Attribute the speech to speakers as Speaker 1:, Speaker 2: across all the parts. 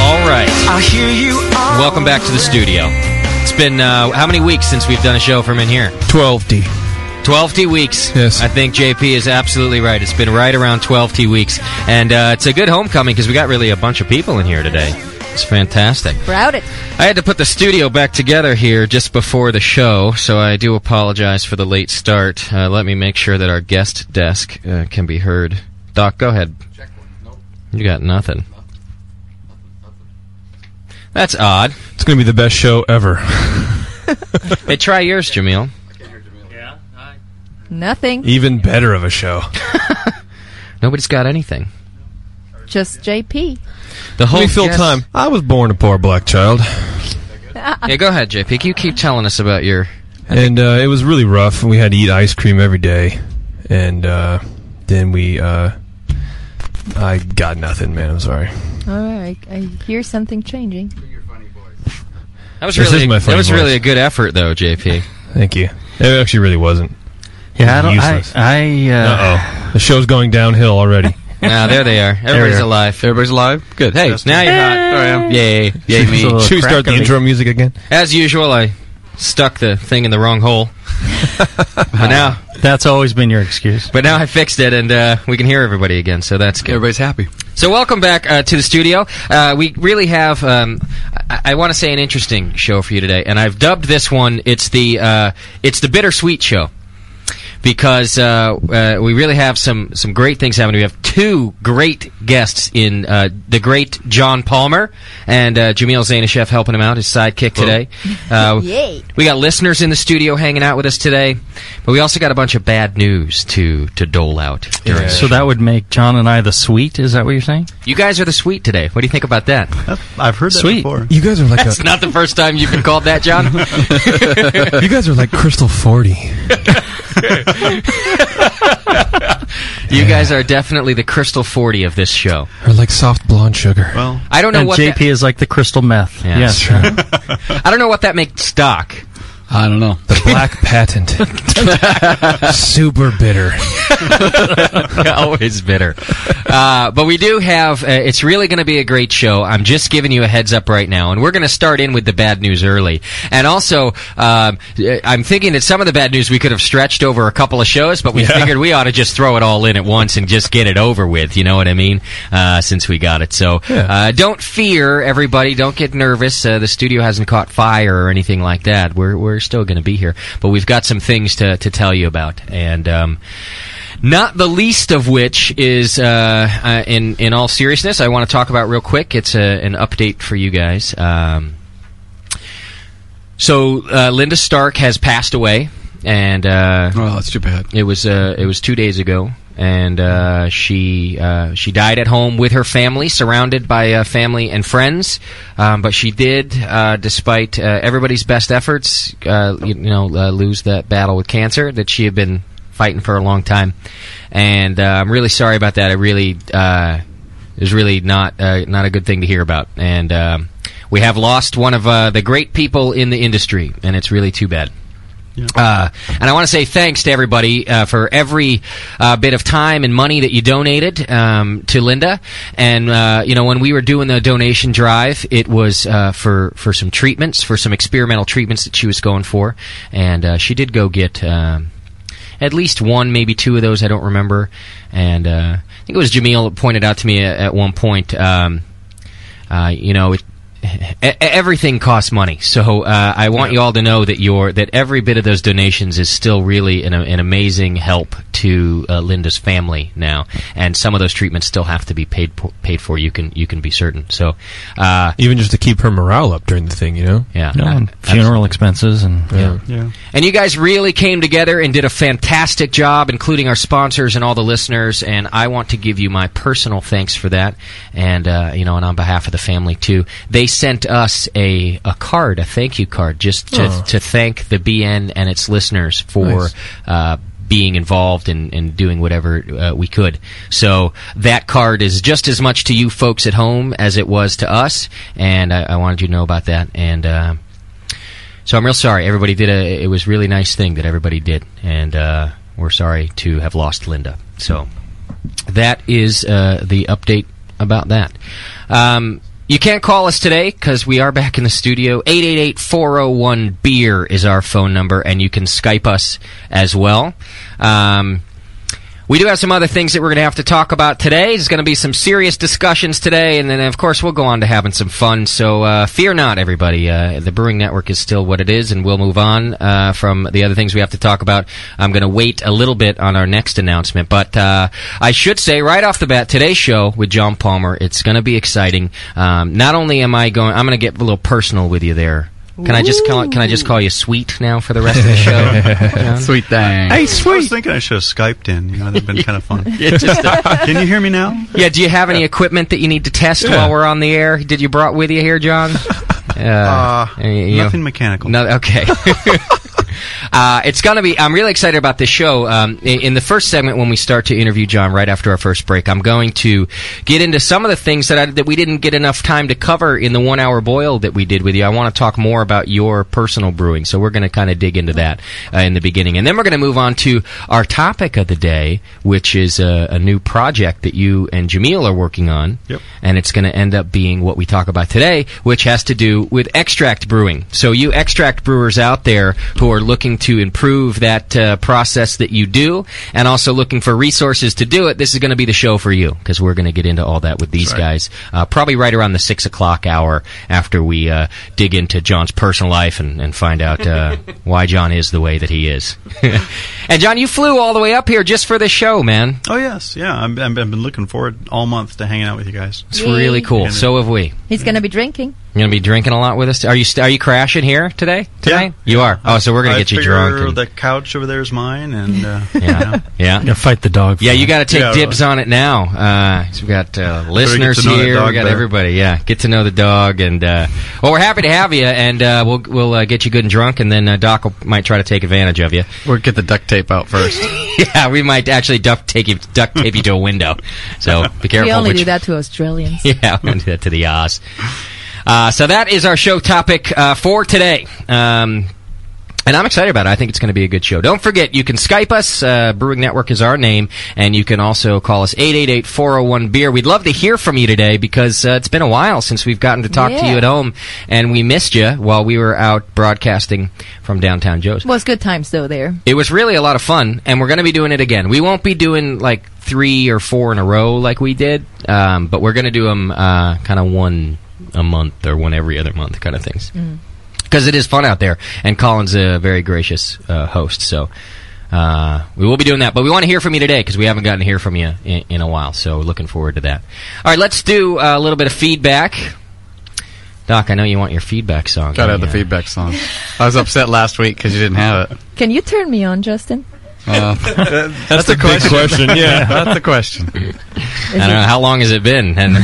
Speaker 1: All right. I hear you. Welcome back to the studio. It's been uh, how many weeks since we've done a show from in here?
Speaker 2: 12D.
Speaker 1: 12 T weeks.
Speaker 2: Yes.
Speaker 1: I think JP is absolutely right. It's been right around 12 T weeks. And uh, it's a good homecoming because we got really a bunch of people in here today. It's fantastic.
Speaker 3: Crowded.
Speaker 1: I had to put the studio back together here just before the show, so I do apologize for the late start. Uh, let me make sure that our guest desk uh, can be heard. Doc, go ahead. You got nothing. That's odd.
Speaker 2: It's going to be the best show ever.
Speaker 1: Hey, try yours, Jamil.
Speaker 3: Nothing.
Speaker 2: Even better of a show.
Speaker 1: Nobody's got anything.
Speaker 3: Just JP.
Speaker 1: The whole
Speaker 2: Let me fill
Speaker 1: guest-
Speaker 2: time. I was born a poor black child,
Speaker 1: Yeah, go ahead, JP. You keep telling us about your.
Speaker 2: and uh, it was really rough. We had to eat ice cream every day, and uh, then we. Uh, I got nothing, man. I'm sorry.
Speaker 3: All right. I hear something changing.
Speaker 1: That was
Speaker 2: This
Speaker 1: really.
Speaker 2: is my
Speaker 1: that
Speaker 2: funny
Speaker 1: was
Speaker 2: voice.
Speaker 1: really a good effort, though, JP.
Speaker 2: Thank you. It actually really wasn't.
Speaker 4: Yeah, I don't.
Speaker 2: Useless.
Speaker 4: I, I uh,
Speaker 2: Uh oh. The show's going downhill already.
Speaker 1: now there they are. Everybody's alive.
Speaker 4: everybody's alive. Good.
Speaker 1: Hey, now you're hot.
Speaker 4: There I am.
Speaker 1: Yay! Yay
Speaker 4: It's a
Speaker 1: me!
Speaker 4: little
Speaker 2: Should we start the
Speaker 4: crackly.
Speaker 2: intro music again?
Speaker 1: As usual, I stuck the thing in the wrong hole. but now,
Speaker 4: That's always been your excuse.
Speaker 1: but now I fixed it, and uh, we can hear everybody again. So that's good.
Speaker 4: Everybody's happy.
Speaker 1: So welcome back uh, to the studio. Uh, we really have, um, I, I want to say, an interesting show for you today, and I've dubbed this one "It's the uh, It's the Bittersweet Show." Because uh, uh, we really have some, some great things happening. We have two great guests in uh, the great John Palmer and uh, Jamil Zainashev helping him out, his sidekick today. Uh,
Speaker 3: Yay.
Speaker 1: we got listeners in the studio hanging out with us today, but we also got a bunch of bad news to, to dole out. During
Speaker 4: So that would make John and I the sweet. Is that what you're saying?
Speaker 1: You guys are the sweet today. What do you think about that?
Speaker 4: I've heard that sweet. before.
Speaker 2: You guys are like
Speaker 1: It's not the first time you've been called that, John.
Speaker 2: you guys are like Crystal Forty.
Speaker 1: you guys are definitely the crystal 40 of this show.
Speaker 2: Or like soft blonde sugar.
Speaker 4: Well,
Speaker 1: I don't know
Speaker 4: and
Speaker 1: what
Speaker 4: JP is like the crystal meth.
Speaker 1: Yeah.
Speaker 4: Yes.
Speaker 1: that- I don't know what that makes Doc.
Speaker 5: I don't know.
Speaker 2: The black patent. Super bitter.
Speaker 1: Always bitter. Uh, but we do have, uh, it's really going to be a great show. I'm just giving you a heads up right now. And we're going to start in with the bad news early. And also, um, I'm thinking that some of the bad news we could have stretched over a couple of shows, but we
Speaker 6: Yeah.
Speaker 1: figured we ought to just throw it all in at once and just get it over with. You know what I mean? Uh, since we got it. So uh, don't fear, everybody. Don't get nervous. Uh, the studio hasn't caught fire or anything like that. We're, we're still going to be here. But we've got some things to, to tell you about. And. Um, not the least of which is, uh, uh, in in all seriousness, I want to talk about real quick. It's a, an update for you guys. Um, so uh, Linda Stark has passed away, and uh, well, that's too bad. It was uh, it was two days ago, and uh, she uh, she died at home with her family, surrounded by uh, family and friends. Um, but she did, uh, despite uh, everybody's best efforts, uh, you, know, uh, lose that battle with cancer that she had been fighting for a long time. And uh, I'm really sorry about that. I really. Uh, is really not uh, not a good thing to hear about. And um, we have lost one of uh, the great people in the industry, and it's really too bad. Uh, and I want to say thanks to everybody uh, for every uh, bit of time and money that you donated um, to Linda. And uh, you know, when we were doing the donation drive, it was uh, for for some treatments, for some experimental treatments that she was going for, and uh, she did go get. Um, at least one, maybe two of those. I don't remember. And uh, I think it was Jamil that pointed out to me at, at one point. Um, uh, you know, it, e- everything costs money, so uh, I want you all to know that your that every bit of those donations is still really an, an amazing help to uh, Linda's family now. And some of those treatments still have to be paid po- paid for. You can you can be certain. So uh,
Speaker 2: Even just to keep her morale up during the thing, you know?
Speaker 1: Yeah.
Speaker 4: You know, and funeral expenses and
Speaker 1: Yeah. And you guys really came together and did a fantastic job, including our sponsors and all the listeners. And I want to give you my personal thanks for that, and uh, you know, and on behalf of the family too. They sent us a, a card, a thank you card, just to,
Speaker 6: Oh.
Speaker 1: to thank the BN and its listeners for
Speaker 6: Nice.
Speaker 1: uh, being involved and, and doing whatever uh, we could. So that card is just as much to you folks at home as it was to us, and I, I wanted you to know about that. And uh, so I'm real sorry. Everybody did a. It was really nice thing that everybody did, and uh, we're sorry to have lost Linda. So that is uh, the update about that. Um, you can't call us today because we are back in the studio. 888 401 Beer E is our phone number, and you can Skype us as well. Um, we do have some other things that we're going to have to talk about today. There's going to be some serious discussions today, and then, of course, we'll go on to having some fun. So, uh, fear not, everybody. Uh, the Brewing Network is still what it is, and we'll move on uh, from the other things we have to talk about. I'm going to wait a little bit on our next announcement, but uh, I should say right off the bat, today's show with John Palmer, it's going to be exciting. Um, not only am I going, I'm going to get a little personal with you there. Can I just call, can I just call you sweet now for the rest of the show? John?
Speaker 5: Sweet thing.
Speaker 4: Hey,
Speaker 5: sweet.
Speaker 4: sweet.
Speaker 5: I was thinking I should have Skyped in. You know, that'd been kind of fun.
Speaker 1: Yeah, just-
Speaker 5: Can you hear me now?
Speaker 1: Yeah, do you have any equipment that you need to test
Speaker 5: Yeah.
Speaker 1: while we're on the air? Did you brought with you here, John? Uh,
Speaker 5: nothing
Speaker 1: mechanical. No, okay. Uh, it's going to be. I'm really excited about this show. Um, i- in, the first segment, when we start to interview John right after our first break, I'm going to get into some of the things that I, that we didn't get enough time to cover in the one hour boil that we did with you. I want to talk more about your personal brewing, so we're going to kind of dig into that uh, in the beginning, and then we're going to move on to our topic of the day, which is a, a new project that you and Jameel are working on. Yep. And it's going to end up being what we talk about today, which has to do with extract brewing. So you extract brewers out there who are looking to improve that uh, process that you do and also looking for resources to do it, this is going to be the show for you because we're going to get into all that with these guys uh, probably right around the 6 o'clock hour after we uh, dig into John's personal life and, and find out uh, why John is the way that he is. and John, you flew all the way up here just for this show, man.
Speaker 5: Oh yes, yeah. I'm, I've been looking forward all month to hanging out with you guys.
Speaker 1: It's really cool.
Speaker 5: And
Speaker 1: So uh, have we.
Speaker 3: He's going to be drinking.
Speaker 1: You're gonna be drinking a lot with us. Are you st- are you crashing here today? Tonight? You are. Oh, so we're gonna
Speaker 5: I
Speaker 1: get you
Speaker 5: figure
Speaker 1: drunk. and-
Speaker 5: The couch over there is mine, and uh,
Speaker 1: yeah, yeah.
Speaker 4: Yeah, fight the dog.
Speaker 1: Yeah, you got to take
Speaker 5: Yeah,
Speaker 1: dibs on it now. Uh, so we've got uh, listeners
Speaker 5: to know that
Speaker 1: here. We
Speaker 5: dog
Speaker 1: got
Speaker 5: better.
Speaker 1: everybody. Yeah, get to know the dog, and uh, well, we're happy to have you, and uh, we'll we'll uh, get you good and drunk, and then uh, Doc will, might try to take advantage of you.
Speaker 5: We'll get the duct tape out first.
Speaker 1: yeah, we might actually duct tape you, duct tape you to a window. So be careful.
Speaker 3: we only
Speaker 1: which-
Speaker 3: do that to Australians.
Speaker 1: yeah, I'm going to do that to the Oz. Uh, so that is our show topic uh, for today. Um, And I'm excited about it. I think it's going to be a good show. Don't forget, you can Skype us. Uh, Brewing Network is our name. And you can also call us 888-401-BEER. We'd love to hear from you today because uh, it's been a while since we've gotten to talk to
Speaker 3: Yeah.
Speaker 1: you at home. And we missed you while we were out broadcasting from downtown Joe's.
Speaker 3: Was good times though there.
Speaker 1: It was really a lot of fun, and we're going to be doing it again. We won't be doing like three or four in a row like we did, um, but we're going to do them uh, kind of one a month or one every other month kind of things.
Speaker 7: Mm.
Speaker 6: Mm.
Speaker 1: Because it is fun out there, and Colin's a very gracious uh, host, so uh, we will be doing that. But we want to hear from you today because we haven't gotten to hear from you in, in a while, so looking forward to that. All right, let's do uh, a little bit of feedback. Doc, I know you want your feedback song. uh,
Speaker 5: Gotta have the
Speaker 1: feedback
Speaker 5: song. I was upset last week because you didn't have it.
Speaker 3: Can you turn me on, Justin?
Speaker 5: Uh, that's,
Speaker 1: the big question, yeah.
Speaker 5: that's the question.
Speaker 1: I don't know how long has it been, and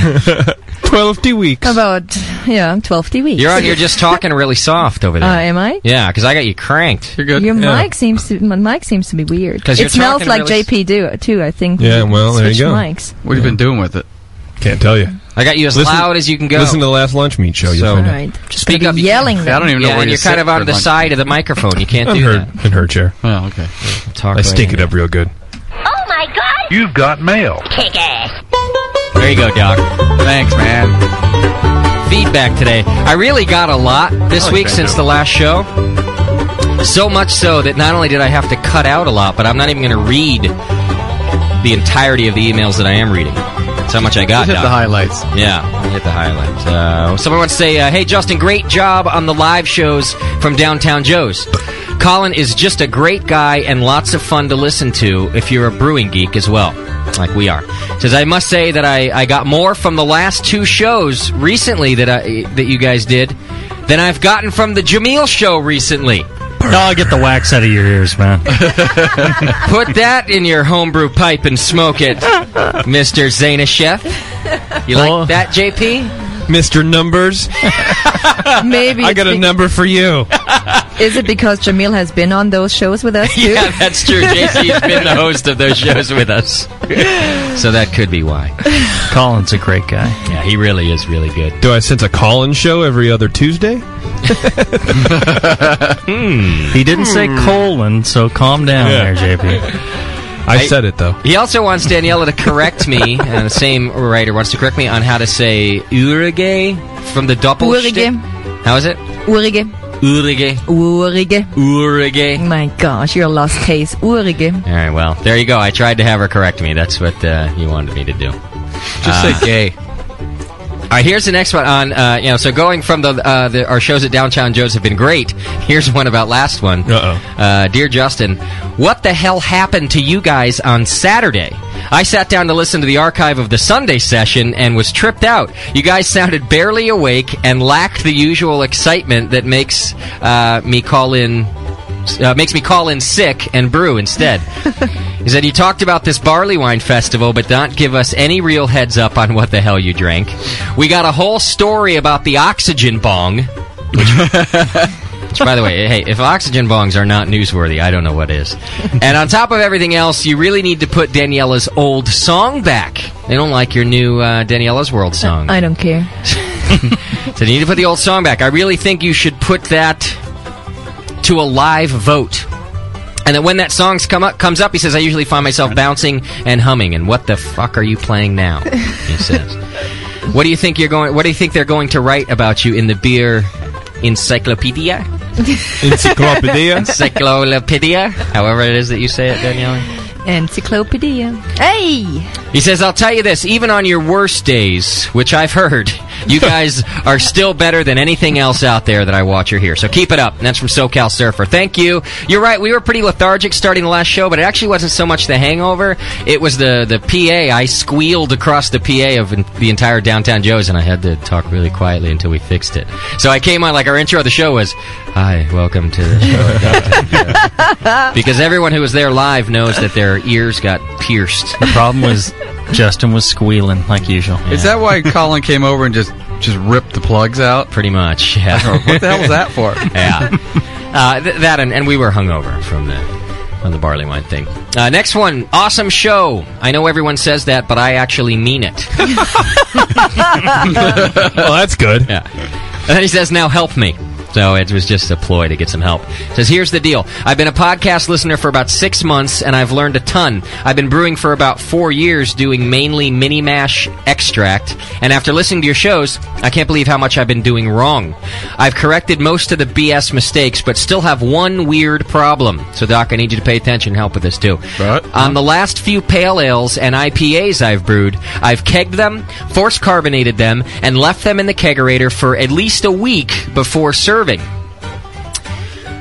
Speaker 2: twelve weeks.
Speaker 3: About yeah, I'm twelve D weeks.
Speaker 1: You're on. You're just talking really soft over there.
Speaker 3: Uh, am I?
Speaker 1: Yeah, because I got you cranked. You're
Speaker 3: Your mic seems to my mic seems to be weird.
Speaker 1: 'Cause you're
Speaker 3: It smells
Speaker 1: talking
Speaker 3: like
Speaker 1: really-
Speaker 3: JP do too. I think.
Speaker 2: Yeah, well, there you
Speaker 3: Switched
Speaker 2: go.
Speaker 3: Mics.
Speaker 5: What have you been doing with it?
Speaker 2: Can't tell you.
Speaker 1: I got you as
Speaker 2: Listen-
Speaker 1: loud as you can go.
Speaker 2: Listen to the last lunch meet show.
Speaker 1: So-
Speaker 2: you'll
Speaker 3: All
Speaker 2: find out.
Speaker 3: right. Just speak up. Yelling.
Speaker 5: I don't even know
Speaker 1: yeah,
Speaker 5: where
Speaker 1: and
Speaker 5: you
Speaker 1: you're kind
Speaker 5: sit
Speaker 1: of on
Speaker 5: for
Speaker 1: the
Speaker 5: lunch.
Speaker 1: side of the microphone. You can't
Speaker 2: I'm
Speaker 1: do
Speaker 2: her,
Speaker 1: that.
Speaker 2: in her chair.
Speaker 5: Oh, okay.
Speaker 1: Talk
Speaker 2: I
Speaker 1: right
Speaker 2: stink
Speaker 1: in
Speaker 2: it up real good.
Speaker 6: Oh my god,
Speaker 2: You've got mail.
Speaker 6: kick ass.
Speaker 1: There you go, Doc.
Speaker 5: Thanks, man.
Speaker 1: Feedback today. I really got a lot this
Speaker 5: Oh,
Speaker 1: week
Speaker 5: thank
Speaker 1: since
Speaker 5: you.
Speaker 1: the last show. So much so that not only did I have to cut out a lot, but I'm not even going to read the entirety of the emails that I am reading. That's how much I got.
Speaker 5: Just hit
Speaker 1: Doc.
Speaker 5: the highlights.
Speaker 1: Yeah, we hit the highlight. Uh, someone wants to say, uh, "Hey, Justin, great job on the live shows from Downtown Joe's." Colin is just a great guy and lots of fun to listen to if you're a brewing geek as well, like we are. Says I must say that I, I got more from the last two shows recently that I that you guys did than I've gotten from the Jameel show recently.
Speaker 4: I'll get the wax out of your ears, man.
Speaker 1: Put that in your homebrew pipe and smoke it, Mister Zana Chef. You like that, JP?
Speaker 2: Mr. Oh. Numbers,
Speaker 3: Maybe.
Speaker 2: I
Speaker 3: it's
Speaker 2: got a
Speaker 3: be-
Speaker 2: number for you.
Speaker 3: Is it because Jamil has been on those shows with us too?
Speaker 1: Yeah, that's true. JC's been the host of those shows with us. So that could be why.
Speaker 4: Colin's a great guy.
Speaker 1: Yeah, he really is really good.
Speaker 2: Do I sense a call-in show every other Tuesday?
Speaker 4: Hmm. He didn't say colon, so calm down
Speaker 2: Yeah.
Speaker 4: there, JP.
Speaker 2: I said it though.
Speaker 1: He also wants Daniela to correct me, and the same writer wants to correct me on how to say Urige from the double
Speaker 3: Urige.
Speaker 1: shtick. How is it?
Speaker 3: Urige.
Speaker 1: Urige.
Speaker 3: Urige.
Speaker 1: Urige.
Speaker 3: My gosh, you're a lost case. Urige.
Speaker 1: All right, well, there you go. I tried to have her correct me. That's what uh, you wanted me to do. Uh,
Speaker 5: Just say gay.
Speaker 1: All right, here's the next one on uh, you know. So going from the, uh, the our shows at Downtown Joe's have been great. Here's one about last one.
Speaker 2: Uh-oh.
Speaker 1: Uh, dear Justin, what the hell happened to you guys on Saturday? I sat down to listen to the archive of the Sunday session and was tripped out. You guys sounded barely awake and lacked the usual excitement that makes uh, me call in uh, makes me call in sick and brew instead. he said, You talked about this barley wine festival, but not give us any real heads up on what the hell you drank. We got a whole story about the oxygen bong. Which, which, by the way, hey, if oxygen bongs are not newsworthy, I don't know what is. And on top of everything else, you really need to put Daniela's old song back. They don't like your new uh, Daniela's World song.
Speaker 3: I don't care.
Speaker 1: So you need to put the old song back. I really think you should put that to a live vote. And then when that song come up, comes up, he says, I usually find myself bouncing and humming. And what the fuck are you playing now? He says. What do you think you're going? What do you think they're going to write about you in the beer encyclopedia?
Speaker 2: Encyclopedia.
Speaker 1: Encyclopedia, however it is that you say it, Danielle.
Speaker 3: Encyclopedia. Hey!
Speaker 1: He says, I'll tell you this, even on your worst days, which I've heard, you guys are still better than anything else out there that I watch or hear. So keep it up. And that's from SoCal Surfer. Thank you. You're right, we were pretty lethargic starting the last show, but it actually wasn't so much the hangover. It was the, the PA. I squealed across the PA of en- the entire downtown Joe's, and I had to talk really quietly until we fixed it. So I came on, like, our intro of the show was, Hi, welcome to the show. at Downtown Joe's." because everyone who was there live knows that their ears got pierced.
Speaker 4: The problem was Justin was squealing like usual.
Speaker 5: Is that why Colin came over and just just ripped the plugs out? Oh,
Speaker 1: Pretty much, yeah.
Speaker 5: What the hell was that for?
Speaker 1: yeah. Uh, th- that and, and we were hungover from the from the barley wine thing. Uh, next one, awesome show. I know everyone says that, but I actually mean it.
Speaker 2: well, that's good.
Speaker 1: yeah. And then he says, "Now help me." So it was just a ploy to get some help. Says, here's the deal. I've been a podcast listener for about six months and I've learned a ton. I've been brewing for about four years doing mainly mini mash extract. And after listening to your shows, I can't believe how much I've been doing wrong. I've corrected most of the BS mistakes, but still have one weird problem. So Doc, I need you to pay attention and help with this too. On the last few pale ales and IPAs I've brewed, I've kegged them, force carbonated them, and left them in the kegerator for at least a week before serving.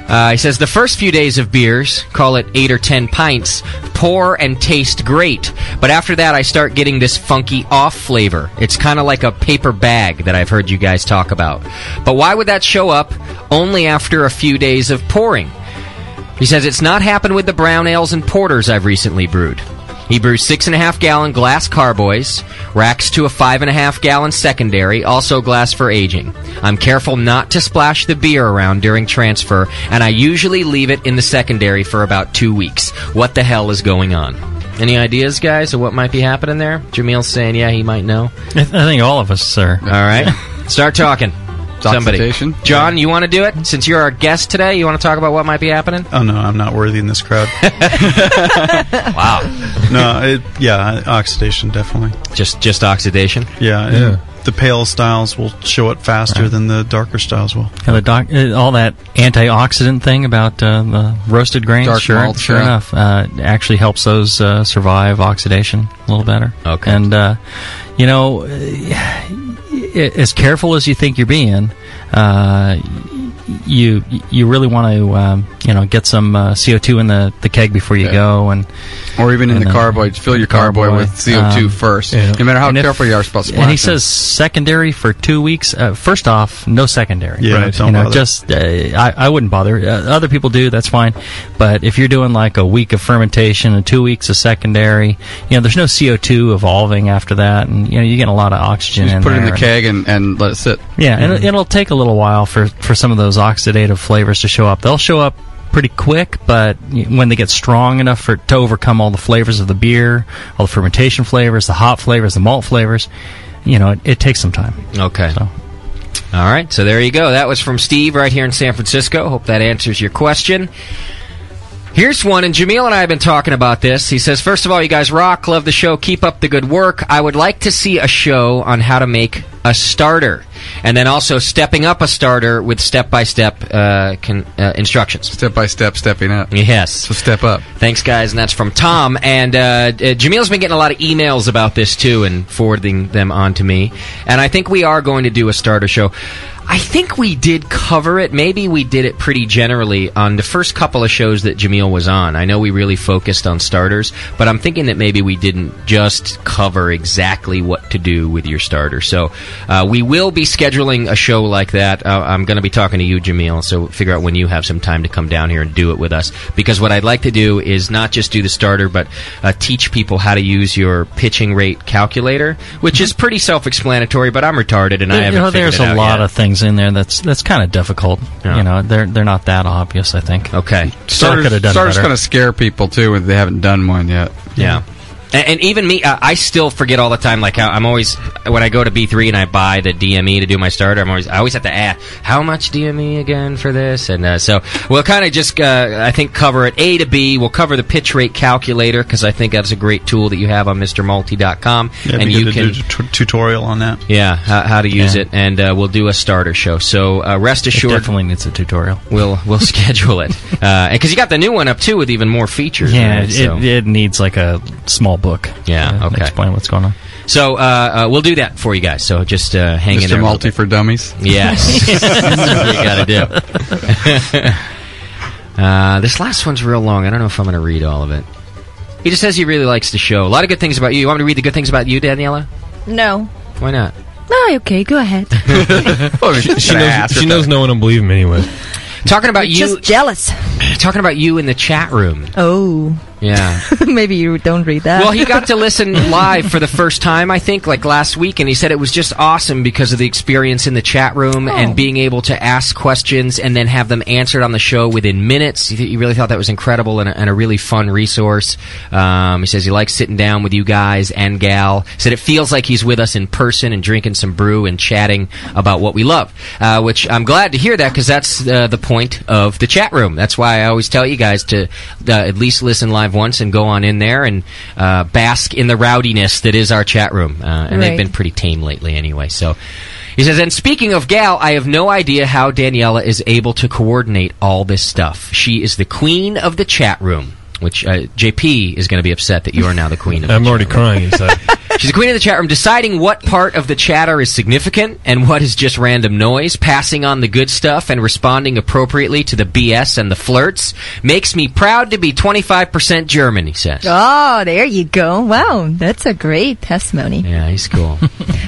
Speaker 1: Uh, he says the first few days of beers, call it eight or ten pints, pour and taste great. But after that, I start getting this funky off flavor. It's kind of like a paper bag that I've heard you guys talk about. But why would that show up only after a few days of pouring? He says it's not happened with the brown ales and porters I've recently brewed. He brews six and a half gallon glass carboys, racks to a five and a half gallon secondary, also glass for aging. I'm careful not to splash the beer around during transfer, and I usually leave it in the secondary for about two weeks. What the hell is going on? Any ideas, guys, of what might be happening there? Jamil's saying, yeah, he might know.
Speaker 4: I think all of us, sir. All
Speaker 1: right. Start talking. Somebody.
Speaker 4: Oxidation.
Speaker 1: John, you want to do it? Since you're our guest today, you want to talk about what might be happening?
Speaker 5: Oh no, I'm not worthy in this crowd.
Speaker 1: wow.
Speaker 5: No, it, yeah, oxidation definitely.
Speaker 1: Just just oxidation.
Speaker 5: Yeah.
Speaker 4: Yeah.
Speaker 5: and The pale styles will show up faster than the darker styles will.
Speaker 4: Yeah, the doc, uh, all that antioxidant thing about uh, the roasted grains,
Speaker 5: Dark
Speaker 4: sure,
Speaker 5: malt,
Speaker 4: sure
Speaker 5: yeah.
Speaker 4: enough, uh, it actually helps those uh, survive oxidation a little better. Okay. And, uh, you know, uh, y- as careful as you think you're being, uh, you you really want to um, you know get some uh, CO2 in the, the keg before you go and
Speaker 8: or even in
Speaker 4: and,
Speaker 8: the
Speaker 4: uh,
Speaker 8: carboy. Fill your carboy with CO2 first. No matter how
Speaker 4: And if-
Speaker 8: careful you are about splashing.
Speaker 4: And he says secondary for two weeks. Uh, first off, no secondary.
Speaker 8: Yeah, Right. don't
Speaker 4: you know,
Speaker 8: bother.
Speaker 4: just uh, I, I wouldn't bother. Uh, other people do. That's fine. But if you're doing like a week of fermentation and two weeks of secondary, you know, there's no CO2 evolving after that, and you know, you're getting a lot of oxygen.
Speaker 8: just
Speaker 4: in
Speaker 8: put it in
Speaker 4: there.
Speaker 8: the keg and, and let it sit.
Speaker 4: Yeah, and it-
Speaker 1: Mm-hmm.
Speaker 4: it'll take a little while for, for some of those oxidative flavors to show up. They'll show up pretty quick, but y- when they get strong enough for to overcome all the flavors of the beer, all the fermentation flavors, the hop flavors, the malt flavors, you know, it, it takes some time.
Speaker 1: Okay. All right, so there you go. That was from Steve right here in San Francisco. Hope that answers your question. Here's one, and Jamil and I have been talking about this. He says, First of all, you guys rock, love the show, keep up the good work. I would like to see a show on how to make a starter, and then also stepping up a starter with step by step uh, instructions.
Speaker 8: Step by step, stepping up.
Speaker 1: Yes. So
Speaker 8: step up.
Speaker 1: Thanks, guys, and that's from Tom. And uh, uh, Jamil's been getting a lot of emails about this, too, and forwarding them on to me. And I think we are going to do a starter show. I think we did cover it. Maybe we did it pretty generally on the first couple of shows that Jamil was on. I know we really focused on starters, but I'm thinking that maybe we didn't just cover exactly what to do with your starter. So uh, we will be scheduling a show like that. Uh, I'm going to be talking to you, Jamil, so figure out when you have some time to come down here and do it with us. Because what I'd like to do is not just do the starter, but uh, teach people how to use your pitching rate calculator, which is pretty self-explanatory. But I'm retarded and I
Speaker 4: There- you
Speaker 1: haven't.
Speaker 4: know,
Speaker 1: figured
Speaker 4: there's
Speaker 1: it
Speaker 4: a
Speaker 1: out
Speaker 4: lot
Speaker 1: yet.
Speaker 4: of things in there that's that's kind of difficult. You know, they're they're not that obvious. I think.
Speaker 1: Okay,
Speaker 4: Starter could have done
Speaker 8: starters
Speaker 4: better.
Speaker 8: kind of scare people too if they haven't done one yet.
Speaker 1: Yeah. And, and even me, I, I still forget all the time. Like I, I'm always when I go to B3 and I buy the DME to do my starter. I'm always I always have to ask how much DME again for this, and uh, so we'll kind of just uh, I think cover it A to B. We'll cover the pitch rate calculator because I think that's a great tool that you have on MrMulti.com,
Speaker 5: Yeah,
Speaker 1: and
Speaker 5: and
Speaker 1: you
Speaker 5: to
Speaker 1: can
Speaker 5: do a t- tutorial on that.
Speaker 1: yeah how, how to use it, and uh, we'll do a starter show. So uh, rest assured,
Speaker 4: definitely needs a tutorial.
Speaker 1: We'll we'll schedule it because you got the new one up too with even more features.
Speaker 4: Yeah,
Speaker 1: right?
Speaker 4: it,
Speaker 1: So-
Speaker 4: it needs like a small book.
Speaker 1: Yeah,
Speaker 4: to
Speaker 1: okay.
Speaker 4: Explain what's going on.
Speaker 1: So uh, uh, we'll do that for you guys. So just uh, hang
Speaker 8: Mr.
Speaker 1: in there. a little
Speaker 8: Multi
Speaker 1: bit.
Speaker 8: for dummies.
Speaker 1: Yes, That's what you got to do. uh, this last one's real long. I don't know if I'm going to read all of it. He just says he really likes the show. A lot of good things about you. You want me to read the good things about you, Daniela?
Speaker 3: No.
Speaker 1: Why not?
Speaker 3: No, okay, go ahead.
Speaker 2: she, she
Speaker 1: Gonna
Speaker 2: knows,
Speaker 1: ask
Speaker 2: she
Speaker 1: her
Speaker 2: knows
Speaker 1: that.
Speaker 2: no one will believe him anyway.
Speaker 1: Talking about you,
Speaker 3: Just jealous.
Speaker 1: talking about you in the chat room.
Speaker 3: Oh.
Speaker 1: Yeah.
Speaker 3: Maybe you don't read that.
Speaker 1: Well, he got to listen live for the first time, I think, like last week, and he said it was just awesome because of the experience in the chat room and being able to ask questions and then have them answered on the show within minutes. He, he really thought that was incredible and a, and a really fun resource. Um, he says he likes sitting down with you guys and gal. Said it feels like he's with us in person and drinking some brew and chatting about what we love, uh, which I'm glad to hear that because that's uh, the point of the chat room. That's why I always tell you guys to uh, at least listen live once and go on in there and uh, bask in the rowdiness that is our chat room. Uh, and they've
Speaker 9: Right.
Speaker 1: been pretty tame lately anyway. So he says, and speaking of Gal, I have no idea how Daniela is able to coordinate all this stuff. She is the queen of the chat room. Which uh, JP is going to be upset that you are now the queen of the
Speaker 2: I'm already
Speaker 1: chat room.
Speaker 2: crying inside.
Speaker 1: She's the queen of the chat room, deciding what part of the chatter is significant and what is just random noise, passing on the good stuff and responding appropriately to the BS and the flirts. Makes me proud to be 25% German, he says.
Speaker 3: Oh, there you go. Wow, that's a great testimony.
Speaker 1: Yeah, he's cool.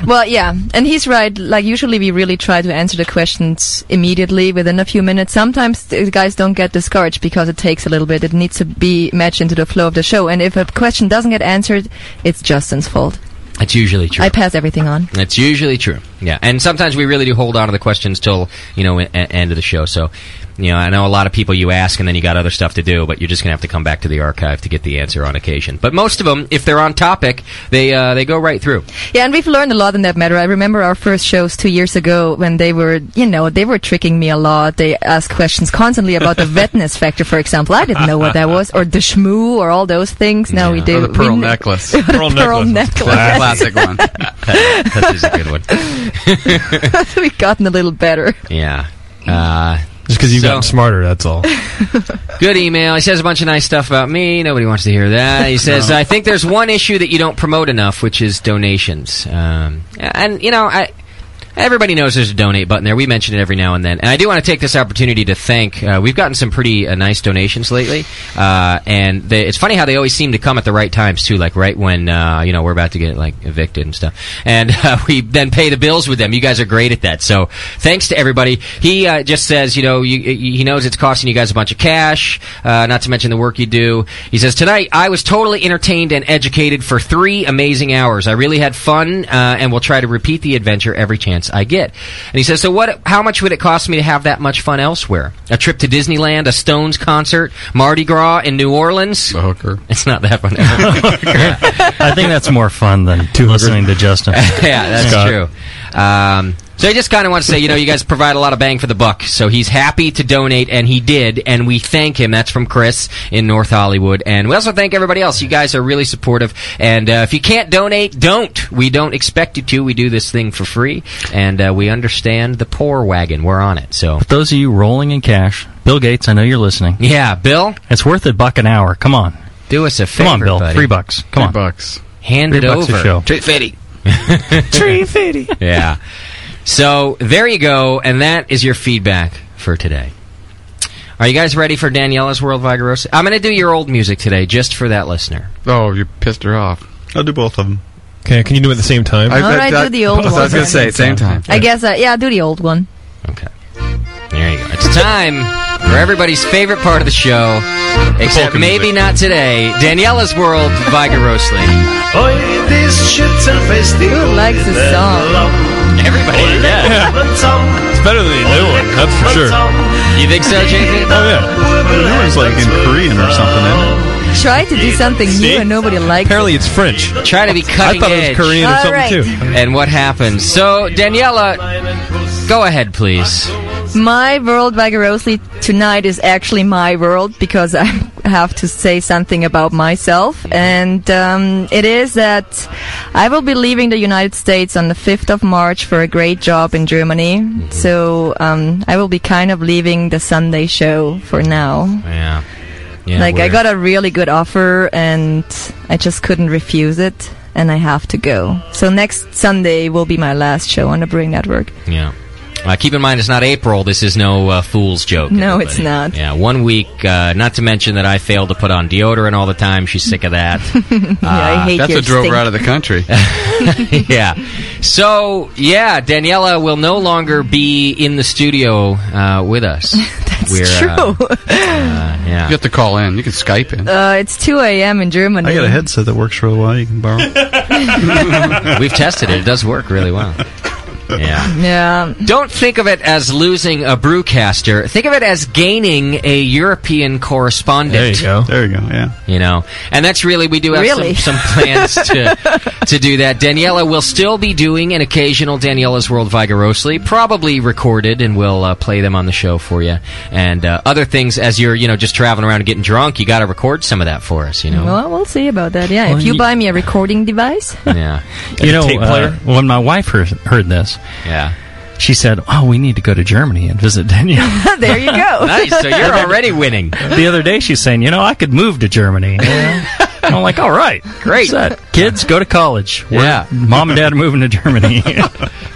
Speaker 3: well, yeah, and he's right. Like usually, we really try to answer the questions immediately within a few minutes. Sometimes the guys don't get discouraged because it takes a little bit. It needs to be matched into the flow of the show. And if a question doesn't get answered, it's Justin's fault.
Speaker 1: That's usually true.
Speaker 3: I pass everything on.
Speaker 1: That's usually true. Yeah, and sometimes we really do hold on to the questions till you know e- end of the show. So, you know, I know a lot of people you ask, and then you got other stuff to do, but you're just gonna have to come back to the archive to get the answer on occasion. But most of them, if they're on topic, they uh, they go right through.
Speaker 3: Yeah, and we've learned a lot in that matter. I remember our first shows two years ago when they were, you know, they were tricking me a lot. They asked questions constantly about the wetness factor, for example. I didn't know what that was, or the shmoo, or all those things. Now we do.
Speaker 8: Or the
Speaker 3: We
Speaker 8: pearl
Speaker 3: kn-
Speaker 8: necklace.
Speaker 3: The pearl pearl necklace. necklace.
Speaker 8: Classic one.
Speaker 1: that is a good one.
Speaker 3: We've gotten a little better.
Speaker 1: Yeah. Uh,
Speaker 2: Just because you've
Speaker 1: So-
Speaker 2: gotten smarter, that's all.
Speaker 1: Good email. He says a bunch of nice stuff about me. Nobody wants to hear that. He says,
Speaker 2: No.
Speaker 1: I think there's one issue that you don't promote enough, which is donations. Um, and, you know, I. Everybody knows there's a donate button there. We mention it every now and then, and I do want to take this opportunity to thank. Uh, we've gotten some pretty uh, nice donations lately, uh, and they, it's funny how they always seem to come at the right times too. Like right when uh, you know we're about to get like evicted and stuff, and uh, we then pay the bills with them. You guys are great at that, so thanks to everybody. He uh, just says, you know, you, he knows it's costing you guys a bunch of cash, uh, not to mention the work you do. He says, Tonight, I was totally entertained and educated for three amazing hours. I really had fun uh, and will try to repeat the adventure every chance I get. And he says, So, what? how much would it cost me to have that much fun elsewhere? A trip to Disneyland, a Stones concert, Mardi Gras in New Orleans? The hooker. It's not that fun.
Speaker 4: I think that's more fun than listening to Justin.
Speaker 1: yeah, that's
Speaker 4: Scott.
Speaker 1: true. Um, so I just kind of want to say, you know, you guys provide a lot of bang for the buck. So he's happy to donate, and he did, and we thank him. That's from Chris in North Hollywood, and we also thank everybody else. You guys are really supportive, and uh, if you can't donate, don't. We don't expect you to. We do this thing for free, and uh, we understand the poor wagon. We're on it. So
Speaker 4: But those of you rolling in cash, Bill Gates, I know you're listening.
Speaker 1: Yeah, Bill,
Speaker 4: it's worth a buck an hour. Come on,
Speaker 1: do us a
Speaker 4: Come on,
Speaker 1: favor,
Speaker 4: Bill.
Speaker 1: buddy.
Speaker 4: Three bucks. Come on,
Speaker 8: bucks.
Speaker 1: hand
Speaker 4: Three
Speaker 1: it
Speaker 4: bucks a
Speaker 1: over.
Speaker 4: show.
Speaker 8: Tree fitty.
Speaker 4: Tree fitty.
Speaker 1: yeah. So there you go, and that is your feedback for today. Are you guys ready for Daniela's World Vigarosa? I'm going to do your old music today, just for that listener.
Speaker 8: Oh, you pissed her off.
Speaker 5: I'll do both of them.
Speaker 2: Okay, can you do it at the same time?
Speaker 3: All right, do the old one. I
Speaker 2: Yeah.
Speaker 3: guess, uh, yeah, do the old one.
Speaker 1: There you go. It's time for everybody's favorite part of the show, except
Speaker 10: polka
Speaker 1: maybe
Speaker 10: music.
Speaker 1: not today. Daniela's World Vigarosely.
Speaker 10: Oi, this shit's a festival. Who likes this song?
Speaker 1: Everybody,
Speaker 10: yeah.
Speaker 2: It's better than the new one, that's for sure.
Speaker 1: You think so, JP?
Speaker 2: Oh, yeah.
Speaker 5: It was like in Korean or something, isn't it?
Speaker 3: Try to do something new and nobody likes it.
Speaker 2: Apparently it's French.
Speaker 1: Try to be cutting
Speaker 2: thought it was
Speaker 1: edge.
Speaker 2: Korean or All something, right. too.
Speaker 1: And what happens? So, Daniela, go ahead, please.
Speaker 3: My world by Garosli tonight is actually my world because I have to say something about myself. And um, it is that I will be leaving the United States on the 5th of March for a great job in Germany. So um, I will be kind of leaving the Sunday show for now.
Speaker 1: Yeah. yeah
Speaker 3: like, I
Speaker 1: we're-
Speaker 3: got a really good offer and I just couldn't refuse it. And I have to go. So next Sunday will be my last show on the Bring Network.
Speaker 1: Yeah. Uh, keep in mind, it's not April. This is no uh, fool's joke.
Speaker 3: No, it's not.
Speaker 1: Yeah, one week. Uh, not to mention that I fail to put on deodorant all the time. She's sick of that. Uh,
Speaker 3: I hate
Speaker 8: That's
Speaker 3: your
Speaker 8: what drove her
Speaker 3: stink.
Speaker 8: out of the country.
Speaker 1: yeah. So yeah, Daniela will no longer be in the studio uh, with us. uh, That's
Speaker 3: True. Oh.
Speaker 1: yeah. You
Speaker 8: have to call in. You can Skype in.
Speaker 3: Uh, it's 2 a.m. in Germany.
Speaker 5: I got a headset that works really well. You can borrow.
Speaker 1: We've tested it. It does work really well. Yeah.
Speaker 3: Yeah.
Speaker 1: Don't think of it as losing a brewcaster. Think of it as gaining a European correspondent. There you go.
Speaker 5: There you go. Yeah.
Speaker 1: You know, and that's really we do have
Speaker 3: Really?
Speaker 1: some, some plans to to do that. Daniela will still be doing an occasional Daniela's World vigorously, probably recorded, and we'll uh, play them on the show for you. And uh, other things as you're you know just traveling around and getting drunk, you got to record some of that for us. You know.
Speaker 3: Well, we'll see about that. Yeah,
Speaker 4: Well,
Speaker 3: if you
Speaker 4: you-
Speaker 3: buy me a recording device,
Speaker 1: Yeah.
Speaker 4: you know,
Speaker 1: tape
Speaker 4: uh,
Speaker 1: player?
Speaker 4: when my wife heard, heard this,
Speaker 1: yeah,
Speaker 4: she said, "Oh, we need to go to Germany and visit Danielle."
Speaker 3: there you go.
Speaker 1: nice. So you're already winning.
Speaker 4: the other day, she's saying, "You know, I could move to Germany." you know? And I'm like, "All right,
Speaker 1: Great.
Speaker 4: set. Kids, go to college. We're-
Speaker 1: Yeah.
Speaker 4: mom and dad are moving to Germany."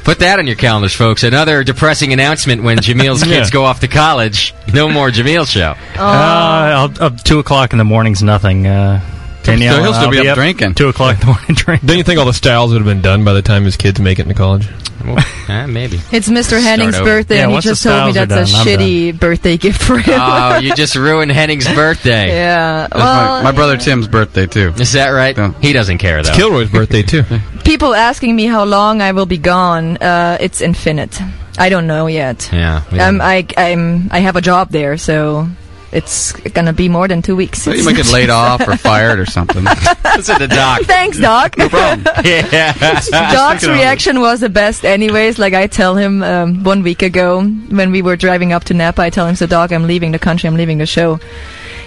Speaker 1: Put that on your calendars, folks. Another depressing announcement when Jamil's
Speaker 4: Yeah.
Speaker 1: kids go off to college. No more Jamil show.
Speaker 4: Uh, I'll- up two o'clock in the morning's nothing. Uh, Danielle, and I'll Two o'clock in the morning drinking.
Speaker 2: Don't you think all the styles would have been done by the time his kids make it into college?
Speaker 1: eh, maybe.
Speaker 3: it's Mr. Henning's
Speaker 2: over.
Speaker 3: birthday,
Speaker 2: Yeah,
Speaker 3: and he
Speaker 2: once the
Speaker 3: just told me
Speaker 2: styles are
Speaker 3: that's a
Speaker 2: done, I'm
Speaker 3: shitty birthday gift for him.
Speaker 1: Oh, you just ruined Henning's birthday.
Speaker 3: yeah.
Speaker 8: That's
Speaker 3: Well,
Speaker 8: my, my brother Tim's birthday too.
Speaker 1: Is that right? He doesn't care though.
Speaker 2: Kilroy's birthday too.
Speaker 3: people asking me how long I will be gone. Uh, it's infinite. I don't know yet.
Speaker 1: Yeah. we
Speaker 3: Um,
Speaker 1: don't-
Speaker 3: I, I'm, I have a job there, so it's gonna be more than two weeks.
Speaker 8: You might get laid off or fired or something.
Speaker 1: That's at the dock.
Speaker 3: Thanks, Doc.
Speaker 1: Yeah.
Speaker 3: Doc's reaction was the best, anyways. Like I tell him um, one week ago when we were driving up to Napa, I tell him, "So, Doc, I'm leaving the country. I'm leaving the show.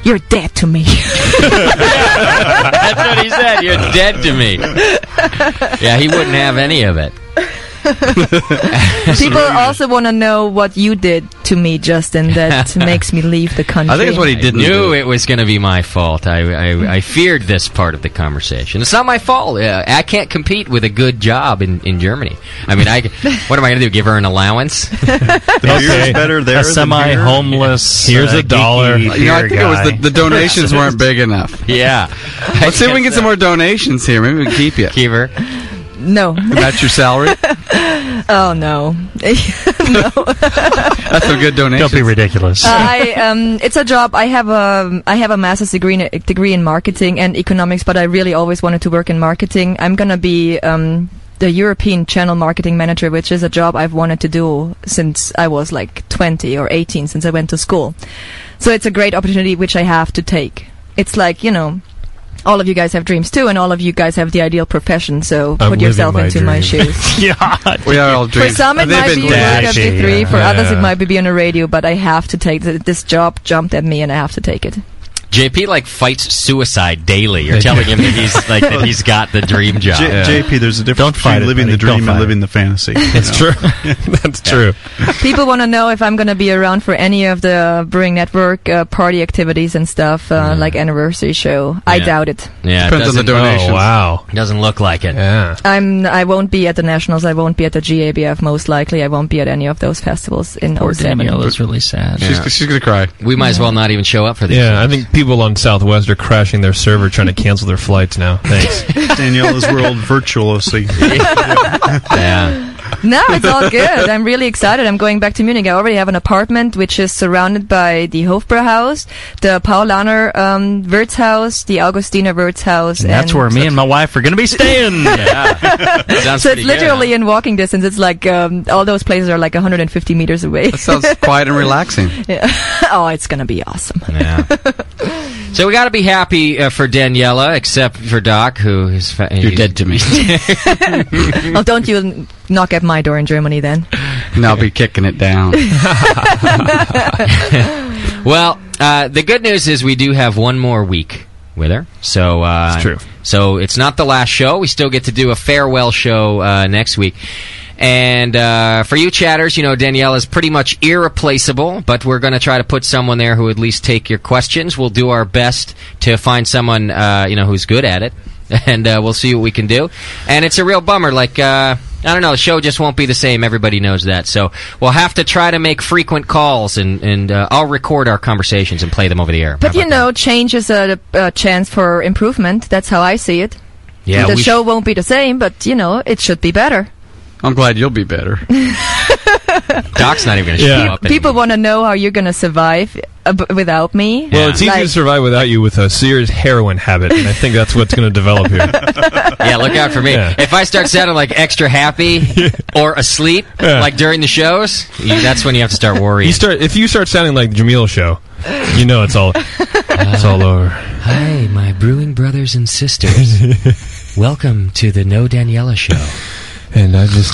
Speaker 3: You're dead to me."
Speaker 1: That's what he said. You're dead to me. Yeah, he wouldn't have any of it.
Speaker 3: People also want to know what you did to me, Justin. That makes me leave the country.
Speaker 1: didn't. I knew it was going to be my fault. I, I I feared this part of the conversation. It's not my fault. Uh, I can't compete with a good job in, in Germany. I mean, I what am I going to do? Give her an allowance?
Speaker 5: The beer's better there.
Speaker 4: a
Speaker 5: than
Speaker 4: semi
Speaker 5: here.
Speaker 4: homeless.
Speaker 5: Here's
Speaker 4: uh,
Speaker 5: a dollar.
Speaker 4: geeky
Speaker 8: You know, I
Speaker 4: beer
Speaker 8: think it was
Speaker 4: guy.
Speaker 8: the, the donations weren't big enough.
Speaker 1: Yeah.
Speaker 8: Let's see if we can get some more donations here. Maybe we can keep you.
Speaker 1: Keep her.
Speaker 3: No.
Speaker 8: That's your salary.
Speaker 3: Oh no.
Speaker 8: That's a good donation.
Speaker 4: Don't be ridiculous.
Speaker 3: I um, it's a job. I have a I have a master's degree in, degree in marketing and economics, but I really always wanted to work in marketing. I'm gonna be um, the European Channel Marketing Manager, which is a job I've wanted to do since I was like 20 or 18, since I went to school. So it's a great opportunity which I have to take. It's like you know. All of you guys have dreams too, and all of you guys have the ideal profession. So put yourself into my shoes.
Speaker 4: yeah.
Speaker 8: We are all
Speaker 3: For
Speaker 8: dreams.
Speaker 3: some, it
Speaker 8: They've
Speaker 3: might
Speaker 8: been
Speaker 3: be Route
Speaker 8: dashy,
Speaker 3: 53.
Speaker 8: yeah.
Speaker 3: For others, it
Speaker 8: Yeah.
Speaker 3: might be on the radio. But I have to take th- this job. Jumped at me, and I have to take it.
Speaker 1: JP like fights suicide daily. You're telling him that he's like that he's got the dream job.
Speaker 5: J- JP, there's a difference between
Speaker 4: fight it,
Speaker 5: living the
Speaker 4: buddy. Don't
Speaker 5: dream
Speaker 4: fight
Speaker 5: and
Speaker 4: it.
Speaker 5: living the fantasy. That's
Speaker 2: true. That's true.
Speaker 3: People want to know if I'm going to be around for any of the Brewing Network uh, party activities and stuff, uh, like anniversary show. I
Speaker 1: Yeah.
Speaker 3: doubt it.
Speaker 1: Yeah, it
Speaker 8: Depends on the
Speaker 1: doesn't-
Speaker 8: donations.
Speaker 1: Oh,
Speaker 2: wow,
Speaker 1: doesn't look like it.
Speaker 2: Yeah.
Speaker 3: I'm. I won't be at the nationals. I won't be at the GABF. Most likely, I won't be at any of those festivals in
Speaker 4: Poor
Speaker 3: 07.
Speaker 4: Danielle is really sad.
Speaker 8: She's, she's gonna cry.
Speaker 1: We might as well not even show up for these.
Speaker 2: Yeah, I think people on Southwest are crashing their server trying to cancel their flights now. Thanks.
Speaker 5: Daniela's world virtuosi.
Speaker 1: yeah.
Speaker 3: No, it's all good. I'm really excited. I'm going back to Munich. I already have an apartment which is surrounded by the Hofbräuhaus, the Paulaner um, Wirtshaus, the Augustiner Wirtshaus.
Speaker 4: And that's where me and my wife are going to be staying.
Speaker 1: Sounds
Speaker 3: So
Speaker 1: pretty
Speaker 3: it's
Speaker 1: good,
Speaker 3: literally in walking distance. It's like um, all those places are like 150 meters away.
Speaker 8: That sounds quiet and relaxing.
Speaker 3: Yeah. oh, it's gonna be awesome.
Speaker 1: Yeah. so we got to be happy uh, for Daniela, except for Doc, who is fa- you're dead
Speaker 8: to me.
Speaker 3: oh, don't you n- knock at my door in Germany then?
Speaker 8: And I'll be kicking it down.
Speaker 1: well, uh, the good news is we do have one more week with her. So uh,
Speaker 2: true.
Speaker 1: So it's not the last show. We still get to do a farewell show uh, next week. And uh, for you chatters, you know Danielle is pretty much irreplaceable. But we're going to try to put someone there who at least take your questions. We'll do our best to find someone uh, you know who's good at it, and uh, we'll see what we can do. And it's a real bummer. Like uh, I don't know. The show just won't be the same. Everybody knows that. So we'll have to try to make frequent calls, and and uh, I'll record our conversations and play them over the air.
Speaker 3: But you know, change is a, a chance for improvement. That's how I see it.
Speaker 1: Yeah,
Speaker 3: the
Speaker 1: we
Speaker 3: show won't be the same, but you know, it should be better.
Speaker 8: I'm glad you'll be better.
Speaker 1: Doc's not even going to
Speaker 2: Yeah.
Speaker 1: show up.
Speaker 3: People want to know how you're going to survive uh, b- without me.
Speaker 2: Well, it's easy
Speaker 3: Like-
Speaker 2: to survive without you with a serious heroin habit, and I think that's what's going to develop here.
Speaker 1: yeah, look out for me.
Speaker 2: Yeah.
Speaker 1: If I start sounding like extra happy or asleep, like during the shows, you- that's when you have to start worrying.
Speaker 2: You start if you start sounding like the Jameel Show, you know it's all it's all over.
Speaker 1: Hi, my brewing brothers and sisters. Welcome to the No Daniela Show.
Speaker 2: And I just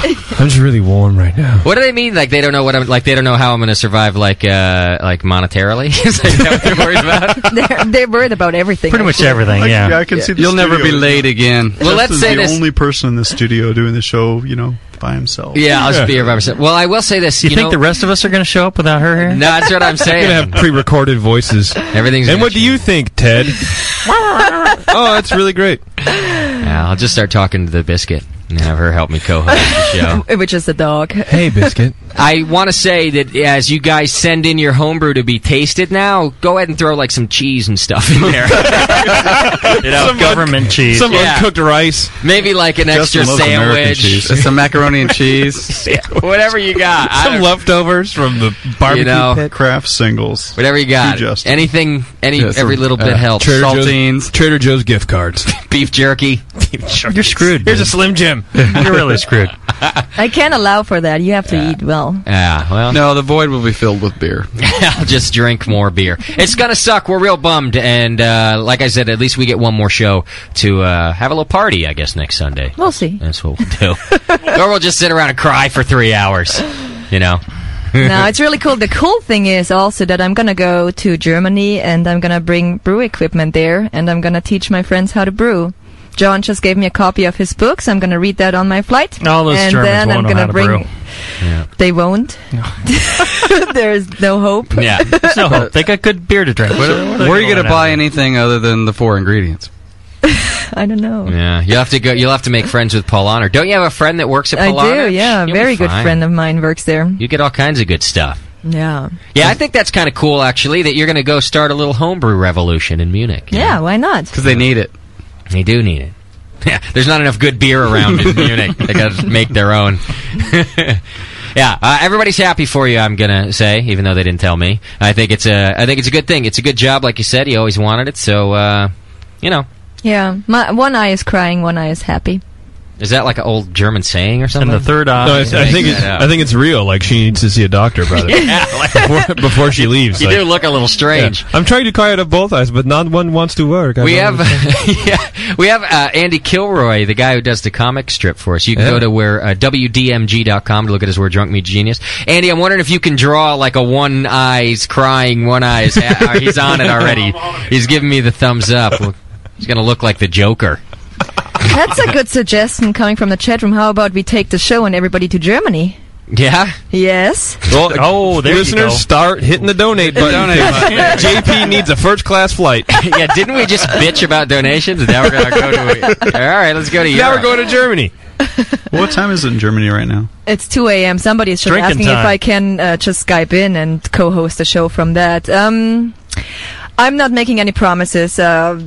Speaker 2: I'm just really warm right now.
Speaker 1: What do they mean? Like they don't know what I'm like. They don't know how I'm going to survive, like uh, like monetarily. It's like,
Speaker 3: they're, they're worried about everything. actually.
Speaker 5: Like, I can see. The
Speaker 8: You'll never
Speaker 5: studio.
Speaker 8: be late again.
Speaker 5: Well, let's is say the only person in the studio doing the show, you know, by himself.
Speaker 1: yeah, I'll just be here by myself. Well, I will say this. You,
Speaker 5: You think
Speaker 1: know,
Speaker 5: the
Speaker 4: rest of us are going to show up without her here?
Speaker 1: No, that's what I'm saying.
Speaker 2: We're gonna have pre-recorded voices.
Speaker 1: Everything's.
Speaker 2: And what do you think, Ted?
Speaker 1: oh,
Speaker 2: that's really great.
Speaker 1: I'll just start talking to the biscuit and have her help me co-host the show.
Speaker 3: Which is a dog.
Speaker 2: Hey, biscuit.
Speaker 1: I want to say that as you guys send in your homebrew to be tasted now, go ahead and throw like some cheese and stuff in there. you know,
Speaker 4: Some government un- cheese. some
Speaker 2: uncooked rice.
Speaker 1: Maybe like an extra sandwich.
Speaker 8: some macaroni and cheese.
Speaker 1: Whatever you got. I don't-
Speaker 2: leftovers from the
Speaker 1: barbecue pit.
Speaker 5: craft singles.
Speaker 1: Whatever you got.
Speaker 5: Do justice.
Speaker 1: Anything, any,
Speaker 5: Yeah, some,
Speaker 1: every little bit
Speaker 5: uh,
Speaker 1: helps.
Speaker 5: Trader
Speaker 8: Joe's-
Speaker 2: Trader Joe's gift cards.
Speaker 1: Beef jerky.
Speaker 4: You're screwed.
Speaker 2: Here's a Slim Jim.
Speaker 4: You're really screwed.
Speaker 3: I can't allow for that. You have to eat well.
Speaker 1: Yeah, well.
Speaker 8: No, the void will be filled with beer.
Speaker 1: I'll just drink more beer. It's gonna suck. We're real bummed, and uh, like I said, at least we get one more show to uh, have a little party. I guess next Sunday.
Speaker 3: We'll see.
Speaker 1: That's what we'll do. or we'll just sit around and cry for three hours. You know.
Speaker 3: no, it's really cool. The cool thing is also that I'm gonna go to Germany and I'm gonna bring brew equipment there and I'm gonna teach my friends how to brew. John just gave me a copy of his book, so I'm gonna read that on my flight.
Speaker 4: All those
Speaker 3: and
Speaker 4: Germans
Speaker 3: then
Speaker 4: won't
Speaker 3: I'm
Speaker 4: know
Speaker 3: gonna
Speaker 4: how to
Speaker 3: bring.
Speaker 4: brew. Yeah.
Speaker 3: They won't. There's no hope.
Speaker 4: There's no hope. They got good beer to drink.
Speaker 8: Where, where are you going to buy anything other than the four ingredients?
Speaker 3: I don't know.
Speaker 1: Yeah, you'll have to go. You'll have to make friends with Paul Honor. Don't you have a friend that works at
Speaker 3: I
Speaker 1: Paul Honor?
Speaker 3: do. Yeah,
Speaker 1: You'll be
Speaker 3: very good
Speaker 1: fine.
Speaker 3: friend of mine works there.
Speaker 1: You get all kinds of good stuff.
Speaker 3: Yeah.
Speaker 1: Yeah, I think that's kind of cool, actually, that you're going to go start a little homebrew revolution in Munich.
Speaker 3: Yeah. Why not?
Speaker 1: Because they need it. They do need it. Yeah, there's not enough good beer around in Munich. They got to make their own. yeah, uh, everybody's happy for you. I'm gonna say, even though they didn't tell me. I think it's a, I think it's a good thing. It's a good job, like you said. You always wanted it, so uh, you know.
Speaker 3: Yeah. My one eye is crying, one eye is happy.
Speaker 1: Is that like an old German saying or something?
Speaker 2: the
Speaker 4: third
Speaker 2: No, I, I think it's, I think it's real. Like she needs to see a doctor about it before, before she leaves.
Speaker 1: You
Speaker 2: like-
Speaker 1: do look a little strange.
Speaker 2: Yeah. I'm trying to cry out of both eyes, but not one wants to work. I
Speaker 1: We
Speaker 2: don't
Speaker 1: have, yeah, we have uh, Andy Kilroy, the guy who does the comic strip for us. You can go to where uh, wdmg.com to look at his "Where Drunk Meet Genius." Andy, I'm wondering if you can draw like a one eye's crying, one eye's ha- uh, he's on it already. He's giving me the thumbs up. Look, He's gonna look like the Joker.
Speaker 3: That's a good suggestion coming from the chat room. How about we take the show and everybody to Germany?
Speaker 1: Yeah.
Speaker 3: Yes.
Speaker 2: Well,
Speaker 4: oh,
Speaker 3: there you
Speaker 2: listeners,
Speaker 3: go.
Speaker 2: start hitting the donate button.
Speaker 1: Donate button.
Speaker 2: JP needs a first class flight.
Speaker 1: yeah, didn't we just bitch about donations? Now we're gonna go to. All right, let's go to.
Speaker 2: Now
Speaker 1: Europe.
Speaker 2: we're going to Germany.
Speaker 5: what time is it in Germany right now?
Speaker 3: It's 2 a.m. Somebody is just
Speaker 5: Drinking
Speaker 3: asking
Speaker 5: time.
Speaker 3: if I can uh, just Skype in and co-host the show from that. Um, I'm not making any promises. Uh,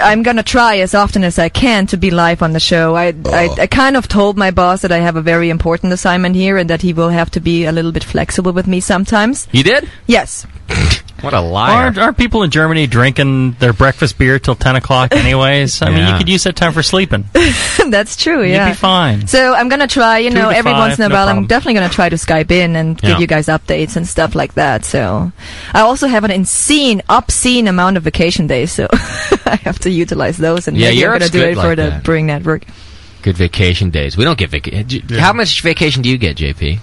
Speaker 3: I'm gonna try as often as I can to be live on the show. I, I I kind of told my boss that I have a very important assignment here and that he will have to be a little bit flexible with me sometimes.
Speaker 1: You did?
Speaker 3: Yes.
Speaker 1: What a liar!
Speaker 4: Aren't, aren't people in Germany drinking their breakfast beer till 10 o'clock anyways? I mean,
Speaker 1: Yeah.
Speaker 4: you could use that time for sleeping.
Speaker 3: That's true.
Speaker 4: You'd
Speaker 3: Yeah.
Speaker 4: be fine.
Speaker 3: So I'm gonna try. You
Speaker 4: Two
Speaker 3: know,
Speaker 4: to
Speaker 3: every
Speaker 4: five,
Speaker 3: once in a
Speaker 4: no
Speaker 3: while, I'm
Speaker 4: problem.
Speaker 3: definitely gonna try to Skype in and
Speaker 4: Yeah.
Speaker 3: give you guys updates and stuff like that. So I also have an insane, obscene amount of vacation days, so I have to utilize those. And
Speaker 1: Yeah,
Speaker 3: maybe I'm gonna
Speaker 1: Europe's
Speaker 3: do
Speaker 1: good
Speaker 3: it
Speaker 1: like
Speaker 3: for the
Speaker 1: that.
Speaker 3: Brewing Network.
Speaker 1: Good vacation days. We don't get vacation. How much vacation do you get, JP?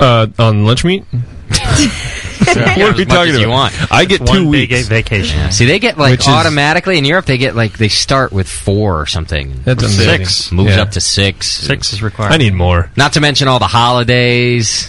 Speaker 2: Uh, on lunch meet?
Speaker 1: Yeah,
Speaker 2: what are
Speaker 1: as
Speaker 2: we
Speaker 1: much
Speaker 2: talking
Speaker 1: as
Speaker 2: about?
Speaker 1: you want.
Speaker 2: I get
Speaker 1: It's
Speaker 2: two
Speaker 1: one big
Speaker 2: weeks
Speaker 4: vacation.
Speaker 1: See, they get like
Speaker 2: Which is-
Speaker 1: automatically in Europe. They get like they start with four or something.
Speaker 2: That's
Speaker 1: Or
Speaker 2: amazing.
Speaker 1: six moves
Speaker 2: Yeah.
Speaker 1: up to six.
Speaker 4: Six is required.
Speaker 2: I need more.
Speaker 1: Not to mention all the holidays.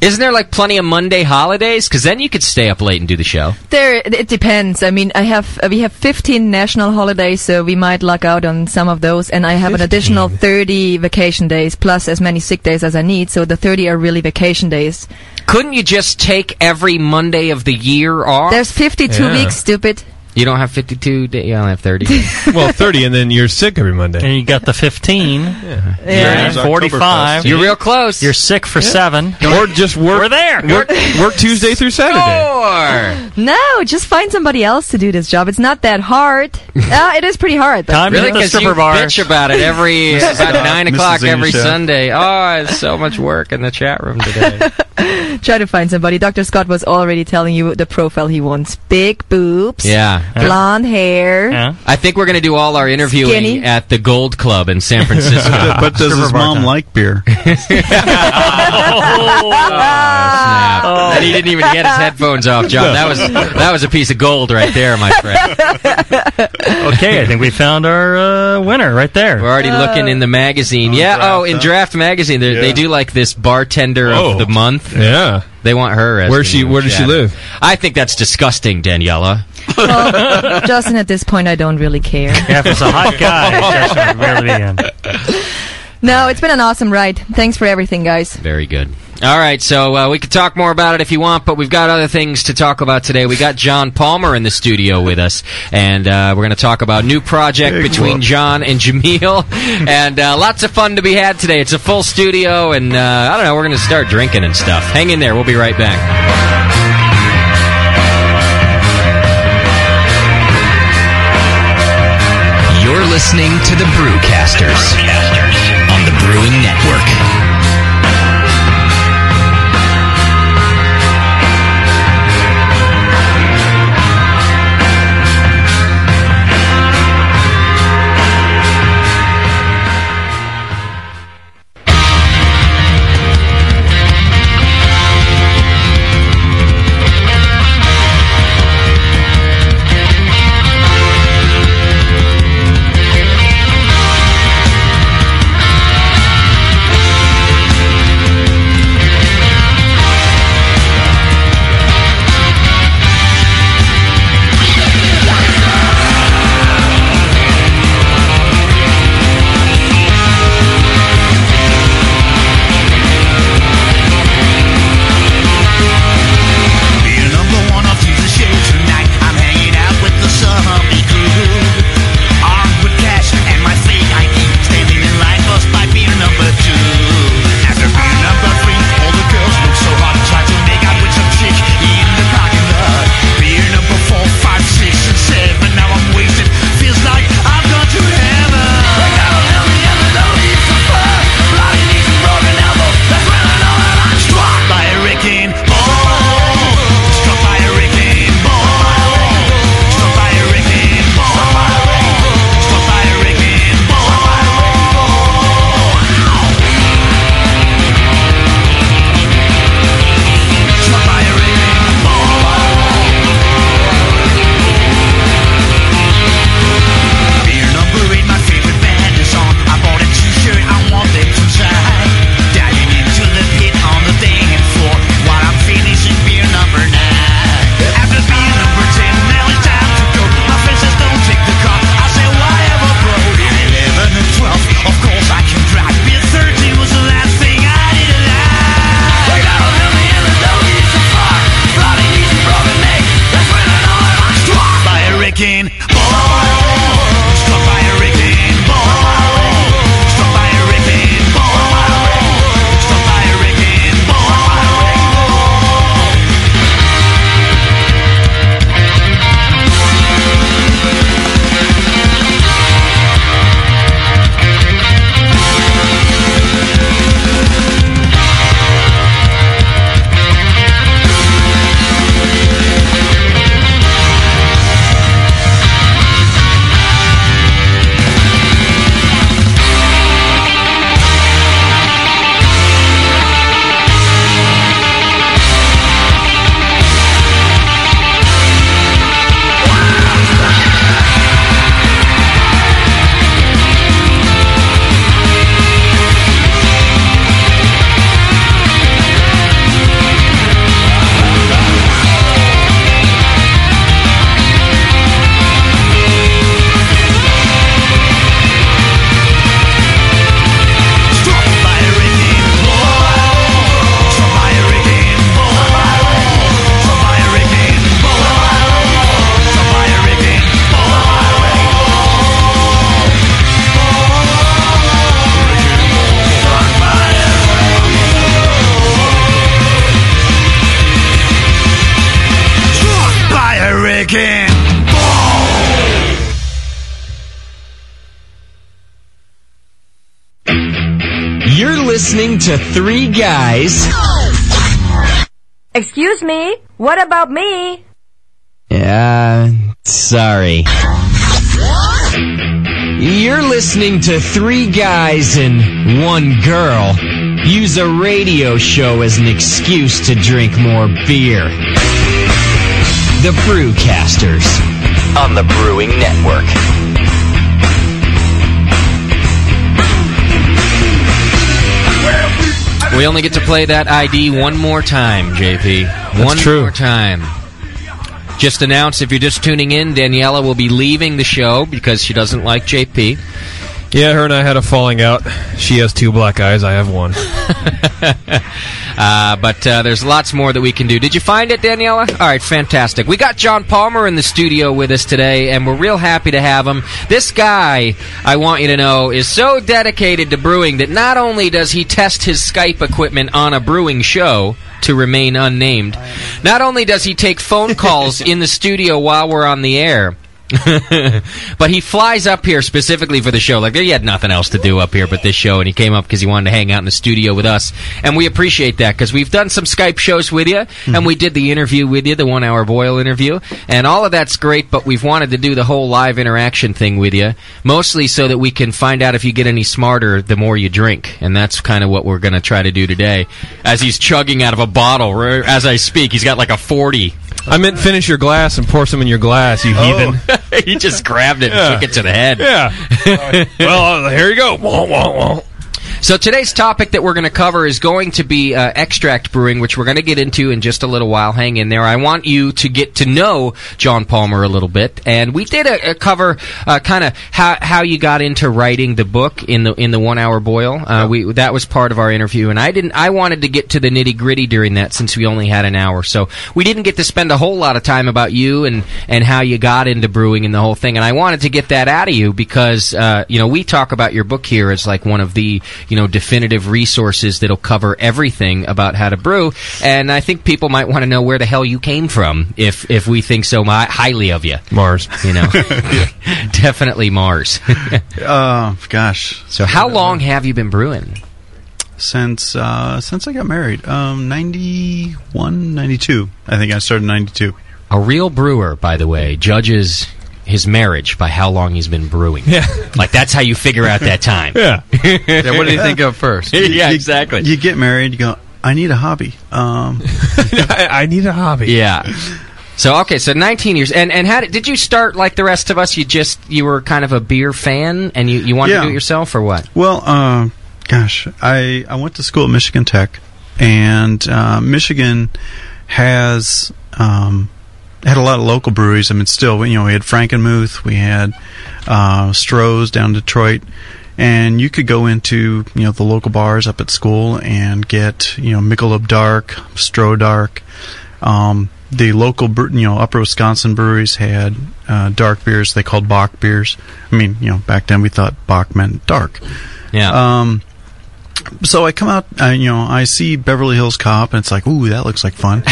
Speaker 1: Isn't there like plenty of Monday holidays? Because then you could stay up late and do the show.
Speaker 3: There, it depends. I mean, I have uh, we have 15 national holidays, so we might luck out on some of those, and I have an additional 30 vacation days plus as many sick days as I need. So the 30 are really vacation days.
Speaker 1: Couldn't you just take every Monday of the year off?
Speaker 3: There's 52 weeks, stupid.
Speaker 1: You don't have 52 days. You only have 30.
Speaker 2: well, 30, and then you're sick every Monday. And
Speaker 4: you got the 15. yeah.
Speaker 1: Yeah.
Speaker 4: You're 45.
Speaker 1: You're real close.
Speaker 4: You're sick for seven.
Speaker 2: Or just work.
Speaker 4: We're there.
Speaker 2: Work, work Tuesday through Saturday.
Speaker 3: No, just find somebody else to do this job. It's not that hard. uh, it is pretty hard. Though.
Speaker 4: Time
Speaker 1: Really?
Speaker 4: to hit the
Speaker 1: Because
Speaker 4: stripper
Speaker 1: you
Speaker 4: bar.
Speaker 1: bitch about it every
Speaker 4: Mrs.
Speaker 1: about
Speaker 4: Dodd,
Speaker 1: nine
Speaker 4: Mrs.
Speaker 1: o'clock
Speaker 4: Zing
Speaker 1: every
Speaker 4: Show.
Speaker 1: Sunday. Oh, it's so much work in the chat room today.
Speaker 3: Try to find somebody. Dr. Scott was already telling you the profile he wants: big boobs,
Speaker 1: Yeah.
Speaker 3: blonde hair.
Speaker 1: I think we're going to do all our interviewing
Speaker 3: Skinny.
Speaker 1: at the Gold Club in San Francisco.
Speaker 5: But does his mom like beer?
Speaker 3: Oh.
Speaker 1: And he didn't even get his headphones off, John. That was that was a piece of gold right there, my friend.
Speaker 4: okay, I think we found our uh, winner right there.
Speaker 1: We're already looking in the magazine. yeah. oh, in Draft Magazine, they they do like this bartender of the month.
Speaker 2: Oh. Yeah.
Speaker 1: They want her. As
Speaker 2: Where
Speaker 1: the
Speaker 2: she-
Speaker 1: new
Speaker 2: where does she
Speaker 1: shadow.
Speaker 2: live?
Speaker 1: I think that's disgusting, Daniela.
Speaker 3: Well, Justin, at this point, I don't really care.
Speaker 4: Yeah, if it's a hot guy, Justin would barely be in.
Speaker 3: No, it's been an awesome ride. Thanks for everything, guys.
Speaker 1: Very good. All right, so uh, we could talk more about it if you want, but we've got other things to talk about today. We got John Palmer in the studio with us, and uh, we're going to talk about a new project
Speaker 9: Big
Speaker 1: between
Speaker 9: whoop.
Speaker 1: John and Jameel, and uh, lots of fun to be had today. It's a full studio, and uh, I don't know, we're going to start drinking and stuff. Hang in there, we'll be right back.
Speaker 9: You're listening to the Brewcasters on the Brewing Network.
Speaker 7: E.
Speaker 9: listening to three guys.
Speaker 11: Excuse me? What about me?
Speaker 9: Yeah, sorry. You're listening to three guys and one girl use a radio show as an excuse to drink more beer. The Brewcasters on the Brewing Network.
Speaker 1: We only get to play that ID one more time, JP. one more time. Just announce if you're just tuning in, Daniela will be leaving the show because she doesn't like JP.
Speaker 2: Yeah, her and I had a falling out. She has two black eyes. I have one.
Speaker 1: Uh, but uh, there's lots more that we can do. Did you find it, Daniela? All right, fantastic. We got John Palmer in the studio with us today, and we're real happy to have him. This guy, I want you to know, is so dedicated to brewing that not only does he test his Skype equipment on a brewing show to remain unnamed, not only does he take phone calls in the studio while we're on the air. but he flies up here specifically for the show. Like he had nothing else to do up here but this show, and he came up because he wanted to hang out in the studio with us. And we appreciate that because we've done some Skype shows with you, and we did the interview with you, the one-hour boil interview, and all of that's great. But we've wanted to do the whole live interaction thing with you, mostly so that we can find out if you get any smarter the more you drink, and that's kind of what we're going to try to do today. As he's chugging out of a bottle r- as I speak, he's got like a forty.
Speaker 2: I meant finish your glass and pour some in your glass, you
Speaker 1: Oh.
Speaker 2: heathen.
Speaker 1: he just grabbed it
Speaker 2: Yeah.
Speaker 1: and took it to the head.
Speaker 2: Yeah. well, uh, here you go. Wah, wah, wah.
Speaker 1: So today's topic that we're going to cover is going to be uh, extract brewing, which we're going to get into in just a little while. Hang in there. I want you to get to know John Palmer a little bit, and we did a, a cover uh, kind of how how you got into writing the book in the in the one hour boil. Uh, We that was part of our interview, and I didn't. I wanted to get to the nitty gritty during that since we only had an hour, so we didn't get to spend a whole lot of time about you and and how you got into brewing and the whole thing. And I wanted to get that out of you because uh, you know we talk about your book here as like one of the you know definitive resources that'll cover everything about how to brew. And I think people might want to know where the hell you came from if if we think so mi- highly of you.
Speaker 2: Mars,
Speaker 1: you know, definitely Mars.
Speaker 5: uh, gosh.
Speaker 1: So how long have you been brewing?
Speaker 5: Since uh, since I got married, um, 91, 92. I think I started in 92.
Speaker 1: A real brewer, by the way, judges his marriage by how long he's been brewing. Yeah. Like that's how you figure out that time.
Speaker 8: yeah. What did he think of first?
Speaker 5: You- You get married, you go, I need a hobby. Um,
Speaker 2: I, I need a hobby.
Speaker 1: Yeah. So okay, so 19 years, and and how did, did you start? Like the rest of us, you just you were kind of a beer fan, and you you wanted
Speaker 5: Yeah.
Speaker 1: to do it yourself or what?
Speaker 5: Well, uh, gosh, I, I went to school at Michigan Tech, and uh, Michigan has um, had a lot of local breweries. I mean, still, you know, we had Frankenmuth, we had uh, Stroh's down in Detroit, and you could go into you know the local bars up at school and get you know Michelob Dark, Stroh Dark. Um, the local, bre- you know, upper Wisconsin breweries had uh, dark beers. They called Bach beers. I mean, you know, back then we thought Bach meant dark.
Speaker 1: Yeah.
Speaker 5: Um, so I come out, I, you know, I see Beverly Hills Cop, and it's like, ooh, that looks like fun,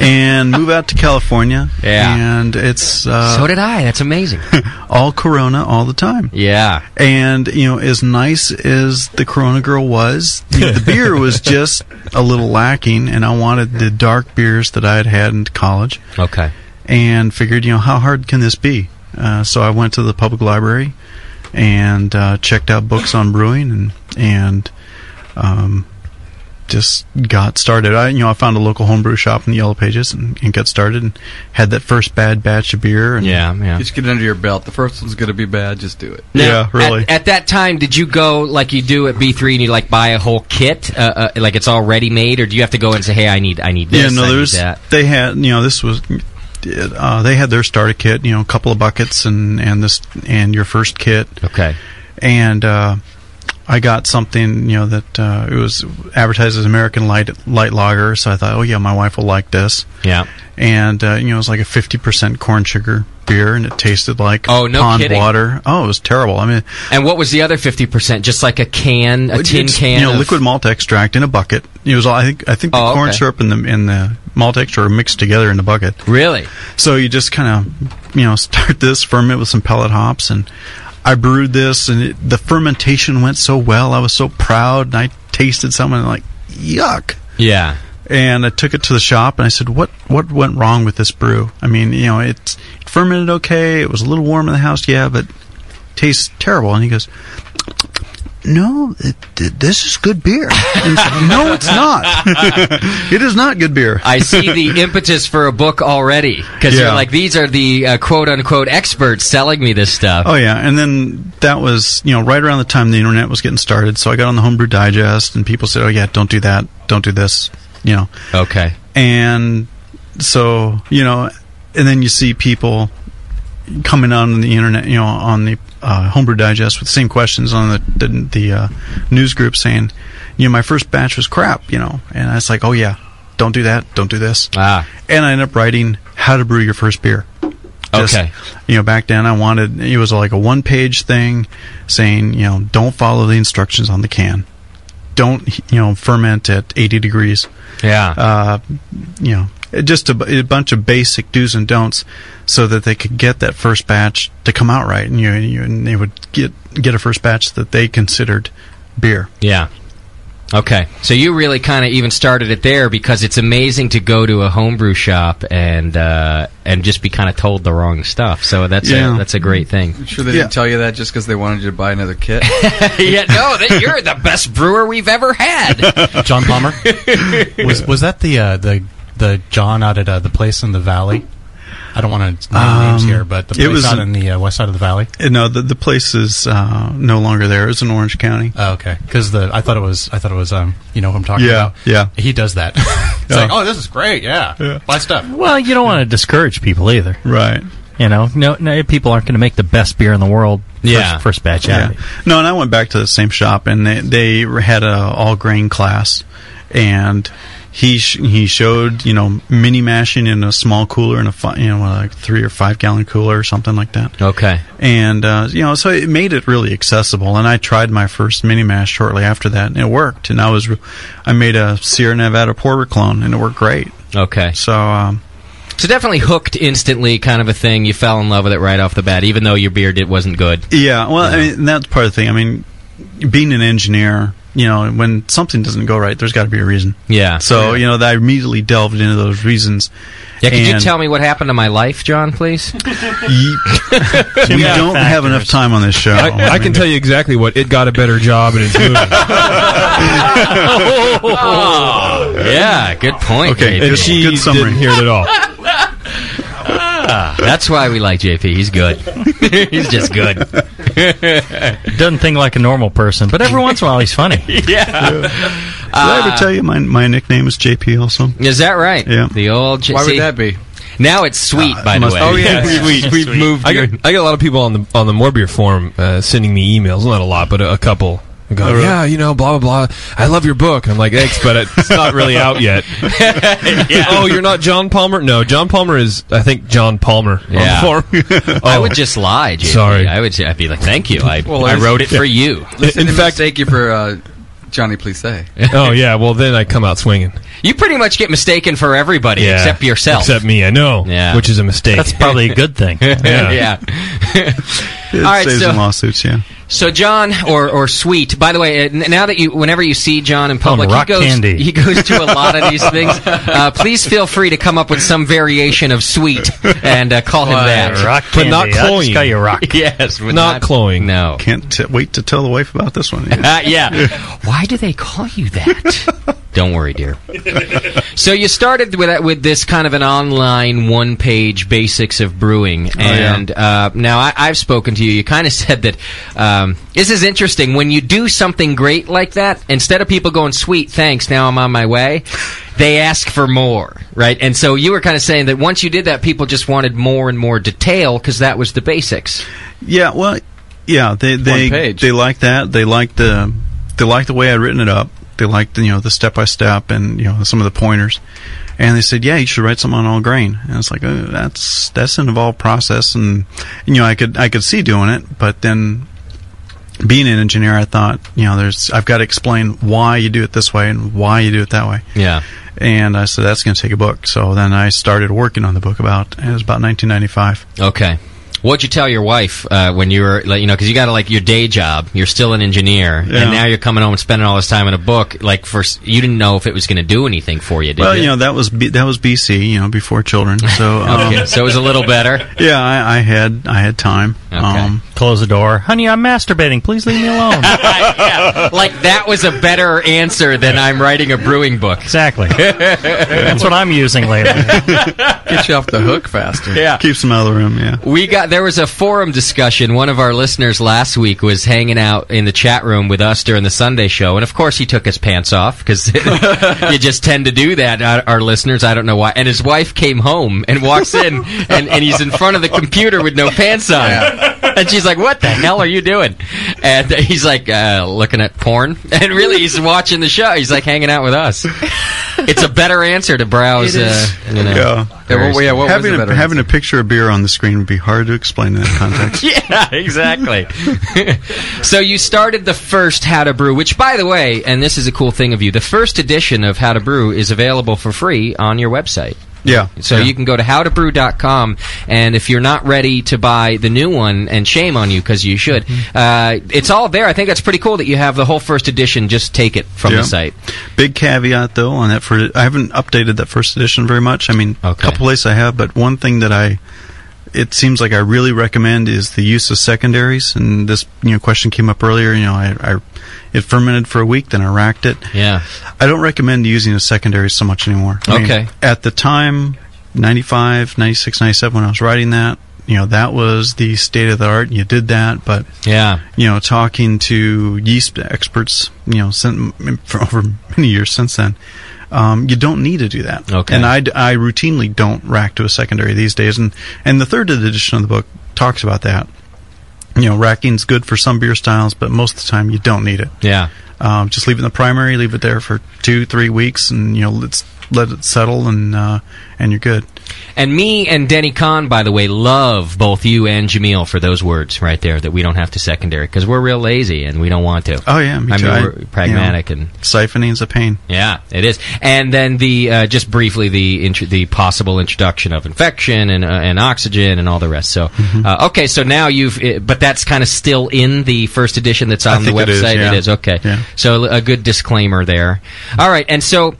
Speaker 5: and move out to California.
Speaker 1: Yeah.
Speaker 5: And it's uh,
Speaker 1: so did I. That's amazing.
Speaker 5: all Corona all the time.
Speaker 1: Yeah.
Speaker 5: And you know, as nice as the Corona girl was, you know, the beer was just a little lacking, and I wanted the dark beers that I had had in college.
Speaker 1: Okay.
Speaker 5: And figured, you know, how hard can this be? Uh, so I went to the public library and uh, checked out books on brewing, and and um, just got started. I, you know, I found a local homebrew shop in the Yellow Pages and, and got started, and had that first bad batch of beer. And
Speaker 8: Just get it under your belt. The first one's going to be bad. Just do it.
Speaker 5: yeah, Uh, really.
Speaker 1: At, at that time, did you go like you do at B three and you like buy a whole kit, uh, uh, like it's all ready made, or do you have to go and say, hey, I need I need this,
Speaker 5: yeah, no,
Speaker 1: I
Speaker 5: there
Speaker 1: need
Speaker 5: was,
Speaker 1: that?
Speaker 5: They had, you know, this was, uh, they had their starter kit, you know, a couple of buckets and and this and your first kit.
Speaker 1: Okay.
Speaker 5: And uh, I got something, you know, that uh, it was advertised as American Light Light Lager, so I thought, oh yeah, my wife will like this.
Speaker 1: Yeah.
Speaker 5: And uh, you know, it was like a fifty percent corn sugar beer, and it tasted like
Speaker 1: Oh, no
Speaker 5: pond
Speaker 1: kidding.
Speaker 5: water. Oh, it was terrible. I mean,
Speaker 1: And what was the other fifty percent? Just like a can, a tin
Speaker 5: it's,
Speaker 1: can,
Speaker 5: you know,
Speaker 1: of-
Speaker 5: liquid malt extract in a bucket. It was all, I think I think the
Speaker 1: Oh,
Speaker 5: corn
Speaker 1: okay.
Speaker 5: syrup and the and the malt extract are mixed together in the bucket.
Speaker 1: Really?
Speaker 5: So you just kind of you know start this ferment with some pellet hops, and I brewed this, and it, the fermentation went so well. I was so proud, and I tasted something and like yuck.
Speaker 1: Yeah.
Speaker 5: And I took it to the shop and I said, "What what went wrong with this brew? I mean, you know, it's it fermented okay. It was a little warm in the house, yeah, but tastes terrible." And he goes, "No, it, th- this is good beer." And I said, no, it's not. it is not good beer.
Speaker 1: I see the impetus for a book already because you're
Speaker 5: Yeah.
Speaker 1: like these are the uh, quote unquote experts selling me this stuff.
Speaker 5: Oh yeah, and then that was you know right around the time the internet was getting started. So I got on the Homebrew Digest, and people said, "Oh yeah, don't do that, don't do this," you know.
Speaker 1: Okay.
Speaker 5: And so you know, and then you see people coming on the internet, you know, on the uh, Homebrew Digest with the same questions on the the, the uh, news group saying, "You know, my first batch was crap," you know, and I was like, "Oh yeah, don't do that, don't do this."
Speaker 1: Ah.
Speaker 5: And I end up writing how to brew your first beer. Just,
Speaker 1: Okay.
Speaker 5: You know, back then I wanted it was like a one page thing saying, you know, don't follow the instructions on the can. Don't you know ferment at eighty degrees.
Speaker 1: Yeah.
Speaker 5: Uh, you know, it- just a, bu- a bunch of basic do's and don'ts, so that they could get that first batch to come out right, and you, you and they would get get a first batch that they considered beer.
Speaker 1: Yeah. Okay. So you really kind of even started it there because it's amazing to go to a homebrew shop and uh, and just be kind of told the wrong stuff. So that's
Speaker 8: Yeah.
Speaker 1: a, that's a great thing.
Speaker 8: I'm sure they didn't tell you that just because they wanted you to buy another kit.
Speaker 1: yeah, no, that you're the best brewer we've ever had.
Speaker 12: John Palmer was was that the uh, the the John out at uh, the place in the valley? I don't want to name names
Speaker 5: Um,
Speaker 12: here, but the
Speaker 5: it
Speaker 12: place
Speaker 5: was
Speaker 12: out in
Speaker 5: an-
Speaker 12: the uh, west side of the valley.
Speaker 5: Uh, No, the the place is uh, no longer there. It's in Orange County.
Speaker 12: Oh, okay, because the I thought it was I thought it was um you know who I'm talking
Speaker 5: Yeah,
Speaker 12: about.
Speaker 5: yeah.
Speaker 12: He does that. it's
Speaker 5: Yeah.
Speaker 12: like, oh, this is great. Yeah, buy stuff.
Speaker 4: Well, you don't want to discourage people either,
Speaker 5: right?
Speaker 4: You know, no, no people aren't going to make the best beer in the world. First,
Speaker 5: Yeah.
Speaker 4: first batch out. of it.
Speaker 5: No, and I went back to the same shop, and they, they had a all grain class, and he sh- he showed you know mini mashing in a small cooler in a fi- you know like three or five gallon cooler or something like that.
Speaker 1: Okay.
Speaker 5: And uh, you know, so it made it really accessible. And I tried my first mini mash shortly after that, and it worked. And I was, re- I made a Sierra Nevada Porter clone, and it worked great.
Speaker 1: Okay.
Speaker 5: So um,
Speaker 1: So definitely hooked instantly, kind of a thing. You fell in love with it right off the bat, even though your beer did wasn't good.
Speaker 5: Yeah, well, I mean, that's part of the thing. I mean, being an engineer, you know, when something doesn't go right, there's got to be a reason.
Speaker 1: Yeah.
Speaker 5: So you know, I immediately delved into those reasons.
Speaker 1: Yeah, could you
Speaker 5: And
Speaker 1: tell me what happened to my life, John, please?
Speaker 5: we don't have enough time on this show.
Speaker 2: I, I can tell you exactly what it got a better job and it's moving.
Speaker 1: yeah, good point.
Speaker 2: Okay,
Speaker 1: JP.
Speaker 2: and she didn't hear it at all.
Speaker 1: Ah, that's why we like JP. He's good. he's just good.
Speaker 4: Doesn't think like a normal person, but every once in a while he's funny.
Speaker 5: Did I ever tell you my my nickname is JP? Also,
Speaker 1: Uh, Is that right?
Speaker 5: Yeah. Uh,
Speaker 1: The old. J-
Speaker 5: Why would
Speaker 1: see?
Speaker 5: that
Speaker 8: be?
Speaker 1: Now it's sweet, by the way.
Speaker 2: Oh, I got, I got a lot of people on the on the Morbier forum uh, sending me emails. Not a lot, but a, a couple. They Go,
Speaker 13: Oh, really?
Speaker 2: Yeah, you know, blah blah blah. I love your book. And I'm like, thanks, but it's not really out yet. Oh, you're not John Palmer? No, John Palmer is. I think John Palmer. on the
Speaker 1: Yeah.
Speaker 2: forum.
Speaker 1: I
Speaker 2: Oh.
Speaker 1: would just lie, JP.
Speaker 2: Sorry.
Speaker 1: I would. say- I'd be like, thank you. I, I
Speaker 2: let's-
Speaker 1: wrote it for you.
Speaker 8: In fact, thank you for uh, Johnny. Please say.
Speaker 2: oh yeah, well then I come out swinging.
Speaker 1: You pretty much get mistaken for everybody
Speaker 2: Yeah.
Speaker 1: except yourself.
Speaker 2: Except me, I know.
Speaker 1: Yeah.
Speaker 2: Which is a mistake.
Speaker 1: That's probably a good thing.
Speaker 2: yeah.
Speaker 1: Yeah.
Speaker 5: It
Speaker 1: All right,
Speaker 5: saves
Speaker 1: so-
Speaker 5: in lawsuits. Yeah.
Speaker 1: So John or or Sweet. By the way, uh, n- now that you whenever you see John in public,
Speaker 4: rock
Speaker 1: he goes
Speaker 4: candy.
Speaker 1: he goes to a lot of these things. Uh, please feel free to come up with some variation of Sweet and uh, call him
Speaker 4: Why,
Speaker 1: that.
Speaker 4: rock But not candy. I'll just cloying. call you rock.
Speaker 1: Yes, but not
Speaker 2: cloying.
Speaker 1: No.
Speaker 5: Can't t- wait to tell the wife about this one.
Speaker 1: Uh, yeah. Why do they call you that? Don't worry, dear. so you started with that- with this kind of an online one page basics of brewing,
Speaker 9: yeah.
Speaker 1: and uh, now I, I've spoken to you. You kind of said that um, this is interesting when you do something great like that. Instead of people going sweet, thanks, now I'm on my way, they ask for more, right? And so you were kind of saying that once you did that, people just wanted more and more detail because that was the basics.
Speaker 5: Yeah, well, yeah, they they they like that. They like the they like the way I'd written it up. They liked you know the step by step and you know some of the pointers. And they said, "Yeah, you should write something on all grain." And it's like oh, that's that's an involved process, and you know I could I could see doing it, but then being an engineer, I thought you know there's I've got to explain why you do it this way and why you do it that way.
Speaker 1: Yeah.
Speaker 5: And I said that's going to take a book. So then I started working on the book about it was about 1995.
Speaker 1: Okay. What'd you tell your wife uh, when you were, like, you know, because you got like your day job. You're still an engineer,
Speaker 5: Yeah.
Speaker 1: and now you're coming home and spending all this time in a book. Like, first, you didn't know if it was going to do anything for you, did
Speaker 5: Well,
Speaker 1: you?
Speaker 5: you know that was B, that was BC, you know, before children. So um,
Speaker 1: okay, so it was a little better.
Speaker 5: yeah, I, I had I had time. Um, Close the door, honey. I'm masturbating. Please leave me alone.
Speaker 1: Yeah, like that was a better answer than I'm writing a brewing book.
Speaker 4: Exactly.
Speaker 1: That's
Speaker 4: what I'm using lately.
Speaker 1: Get you off the hook faster. Yeah.
Speaker 5: Keeps them out of the room. Yeah.
Speaker 1: We got there was a forum discussion. One of our listeners last week was hanging out in the chat room with us during the Sunday show, and of course he took his pants off because you just tend to do that. Our, our listeners, I don't know why. And his wife came home and walks in, and, and he's in front of the computer with no pants on, and she's like, "What the hell are you doing?" And he's like, uh, looking at porn, and really he's watching the show. He's like hanging out with us. It's a better answer to browse.
Speaker 5: It
Speaker 1: Uh,
Speaker 5: is.
Speaker 1: you know, various-
Speaker 5: having a, having a picture of beer on the screen would be hard to explain in that context.
Speaker 1: yeah, exactly. so you started the first How to Brew, which, by the way, and this is a cool thing of you, the first edition of How to Brew is available for free on your website.
Speaker 5: Yeah.
Speaker 1: So you can go to howtobrew.com, and if you're not ready to buy the new one, and shame on you because you should, uh, it's all there. I think that's pretty cool that you have the whole first edition. Just take it from
Speaker 5: Yeah.
Speaker 1: the site.
Speaker 5: Big caveat though on that for I haven't updated that first edition very much. I mean, a couple places I have, but one thing that I it seems like I really recommend is the use of secondaries. And this you know question came up earlier. You know, I, I it fermented for a week, then I racked it.
Speaker 1: Yeah.
Speaker 5: I don't recommend using a secondary so much anymore. I mean,
Speaker 1: Okay.
Speaker 5: at the time, 95, 96, 97, when I was writing that, you know, that was the state of the art, and you did that. But
Speaker 1: yeah,
Speaker 5: you know, talking to yeast experts, you know, since, for over many years since then, um, you don't need to do that.
Speaker 1: Okay.
Speaker 5: And I, d- I routinely don't rack to a secondary these days, and and the third edition of the book talks about that. You know, racking's good for some beer styles, but most of the time you don't need it.
Speaker 1: Yeah.
Speaker 5: Um, just leave it in the primary, leave it there for two, three weeks, and you know, let's let it settle, and uh, and you're good.
Speaker 1: And me and Denny Kahn, by the way, love both you and Jameel for those words right there that we don't have to secondary because we're real lazy and we don't want to.
Speaker 5: Oh yeah, me
Speaker 1: I
Speaker 5: too.
Speaker 1: mean,
Speaker 5: I-
Speaker 1: we're pragmatic
Speaker 5: you know,
Speaker 1: and
Speaker 5: siphoning is a pain.
Speaker 1: yeah, it is. And then the uh, just briefly the intro- the possible introduction of infection and uh, and oxygen and all the rest. So
Speaker 5: Mm-hmm.
Speaker 1: uh, okay, so now you've uh, but that's kind of still in the first edition that's
Speaker 5: I
Speaker 1: on the
Speaker 5: think it is,
Speaker 1: website.
Speaker 5: yeah.
Speaker 1: It is okay. So a good disclaimer there. All right, and so.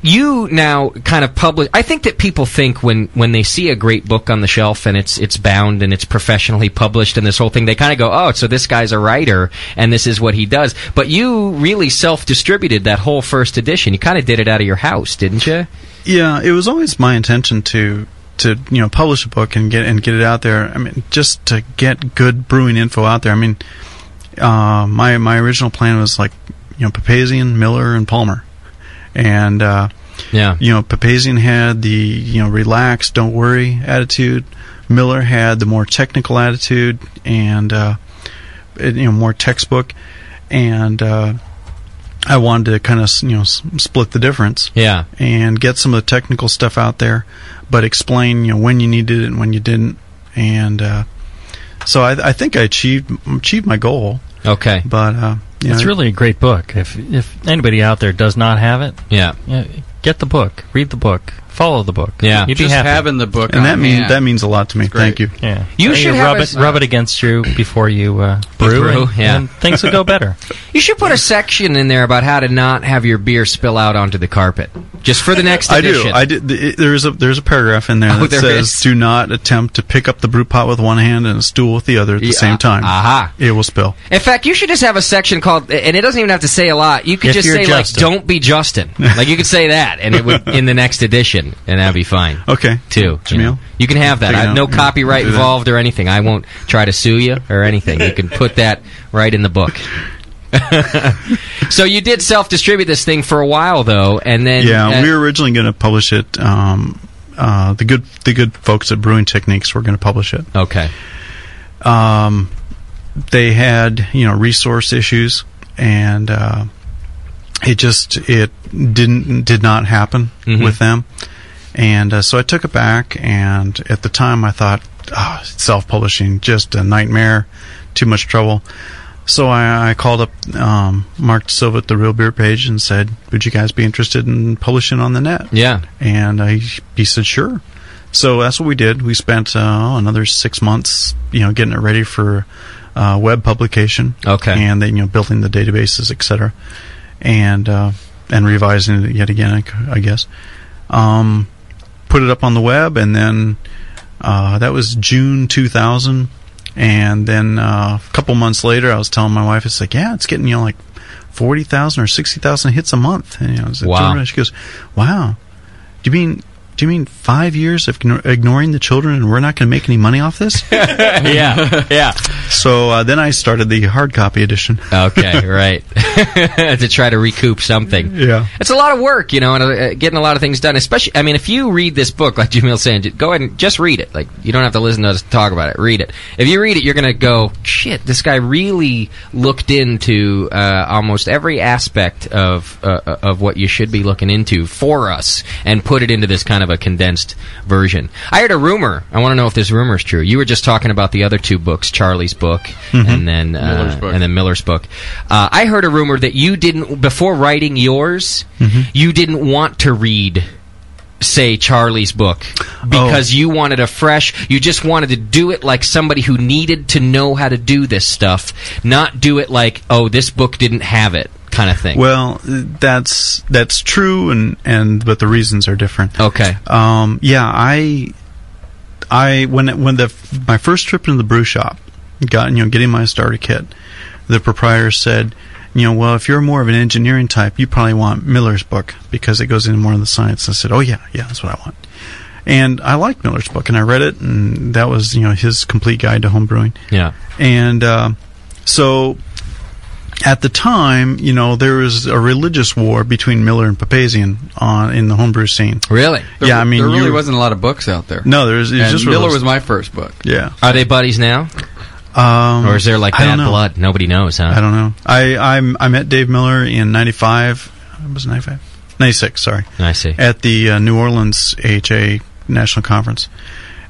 Speaker 1: You now kind of publish. I think that people think when, when they see a great book on the shelf and it's it's bound and it's professionally published and this whole thing, they kind of go, "Oh, so this guy's a writer and this is what he does." But you really self distributed that whole first edition. You kind of did it out of your house, didn't you?
Speaker 5: Yeah, it was always my intention to to you know publish a book and get and get it out there. I mean, just to get good brewing info out there. I mean, uh, my my original plan was like you know Papazian, Miller, and Palmer, and uh,
Speaker 1: yeah,
Speaker 5: you know Papazian had the you know relaxed, don't worry attitude. Miller had the more technical attitude and uh, it, you know more textbook, and uh, I wanted to kind of you know s- split the difference
Speaker 1: Yeah.
Speaker 5: and get some of the technical stuff out there, but explain you know when you needed it and when you didn't, and uh, so I, I think I achieved achieved my goal.
Speaker 1: Okay,
Speaker 5: but uh, you
Speaker 4: it's
Speaker 5: know,
Speaker 4: really a great book. If if anybody out there does not have it,
Speaker 1: yeah,
Speaker 4: get the book, read the book, follow the book. you'd
Speaker 8: just
Speaker 4: be happy.
Speaker 8: having the book,
Speaker 5: and
Speaker 8: on
Speaker 5: that means
Speaker 8: hand.
Speaker 5: that means a lot to me. Thank you.
Speaker 4: Yeah,
Speaker 1: You
Speaker 4: Uh,
Speaker 1: should have
Speaker 4: rub
Speaker 1: a
Speaker 4: it
Speaker 1: s-
Speaker 4: rub it against you before you uh, brew,
Speaker 1: Brew,
Speaker 4: and,
Speaker 1: yeah.
Speaker 4: and things will go better.
Speaker 1: You should put a section in there about how to not have your beer spill out onto the carpet, just for the next
Speaker 5: I
Speaker 1: edition.
Speaker 5: do. I do. th- it- There is a there's a paragraph in there
Speaker 1: Oh,
Speaker 5: that
Speaker 1: there
Speaker 5: says,
Speaker 1: is?
Speaker 5: "Do not attempt to pick up the brew pot with one hand and a stool with the other at the same time.
Speaker 1: uh, aha.
Speaker 5: It will spill."
Speaker 1: In fact, you should just have a section called, and it doesn't even have to say a lot. You could
Speaker 5: If
Speaker 1: just
Speaker 5: you're
Speaker 1: say
Speaker 5: Justin.
Speaker 1: like, "Don't be Justin." Like you could say that, and it would in the next edition, and that'd be fine.
Speaker 5: Okay.
Speaker 1: Too. You, know.
Speaker 5: Jamil?
Speaker 1: You can have that.
Speaker 5: Figure
Speaker 1: I
Speaker 5: it
Speaker 1: have
Speaker 5: out.
Speaker 1: no
Speaker 5: Yeah,
Speaker 1: copyright
Speaker 5: do that.
Speaker 1: involved or anything. I won't try to sue you or anything. You can put that right in the book. so you did self-distribute this thing for a while, though, and then
Speaker 5: yeah,
Speaker 1: uh,
Speaker 5: we were originally going to publish it. Um, uh, the good the good folks at Brewing Techniques were going to publish it.
Speaker 1: Okay.
Speaker 5: Um, they had you know resource issues, and uh, it just it didn't did not happen
Speaker 1: Mm-hmm.
Speaker 14: Mhm.
Speaker 5: with them. And uh, so I took it back, and at the time I thought, oh, self publishing just a nightmare, too much trouble. So I, I called up um, Mark Silva at the Real Beer page and uh, said, "Would you guys be interested in publishing on the net?"
Speaker 1: Yeah.
Speaker 5: And I, he said, sure. So that's what we did. We spent uh, another six months, you know, getting it ready for uh, web publication.
Speaker 1: Okay.
Speaker 5: And then you know, building the databases, et cetera, and uh, and revising it yet again, I c- I guess. Um, put it up on the web, and then uh, that was June 2000. And then uh, a couple months later, I was telling my wife, "It's like, yeah, it's getting you know like forty thousand or sixty thousand hits a month." And you know, I was like,
Speaker 1: Wow.
Speaker 5: "Jordan," She goes, "Wow, do you mean?" Do you mean five years of igno- ignoring the children and we're not going to make any money off this?
Speaker 1: yeah, yeah.
Speaker 5: So uh, then I started the hard copy edition.
Speaker 1: Okay, right. to try to recoup something.
Speaker 5: Yeah.
Speaker 1: It's a lot of work, you know, and uh, getting a lot of things done. Especially, I mean, if you read this book, like Jamil saying, ju- go ahead and just read it. Like, you don't have to listen to us talk about it. Read it. If you read it, you're going to go, shit, this guy really looked into uh, almost every aspect of uh, uh, of what you should be looking into for us, and put it into this kind of a condensed version. I heard a rumor. I want to know if this rumor is true. You were just talking about the other two books, Charlie's book,
Speaker 5: Mm-hmm.
Speaker 9: Mhm.
Speaker 1: and then uh,
Speaker 9: Miller's book.
Speaker 1: and then Miller's book. Uh, I heard a rumor that you didn't before writing yours,
Speaker 5: Mm-hmm.
Speaker 1: you didn't want to read say Charlie's book
Speaker 5: Oh.
Speaker 1: because you wanted a fresh you just wanted to do it like somebody who needed to know how to do this stuff, not do it like oh this book didn't have it kind of thing.
Speaker 5: Well, that's that's true, and and but the reasons are different.
Speaker 1: Okay.
Speaker 5: Um, yeah, I, I when when the my first trip into the brew shop, got you know getting my starter kit, the proprietor said, you know, well if you're more of an engineering type, you probably want Miller's book because it goes into more of the science. I said, oh yeah, yeah, that's what I want. And I liked Miller's book, and I read it, and that was you know his complete guide to home brewing.
Speaker 1: Yeah.
Speaker 5: And uh, so at the time, you know, there was a religious war between Miller and Papazian on in the homebrew scene.
Speaker 1: Really?
Speaker 8: There-
Speaker 5: yeah, I mean,
Speaker 8: there really
Speaker 5: you-
Speaker 8: wasn't a lot of books out there.
Speaker 5: No, there's- it's
Speaker 8: And
Speaker 5: just
Speaker 8: Miller
Speaker 5: released-
Speaker 8: was my first book.
Speaker 5: Yeah.
Speaker 1: Are they buddies now?
Speaker 5: Um,
Speaker 1: or is there like
Speaker 5: I don't
Speaker 1: bad
Speaker 5: know.
Speaker 1: blood? Nobody knows, huh?
Speaker 5: I don't know. I I'm, I met Dave Miller in '95. Was it '95? '96. Sorry.
Speaker 1: I see.
Speaker 5: At the uh, New Orleans AHA National Conference,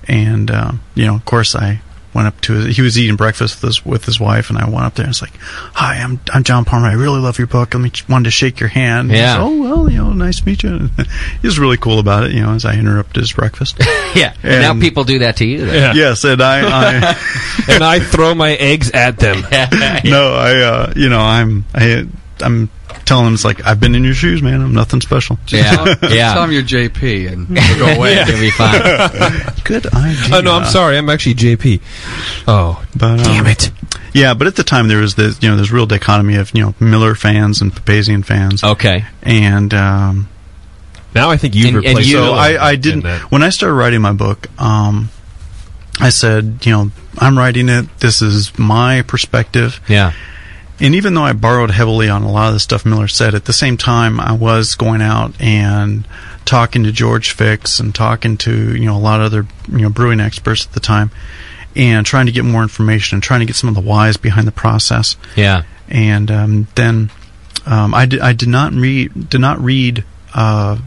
Speaker 5: and uh, you know, of course, I went up to his. He was eating breakfast with his with his wife, and I went up there and was like, "Hi, I'm I'm John Palmer. I really love your book. Let me wanted to shake your hand." He
Speaker 10: Yeah.
Speaker 5: said, oh well, you know, nice to meet you. he was really cool about it. You know, as I interrupted his breakfast.
Speaker 1: Yeah. now
Speaker 5: And-
Speaker 1: people do that to you.
Speaker 5: Yeah.
Speaker 1: then.
Speaker 5: Yes, and I, I
Speaker 2: and I throw my eggs at them.
Speaker 5: no, I, uh, you know, I'm, I, I'm telling him it's like I've been in your shoes, man. I'm nothing special.
Speaker 8: Just Tell, just tell him you're JP and it'll go away.
Speaker 2: Yeah.
Speaker 8: It'll
Speaker 1: be
Speaker 5: Good idea.
Speaker 2: Oh no, I'm sorry. I'm actually JP. Oh,
Speaker 5: But, um,
Speaker 2: damn it.
Speaker 5: Yeah, but at the time there was this, you know, this real dichotomy of you know Miller fans and Papazian fans.
Speaker 1: Okay.
Speaker 5: And um,
Speaker 2: now I think you've
Speaker 1: And- and replaced you-
Speaker 5: So I, I didn't. When I started writing my book, um, I said, you know, I'm writing it. This is my perspective.
Speaker 1: Yeah.
Speaker 5: And even though I borrowed heavily on a lot of the stuff Miller said, at the same time I was going out and talking to George Fix and talking to you know a lot of other you know brewing experts at the time, and trying to get more information and trying to get some of the whys behind the process.
Speaker 1: Yeah.
Speaker 5: And um, then um, I, did, I did not read did not read uh,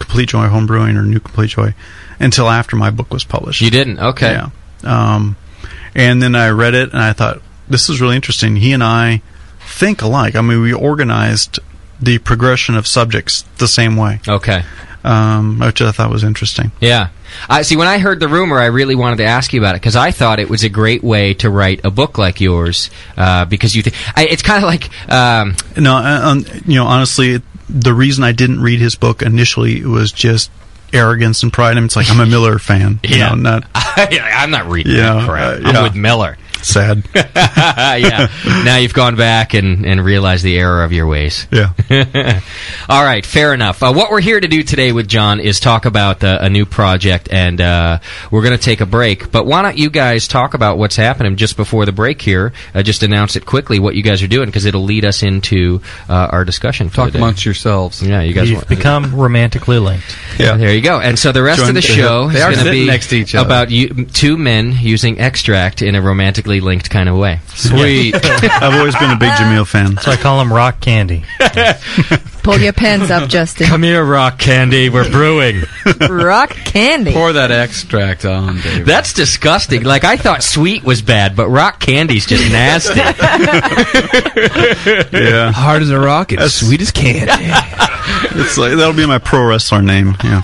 Speaker 5: Complete Joy Home Brewing or New Complete Joy until after my book was published.
Speaker 1: You didn't? Okay.
Speaker 5: Yeah. Um, and then I read it and I thought this is really interesting. He and I think alike. I mean, we organized the progression of subjects the same way,
Speaker 1: Okay.
Speaker 5: um, which I thought was interesting.
Speaker 1: Yeah. I see. When I heard the rumor, I really wanted to ask you about it because I thought it was a great way to write a book like yours uh, because you think it's kind of like um,
Speaker 5: No, uh, um, you know, honestly, the reason I didn't read his book initially was just arrogance and pride. I mean, it's like I'm a Miller fan, you
Speaker 1: Yeah.
Speaker 5: know, not
Speaker 1: I'm not reading
Speaker 5: Yeah,
Speaker 1: that crap.
Speaker 5: uh,
Speaker 1: I'm
Speaker 5: yeah.
Speaker 1: with Miller.
Speaker 5: sad.
Speaker 1: yeah. Now you've gone back and, and realized the error of your ways. Yeah. All right. Fair enough. Uh, what we're here to do today with John is talk about uh, a new project, and uh, we're going to take a break. But why don't you guys talk about what's happening just before the break here? Uh, just announce it quickly what you guys are doing because it'll lead us into uh, our discussion. For
Speaker 8: Talk
Speaker 1: the day.
Speaker 8: amongst yourselves.
Speaker 1: Yeah, you guys
Speaker 4: You've
Speaker 1: want-
Speaker 4: become romantically linked.
Speaker 5: Yeah,
Speaker 1: there you go. And so the rest
Speaker 4: Join-
Speaker 1: of the
Speaker 4: they-
Speaker 1: show
Speaker 4: they
Speaker 1: is
Speaker 4: are
Speaker 1: going to
Speaker 4: sitting
Speaker 1: be
Speaker 4: next to each other.
Speaker 1: about you, two men using extract in a romantically linked kind of way.
Speaker 5: Sweet. I've always been a big Jameel fan.
Speaker 4: So I call him rock candy.
Speaker 3: Pull your pants up, Justin.
Speaker 4: Come here, rock candy. We're brewing.
Speaker 3: Rock candy.
Speaker 8: Pour that extract on, David.
Speaker 1: That's disgusting. Like I thought sweet was bad, but rock candy's just nasty.
Speaker 5: Yeah.
Speaker 2: Hard as a rock and sweet as candy.
Speaker 5: It's like that'll be my pro wrestler name. Yeah,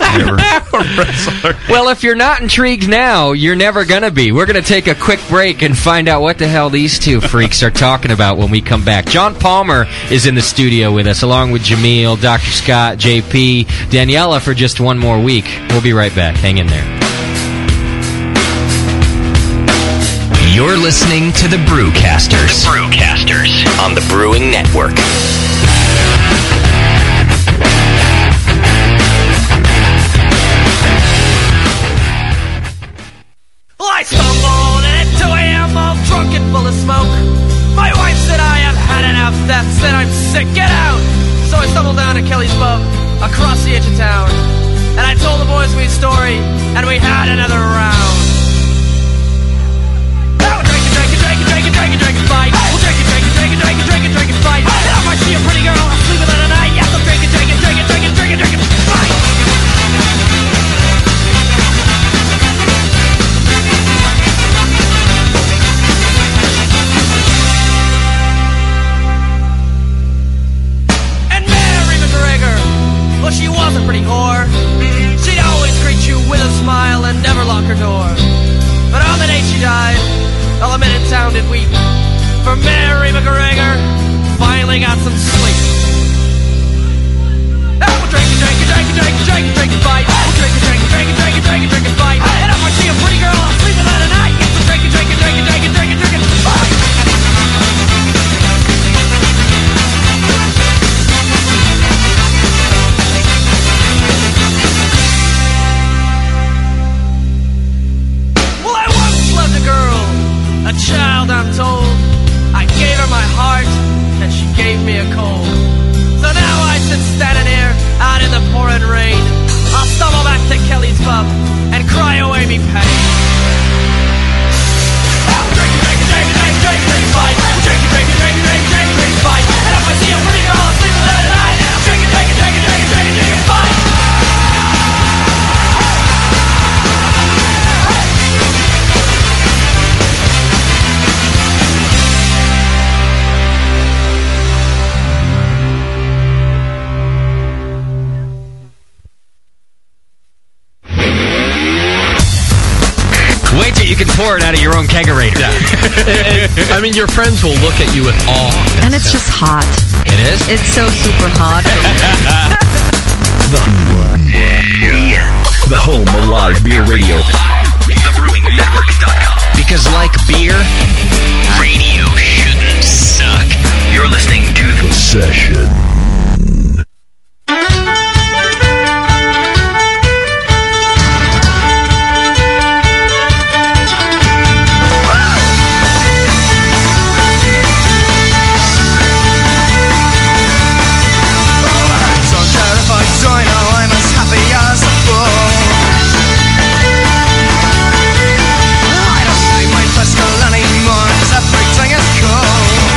Speaker 5: forever.
Speaker 1: Well, if you're not intrigued now, you're never going to be. We're going to take a quick break and find out what the hell these two freaks are talking about when we come back. John Palmer is in the studio with us, along with Jameel, Dr. Scott, JP, Daniela for just one more week. We'll be right back. Hang in there.
Speaker 7: You're listening to the Brewcasters. The Brewcasters on the Brewing Network.
Speaker 15: Well, I stumbled at 2 a.m. all drunk and full of smoke. My wife said I have had enough. That said, I'm sick. Get out! So I stumbled down to Kelly's pub across the edge of town, and I told the boys we story, and we had another round. Now we're drinking, drinking, drinking, drinking, drinking, drinking, fight. We're drinking, drinking, drinking, drinking, drinking, drinking, fight. Now if I see a pretty girl, I'm sleeping in the night. Yes, I'm drinking, drinking, drinking, drinking, drinking, drinking, fight. And Mary McGregor, well, she was a pretty whore. She'd always greet you with a smile and never lock her door. But on the day she died, all the men in town did weep. For Mary McGregor finally got some sleep. Now we're drinking, drinking, drinking, drinking, drinking, drinking, fight. We're drinking, drinking, drinking, drinking, drinking, drinking, fight. And if I see a pretty girl, I'm sleeping at night. Yes, I'm drinking, drinking, drinking, drinking, drinking, drinking, fight. Well, I once loved a girl, a child, I'm told. I gave her my heart, and she gave me a cold. So now I sit standing here, out in the pouring rain. I'll stumble back to Kelly's pub and cry away me pain.
Speaker 1: Wait till you can pour it out of your own kegerator.
Speaker 16: I mean, your friends will look at you with awe.
Speaker 3: And it's just hot.
Speaker 1: It is?
Speaker 3: It's so super hot.
Speaker 7: The home of live beer radio. TheBrewingNetwork.com. Because like beer, radio shouldn't suck. You're listening to The Session.
Speaker 17: So terrified, so I know I'm as happy as a fool. I don't need my Fresco anymore, 'cause everything is cool.
Speaker 7: Oh,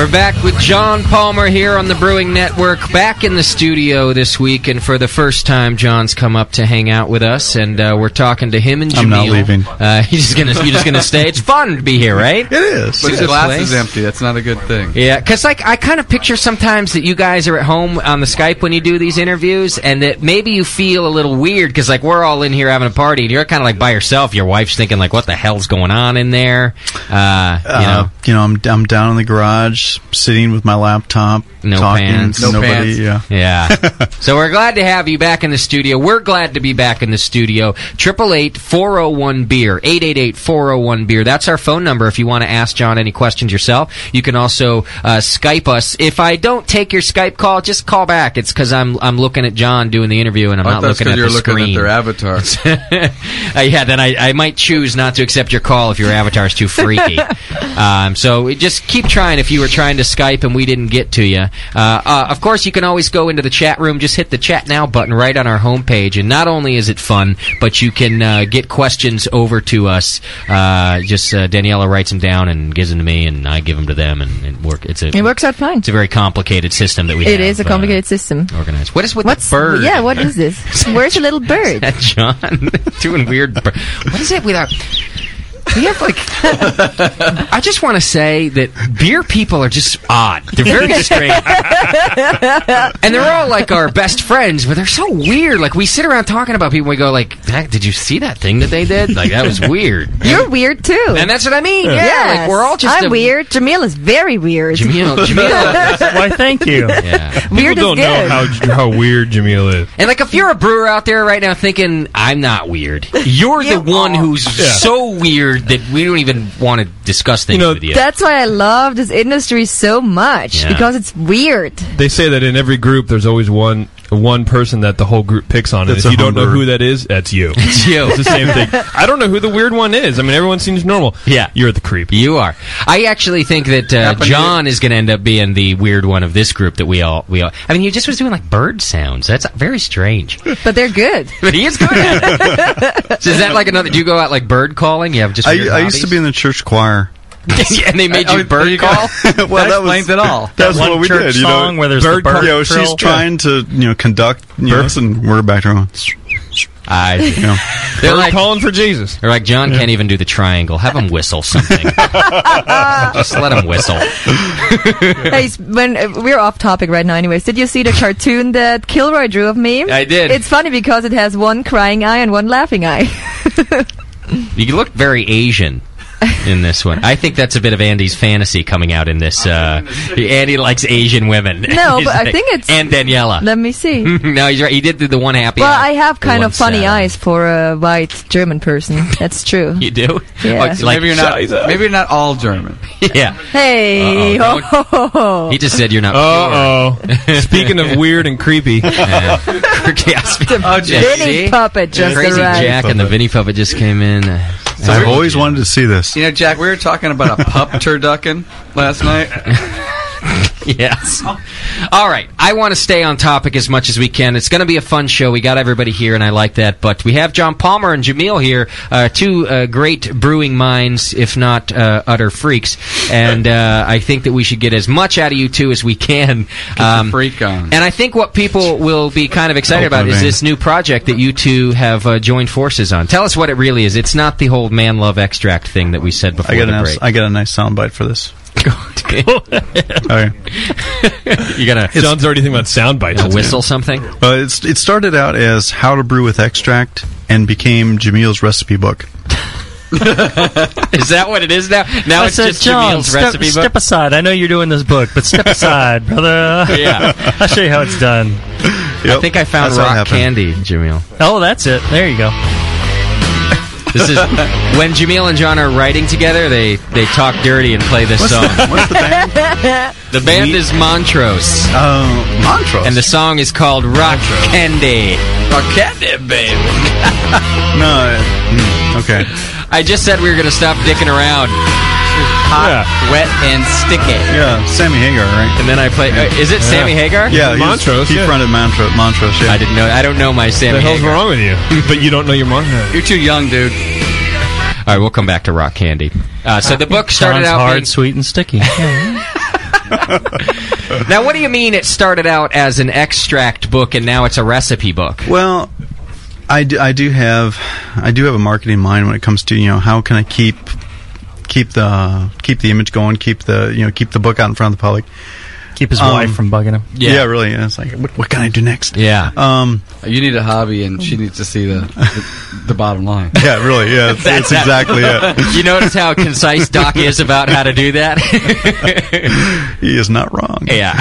Speaker 1: We're back with John Palmer here on the Brewing Network, back in the studio this week, and for the first time, John's come up to hang out with us, and uh, we're talking to him and Jamil.
Speaker 5: I'm not leaving.
Speaker 1: Uh, he's just gonna, you're just gonna stay. It's fun to be here, right? It
Speaker 5: is.
Speaker 8: But his glass is empty. That's not a good thing.
Speaker 1: Yeah, because like I kind of picture sometimes that you guys are at home on the Skype when you do these interviews, and that maybe you feel a little weird because like we're all in here having a party, and you're kind of like by yourself. Your wife's thinking like, "What the hell's going on in there?" Uh, you
Speaker 5: Uh,
Speaker 1: know.
Speaker 5: you know, I'm I'm down in the garage, sitting with my laptop,
Speaker 1: No
Speaker 5: talking
Speaker 1: pants.
Speaker 5: to nobody. Yeah.
Speaker 1: Yeah. so we're glad to have you back in the studio. We're glad to be back in the studio. 888-401-BEER. 888-401-BEER. That's our phone number if you want to ask John any questions yourself. You can also uh, Skype us. If I don't take your Skype call, just call back. It's because I'm, I'm looking at John doing the interview and I'm
Speaker 8: I
Speaker 1: not
Speaker 8: thought it's
Speaker 1: looking
Speaker 8: Oh, 'cause
Speaker 1: at
Speaker 8: you're
Speaker 1: the
Speaker 8: looking
Speaker 1: screen.
Speaker 8: at their avatar.
Speaker 1: Uh, yeah, then I, I might choose not to accept your call if your avatar's too freaky. um, so it- just keep trying if you were trying to Skype and we didn't get to you. Uh, uh, of course, you can always go into the chat room. Just hit the chat now button right on our homepage. And not only is it fun, but you can uh, get questions over to us. Uh, just uh, Daniela writes them down and gives them to me, and I give them to them, and it, work, it's a,
Speaker 3: It works out fine.
Speaker 1: it's a very complicated system that we
Speaker 3: It
Speaker 1: have.
Speaker 3: is a
Speaker 1: uh,
Speaker 3: complicated system.
Speaker 1: organized. What is with the bird?
Speaker 3: Yeah, what is this? Where's the little bird?
Speaker 1: that John doing weird. bur- What is it with our? We have like. I just want to say that beer people are just odd. They're very strange, and they're all like our best friends, but they're so weird. Like we sit around talking about people, and we go like, "That- "Did you see that thing that they did? Like that was weird."
Speaker 3: You're weird too.
Speaker 1: And that's what I mean, yeah,
Speaker 3: Yes.
Speaker 1: like, we're all just
Speaker 3: I'm
Speaker 1: a-
Speaker 3: weird. Jamil is very weird.
Speaker 1: Jamil- Jamil- Why, thank you. Yeah.
Speaker 3: Weird
Speaker 2: People don't
Speaker 3: is
Speaker 2: know
Speaker 3: good.
Speaker 2: how how weird Jamil is.
Speaker 1: And like, if you're a brewer out there right now thinking I'm not weird, you're the one who's
Speaker 2: Yeah.
Speaker 1: so weird that we don't even want to discuss things with you.
Speaker 3: That's why I love this industry so much
Speaker 2: Yeah.
Speaker 3: because it's weird.
Speaker 2: They say that in every group, there's always one one person that the whole group picks on. And
Speaker 13: That's
Speaker 2: if
Speaker 13: a
Speaker 2: you don't know
Speaker 13: homebrewer.
Speaker 2: who that is, that's you.
Speaker 1: It's you.
Speaker 2: It's the same thing. I don't know who the weird one is. I mean, everyone seems normal.
Speaker 1: Yeah,
Speaker 2: you're the creep.
Speaker 1: You are. I actually think that uh,
Speaker 2: Happened to
Speaker 1: John is going to end up being the weird one of this group that we all we all. I mean, he just was doing like bird sounds. That's very strange.
Speaker 3: But they're good.
Speaker 1: But he is good. so is that like another? Do you go out like bird calling? You have just.
Speaker 5: I,
Speaker 1: weird
Speaker 5: I used to
Speaker 1: hobbies?
Speaker 5: be in the church choir.
Speaker 1: and they made you bird call.
Speaker 5: well, that was it all. That's
Speaker 1: That one
Speaker 5: what we
Speaker 1: church
Speaker 5: did. You know,
Speaker 1: song where there's the
Speaker 5: Bird
Speaker 1: bird
Speaker 5: call- you know,
Speaker 1: trill.
Speaker 5: she's trying to you know conduct you know,
Speaker 1: Bird-
Speaker 5: and we're back to her.
Speaker 1: I
Speaker 5: You know.
Speaker 1: They're like, calling for Jesus. They're like John can't even do the triangle. Have him whistle something. Just let him whistle.
Speaker 3: hey, s- when uh, we're off topic right now, anyways. Did you see the cartoon that Kilroy drew of me?
Speaker 1: I did.
Speaker 3: It's funny because it has one crying eye and one laughing eye.
Speaker 1: You look very Asian in this one. I think that's a bit of Andy's fantasy coming out in this. Uh, Andy likes Asian women.
Speaker 3: No,
Speaker 1: He's
Speaker 3: but I think it's-
Speaker 1: and Daniela.
Speaker 3: Let me see.
Speaker 1: no, he's right. He did do the one happy.
Speaker 3: well,
Speaker 1: eye,
Speaker 3: I have
Speaker 1: the
Speaker 3: kind
Speaker 1: one
Speaker 3: of funny
Speaker 1: sad.
Speaker 3: eyes for a white German person. That's true.
Speaker 1: You do?
Speaker 3: Yeah.
Speaker 8: Oh, so maybe you're not. Maybe you're not all German.
Speaker 1: yeah.
Speaker 3: Hey,
Speaker 1: Uh-oh,
Speaker 3: ho, ho, ho.
Speaker 1: He just said you're not.
Speaker 2: oh. Speaking of weird and creepy,
Speaker 1: the
Speaker 3: Vinny puppet just
Speaker 1: "Oh, Crazy
Speaker 3: arrived.
Speaker 1: Jack and the Vinny puppet just came in.
Speaker 5: So I've always wanted to see this.
Speaker 8: You know, Jack, we were talking about a pup turducken last night.
Speaker 1: yes. All right. I want to stay on topic as much as we can. It's going to be a fun show. We got everybody here, and I like that. But we have John Palmer and Jamil here, uh, two uh, great brewing minds, if not uh, utter freaks. And uh, I think that we should get as much out of you two as we can. Um,
Speaker 8: freak on.
Speaker 1: And I think what people will be kind of excited
Speaker 8: Open
Speaker 1: about
Speaker 8: the
Speaker 1: is
Speaker 8: vein.
Speaker 1: this new project that you two have uh, joined forces on. Tell us what it really is. It's not the whole man love extract thing that we said before
Speaker 5: I got a
Speaker 1: the
Speaker 5: nice.
Speaker 1: break.
Speaker 5: I got a nice soundbite for this.
Speaker 1: you gotta.
Speaker 2: John's already thinking about sound bites.
Speaker 1: whistle something.
Speaker 5: Well, it's, it started out as how to brew with extract and became Jamil's recipe book.
Speaker 1: Is that what it is now? Now
Speaker 4: I
Speaker 1: it's
Speaker 4: said,
Speaker 1: just
Speaker 4: John,
Speaker 1: Jamil's
Speaker 4: step,
Speaker 1: recipe
Speaker 4: step
Speaker 1: book.
Speaker 4: aside. I know you're doing this book, but step aside, brother.
Speaker 1: Yeah.
Speaker 4: I'll show you how it's done.
Speaker 1: I think I found
Speaker 4: That's how it
Speaker 1: rock
Speaker 4: happened.
Speaker 1: candy, Jamil.
Speaker 4: Oh, that's it. There you go.
Speaker 1: This is when Jamil and John are writing together. They they talk dirty and play this song. The band is Montrose.
Speaker 5: Oh, Montrose.
Speaker 1: And the song is called Rock Candy. Rock Candy, baby.
Speaker 5: no. uh, hmm, Okay.
Speaker 1: I just said we were going to stop dicking around. Hot, wet, and sticky.
Speaker 5: Yeah, Sammy Hagar, right?
Speaker 1: And then I play. uh, is it Sammy Hagar?
Speaker 5: Yeah, he was- He fronted Montrose. Montrose. Yeah. I
Speaker 1: didn't know. I don't know my Sammy.
Speaker 2: the hell's
Speaker 1: Hagar.
Speaker 2: wrong with you? But you don't know your mom.
Speaker 8: You're too young, dude.
Speaker 1: All right, we'll come back to Rock Candy. Uh, so the book started
Speaker 4: John's
Speaker 1: out
Speaker 4: hard,
Speaker 1: being-
Speaker 4: sweet, and sticky.
Speaker 1: now, what do you mean it started out as an extract book and now it's a recipe book?
Speaker 5: Well, I do, I do have I do have a marketing mind when it comes to you know how can I keep keep the keep the image going, keep the you know keep the book out in front of the public.
Speaker 4: Keep his
Speaker 5: Um,
Speaker 4: wife from bugging him.
Speaker 5: Yeah, really. And it's like, what, what can I do next?
Speaker 1: Yeah.
Speaker 5: Um,
Speaker 8: you need a hobby, and she needs to see the the, the bottom line.
Speaker 5: Yeah, really. Yeah, that's, that's exactly it.
Speaker 1: you notice how concise Doc is about how to do that?
Speaker 5: He is not wrong.
Speaker 1: Yeah.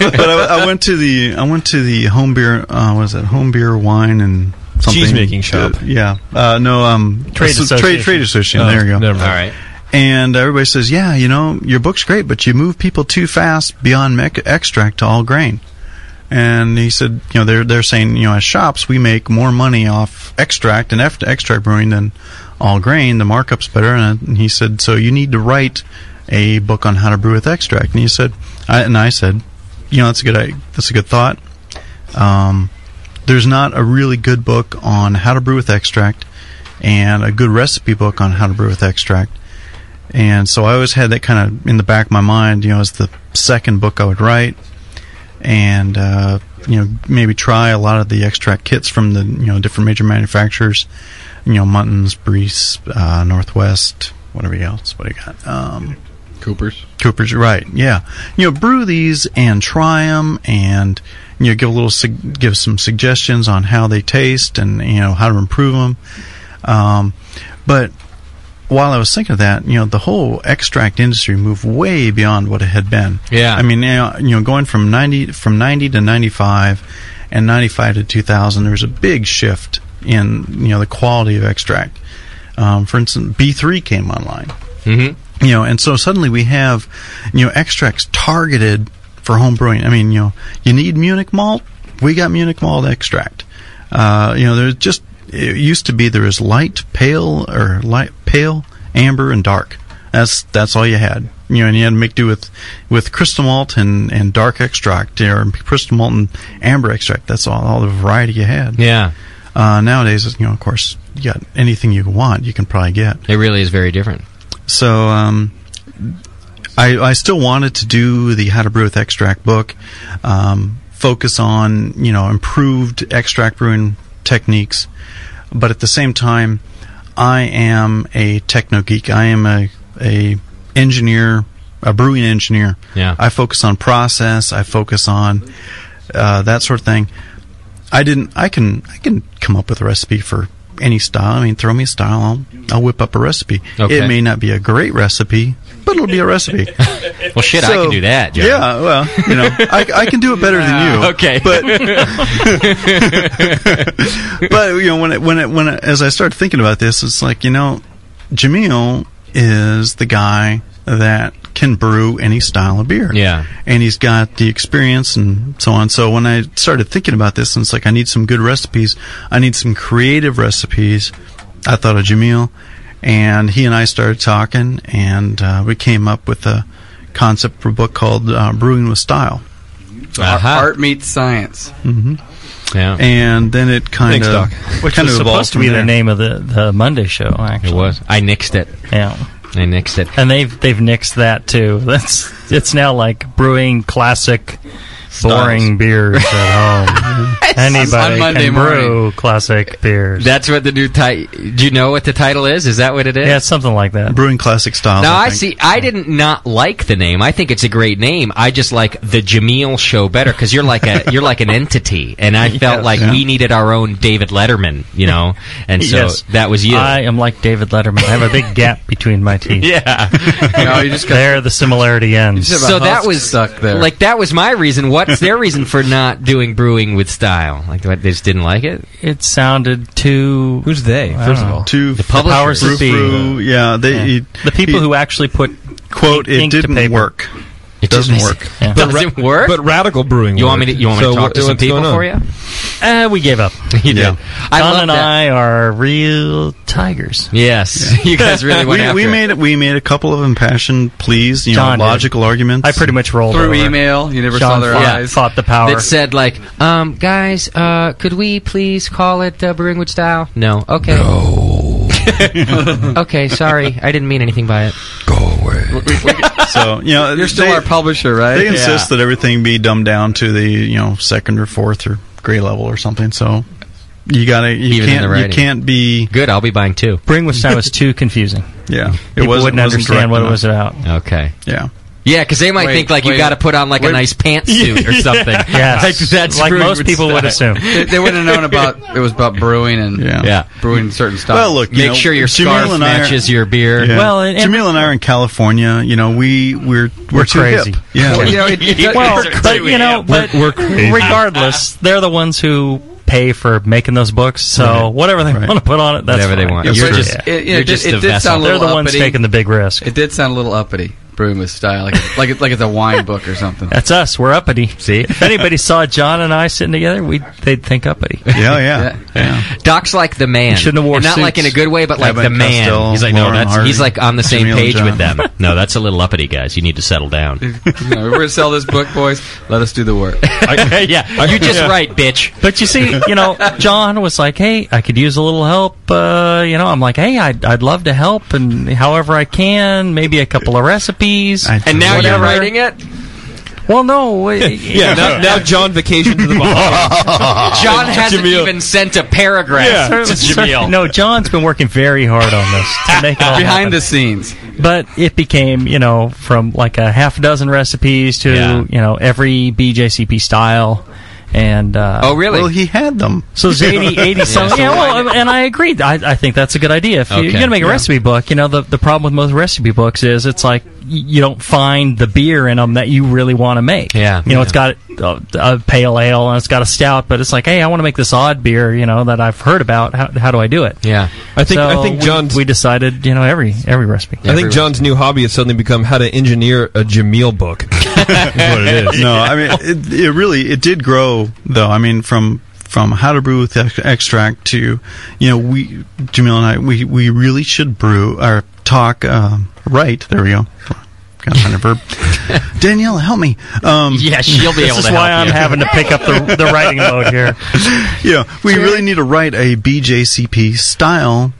Speaker 5: but I, I went to the I went to the home beer. Uh, what is that? Home beer, wine, and something
Speaker 2: Cheesemaking shop.
Speaker 5: Uh, yeah. Uh, no. Um.
Speaker 2: Trade
Speaker 5: so- Trade,
Speaker 2: association.
Speaker 5: trade association.
Speaker 2: Oh,
Speaker 5: there you go.
Speaker 2: never mind. All
Speaker 1: right.
Speaker 5: And everybody says, yeah, you know, your book's great, but you move people too fast beyond mec- extract to all grain. And he said, you know, they're they're saying, you know, as shops, we make more money off extract and after extract brewing than all grain. The markup's better. And, and he said, so you need to write a book on how to brew with extract. And he said, I, and I said, you know, that's a good i- that's a good thought. Um, there's not a really good book on how to brew with extract, and a good recipe book on how to brew with extract. And so I always had that kind of in the back of my mind, you know, as the second book I would write, and uh, you know maybe try a lot of the extract kits from the you know different major manufacturers, you know Muntins, Brees, uh, Northwest, whatever else. What do you got? Um,
Speaker 8: Coopers.
Speaker 5: Coopers, right? Yeah, you know brew these and try them, and you know give a little sug- give some suggestions on how they taste and you know how to improve them. Um, but while I was thinking of that, you know, the whole extract industry moved way beyond what it had been.
Speaker 1: Yeah.
Speaker 5: I mean, now, you know, going from 90 from 90 to 95 and 95 to 2000, there was a big shift in, you know, the quality of extract. Um, for instance, B3 came online.
Speaker 1: Mm-hmm.
Speaker 5: You know, and so suddenly we have, you know, extracts targeted for home brewing. I mean, you know, you need Munich malt. We got Munich malt extract. Uh, you know, there's just it used to be there was light, pale, or light, pale, amber, and dark. That's that's all you had. You know, and you had to make do with with crystal malt and and dark extract, or crystal malt and amber extract. That's all all the variety you had.
Speaker 1: Yeah.
Speaker 5: Uh, nowadays, you know, of course, you got anything you want, you can probably get.
Speaker 1: It really is very different.
Speaker 5: So um, I, I still wanted to do the How to Brew with Extract book, um, focus on you know improved extract brewing techniques, but at the same time, I am a techno geek. I am a a engineer, a brewing engineer.
Speaker 1: Yeah.
Speaker 5: I focus on process. I focus on uh, that sort of thing. I didn't. I can. I can come up with a recipe for any style. I mean, throw me a style. I'll, I'll whip up a recipe.
Speaker 1: Okay.
Speaker 5: It may not be a great recipe, but it'll be a recipe.
Speaker 1: Well, shit, I can do that, John.
Speaker 5: Yeah. Well, you know, I, I can do it better than you.
Speaker 1: Okay.
Speaker 5: But but you know, when it, when it, when it, as I started thinking about this, it's like you know, Jamil is the guy that can brew any style of beer
Speaker 1: Yeah.
Speaker 5: and he's got the experience and so on. So when I started thinking about this, and it's like I need some good recipes, I need some creative recipes. I thought of Jamil, and he and I started talking, and uh, we came up with a concept for a book called uh, Brewing with Style.
Speaker 8: Ar- Art meets science.
Speaker 5: hmm
Speaker 1: Yeah.
Speaker 5: And then it kind
Speaker 4: Thanks,
Speaker 5: of
Speaker 4: Doc. Which
Speaker 5: kind of
Speaker 4: was
Speaker 5: evolved
Speaker 4: supposed to
Speaker 5: from
Speaker 4: be
Speaker 5: there.
Speaker 4: the name of the, the Monday show. Actually,
Speaker 1: It was. I nixed it.
Speaker 4: Yeah.
Speaker 1: I nixed it.
Speaker 4: And they've they've nixed that too. That's it's now like brewing classic, boring beers at home. Anybody
Speaker 1: On Monday
Speaker 4: can brew classic beers.
Speaker 1: That's what the new title. Do you know what the title is? Is that what it is?
Speaker 4: Yeah, it's something like that.
Speaker 5: Brewing classic style.
Speaker 1: Now I, see. I didn't not like the name. I think it's a great name. I just like the Jameel Show better because you're like a you're like an entity, and I felt
Speaker 4: Yes.
Speaker 1: like
Speaker 4: Yeah.
Speaker 1: we needed our own David Letterman, you know, and so
Speaker 4: Yes. Uh,
Speaker 1: that was you.
Speaker 4: I am like David Letterman. I have a big gap between my teeth.
Speaker 1: Yeah.
Speaker 4: no, you just there the similarity ends.
Speaker 1: so that was like that was my reason. What's their reason for not doing brewing with style? Like what, they just didn't like it.
Speaker 4: it sounded too. Who's they?
Speaker 1: first of all?
Speaker 5: to
Speaker 1: The
Speaker 4: the powers that be.
Speaker 5: Brew- yeah, they
Speaker 4: Yeah. the people who actually put
Speaker 5: quote
Speaker 4: ink
Speaker 5: it
Speaker 4: to
Speaker 5: didn't
Speaker 4: paper.
Speaker 5: work. It
Speaker 4: didn't-
Speaker 5: doesn't work.
Speaker 4: Yeah.
Speaker 1: Doesn't work.
Speaker 2: But radical brewing.
Speaker 1: You want me to- you want me to talk
Speaker 2: wh-
Speaker 1: to some
Speaker 2: what's
Speaker 1: people
Speaker 2: going on?
Speaker 1: for you?
Speaker 4: Uh, we gave up.
Speaker 1: You
Speaker 5: Yeah.
Speaker 1: did. I
Speaker 4: Don
Speaker 1: love
Speaker 4: and
Speaker 1: that.
Speaker 4: I are real tigers.
Speaker 1: Yes, you guys really went
Speaker 5: we,
Speaker 1: after
Speaker 5: we
Speaker 1: it.
Speaker 5: made we made a couple of impassioned pleas, you
Speaker 4: John
Speaker 5: know,
Speaker 4: did.
Speaker 5: logical arguments.
Speaker 4: I pretty much rolled
Speaker 8: Through
Speaker 4: over.
Speaker 8: email, you never saw
Speaker 4: John
Speaker 8: their
Speaker 4: fought,
Speaker 8: eyes.
Speaker 4: Fought the power.
Speaker 1: that said like, um, guys, uh, could we please call it uh, brewing with style? No. Okay. No. okay. Sorry, I didn't mean anything by it. Go
Speaker 5: so you know,
Speaker 8: You're still
Speaker 5: they-
Speaker 8: our publisher, right?
Speaker 5: They insist
Speaker 8: Yeah.
Speaker 5: that everything be dumbed down to the you know second or fourth or grade level or something. So you gotta you
Speaker 1: Even in the
Speaker 5: can't you
Speaker 1: writing.
Speaker 5: can't be
Speaker 1: good. I'll be buying two.
Speaker 4: Bring with Sound was too confusing.
Speaker 5: Yeah, it wasn't-
Speaker 4: People wouldn't
Speaker 5: wasn't
Speaker 4: understand what it
Speaker 5: direct
Speaker 4: was
Speaker 5: enough.
Speaker 4: about.
Speaker 1: Okay.
Speaker 5: Yeah.
Speaker 1: Yeah, because they might
Speaker 4: Wait,
Speaker 1: think like you
Speaker 4: wait,
Speaker 1: got to put on like a
Speaker 4: wait.
Speaker 1: nice pantsuit or
Speaker 4: Yeah.
Speaker 1: something.
Speaker 4: Yes.
Speaker 1: like that's
Speaker 4: Like most people would assume.
Speaker 8: they, they wouldn't have known about it was about brewing and
Speaker 5: yeah.
Speaker 8: brewing certain stuff.
Speaker 5: Well, look, you
Speaker 8: make
Speaker 5: know,
Speaker 8: sure your
Speaker 5: Jamil
Speaker 8: scarf
Speaker 5: and I are-
Speaker 8: matches your beer.
Speaker 5: Yeah. Jamil and I are in California. You know, we we're we're,
Speaker 4: We're
Speaker 5: too
Speaker 4: crazy.
Speaker 5: hip. Yeah,
Speaker 4: Well, you know, it- it- well, but you know, but regardless, they're the ones who pay for making those books. So
Speaker 8: Right.
Speaker 4: whatever they
Speaker 8: Right.
Speaker 4: want to put on it, that's
Speaker 8: Whatever they
Speaker 4: fine.
Speaker 8: want.
Speaker 4: It's
Speaker 8: You're
Speaker 4: true.
Speaker 8: just-
Speaker 4: Yeah.
Speaker 8: it- it
Speaker 4: You're
Speaker 8: did-
Speaker 4: just
Speaker 8: it
Speaker 4: the
Speaker 8: did
Speaker 4: vessel.
Speaker 8: sound a
Speaker 4: They're the
Speaker 8: little
Speaker 4: ones
Speaker 8: uppity.
Speaker 4: taking the big risk.
Speaker 8: It did sound a little uppity, brewing with style, like like it's like it's a wine book or something.
Speaker 4: That's us. We're uppity. See, if anybody saw John and I sitting together, we they'd think uppity.
Speaker 5: Yeah, yeah.
Speaker 1: Doc's like the man.
Speaker 4: You shouldn't have wore
Speaker 1: And not like in
Speaker 4: suits.
Speaker 1: a good way, but like the
Speaker 4: Abbott
Speaker 1: man.
Speaker 4: Costello,
Speaker 18: he's like, no,
Speaker 4: Lauren
Speaker 18: that's
Speaker 4: Hardy,
Speaker 18: he's like on the same
Speaker 4: Jamil and
Speaker 18: page
Speaker 4: John.
Speaker 18: with them. No, that's a little uppity, guys. You need to settle down.
Speaker 8: No, we're gonna sell this book, boys. Let us do the work.
Speaker 4: yeah,
Speaker 8: you just right,
Speaker 1: bitch.
Speaker 4: But you see, you know, John was like, "Hey, I could use a little help." Uh, you know, I'm like, "Hey, I'd, I'd love to help, and however I can, maybe a couple of recipes."
Speaker 1: And now you're
Speaker 4: whatever.
Speaker 1: writing it.
Speaker 4: Well, no.
Speaker 1: Yeah,
Speaker 4: now- now
Speaker 13: John vacation to the
Speaker 4: Bahamas.
Speaker 1: John hasn't
Speaker 4: Jamil.
Speaker 1: even sent a paragraph to Jamil.
Speaker 4: No, John's been working very hard on this to make it all
Speaker 8: Behind
Speaker 4: happen.
Speaker 8: the scenes.
Speaker 4: But it became, you know, from like a half dozen recipes to
Speaker 8: Yeah.
Speaker 4: you know every BJCP style, and uh,
Speaker 5: Oh, really? Well, he had them.
Speaker 4: So it's 80, 80 something. Yeah, well, and I agreed. I, I think that's a good idea. If
Speaker 5: Okay.
Speaker 4: you're gonna make a
Speaker 5: Yeah.
Speaker 4: recipe book, you know the the problem with most recipe books is it's like y- you don't find the beer in them that you really want to make.
Speaker 1: Yeah.
Speaker 4: you know it's got a, a pale ale and it's got a stout, but it's like, hey, I want to make this odd beer, you know, that I've heard about. How, how do I do it?
Speaker 1: Yeah,
Speaker 4: I
Speaker 13: think- I think John's-
Speaker 4: we, decided, you know, every every recipe.
Speaker 13: I think John's new hobby has suddenly become how to engineer a Jameel book. is what it is.
Speaker 5: no, I mean it, it really it did grow though. I mean from from how to brew with ex- extract to you know we Jamil and I we we really should brew or talk um, right. There we go. Got another verb. Danielle, help me. Um,
Speaker 4: Yeah, she'll be This able is to why help I'm you. having to pick up the- the writing mode here.
Speaker 5: Yeah, we really need to write a BJCP style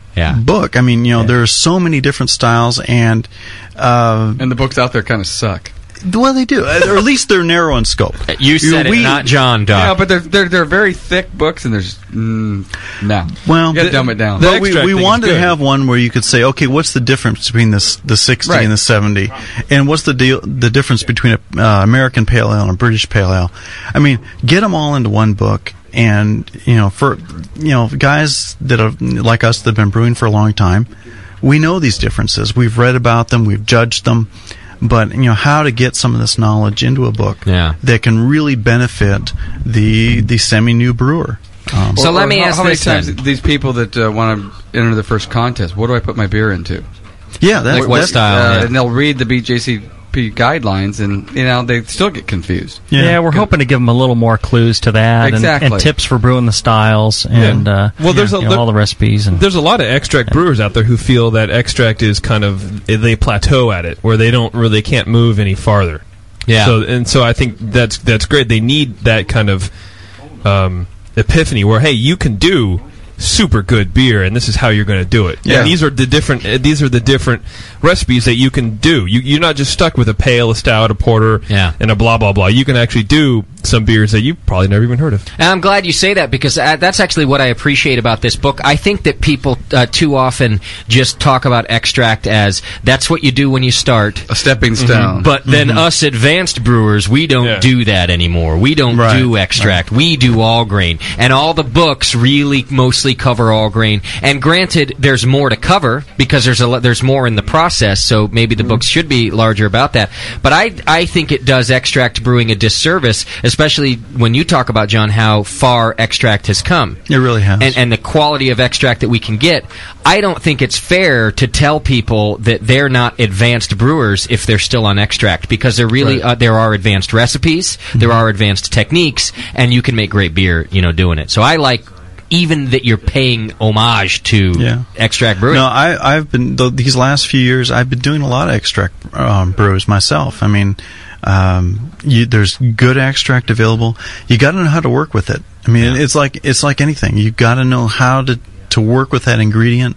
Speaker 5: book. I mean, you know, there are so many different styles, and uh,
Speaker 8: and the books out there kind of suck.
Speaker 5: Well, they do, Uh, or at least they're narrow in scope.
Speaker 1: You said it,
Speaker 5: we-
Speaker 1: not John, Doc.
Speaker 8: Yeah, but they're they're they're very thick books, and there's mm, no.
Speaker 5: Well,
Speaker 8: you gotta dumb it down.
Speaker 5: But we, we wanted to have one where you could say, okay, what's the difference between this the 60
Speaker 8: Right.
Speaker 5: and the 70, and what's the deal the difference between a uh, American pale ale and a British pale ale? I mean, get them all into one book, and you know, for you know, guys that are like us that have been brewing for a long time, we know these differences. We've read about them, we've judged them, but you know, how to get some of this knowledge into a book
Speaker 1: Yeah.
Speaker 5: that can really benefit the the semi new brewer. Um,
Speaker 8: Or- or how, how many times these people that uh, want to enter the first contest? What do I put my beer into?
Speaker 5: Yeah, that's-
Speaker 8: Like,
Speaker 5: What
Speaker 8: that's-
Speaker 5: style,
Speaker 8: uh,
Speaker 5: yeah.
Speaker 8: And they'll read the BJCP guidelines, and you know they still get confused.
Speaker 4: Yeah, we're hoping to give them a little more clues to that and- and,
Speaker 8: Exactly.
Speaker 4: tips for brewing the styles and uh,
Speaker 13: Well, there's a-
Speaker 4: you know,
Speaker 13: there-
Speaker 4: all the recipes and
Speaker 13: There's a lot of extract brewers out there who feel that extract is kind of they plateau at it where they don't really they can't move any farther.
Speaker 1: Yeah.
Speaker 13: So and so I think that's that's great. They need that kind of um, epiphany where hey, you can do super good beer and this is how you're going to do it.
Speaker 5: Yeah.
Speaker 13: And these are the different uh, these are the different recipes that you can do. You you're not just stuck with a pale, a stout, a porter and a blah blah blah. You can actually do some beers that you probably never even heard of.
Speaker 1: And I'm glad you say that because uh, that's actually what I appreciate about this book. I think that people uh, too often just talk about extract as that's what you do when you start, Mm-hmm. a
Speaker 8: stepping
Speaker 13: stone.
Speaker 1: But then us advanced brewers, we don't do that anymore. We don't do extract. We do all grain, and all the books really mostly cover all grain. And granted, there's more to cover because there's a lo- there's more in the process. So maybe the books should be larger about that. But I I think it does extract brewing a disservice, especially when you talk about John how far extract has come
Speaker 5: It really has.
Speaker 1: and, and the quality of extract that we can get, I don't think it's fair to tell people that they're not advanced brewers if they're still on extract because there really uh, there are advanced recipes,
Speaker 5: Mm-hmm.
Speaker 1: there are advanced techniques, and you can make great beer, you know, doing it. So I like even that you're paying homage to extract brewing.
Speaker 5: No, I, I've been th- these last few years. I've been doing a lot of extract um, brews myself. I mean, um, you, there's good extract available. You got to know how to work with it. I mean, it's like it's like anything. You got to know how to to work with that ingredient.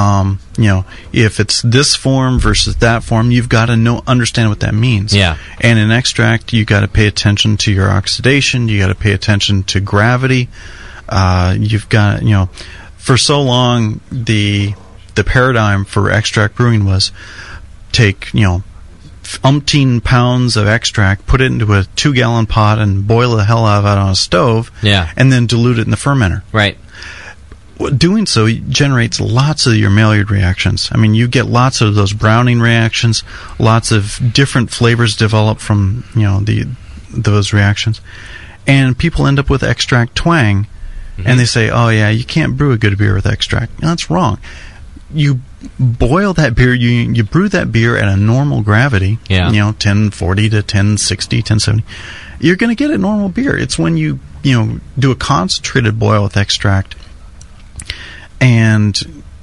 Speaker 5: um, you know, if it's this form versus that form, you've got to know understand what that means.
Speaker 1: Yeah.
Speaker 5: And in extract, you got to pay attention to your oxidation. You got to pay attention to gravity. Uh, you've got you know, for so long the the paradigm for extract brewing was take you know umpteen pounds of extract, put it into a two gallon pot, and boil the hell out of it on a stove.
Speaker 1: Yeah.
Speaker 5: And then dilute it in the fermenter.
Speaker 1: Right.
Speaker 5: Doing so generates lots of your Maillard reactions. I mean, you get lots of those browning reactions. Lots of different flavors develop from you know the those reactions, and people end up with extract twang,
Speaker 1: Mm-hmm.
Speaker 5: and they say, "Oh yeah, you can't brew a good beer with extract." No, that's wrong. You boil that beer. You you brew that beer at a normal gravity.
Speaker 1: Yeah.
Speaker 5: You know, 1040 to 1060, 1070. You're going to get a normal beer. It's when you you know do a concentrated boil with extract and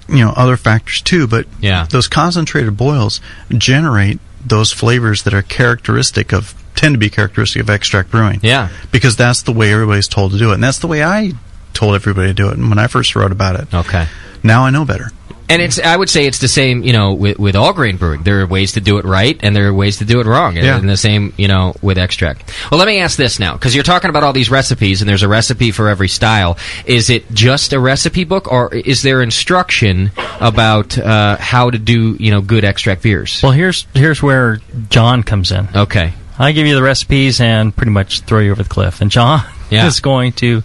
Speaker 5: you know other factors too but
Speaker 1: Yeah.
Speaker 5: those concentrated boils generate those flavors that are characteristic of tend to be characteristic of extract brewing
Speaker 1: Yeah.
Speaker 5: because that's the way everybody's told to do it and that's the way i told everybody to do it when i first wrote about it
Speaker 1: okay
Speaker 5: now i know better
Speaker 1: And it's I would say it's the same, you know, with, with all grain brewing. There are ways to do it right, and there are ways to do it wrong. And-
Speaker 5: Yeah.
Speaker 1: And the same, you know, with extract. Well, let me ask this now, because you're talking about all these recipes, and there's a recipe for every style. Is it just a recipe book, or is there instruction about uh, how to do, you know, good extract beers?
Speaker 4: Well, here's here's where John comes in.
Speaker 1: Okay.
Speaker 4: I give you the recipes and pretty much throw you over the cliff. And John
Speaker 1: Yeah.
Speaker 4: is going to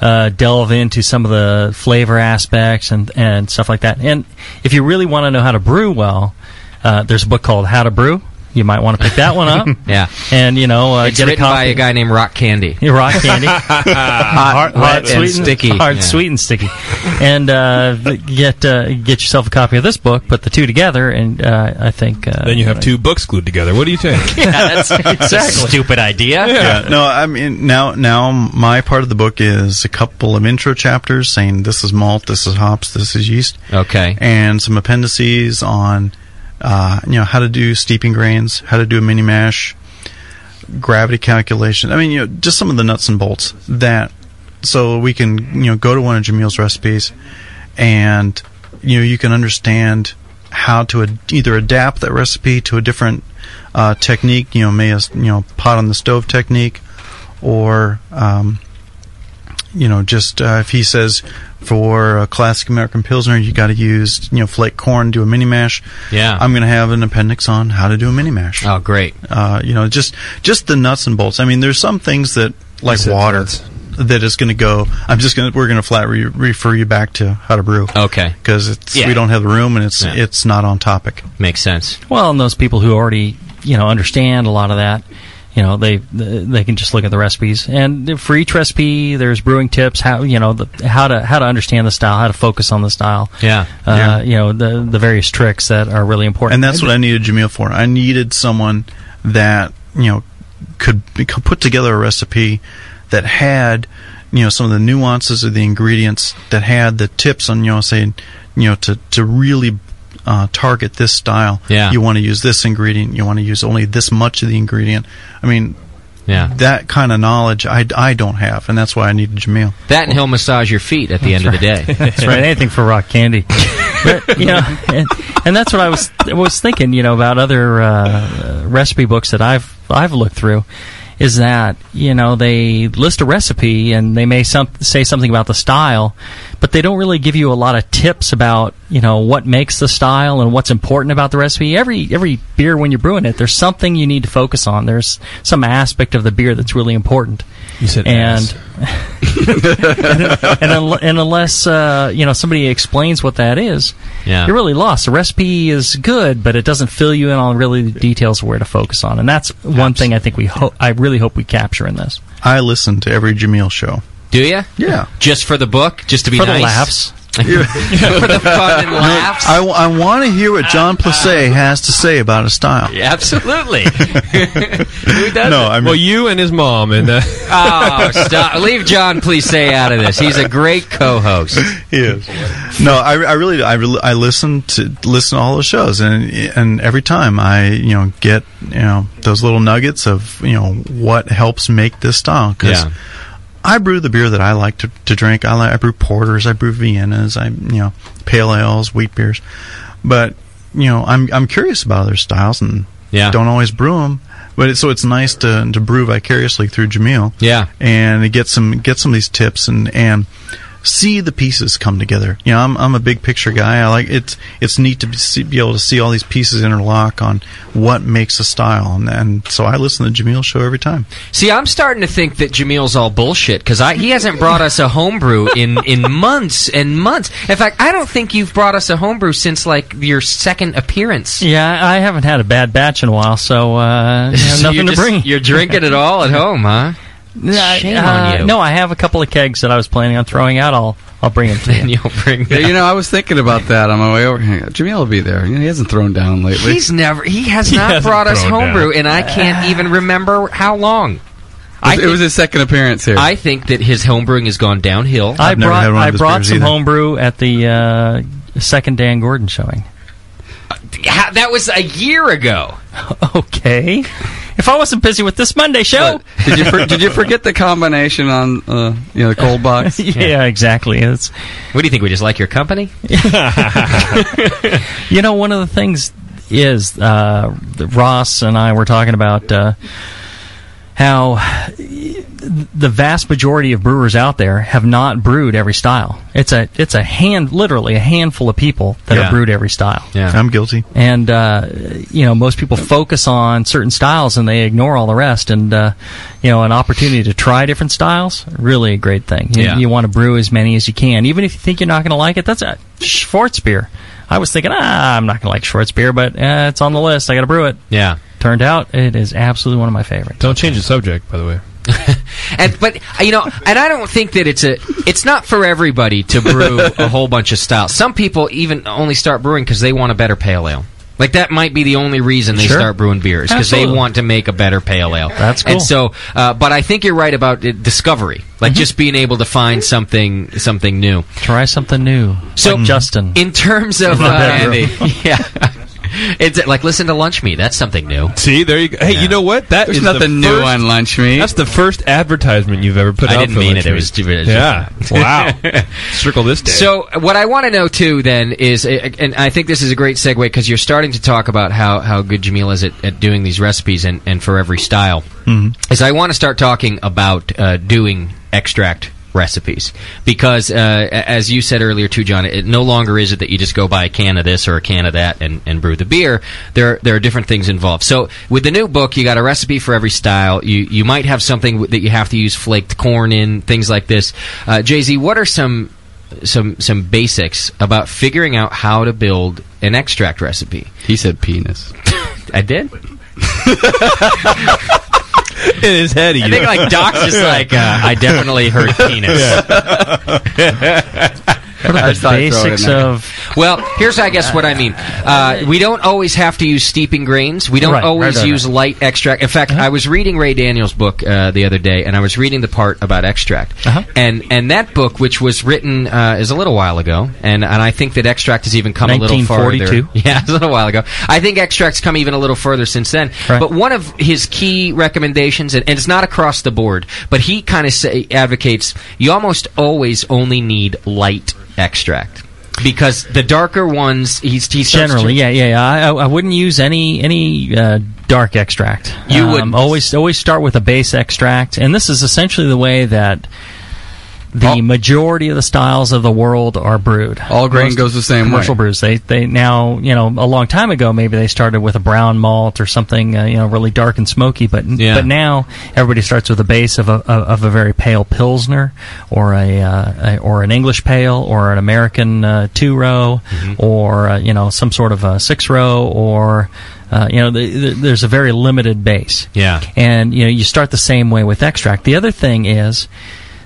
Speaker 4: uh, delve into some of the flavor aspects and and stuff like that. And if you really want to know how to brew well, uh, there's a book called How to Brew. You might want to pick that one up.
Speaker 1: yeah.
Speaker 4: And you know, uh,
Speaker 1: It's
Speaker 4: get a
Speaker 1: written by
Speaker 4: copy.
Speaker 1: a guy named Rock Candy.
Speaker 4: Yeah, rock candy,
Speaker 1: hot, wet, and sticky.
Speaker 4: hard,
Speaker 1: Yeah.
Speaker 4: sweet, and sticky, and uh, get uh, get yourself a copy of this book. Put the two together, and uh, I think uh,
Speaker 2: Then you have two books glued together. What do you think?
Speaker 4: yeah, that's exactly
Speaker 1: stupid idea.
Speaker 5: Yeah, no, I mean now now my part of the book is a couple of intro chapters saying this is malt, this is hops, this is yeast.
Speaker 1: Okay.
Speaker 5: And some appendices on uh, you know how to do steeping grains, how to do a mini mash, gravity calculation. I mean, you know, just some of the nuts and bolts that so we can, you know, go to one of Jamil's recipes and you know, you can understand how to ad- either adapt that recipe to a different uh, technique, you know, may as you know, pot on the stove technique or um, you know, just uh, if he says for a classic American Pilsner, you got to use, you know, flake corn, do a mini mash.
Speaker 1: Yeah.
Speaker 5: I'm going to have an appendix on how to do a mini mash.
Speaker 1: Oh, great.
Speaker 5: Uh, you know, just just the nuts and bolts. I mean, there's some things that, like water, that is going to go. I'm just going to, we're going to flat re- refer you back to how to brew.
Speaker 1: Okay.
Speaker 5: Because it's,
Speaker 4: Yeah.
Speaker 5: we don't have the room and it's,
Speaker 4: Yeah.
Speaker 5: it's not on topic.
Speaker 1: Makes sense.
Speaker 4: Well, and those people who already you know understand a lot of that, you know, they they can just look at the recipes. And for each recipe, there's brewing tips how you know the, how to how to understand the style, how to focus on the style.
Speaker 1: Yeah.
Speaker 5: Yeah.
Speaker 4: uh, you know the the various tricks that are really important.
Speaker 5: And that's what I needed Jamil for. I needed someone that you know could, be- could put together a recipe that had you know some of the nuances of the ingredients, that had the tips on you know saying you know to to really uh, target this style.
Speaker 1: Yeah.
Speaker 5: you want to use this ingredient. You want to use only this much of the ingredient. I mean.
Speaker 1: Yeah.
Speaker 5: That kind of knowledge I, I don't have, and that's why I needed Jamil.
Speaker 1: That and he'll massage your feet at the end of the day.
Speaker 4: That's right. Anything for rock candy. But, you know, and, and that's what I was was thinking. You know about other uh, recipe books that I've I've looked through is that you know they list a recipe and they may some, say something about the style, but they don't really give you a lot of tips about you know what makes the style and what's important about the recipe. Every every beer when you're brewing it, there's something you need to focus on. There's some aspect of the beer that's really important. You said and and, unle- and unless uh, you know somebody explains what that is,
Speaker 1: Yeah.
Speaker 4: you're really lost. The recipe is good, but it doesn't fill you in on really the details of where to focus on, and that's one thing I think we hope. I really hope we capture in this.
Speaker 5: I listen to every Jamil show.
Speaker 1: Do you?
Speaker 5: Yeah.
Speaker 1: Just for the book, just to be
Speaker 4: For the
Speaker 1: nice.
Speaker 4: laughs.
Speaker 1: for the fun and laughs. Ah,
Speaker 5: I, I want to hear what John Plessé has to say about a style.
Speaker 1: Yeah, absolutely. Who does
Speaker 5: No, I mean,
Speaker 2: well, you and his mom and uh,
Speaker 1: Oh, stop. Leave John Plisse out of this. He's a great co-host.
Speaker 5: He is. No, I, I really, I, really- I listen to listen to all the shows, and and every time I, you know, get you know those little nuggets of you know what helps make this style. 'cause
Speaker 1: Yeah.
Speaker 5: I brew the beer that I like to, to drink. I, like, I brew porters, I brew Viennas, I you know pale ales, wheat beers. But you know, I'm I'm curious about other styles and
Speaker 1: Yeah.
Speaker 5: don't always brew them. But it, so it's nice to to brew vicariously through Jamil.
Speaker 1: Yeah.
Speaker 5: and get some get some of these tips and and see the pieces come together. You know, I'm I'm a big picture guy. I like it's it's neat to be, see, be able to see all these pieces interlock on what makes a style, and, and so I listen to Jamil show every time.
Speaker 1: See, I'm starting to think that Jamil's all bullshit because he hasn't brought us a homebrew in, in months and months. In fact, I don't think you've brought us a homebrew since like your second appearance.
Speaker 4: Yeah, I haven't had a bad batch in a while, so, uh, you know,
Speaker 1: So
Speaker 4: nothing
Speaker 1: you're
Speaker 4: to
Speaker 1: just-
Speaker 4: bring.
Speaker 1: You're drinking it all at home, huh? Shame
Speaker 4: Uh,
Speaker 1: on you.
Speaker 4: No, I have a couple of kegs that I was planning on throwing out. I'll I'll bring them to you.
Speaker 1: you'll bring.
Speaker 8: Yeah, you know, I was thinking about that on my way over. Hang on, Jamil will be there. You know, he hasn't thrown down lately.
Speaker 1: He's never. He has
Speaker 8: He
Speaker 1: not
Speaker 8: hasn't
Speaker 1: brought us
Speaker 8: thrown down.
Speaker 1: homebrew, and I can't even remember how long. I
Speaker 8: it was his second appearance here.
Speaker 1: I think that his homebrewing has gone downhill.
Speaker 4: I brought I brought some homebrew at the uh, second Dan Gordon showing.
Speaker 1: Ha- that was a year ago.
Speaker 4: Okay, if I wasn't busy with this Monday show,
Speaker 8: did you for, did you forget the combination on uh, you know the cold box?
Speaker 4: yeah, exactly. It's
Speaker 1: what do you think? We just like your company.
Speaker 4: you know, one of the things is uh, Ross and I were talking about uh, how the vast majority of brewers out there have not brewed every style. It's a it's a hand, literally a handful of people that
Speaker 5: Yeah.
Speaker 4: have brewed every style.
Speaker 5: Yeah. I'm guilty.
Speaker 4: And uh, you know, most people focus on certain styles and they ignore all the rest. And uh, you know, an opportunity to try different styles really a great thing. You,
Speaker 1: Yeah.
Speaker 4: you want to brew as many as you can, even if you think you're not going to like it. That's a Schwartz beer. I was thinking, ah, I'm not going to like Schwartz beer, but uh, it's on the list. I got to brew it.
Speaker 1: Yeah.
Speaker 4: Turned out it is absolutely one of my favorites.
Speaker 2: Don't change the subject, by the way.
Speaker 1: And but uh, you know, and I don't think that it's a. It's not for everybody to brew a whole bunch of styles. Some people even only start brewing because they want a better pale ale. Like that might be the only reason they
Speaker 4: Sure.
Speaker 1: start brewing beers because they
Speaker 4: Absolutely.
Speaker 1: want to make a better pale ale.
Speaker 4: That's cool. Mm-hmm.
Speaker 1: And so, uh, but I think you're right about uh, discovery, like just being able to find something something new.
Speaker 4: Try something new.
Speaker 1: So
Speaker 4: Like Justin,
Speaker 1: in terms of uh,
Speaker 4: Love that
Speaker 1: Andy,
Speaker 4: room.
Speaker 1: yeah. It's like listen to Lunch Me. That's something new.
Speaker 2: See, there you go. Hey, you know what? That
Speaker 1: There's
Speaker 2: is
Speaker 1: nothing
Speaker 2: the
Speaker 1: new
Speaker 2: first-
Speaker 1: on Lunch Me.
Speaker 2: That's the first advertisement you've ever put
Speaker 1: I
Speaker 2: out.
Speaker 1: didn't
Speaker 2: for
Speaker 1: mean
Speaker 2: Lunch
Speaker 1: it. It
Speaker 2: Me.
Speaker 1: was stupid.
Speaker 2: Yeah. wow. Circle this day.
Speaker 1: So what I want to know too then is, uh, and I think this is a great segue because you're starting to talk about how, how good Jamil is at, at doing these recipes and, and for every style.
Speaker 10: Mhm.
Speaker 1: Is Mm-hmm. I want to start talking about uh, doing extract recipes because uh, a- as you said earlier too john it no longer is it that you just go buy a can of this or a can of that and, and brew the beer there there are different things involved so with the new book you got a recipe for every style you you might have something w- that you have to use flaked corn in things like this uh, jay-z what are some some some basics about figuring out how to build an extract recipe he said penis i did
Speaker 2: in his head.
Speaker 1: I think like Doc's just like uh, I definitely heard penis.
Speaker 4: What are I the just thought I'd throw it in basics there. of-
Speaker 1: Well, here's I guess what I mean. Uh, we don't always have to use steeping grains. We don't
Speaker 4: Right, right,
Speaker 1: always
Speaker 4: Uh-huh. right,
Speaker 1: use light extract. In fact, I was reading Ray Daniels' book uh, the other day, and I was reading the part about extract.
Speaker 4: Uh-huh.
Speaker 1: And and that book, which was written uh, is a little while ago, and and I think that extract has even come a little farther.
Speaker 4: 1942.
Speaker 1: Yeah, it's a little while ago. I think extracts come even a little further since then. But one of his key recommendations, and, and it's not across the board, but he kind of say, advocates you almost always only need light extract because the darker ones, he's he starts
Speaker 4: generally,
Speaker 1: to-
Speaker 4: yeah, yeah, yeah. I, I- I wouldn't use any any uh, dark extract.
Speaker 1: You
Speaker 4: Um,
Speaker 1: wouldn't.
Speaker 4: always always start with a base extract, and this is essentially the way that the majority of the styles of the world are brewed. All
Speaker 8: grain goes the same way.
Speaker 4: commercial brews. They they now you know a long time ago maybe they started with a brown malt or something uh, you know really dark and smoky, but
Speaker 1: Yeah.
Speaker 4: but now everybody starts with a base of a of a very pale pilsner or a, uh, a or an English pale or an American uh, two row
Speaker 8: Mm-hmm.
Speaker 4: or uh, you know some sort of a six row or uh, you know the, the, there's a very limited base.
Speaker 1: Yeah.
Speaker 4: And you know you start the same way with extract. The other thing is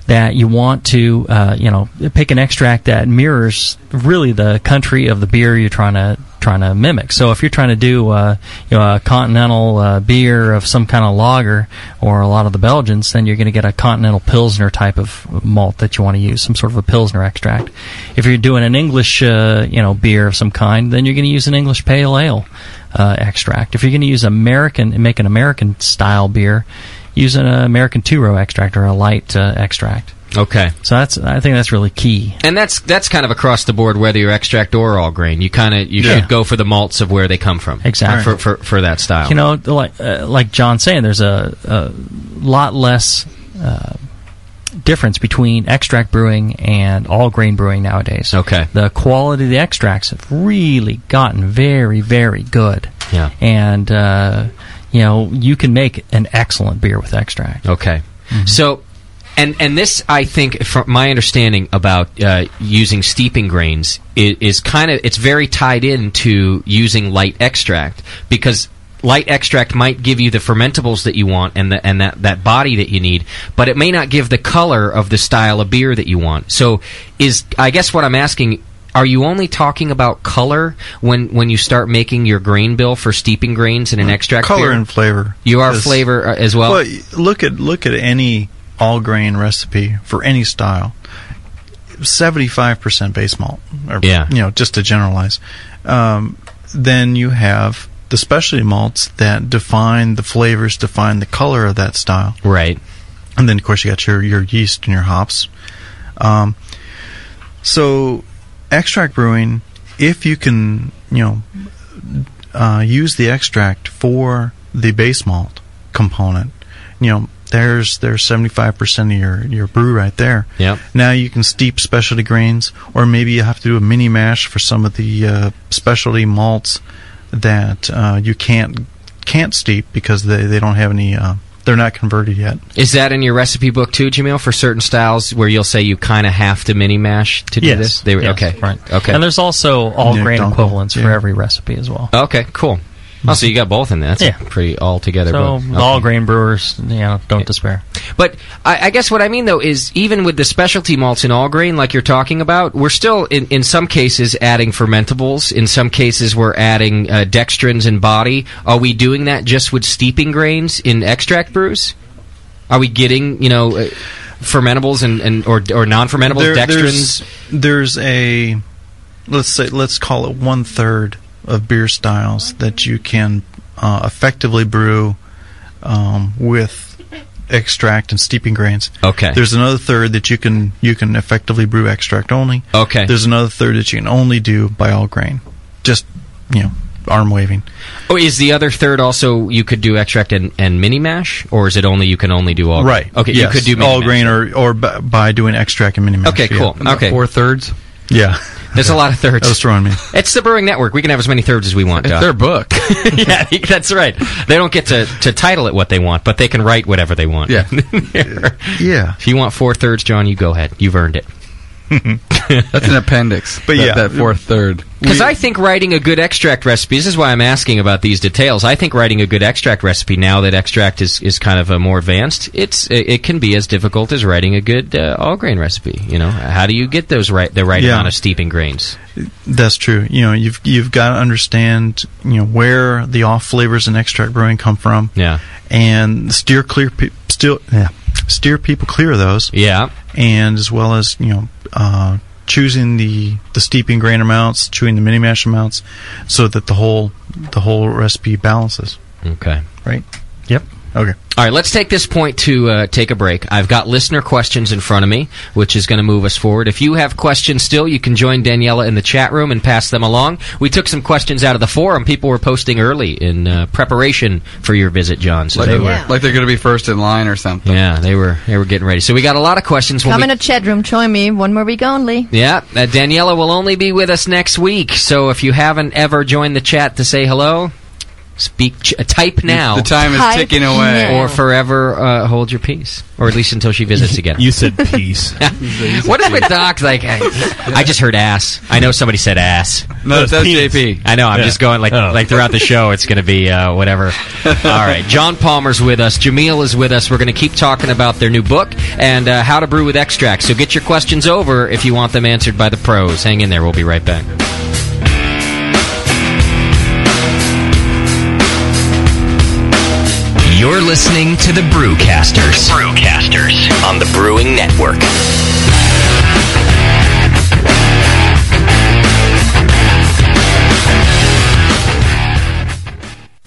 Speaker 4: that you want to uh, you know pick an extract that mirrors really the country of the beer you're trying to trying to mimic. So if you're trying to do uh, you know a continental uh, beer of some kind of lager or a lot of the Belgians, then you're going to get a continental pilsner type of malt that you want to use, some sort of a pilsner extract. If you're doing an English uh, you know beer of some kind, then you're going to use an English pale ale uh, extract. If you're going to use American and make an American style beer, using an American two row extract or a light uh, extract.
Speaker 1: Okay.
Speaker 4: So that's I think that's really key.
Speaker 1: And that's that's kind of across the board, whether you're extract or all grain. You kind of you
Speaker 4: Yeah.
Speaker 1: should go for the malts of where they come from.
Speaker 4: Exactly.
Speaker 1: for for, for that style.
Speaker 4: You know, like uh, like John saying, there's a, a lot less uh, difference between extract brewing and all grain brewing nowadays.
Speaker 1: Okay.
Speaker 4: The quality of the extracts have really gotten very very good.
Speaker 1: Yeah.
Speaker 4: And uh, you know, you can make an excellent beer with extract.
Speaker 1: Okay.
Speaker 5: Mm-hmm.
Speaker 1: So, and and this I think, from my understanding about uh, using steeping grains is, is kind of it's very tied into using light extract because light extract might give you the fermentables that you want and the, and that that body that you need, but it may not give the color of the style of beer that you want. So, is I guess what I'm asking. Are you only talking about color when, when you start making your grain bill for steeping grains and an extract?
Speaker 5: color
Speaker 1: beer?
Speaker 5: and flavor.
Speaker 1: You are
Speaker 5: Is-
Speaker 1: flavor uh, as well.
Speaker 5: Well, look at look at any all grain recipe for any style. Seventy five percent base malt, or,
Speaker 1: Yeah.
Speaker 5: You know, just to generalize. Um, then you have the specialty malts that define the flavors, define the color of that style.
Speaker 1: Right.
Speaker 5: And then of course you got your your yeast and your hops. Um, so, extract brewing, if you can, you know, uh, use the extract for the base malt component, you know, there's there's 75% of your, your brew right there.
Speaker 1: Yep.
Speaker 5: Now you can steep specialty grains, or maybe you have to do a mini mash for some of the uh, specialty malts that uh, you can't can't steep because they, they don't have any. Uh, they're not converted yet.
Speaker 1: Is that in your recipe book too, Jamil, for certain styles where you'll say you kind of have to mini mash to do
Speaker 4: Yes.
Speaker 1: this? They were,
Speaker 4: Yes.
Speaker 1: okay,
Speaker 4: Right.
Speaker 1: Okay,
Speaker 4: And there's also all
Speaker 1: Yeah,
Speaker 4: grain
Speaker 1: don't-
Speaker 4: equivalents for
Speaker 1: yeah.
Speaker 4: every recipe as well.
Speaker 1: okay, cool. Oh, so you got both in there. That's
Speaker 4: Yeah.
Speaker 1: a pretty all together.
Speaker 4: So
Speaker 1: book.
Speaker 4: the all grain brewers, you know, don't despair.
Speaker 1: But I, I guess what I mean though is even with the specialty malts in all grain, like you're talking about, we're still in, in some cases adding fermentables. In some cases, we're adding uh, dextrins and body. Are we doing that just with steeping grains in extract brews? Are we getting you know uh, fermentables and, and or or non-fermentables
Speaker 5: There-
Speaker 1: dextrins?
Speaker 5: There's, there's a let's say let's call it one third of beer styles that you can uh, effectively brew um, with extract and steeping grains.
Speaker 1: Okay.
Speaker 5: There's another third that you can you can effectively brew extract only.
Speaker 1: Okay.
Speaker 5: There's another third that you can only do by all grain. Just you know, arm waving.
Speaker 1: Oh, is the other third also you could do extract and, and mini mash, or is it only you can only do all
Speaker 5: Right.
Speaker 1: Okay,
Speaker 5: Yes.
Speaker 1: you could do mini
Speaker 5: all
Speaker 1: mash.
Speaker 5: grain or or b- by doing extract and mini mash.
Speaker 1: Okay,
Speaker 5: yeah.
Speaker 1: cool. Okay,
Speaker 8: thirds.
Speaker 5: Yeah.
Speaker 1: There's a lot of thirds.
Speaker 5: That was throwing me.
Speaker 1: It's the Brewing Network. We can have as many thirds as we want.
Speaker 8: It's
Speaker 1: Doc.
Speaker 8: their book.
Speaker 1: yeah, that's right. They don't get to, to title it what they want, but they can write whatever they want.
Speaker 8: Yeah.
Speaker 5: yeah.
Speaker 1: If you want four thirds, John, you go ahead. You've earned it.
Speaker 8: That's an appendix.
Speaker 1: But
Speaker 8: that,
Speaker 1: yeah.
Speaker 8: that fourth third.
Speaker 1: Because I think writing a good extract recipe, this is why I'm asking about these details. I think writing a good extract recipe now that extract is, is kind of a more advanced, it's it, it can be as difficult as writing a good uh, all grain recipe. You know, how do you get those right the right
Speaker 5: Yeah.
Speaker 1: amount of steeping grains?
Speaker 5: That's true. You know, you've you've got to understand, you know, where the off flavors and extract brewing come from.
Speaker 1: Yeah.
Speaker 5: And steer clear pe- still yeah, steer people clear of those.
Speaker 1: Yeah.
Speaker 5: And as well as, you know, uh, choosing the the steeping grain amounts, chewing the mini mash amounts so that the whole the whole recipe balances.
Speaker 1: Okay.
Speaker 5: Right? Yep. Okay.
Speaker 1: All right, let's take this point to uh, take a break. I've got listener questions in front of me, which is going to move us forward. If you have questions still, you can join Daniela in the chat room and pass them along. We took some questions out of the forum. People were posting early in uh, preparation for your visit, John. So
Speaker 8: Like,
Speaker 1: they
Speaker 8: they
Speaker 1: were.
Speaker 8: like they're going to be first in line or something.
Speaker 1: Yeah, they were. They were getting ready. So we got a lot of questions. When
Speaker 3: Come
Speaker 1: we,
Speaker 3: in the chat room, join me. One more week only.
Speaker 1: yeah, uh, Daniela will only be with us next week. So if you haven't ever joined the chat to say hello, speak, ch- uh, type now.
Speaker 8: The time is Type ticking away. now.
Speaker 1: or forever uh, hold your peace, or at least until she visits again.
Speaker 2: You said peace.
Speaker 1: what is with Doc? Like, I, I just heard ass. I know somebody said ass.
Speaker 8: No, that's Penis. JP.
Speaker 1: I know. I'm
Speaker 8: Yeah.
Speaker 1: just going like like throughout the show. It's going to be uh, whatever. All right. John Palmer's with us. Jameel is with us. We're going to keep talking about their new book and uh, how to brew with extracts. So get your questions over if you want them answered by the pros. Hang in there. We'll be right back.
Speaker 9: You're listening to the Brewcasters. Brewcasters on the Brewing Network.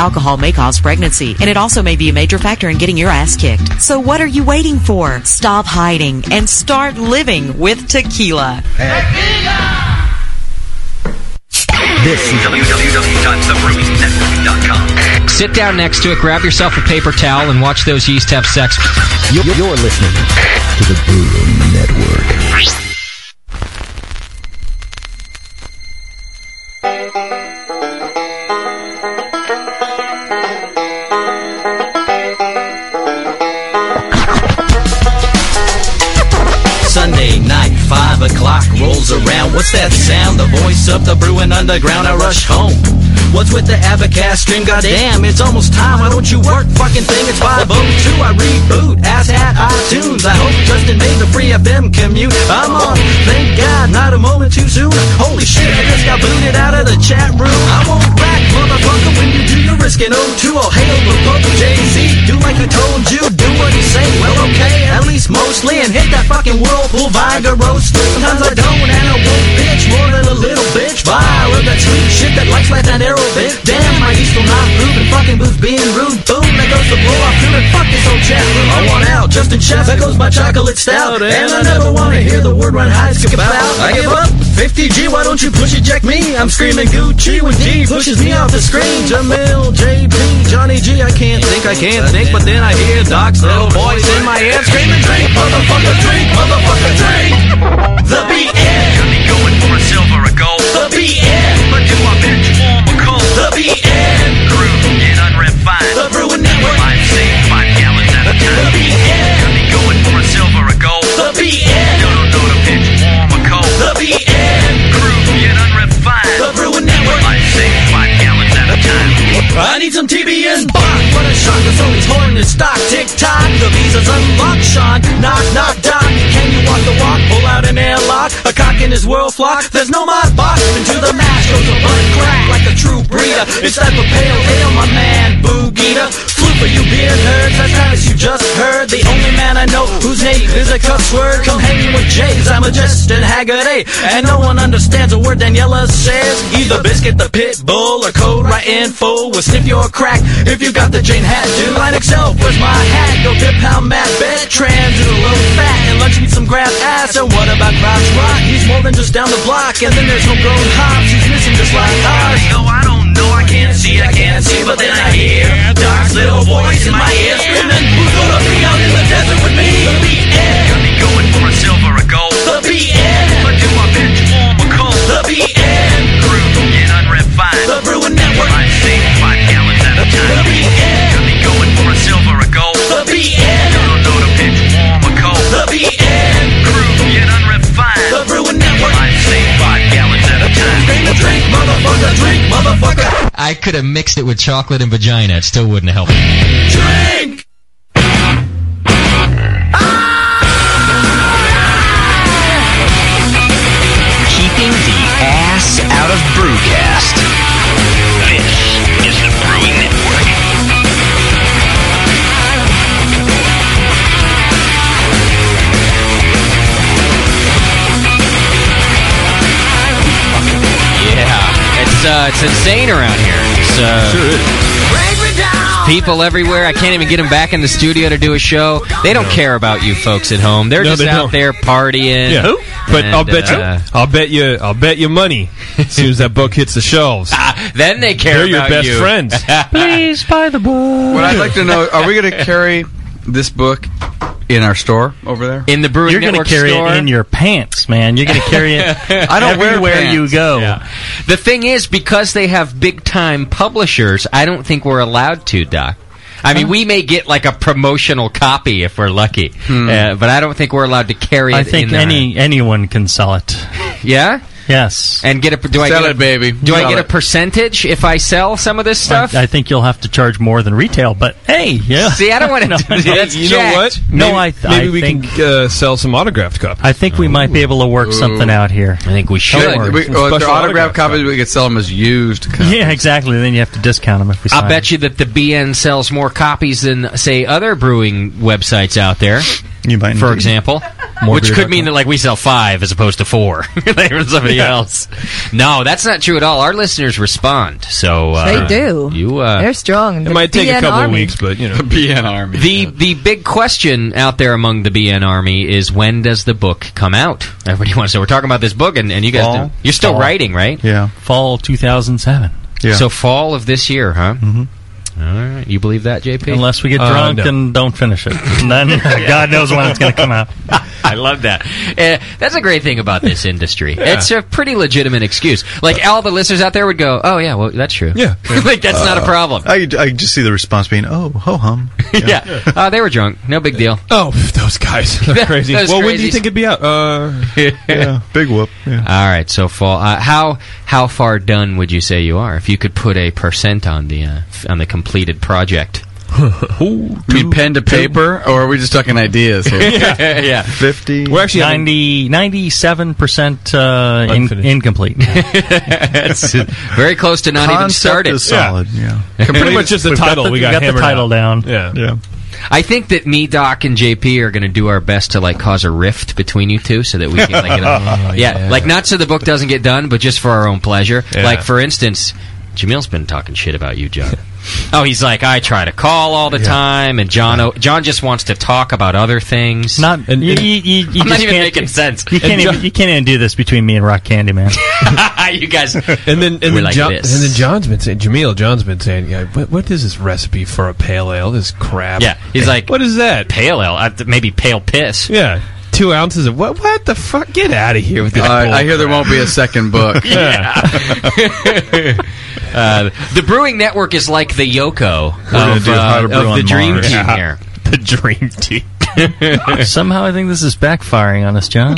Speaker 19: Alcohol may cause pregnancy, and it also may be a major factor in getting your ass kicked. So what are you waiting for? Stop hiding and start living with tequila.
Speaker 1: This Sit down next to it, grab yourself a paper towel, and watch those yeast have sex. You're, you're listening to the Brew Network.
Speaker 20: Sunday night, 5 o'clock rolls around. What's that sound? The voice of the brewing underground. I rush home. What's with the Abacast stream? Goddamn, it's almost time. Why don't you work, fucking thing? It's 502. I reboot. Ass hat iTunes. I hope Justin made the free FM commute. I'm on. Thank God, not a moment too soon. Holy shit, I just got booted out of the chat room. I won't back, motherfucker, when you do your risk and O2. I'll hail the Pope Jay-Z. Do like I told you. Do what he say. Well, okay, at least mostly. And hit that fucking whirlpool vigorous. Sometimes I don't, and I won't bitch more than a little bitch. Vile of that sweet shit that likes life and arrow bit. Damn, my east will not move and fucking booth being rude. Boom, that goes the blow off dude, and fuck this whole chat room. I want out, Justin Chef, that goes my chocolate stout. And I never wanna hear the word run high skip out. I give up. 50G, why don't you push eject me? I'm screaming Gucci when G pushes me off the screen. Jamil, JP, Johnny G, I can't think, I can't think, but then I hear Doc's little voice in my head screaming, drink, motherfucker, drink, motherfucker, drink. The BN. Got me going for a silver, a gold. The BN. But do I bitch warm or cold? The BN. Groove, get unrefined. The Brewing Network. Five save, five gallons at a time. The BN. Got me going for a silver, a gold. The BN. No, no, no, to bitch warm or cold. The BN. Groove, get unrefined. The Brewing Network. Five save, five gallons at a time. I need some TBS Bach. What a shock. It's always horn and stock. Tick tock. The visa's unlocked, Sean. Knock, knock, doc. Can you walk the walk? Pull out an airlock. A cock in his world flock. There's no mod box. Into the mash goes a butt crack like a true breeder. It's like a pale ale, my man. Boo Gita. Flu for you beer nerds. That's not as you just heard. The only man I know whose name is a cuss word. Come hang with Jay, cause I'm a Justin Haggerty. And no one understands a word Daniela says. Either biscuit the pit bull or code right in full. Will sniff your crack if you got the Jane hat, dude. Line Excel, where's my hat? Go dip how Matt bet. Trans in a low fat and lunch me some grass ass. And what about Ross Rock? He's more than just down the block. And then there's homegrown hops. He's missing just like ours. Yo, I don't know. I can't see. I can't see. But then I hear Doc's little voice in my ear screaming, Who's gonna be out in the desert with me? The BN. Got me going for a silver, a gold. The BN. But do I bitch warm or cold? The BN. Crew get unrefined. The Brewing Network. I sing five gallons at a time. The BN. Got me going for a silver, a gold. The BN. No, no, no, to bitch warm or cold. The BN. Crew get unrefined. The Brewing Network. I sing five gallons at a time. Screaming, drink, motherfucker, drink, motherfucker.
Speaker 18: I could have mixed it with chocolate and vagina. It still wouldn't help.
Speaker 20: Drink!
Speaker 21: Keeping the ass out of Brewcast. This is the Brewing Network.
Speaker 1: It's insane around here. So people everywhere. I can't even get them back in the studio to do a show. They don't care about you folks at home. They're
Speaker 2: No,
Speaker 1: just
Speaker 2: they
Speaker 1: out
Speaker 2: don't.
Speaker 1: there partying.
Speaker 2: Yeah, but I'll
Speaker 1: And,
Speaker 2: bet you,
Speaker 1: uh,
Speaker 2: I'll bet you, I'll bet you money. As soon as that book hits the shelves,
Speaker 1: then Ah, they care
Speaker 2: They're your
Speaker 1: about
Speaker 2: best
Speaker 1: you.
Speaker 2: friends.
Speaker 4: Please buy the book.
Speaker 8: What I'd like to know: Are we going to carry this book in our store over there?
Speaker 1: In the brewing
Speaker 4: You're gonna carry it in your pants, man. You're going to carry it
Speaker 1: I don't wear
Speaker 4: everywhere
Speaker 1: pants.
Speaker 4: you go.
Speaker 1: The thing is, because they have big time publishers, I don't think we're allowed to, Doc. I
Speaker 4: Oh.
Speaker 1: mean, we may get like a promotional copy if we're lucky, uh, but I don't think we're allowed to carry it.
Speaker 4: Hmm. I think
Speaker 1: in our-
Speaker 4: any anyone can sell it.
Speaker 1: yeah,
Speaker 4: Yes.
Speaker 1: and get a do I
Speaker 4: Sell
Speaker 1: get a,
Speaker 4: it, baby.
Speaker 1: Do I
Speaker 4: Sell
Speaker 1: get a
Speaker 4: it.
Speaker 1: percentage if I sell some of this stuff?
Speaker 4: I, I think you'll have to charge more than retail, but hey, yeah.
Speaker 1: See, I don't want to. do
Speaker 2: Hey,
Speaker 1: that's
Speaker 2: you know what?
Speaker 1: jacked.
Speaker 4: No, I-
Speaker 2: maybe
Speaker 4: I
Speaker 2: we can uh, sell some autographed copies.
Speaker 4: I think we might be able to work something out here. I
Speaker 1: think we
Speaker 8: Should we, oh, well, if they're autograph copies, we could sell them as used.
Speaker 4: Yeah, exactly. Then you have to discount them if we. Sign
Speaker 1: I bet you that the BN sells more copies than say other brewing websites out there.
Speaker 5: You might,
Speaker 1: for example,
Speaker 4: More
Speaker 1: which
Speaker 4: beer
Speaker 1: could mean that like we sell five as opposed to four. They were somebody
Speaker 4: Yeah.
Speaker 1: else. No, that's not true at all. Our listeners respond, so uh,
Speaker 3: They do.
Speaker 1: You
Speaker 8: Ah.
Speaker 1: uh,
Speaker 3: They're strong. The BN Army.
Speaker 2: but you know,
Speaker 8: the BN Army.
Speaker 1: The the big question out there among the BN Army is when does the book come out? Everybody wants. So we're talking about this book, and, and you guys,
Speaker 4: Fall.
Speaker 1: do- you're still
Speaker 4: Fall.
Speaker 1: writing, right?
Speaker 5: Yeah.
Speaker 4: Fall 2007.
Speaker 1: So fall of this year, huh? Mm-hmm. right. You believe that, Uh, JP?
Speaker 4: Unless we get drunk and don't finish it, And then God knows when it's going to come out.
Speaker 1: I love that. Uh, that's a great thing about this industry.
Speaker 4: Yeah.
Speaker 1: It's a pretty legitimate excuse. Like all the listeners out there would go, "Oh yeah, well that's true." Yeah, like that's not a
Speaker 5: Uh,
Speaker 1: problem.
Speaker 5: I, I just see the response being, "Oh, ho hum."
Speaker 1: Yeah, Uh, they were drunk. No big deal.
Speaker 2: Oh, those guys, they're crazy.
Speaker 1: Those
Speaker 2: well, when do you
Speaker 1: crazies.
Speaker 2: think it'd be out? Uh,
Speaker 5: yeah, big whoop.
Speaker 1: All right, so fall. Uh, how how far done would you say you are? If you could put a percent on the uh, f- on the completed project,
Speaker 8: I mean, pen to paper, or are we just talking ideas here?
Speaker 1: Yeah. yeah.
Speaker 5: 50.
Speaker 4: We're actually 97 percent uh, in, incomplete.
Speaker 1: It's very close to not even started.
Speaker 4: Pretty much just the We've got title the- we got got the hammered title out. down. Yeah.
Speaker 5: yeah.
Speaker 1: I think that me, Doc, and JP are going to do our best to like cause a rift between you two, so that we can like, get on-
Speaker 4: Oh,
Speaker 1: yeah,
Speaker 4: yeah.
Speaker 1: like not so the book doesn't get done, but just for our own pleasure.
Speaker 4: Yeah.
Speaker 1: Like for instance, Jamil's been talking shit about you, John. oh, he's like I try to call all the time, and John o- John just wants to talk about other things.
Speaker 4: Not you, you, you, you
Speaker 1: I'm not
Speaker 4: just
Speaker 1: even
Speaker 4: can't-
Speaker 1: making sense.
Speaker 4: You can't, even, you can't even do this between me and Rock Candy, man.
Speaker 1: you guys,
Speaker 2: and then and then,
Speaker 1: we're like
Speaker 2: John, and
Speaker 1: this.
Speaker 2: then John's been saying, Jamil, John's been saying, yeah, what, what is this recipe for a pale ale? This crap.
Speaker 1: yeah, he's like,
Speaker 2: what is that?
Speaker 1: Pale ale, uh, maybe pale piss.
Speaker 2: yeah, two ounces of what? What the fuck? Get out of here with this.
Speaker 8: I-
Speaker 2: bull
Speaker 8: I hear there
Speaker 2: crap.
Speaker 8: won't be a second book.
Speaker 1: Uh, the Brewing Network is like the Yoko
Speaker 4: gonna
Speaker 1: of,
Speaker 4: do how
Speaker 1: uh,
Speaker 4: to brew
Speaker 1: of the
Speaker 4: on
Speaker 1: Dream
Speaker 4: Mars.
Speaker 1: Team
Speaker 4: Yeah.
Speaker 1: here.
Speaker 4: the dream team. Somehow I think this is backfiring on us, John.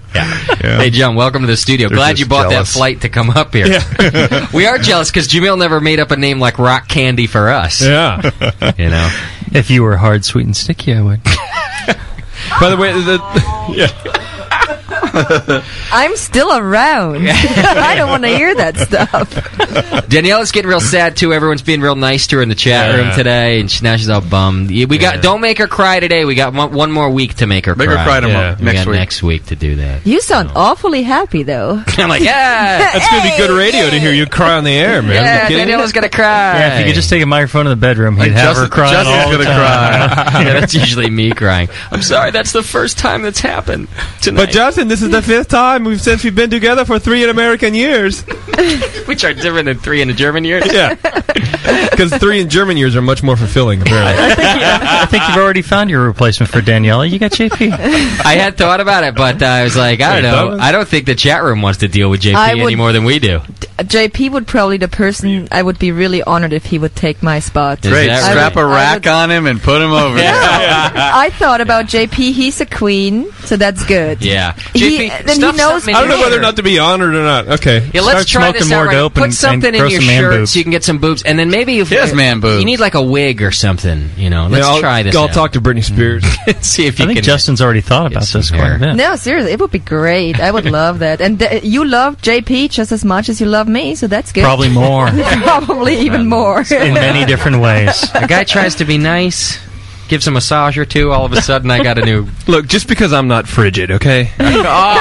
Speaker 1: Hey, John, welcome to the studio.
Speaker 4: They're
Speaker 1: Glad
Speaker 4: just
Speaker 1: you bought
Speaker 4: jealous.
Speaker 1: that flight to come up here. we are jealous because Jamil never made up a name like Rock Candy for us.
Speaker 2: Yeah.
Speaker 1: you know.
Speaker 4: If you were hard, sweet, and sticky, I would.
Speaker 2: By the way, the,
Speaker 3: I'm still around. I don't want to hear that stuff.
Speaker 1: Danielle's getting real sad, too. Everyone's being real nice to her in the chat
Speaker 2: Yeah.
Speaker 1: room today, and she, now she's all bummed. Yeah, We got Don't make her cry today. We got one, one more week to make her
Speaker 8: Make her
Speaker 1: cry.
Speaker 8: cry tomorrow.
Speaker 1: We
Speaker 8: Next
Speaker 1: got
Speaker 8: week.
Speaker 1: next week to do that.
Speaker 3: You sound awfully happy, though.
Speaker 1: I'm like, yeah.
Speaker 2: that's gonna be good radio to hear you cry on the air, man.
Speaker 1: Yeah,
Speaker 2: You kidding?
Speaker 1: Danielle's gonna cry.
Speaker 4: Yeah, if you could just take a microphone to the bedroom, he'd
Speaker 1: Like
Speaker 4: have
Speaker 1: Justin-
Speaker 4: her crying
Speaker 1: Justin's
Speaker 4: all the
Speaker 1: gonna
Speaker 4: time.
Speaker 1: yeah, that's usually me crying. I'm sorry, that's the first time that's happened tonight.
Speaker 2: But Justin, this is the fifth time we've since we've been together for three in American years.
Speaker 1: which are different than three in a German year.
Speaker 2: Yeah, because three in German years are much more fulfilling. Apparently,
Speaker 4: I think you've already found your replacement for Daniela. You got JP.
Speaker 1: I had thought about it, but uh, I was like, I
Speaker 4: Wait,
Speaker 1: don't
Speaker 4: that
Speaker 1: know.
Speaker 4: was-
Speaker 1: I don't think the chat room wants to deal with JP
Speaker 3: I would-
Speaker 1: any more than we do.
Speaker 3: JP would probably the person I would be really honored if he would take my spot.
Speaker 8: Great.
Speaker 3: I
Speaker 8: Strap
Speaker 3: would-
Speaker 8: a rack on him and put him over.
Speaker 3: I thought about JP. He's a queen, so that's good.
Speaker 1: Yeah.
Speaker 3: He,
Speaker 1: JP,
Speaker 3: then he
Speaker 1: stuff
Speaker 3: knows.
Speaker 2: I don't know whether or not to be honored or not. Okay,
Speaker 1: Yeah, let's try this out. right. Put something in your shirt so you can get some boobs, and then maybe if
Speaker 2: has man boobs.
Speaker 1: you need like a wig or something. You know, let's
Speaker 2: Yeah, I'll-
Speaker 1: try this.
Speaker 2: I'll
Speaker 1: out.
Speaker 2: talk to Britney Spears.
Speaker 1: See if
Speaker 4: I
Speaker 1: you
Speaker 4: think
Speaker 1: can.
Speaker 4: Justin's already thought about this quite a bit.
Speaker 3: No, seriously, it would be great. I would love that. And th- you love JP just as much as you love me, so that's good.
Speaker 4: Probably more.
Speaker 3: Probably even more.
Speaker 4: In many different ways.
Speaker 1: a guy tries to be nice. gives a massage or two. All of a sudden, I got a new.
Speaker 2: Look, just because I'm not frigid, okay?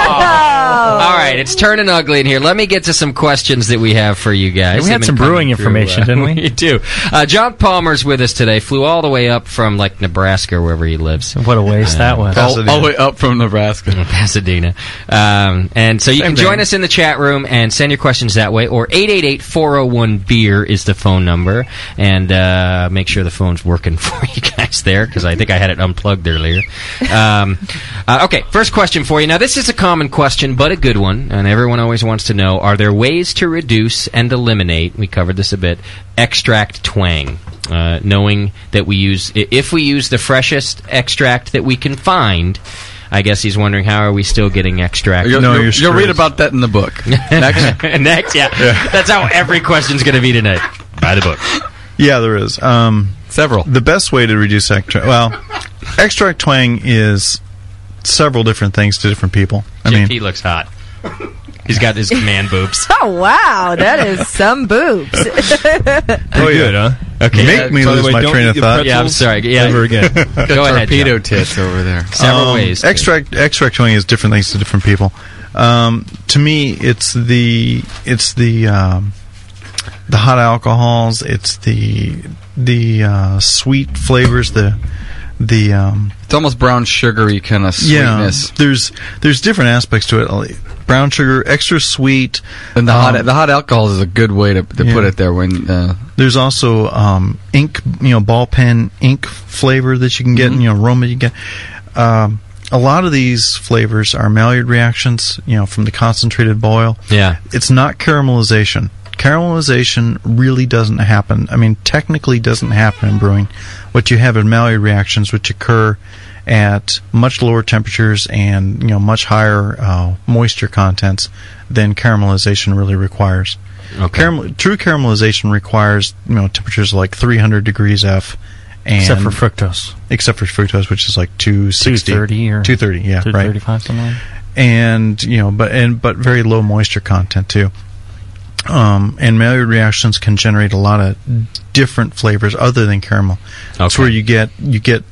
Speaker 1: All right, it's turning ugly in here. Let me get to some questions that we have for you guys.
Speaker 4: We had
Speaker 1: They've been
Speaker 4: some brewing
Speaker 1: coming through,
Speaker 4: information,
Speaker 1: uh,
Speaker 4: didn't we?
Speaker 1: You do. Uh, John Palmer's with us today. Flew all the way up from like Nebraska, wherever he lives. What
Speaker 4: a waste that was.
Speaker 1: All,
Speaker 4: Pasadena.
Speaker 1: the way up from Nebraska, Pasadena. Um, and so you
Speaker 4: Same
Speaker 1: can join
Speaker 4: thing.
Speaker 1: us in the chat room and send your questions that way. Or 888-401-BEER is the phone number, and uh, make sure the phone's working for you guys there because I think I had it unplugged earlier. Um, uh, okay, first question for you. Now this is a common question, but a good one, and everyone always wants to know: Are there ways to reduce and eliminate? We covered this a bit. Extract twang. Uh, knowing that we use, i- if we use the freshest extract that we can find, I guess he's wondering how are we still getting extract?
Speaker 8: You'll, you'll- you'll read about that in the book. Next.
Speaker 1: Next, yeah. That's how every question's going to be tonight. By the book.
Speaker 5: Yeah, there is. Um,
Speaker 1: several.
Speaker 5: The best way to reduce extract. Well, extract twang is several different things to different people. I mean,
Speaker 1: he looks hot. He's got his man boobs.
Speaker 3: Oh wow, that is some boobs.
Speaker 8: Oh,
Speaker 5: Pretty good, huh?
Speaker 1: Okay.
Speaker 5: Make
Speaker 1: Yeah,
Speaker 5: me
Speaker 1: by the
Speaker 5: lose
Speaker 1: way,
Speaker 5: my
Speaker 1: don't
Speaker 5: train
Speaker 1: eat
Speaker 5: of
Speaker 1: the
Speaker 5: thought.
Speaker 1: pretzels Yeah, I'm sorry. Yeah. ever again. Go ahead,
Speaker 8: Torpedo
Speaker 1: John.
Speaker 8: tits over there.
Speaker 1: Several ways to-
Speaker 5: Extract extract Um, twang is different things to different people. Um, to me, it's the it's the um, the hot alcohols. It's the the uh, sweet flavors. The the um,
Speaker 8: It's almost brown sugary kind of sweetness.
Speaker 5: Yeah, there's there's different aspects to it. Brown sugar, extra sweet,
Speaker 8: and
Speaker 5: Um,
Speaker 8: the hot the hot alcohol is a good way to, to put it there. When uh,
Speaker 5: There's also um, ink, you know, ball pen ink flavor that you can
Speaker 8: Mm-hmm.
Speaker 5: get, and you know, aroma you get. Um, a lot of these flavors are Maillard reactions, you know, from the concentrated boil.
Speaker 1: Yeah.
Speaker 5: It's not caramelization. Caramelization really doesn't happen. I mean, technically doesn't happen in brewing. What you have in Maillard reactions, which occur at much lower temperatures and you know much higher uh, moisture contents than caramelization really requires. Caramel, true caramelization requires you know temperatures like 300 degrees F. And
Speaker 4: Except for fructose.
Speaker 5: Except for fructose, which is like 260.
Speaker 4: 230 or
Speaker 5: 230, yeah, right
Speaker 4: 235 something like that.
Speaker 5: and you know, but and but very low moisture content too. Um, and Maillard reactions can generate a lot of different flavors other than caramel. That's where you get you get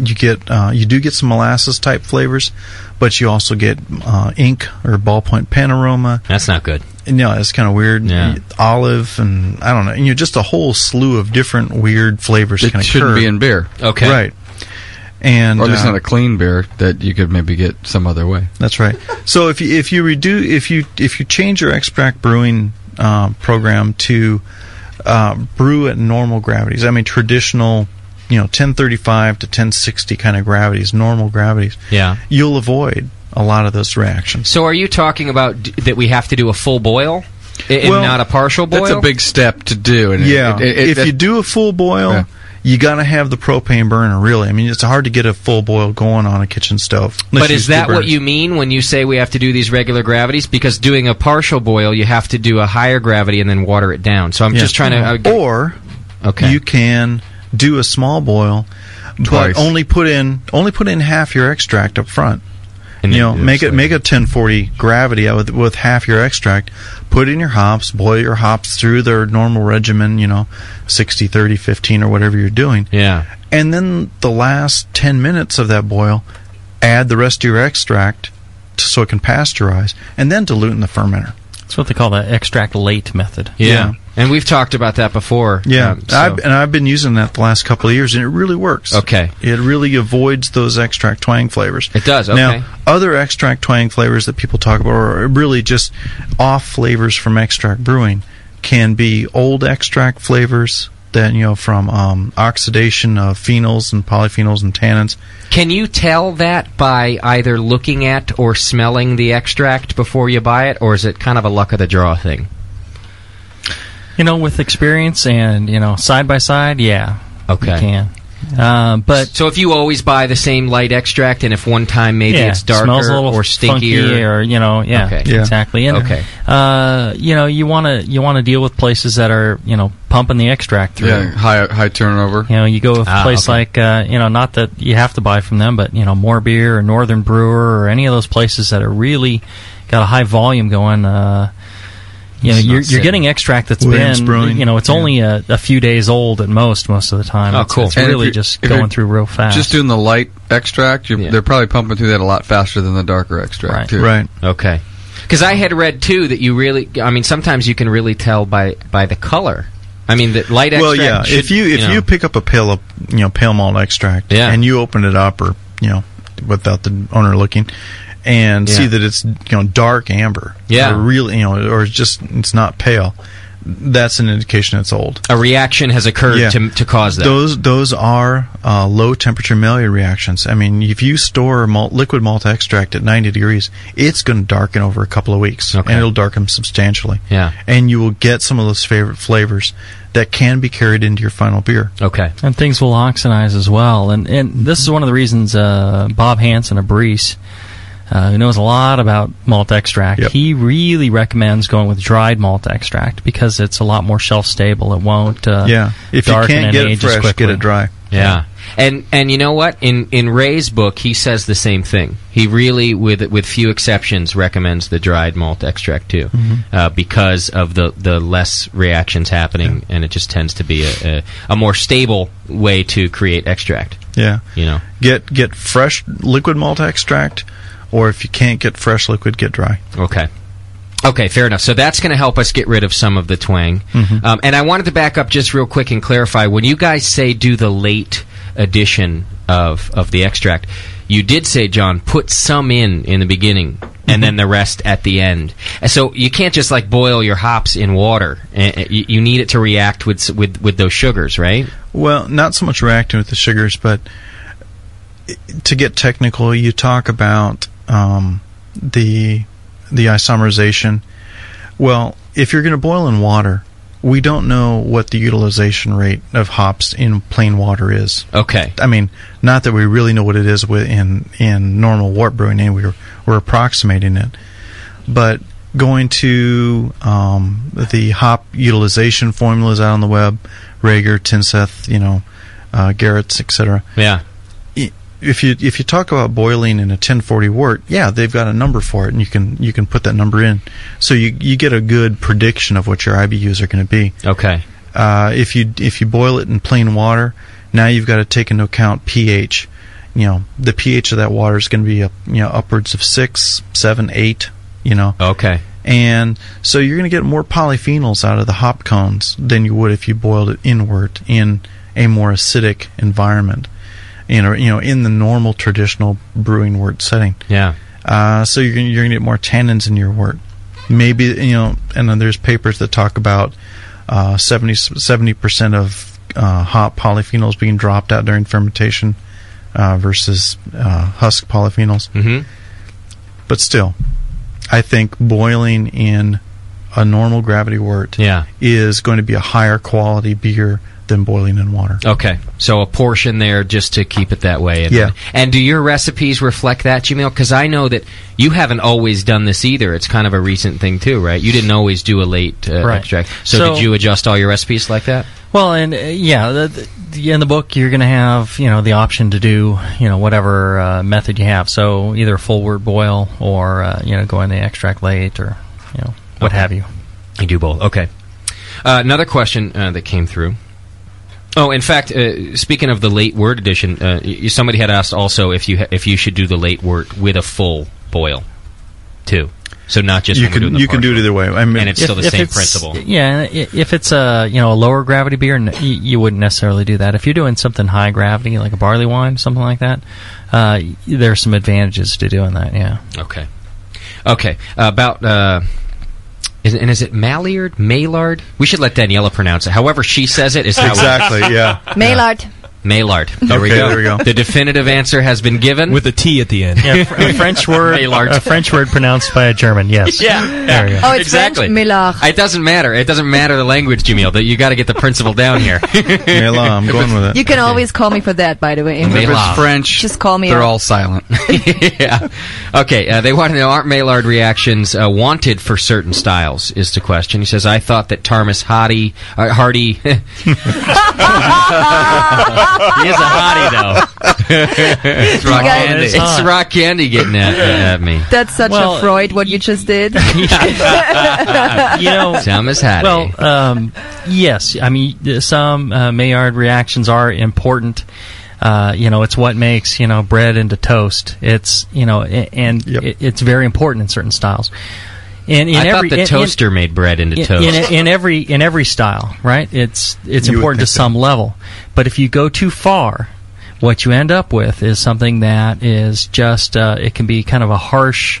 Speaker 5: you get uh, you do get some molasses type flavors, but you also get uh, ink or ballpoint pen aroma.
Speaker 1: That's not good.
Speaker 5: No, it's kind of weird.
Speaker 1: Yeah.
Speaker 5: Olive and I don't know, you know, just a whole slew of different weird flavors.
Speaker 8: It
Speaker 5: can
Speaker 8: shouldn't
Speaker 5: occur.
Speaker 8: be in beer. Okay.
Speaker 5: right? And
Speaker 8: or at least
Speaker 5: uh,
Speaker 8: not a clean beer that you could maybe get some other way.
Speaker 5: That's right. So if you if you redo if you if you change your extract brewing uh, program to uh, brew at normal gravities, I mean traditional, you know, 1035 to 1060 kind of gravities, normal gravities.
Speaker 1: Yeah.
Speaker 5: You'll avoid a lot of those reactions.
Speaker 1: So are you talking about d- that we have to do a full boil I- and
Speaker 5: Well,
Speaker 1: not a partial boil?
Speaker 5: that's a big
Speaker 8: step to do.
Speaker 5: yeah. if you do a full boil, you got to have the propane burner. Really, I mean, it's hard to get a full boil going on a kitchen stove. unless
Speaker 1: But
Speaker 5: you
Speaker 1: is
Speaker 5: use two
Speaker 1: that what
Speaker 5: burners.
Speaker 1: you mean when you say we have to do these regular gravities? Because doing a partial boil, you have to do a higher gravity and then water it down. So I'm
Speaker 5: Yeah.
Speaker 1: just trying to. uh, I-
Speaker 5: or you can do a small boil,
Speaker 1: Twice.
Speaker 5: but only put in only put in half your extract up front. you know, make it make a 1040 gravity with with half your extract. Put in your hops, boil your hops through their normal regimen. You know, 60, 30, 15, or whatever you're doing.
Speaker 1: Yeah.
Speaker 5: And then the last 10 minutes of that boil, add the rest of your extract t- so it can pasteurize, and then dilute in the fermenter.
Speaker 4: That's what they call the extract late method.
Speaker 1: yeah. And we've talked about that before.
Speaker 5: Yeah,
Speaker 1: Um, so-
Speaker 5: I've, and I've been using that the last couple of years, and it really works.
Speaker 1: Okay.
Speaker 5: it really avoids those extract twang flavors.
Speaker 1: It does, okay.
Speaker 5: Now, other extract twang flavors that people talk about are really just off flavors from extract brewing. Can be old extract flavors that you know from um, oxidation of phenols and polyphenols and tannins.
Speaker 1: Can you tell that by either looking at or smelling the extract before you buy it, or is it kind of a luck of the draw thing?
Speaker 4: You know, with experience and, you know, side by side, yeah.
Speaker 1: Okay.
Speaker 4: You can. Um, but
Speaker 1: so if you always buy the same light extract, and if one time maybe
Speaker 4: yeah,
Speaker 1: it's darker
Speaker 4: smells a little
Speaker 1: or
Speaker 4: funky
Speaker 1: stinkier,
Speaker 4: or you know, yeah,
Speaker 1: Okay. Yeah.
Speaker 4: exactly. And,
Speaker 1: Okay.
Speaker 4: uh, you know, you want to you want to deal with places that are you know pumping the extract through.
Speaker 8: Yeah, high high turnover.
Speaker 4: You know, you go with a
Speaker 8: Ah,
Speaker 4: place
Speaker 8: okay.
Speaker 4: like uh, you know, not that you have to buy from them, but you know, More Beer or Northern Brewer or any of those places that are really got a high volume going. Uh, You know,
Speaker 12: It's
Speaker 4: you're,
Speaker 12: not
Speaker 4: you're
Speaker 12: sitting.
Speaker 4: getting extract that's
Speaker 12: Williams
Speaker 4: been,
Speaker 12: Brewing.
Speaker 4: you know, it's
Speaker 12: Yeah.
Speaker 4: only a, a few days old at most, most of the
Speaker 1: Oh,
Speaker 4: time. It's- It's
Speaker 8: Oh, And if
Speaker 4: really
Speaker 8: you're-
Speaker 4: just
Speaker 8: if you're
Speaker 4: going through real fast.
Speaker 8: Just doing the light extract, you're, they're probably pumping through that a lot faster than the darker extract, too.
Speaker 5: Right.
Speaker 1: Okay. Because I had read too that you really, I mean, sometimes you can really tell by by the color. I mean, that light extract.
Speaker 5: well, yeah.
Speaker 1: should,
Speaker 5: if you if you,
Speaker 1: know-
Speaker 5: pick up a pail of you know pale malt extract
Speaker 1: Yeah.
Speaker 5: and you open it up or you know without the owner looking and
Speaker 1: Yeah.
Speaker 5: see that it's you know dark amber,
Speaker 1: Yeah.
Speaker 5: or really you know, or it's just it's not pale. That's an indication it's old.
Speaker 1: a reaction has occurred
Speaker 5: Yeah.
Speaker 1: to, to cause that.
Speaker 5: Those those are uh, low temperature Maillard reactions. I mean, if you store malt, liquid malt extract at 90 degrees, it's going to darken over a couple of weeks, and it'll darken substantially.
Speaker 1: Yeah.
Speaker 5: and you will get some of those favorite flavors that can be carried into your final beer.
Speaker 1: Okay.
Speaker 4: And things will oxidize as well. And and this is one of the reasons uh, Bob Hansen of Brees, uh, who knows a lot about malt extract, he really recommends going with dried malt extract because it's a lot more shelf stable. It won't uh,
Speaker 5: Yeah. If you
Speaker 4: darken
Speaker 5: can't
Speaker 4: and
Speaker 5: get it
Speaker 4: age as
Speaker 5: fresh, get
Speaker 4: quickly.
Speaker 5: it dry.
Speaker 1: Yeah. And and you know what? In in Ray's book, he says the same thing. He really, with with few exceptions, recommends the dried malt extract too,
Speaker 22: Mhm.
Speaker 1: uh, because of the the less reactions happening, and it just tends to be a, a, a more stable way to create extract.
Speaker 5: Yeah,
Speaker 1: You know.
Speaker 5: get get fresh liquid malt extract, or if you can't get fresh liquid, get dry.
Speaker 1: Okay. Okay, fair enough. So that's going to help us get rid of some of the twang.
Speaker 5: Mhm.
Speaker 1: Um, and I wanted to back up just real quick and clarify when you guys say do the late edition of of the extract, you did say John put some in in the beginning and then the rest at the end. And so you can't just like boil your hops in water. Eh, eh, You you need it to react with s- with with those sugars, right?
Speaker 5: Well, not so much reacting with the sugars, but to get technical, you talk about um, the the isomerization. Well, if you're going to boil in water, we don't know what the utilization rate of hops in plain water is.
Speaker 1: Okay.
Speaker 5: I mean, not that we really know what it is with- in in normal wort brewing, and we're we're approximating it. But going to um, the hop utilization formulas out on the web, Rager, Tinseth, you know, uh, Garrett's, etc
Speaker 1: Yeah.
Speaker 5: if you if you talk about boiling in a 1040 wort, yeah, they've got a number for it, and you can you can put that number in, so you you get a good prediction of what your IBUs are going to be.
Speaker 1: Okay.
Speaker 5: Uh, if you if you boil it in plain water, now you've got to take into account pH. You know the pH of that water is going to be up, you know upwards of six, seven, eight. You know.
Speaker 1: Okay.
Speaker 5: And so you're going to get more polyphenols out of the hop cones than you would if you boiled it inward in a more acidic environment, in a, you know, in the normal traditional brewing wort setting.
Speaker 1: Yeah.
Speaker 5: Uh, so you're gonna, you're going to get more tannins in your wort. Maybe you know, and then there's papers that talk about uh, 70 percent of uh, hop polyphenols being dropped out during fermentation uh, versus uh, husk polyphenols.
Speaker 1: Mm-hmm.
Speaker 5: But still, I think boiling in a normal gravity wort
Speaker 1: Yeah.
Speaker 5: is going to be a higher quality beer than boiling in water.
Speaker 1: Okay, so a portion there just to keep it that way. And,
Speaker 5: Yeah.
Speaker 1: And do your recipes reflect that, Jamil? Because I know that you haven't always done this either. It's kind of a recent thing too, right? You didn't always do a late uh,
Speaker 4: Right.
Speaker 1: extract. So,
Speaker 4: So-
Speaker 1: did you adjust all your recipes like that?
Speaker 4: Well, and uh, yeah, the, the, in the book you're going to have you know the option to do you know whatever uh, method you have. So either a full wort boil or uh, you know go in the extract late or you know what
Speaker 1: Okay.
Speaker 4: have you.
Speaker 1: You do both. Okay. Uh, another question uh, that came through. Oh, in fact, uh, speaking of the late word edition, uh, y- somebody had asked also if you ha- if you should do the late word with a full boil, too. So not just
Speaker 5: you
Speaker 1: when we're doing
Speaker 5: can
Speaker 1: the
Speaker 5: you can do it
Speaker 1: partial.
Speaker 5: either way. I mean,
Speaker 1: and it's still the
Speaker 4: If- if
Speaker 1: same
Speaker 4: it's-
Speaker 1: principle.
Speaker 4: Yeah, and i- if it's a you know a lower gravity beer, n- y- you wouldn't necessarily do that. If you're doing something high gravity, like a barley wine, something like that, uh, y- there are some advantages to doing that. Yeah.
Speaker 1: Okay. Okay. about uh, is, and is it Maillard? Maillard? We should let Daniela pronounce it. However she says it is how
Speaker 5: Exactly, yeah.
Speaker 3: Maillard.
Speaker 1: Maillard. There we
Speaker 4: Okay,
Speaker 1: go.
Speaker 4: there we go.
Speaker 1: The definitive answer has been given with
Speaker 2: a T at the end.
Speaker 4: Yeah, fr- a French word,
Speaker 1: Maillard.
Speaker 4: a French word pronounced by a German. Yes.
Speaker 1: Yeah.
Speaker 4: There we go.
Speaker 3: Oh, it's
Speaker 1: exactly.
Speaker 3: French? Maillard.
Speaker 1: It doesn't matter. It doesn't matter the language, Jamil. That you got to get the principle down here.
Speaker 5: Maillard, I'm going
Speaker 4: Uh,
Speaker 5: with
Speaker 3: You can always call me for that, by the way.
Speaker 1: If it's Maillard. French,
Speaker 3: just call me.
Speaker 1: They're
Speaker 3: up.
Speaker 1: all silent. yeah. Okay. Uh, they want to know aren't Maillard reactions uh, wanted for certain styles? Is the question. He says, I thought that Tarmas Hardy, uh, Hardy, He is a hottie, though. it's
Speaker 23: rock candy.
Speaker 1: It's rock candy getting at, at me.
Speaker 3: That's such
Speaker 1: Well,
Speaker 3: a Freud, what you just did.
Speaker 4: you know,
Speaker 1: Thomas Hattie.
Speaker 4: Well, um, yes. I mean, th- some uh, Maillard reactions are important. Uh, you know, it's what makes you know bread into toast. It's you know, a- and it, it's very important in certain styles. And in
Speaker 1: I
Speaker 4: every,
Speaker 1: thought
Speaker 4: in-
Speaker 1: the
Speaker 4: in-
Speaker 1: toaster made bread into
Speaker 4: in-
Speaker 1: toast.
Speaker 4: In, in every in every style, right? It's it's
Speaker 1: You would
Speaker 4: important to
Speaker 1: think
Speaker 4: some level, but if you go too far, what you end up with is something that is just uh, it can be kind of a harsh.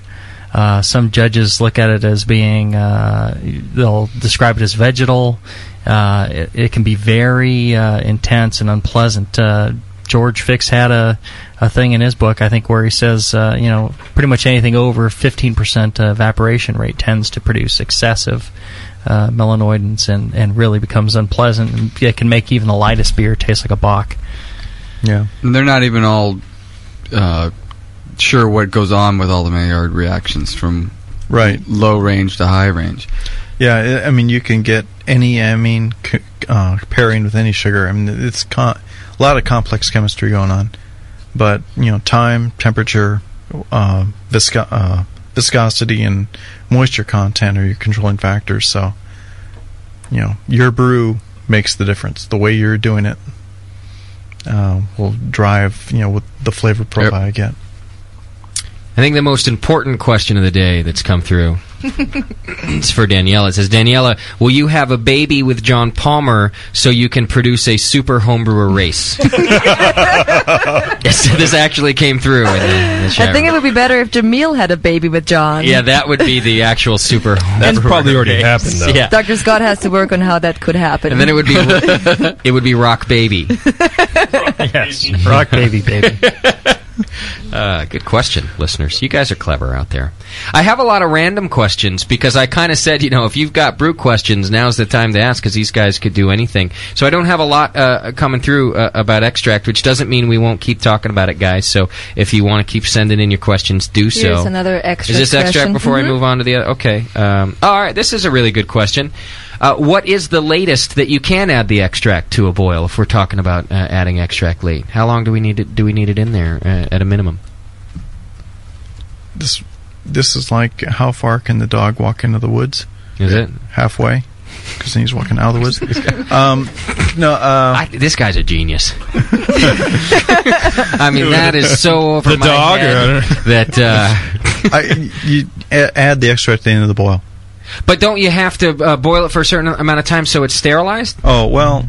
Speaker 4: Uh, some judges look at it as being uh, they'll describe it as vegetal. Uh, it, it can be very uh, intense and unpleasant. Uh, George Fix had a, a thing in his book, I think, where he says, uh, you know, pretty much anything over 15% evaporation rate tends to produce excessive uh, melanoidins and, and really becomes unpleasant. And it can make even the lightest beer taste like a bock.
Speaker 12: Yeah.
Speaker 8: And they're not even all uh, sure what goes on with all the Maillard reactions from
Speaker 5: right
Speaker 8: low range to high range.
Speaker 5: Yeah, I I mean, you can get any amine c- uh, pairing with any sugar. I mean, it's con- a lot of complex chemistry going on. But, you know, time, temperature, uh, visco- uh, viscosity, and moisture content are your controlling factors. So, you know, your brew makes the difference. The way you're doing it uh, will drive, you know, what the flavor profile you get.
Speaker 1: I think the most important question of the day that's come through is for Daniela. It says, Daniela, will you have a baby with John Palmer so you can produce a super homebrewer race? Yes, this actually came through. In the, in the
Speaker 3: I
Speaker 1: shower.
Speaker 3: think it would be better if Jamil had a baby with John.
Speaker 1: yeah, that would be the actual super. That's
Speaker 2: probably already happened, though.
Speaker 1: Yeah.
Speaker 3: Dr. Scott has to work on how that could happen.
Speaker 1: And then it would be it would be rock baby. yes,
Speaker 4: rock baby baby.
Speaker 1: Uh, good question, listeners. You guys are clever out there. I have a lot of random questions because I kind of said, you know, if you've got brew questions, now's the time to ask because these guys could do anything. So I don't have a lot uh, coming through uh, about extract, which doesn't mean we won't keep talking about it, guys. So if you want to keep sending in your questions, do so.
Speaker 3: Here's another extract
Speaker 1: Is this extract
Speaker 3: question.
Speaker 1: before
Speaker 3: Mhm.
Speaker 1: I move on to the other? Okay. Um, all right. This is a really good question. Uh, what is the latest that you can add the extract to a boil? If we're talking about uh, adding extract late, how long do we need it? Do we need it in there uh, at a minimum?
Speaker 5: This, this is like how far can the dog walk into the woods?
Speaker 1: Is it?
Speaker 5: halfway because he's walking out of the woods. um, no, uh,
Speaker 1: this guy's a genius. I mean, that is so over
Speaker 5: The
Speaker 1: my
Speaker 5: dog,
Speaker 1: head
Speaker 5: or-
Speaker 1: that. Uh,
Speaker 5: I, you a- add the extract at the end of the boil.
Speaker 1: but don't you have to uh, boil it for a certain amount of time so it's sterilized?
Speaker 5: Oh well,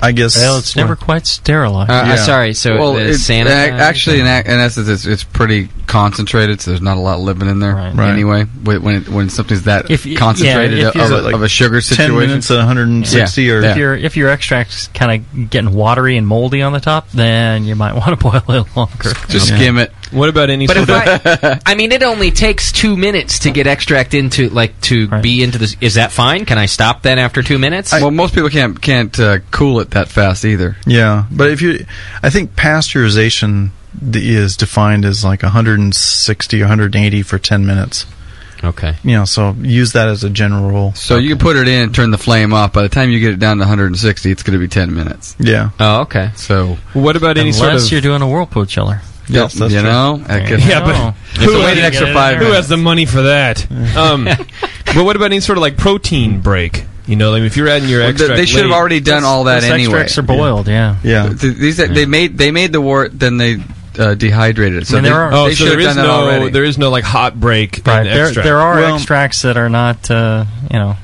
Speaker 5: I guess
Speaker 4: Well, it's never quite sterilized.
Speaker 1: Uh, uh, sorry, so
Speaker 8: well,
Speaker 1: the
Speaker 8: it's,
Speaker 1: sanitized
Speaker 8: ac- actually, in, ac- in essence, it's, it's pretty concentrated. So there's not a lot living in there
Speaker 5: Right.
Speaker 8: anyway. When when, it, when something's that
Speaker 4: If y-
Speaker 8: concentrated
Speaker 4: yeah, if
Speaker 8: of,
Speaker 4: you-
Speaker 8: a, of a sugar situation, Yeah.
Speaker 4: if your if your extract's kind of getting watery and moldy on the top, then you might want to boil it longer.
Speaker 8: Just skim it.
Speaker 2: What about any
Speaker 1: But
Speaker 2: sort
Speaker 1: if
Speaker 2: of
Speaker 1: I, I mean, it only takes two minutes to get extract into, like, to be into this. Is that fine? Can I stop then after two minutes?
Speaker 8: well, most people can't can't uh, cool it that fast either.
Speaker 5: Yeah, but if you, I think pasteurization d- is defined as like 160, 180 for 10 minutes.
Speaker 1: Okay.
Speaker 5: You know, so use that as a general rule.
Speaker 8: So you can put it in, turn the flame off. By the time you get it down to 160, it's going to be 10 minutes.
Speaker 5: Yeah.
Speaker 1: Oh, okay.
Speaker 8: So
Speaker 2: what about
Speaker 8: any
Speaker 4: Unless
Speaker 8: sort of-
Speaker 4: you're doing a whirlpool chiller?
Speaker 8: Yes, that's
Speaker 2: true.
Speaker 8: you know, I could-
Speaker 2: yeah, but who, has, Oh. who has the money for that? Um, but what about any sort of like protein break? You know, like if you're adding your
Speaker 8: Well, they-
Speaker 2: extract,
Speaker 8: they should have
Speaker 2: late-
Speaker 8: already done all that anyway.
Speaker 4: yeah.
Speaker 5: Yeah.
Speaker 8: Th- These they made they made the wort, then they uh, dehydrated it. So they,
Speaker 2: oh,
Speaker 8: they
Speaker 2: so
Speaker 8: should
Speaker 2: there
Speaker 8: have
Speaker 2: is
Speaker 8: done that
Speaker 2: no
Speaker 8: already.
Speaker 2: there is no like hot break.
Speaker 4: Right.
Speaker 2: in
Speaker 4: There,
Speaker 2: extract.
Speaker 4: there are extracts that are not, uh, you know,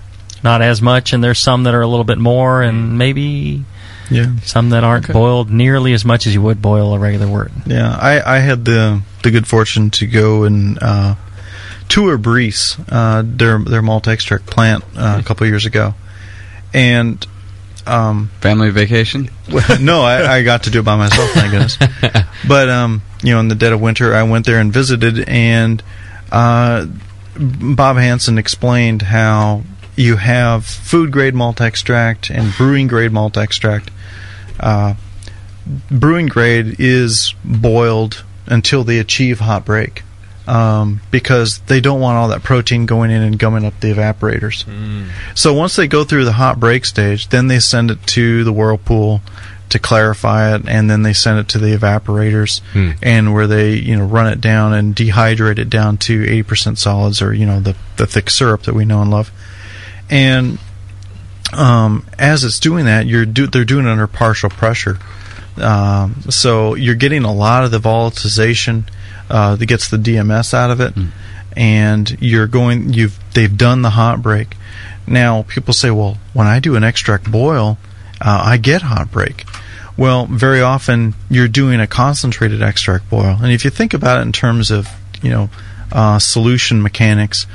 Speaker 4: not as much, and there's some that are a little bit more, and maybe
Speaker 5: Yeah.
Speaker 4: some that aren't boiled nearly as much as you would boil a regular wort.
Speaker 5: Yeah, I, I had the the good fortune to go and uh, tour Brees, uh, their their malt extract plant uh, a couple years ago, and um,
Speaker 8: family vacation.
Speaker 5: no, I, I got to do it by myself, thank goodness. But um, you know, in the dead of winter, I went there and visited, and uh, Bob Hansen explained how you have food grade malt extract and brewing grade malt extract. Uh, brewing grade is boiled until they achieve hot break um, because they don't want all that protein going in and gumming up the evaporators. So once they go through the hot break stage, then they send it to the whirlpool to clarify it, and then they send it to the evaporators, and where they you know run it down and dehydrate it down to eighty percent solids, or you know the the thick syrup that we know and love, and um, as it's doing that, you're do, they're doing it under partial pressure. Um, so you're getting a lot of the volatilization uh, that gets the DMS out of it,
Speaker 8: Hmm.
Speaker 5: and you're going. You've they've done the hot break. Now people say, well, when I do an extract boil, uh, I get hot break. Well, very often you're doing a concentrated extract boil, and if you think about it in terms of you know uh, solution mechanics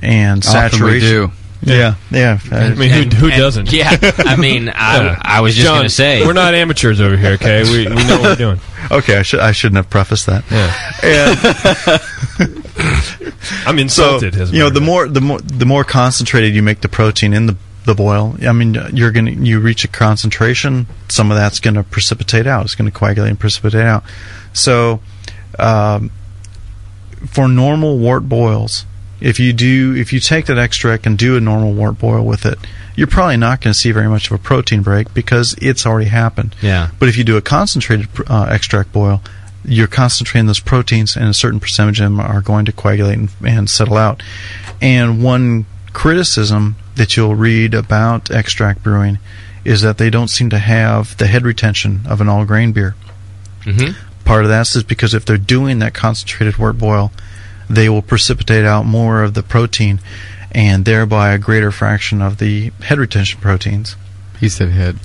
Speaker 5: and
Speaker 8: Often
Speaker 5: saturation,
Speaker 8: we do.
Speaker 5: yeah, yeah.
Speaker 2: I mean, who, who doesn't?
Speaker 1: yeah, I mean, I- I was just
Speaker 2: John,
Speaker 1: gonna say.
Speaker 2: we're not amateurs over here. Okay, we, we know what we're doing.
Speaker 5: Okay, I should I shouldn't have prefaced that.
Speaker 2: I'm insulted. as a
Speaker 5: you know,
Speaker 2: matter
Speaker 5: the more the more the more concentrated you make the protein in the the boil. I mean, you're gonna you reach a concentration. Some of that's gonna precipitate out. It's gonna coagulate and precipitate out. So, um, for normal wort boils, if you do if you take that extract and do a normal wort boil with it, you're probably not going to see very much of a protein break because it's already happened.
Speaker 1: Yeah.
Speaker 5: But if you do a concentrated uh, extract boil, you're concentrating those proteins, and a certain percentage of them are going to coagulate and, and settle out. And one criticism that you'll read about extract brewing is that they don't seem to have the head retention of an all grain beer.
Speaker 1: Mm-hmm.
Speaker 5: Part of that is because if they're doing that concentrated wort boil, they will precipitate out more of the protein and thereby a greater fraction of the head retention proteins.
Speaker 8: He said head.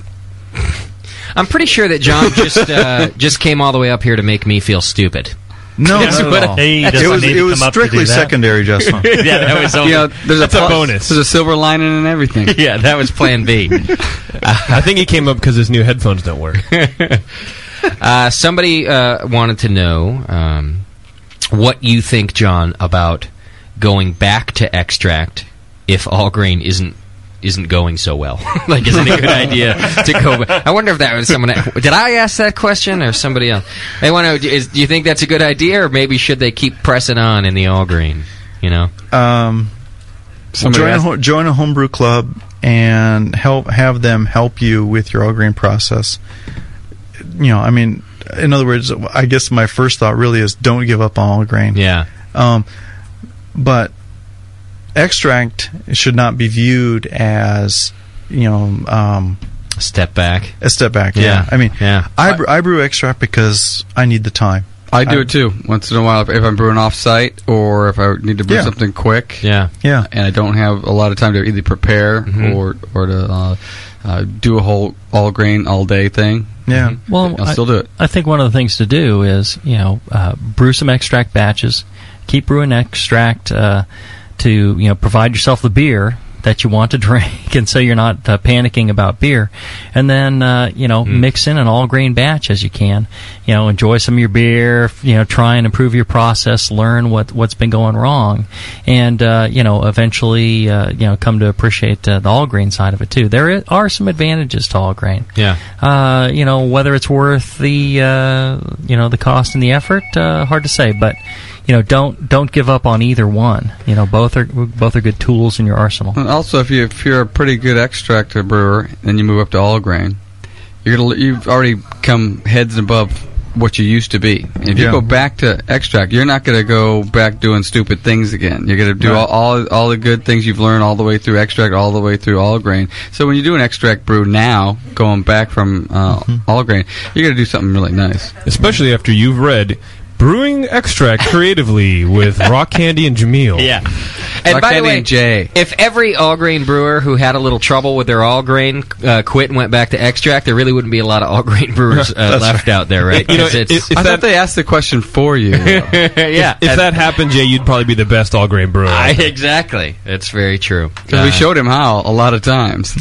Speaker 1: I'm pretty sure that John just uh, just came all the way up here to make me feel stupid.
Speaker 5: No,
Speaker 1: That's
Speaker 5: not at
Speaker 1: what
Speaker 5: all.
Speaker 1: I-
Speaker 5: He It doesn't was- need it to was come up to strictly do that. secondary, Justin. Yeah, that was only-
Speaker 8: You know, there's
Speaker 5: That's a
Speaker 8: a, plus-
Speaker 5: bonus.
Speaker 8: There's a silver lining in everything.
Speaker 1: yeah, that was Plan B.
Speaker 2: I think he came up because his new headphones don't work.
Speaker 1: Uh, somebody uh, wanted to know um, what you think, John, about going back to extract if all grain isn't isn't going so well. like, isn't it a good idea to go? back? I wonder if that was someone. Did I ask that question or somebody else? They want to. Is, do you think that's a good idea, or maybe should they keep pressing on in the all grain? You know.
Speaker 5: Um,
Speaker 1: Somebody
Speaker 5: join, a,
Speaker 1: asked-
Speaker 5: ho- join a homebrew club and help have them help you with your all grain process. You know, I mean, in other words, I guess my first thought really is don't give up on all grain.
Speaker 1: Yeah.
Speaker 5: Um, but extract should not be viewed as you know um,
Speaker 1: a step back.
Speaker 5: A step back. Yeah.
Speaker 8: Yeah.
Speaker 5: I mean,
Speaker 1: yeah.
Speaker 5: I, bre- I brew extract because I need the time.
Speaker 8: I do it too once in a while if, if I'm brewing off site or if I need to brew
Speaker 5: Yeah.
Speaker 8: something quick.
Speaker 1: Yeah,
Speaker 5: yeah.
Speaker 8: And I don't have a lot of time to either prepare
Speaker 5: Mhm.
Speaker 8: or or to uh, uh, do a whole all grain all day thing. Mm-hmm.
Speaker 5: Yeah.
Speaker 4: Well,
Speaker 8: I'll still do it.
Speaker 4: I think one of the things to do is you know uh, brew some extract batches, keep brewing extract uh, to you know provide yourself the beer that you want to drink, and so you're not uh, panicking about beer. And then uh, you know
Speaker 8: Mm-hmm.
Speaker 4: mix in an all grain batch as you can. You know enjoy some of your beer. You know try and improve your process, learn what what's been going wrong, and uh, you know eventually uh, you know come to appreciate uh, the all grain side of it too. There i- are some advantages to all grain
Speaker 1: Yeah.
Speaker 4: uh, you know whether it's worth the uh, you know the cost and the effort uh, hard to say but you know don't don't give up on either one you know both are both are good tools in your arsenal
Speaker 8: And also, if you if you're a pretty good extract brewer, then you move up to all grain. You're gonna, you've already come heads above what you used to be. And if
Speaker 5: Yeah.
Speaker 8: you go back to extract, you're not gonna go back doing stupid things again. You're gonna do
Speaker 5: Right.
Speaker 8: all, all all the good things you've learned all the way through extract, all the way through all grain. So when you do an extract brew now, going back from uh, all grain, you're gonna do something really nice.
Speaker 2: Especially after you've read Brewing Extract Creatively with Rock Candy and Jameel.
Speaker 1: Yeah. And by the way,
Speaker 8: Jay.
Speaker 1: if every all grain brewer who had a little trouble with their all grain uh, quit and went back to extract, there really wouldn't be a lot of all grain brewers uh,
Speaker 8: That's
Speaker 1: left
Speaker 8: right.
Speaker 1: out there, right?
Speaker 2: You know,
Speaker 1: 'Cause it's-
Speaker 2: if- if
Speaker 8: I
Speaker 2: that-
Speaker 8: thought they asked the question for you.
Speaker 1: yeah.
Speaker 2: If, if that happened, Jay, you'd probably be the best all grain brewer.
Speaker 1: I, exactly. It's very true.
Speaker 8: Because we
Speaker 1: Uh,
Speaker 8: showed him how a lot of times.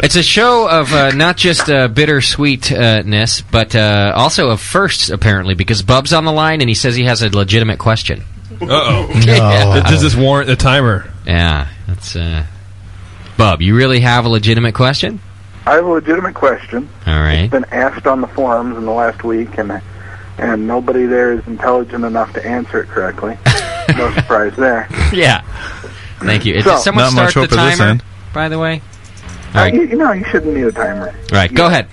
Speaker 1: It's a show of uh, not just uh, bittersweetness, but uh, also of firsts, apparently, because Bub's on the line and he says he has a legitimate question.
Speaker 2: Uh oh.
Speaker 1: Yeah.
Speaker 2: Does this warrant the timer?
Speaker 1: Yeah, that's uh, Bub. You really have a legitimate question?
Speaker 22: I have a legitimate question.
Speaker 1: All right.
Speaker 22: It's been asked on the forums in the last week, and and nobody there is intelligent enough to answer it correctly. no surprise there.
Speaker 1: Yeah. Thank you. Did
Speaker 22: So-
Speaker 1: someone
Speaker 22: Not much
Speaker 1: start the
Speaker 22: hope at this
Speaker 1: timer?
Speaker 22: end.
Speaker 1: By the way, All right.
Speaker 22: You, you know, you shouldn't need a timer.
Speaker 1: All right, go ahead.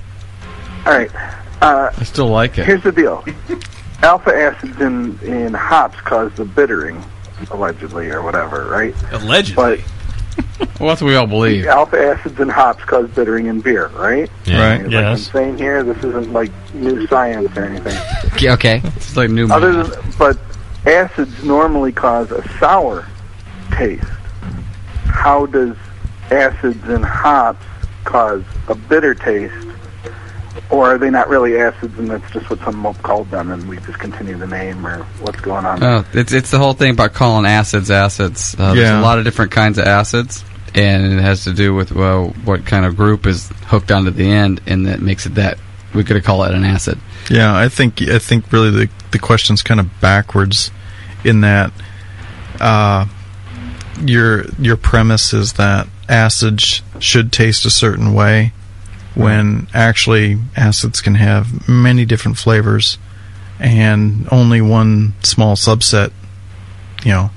Speaker 22: All right. Uh,
Speaker 8: I still like it.
Speaker 22: Here's the deal. Alpha acids in, in hops cause the bittering, allegedly, or whatever, right?
Speaker 8: Allegedly. well, that's what we all believe.
Speaker 22: Alpha acids in hops cause bittering in beer, right?
Speaker 8: Yeah. Right.
Speaker 22: Like
Speaker 8: Yes.
Speaker 22: I'm saying here, this isn't like new science or anything.
Speaker 1: Okay, Okay.
Speaker 8: It's like new.
Speaker 22: Other than, but acids normally cause a sour taste. How does acids in hops cause a bitter taste? Or are they not really acids and that's just what some mope called them and we just continue the name or what's going on?
Speaker 8: Oh, it's it's the whole thing about calling acids acids. Uh, There's
Speaker 22: Yeah.
Speaker 8: a lot of different kinds of acids, and it has to do with well, what kind of group is hooked onto the end, and that makes it that we could call it an acid.
Speaker 5: Yeah, I think I think really the the question's kind of backwards in that uh, your your premise is that acid sh- should taste a certain way when actually acids can have many different flavors and only one small subset you know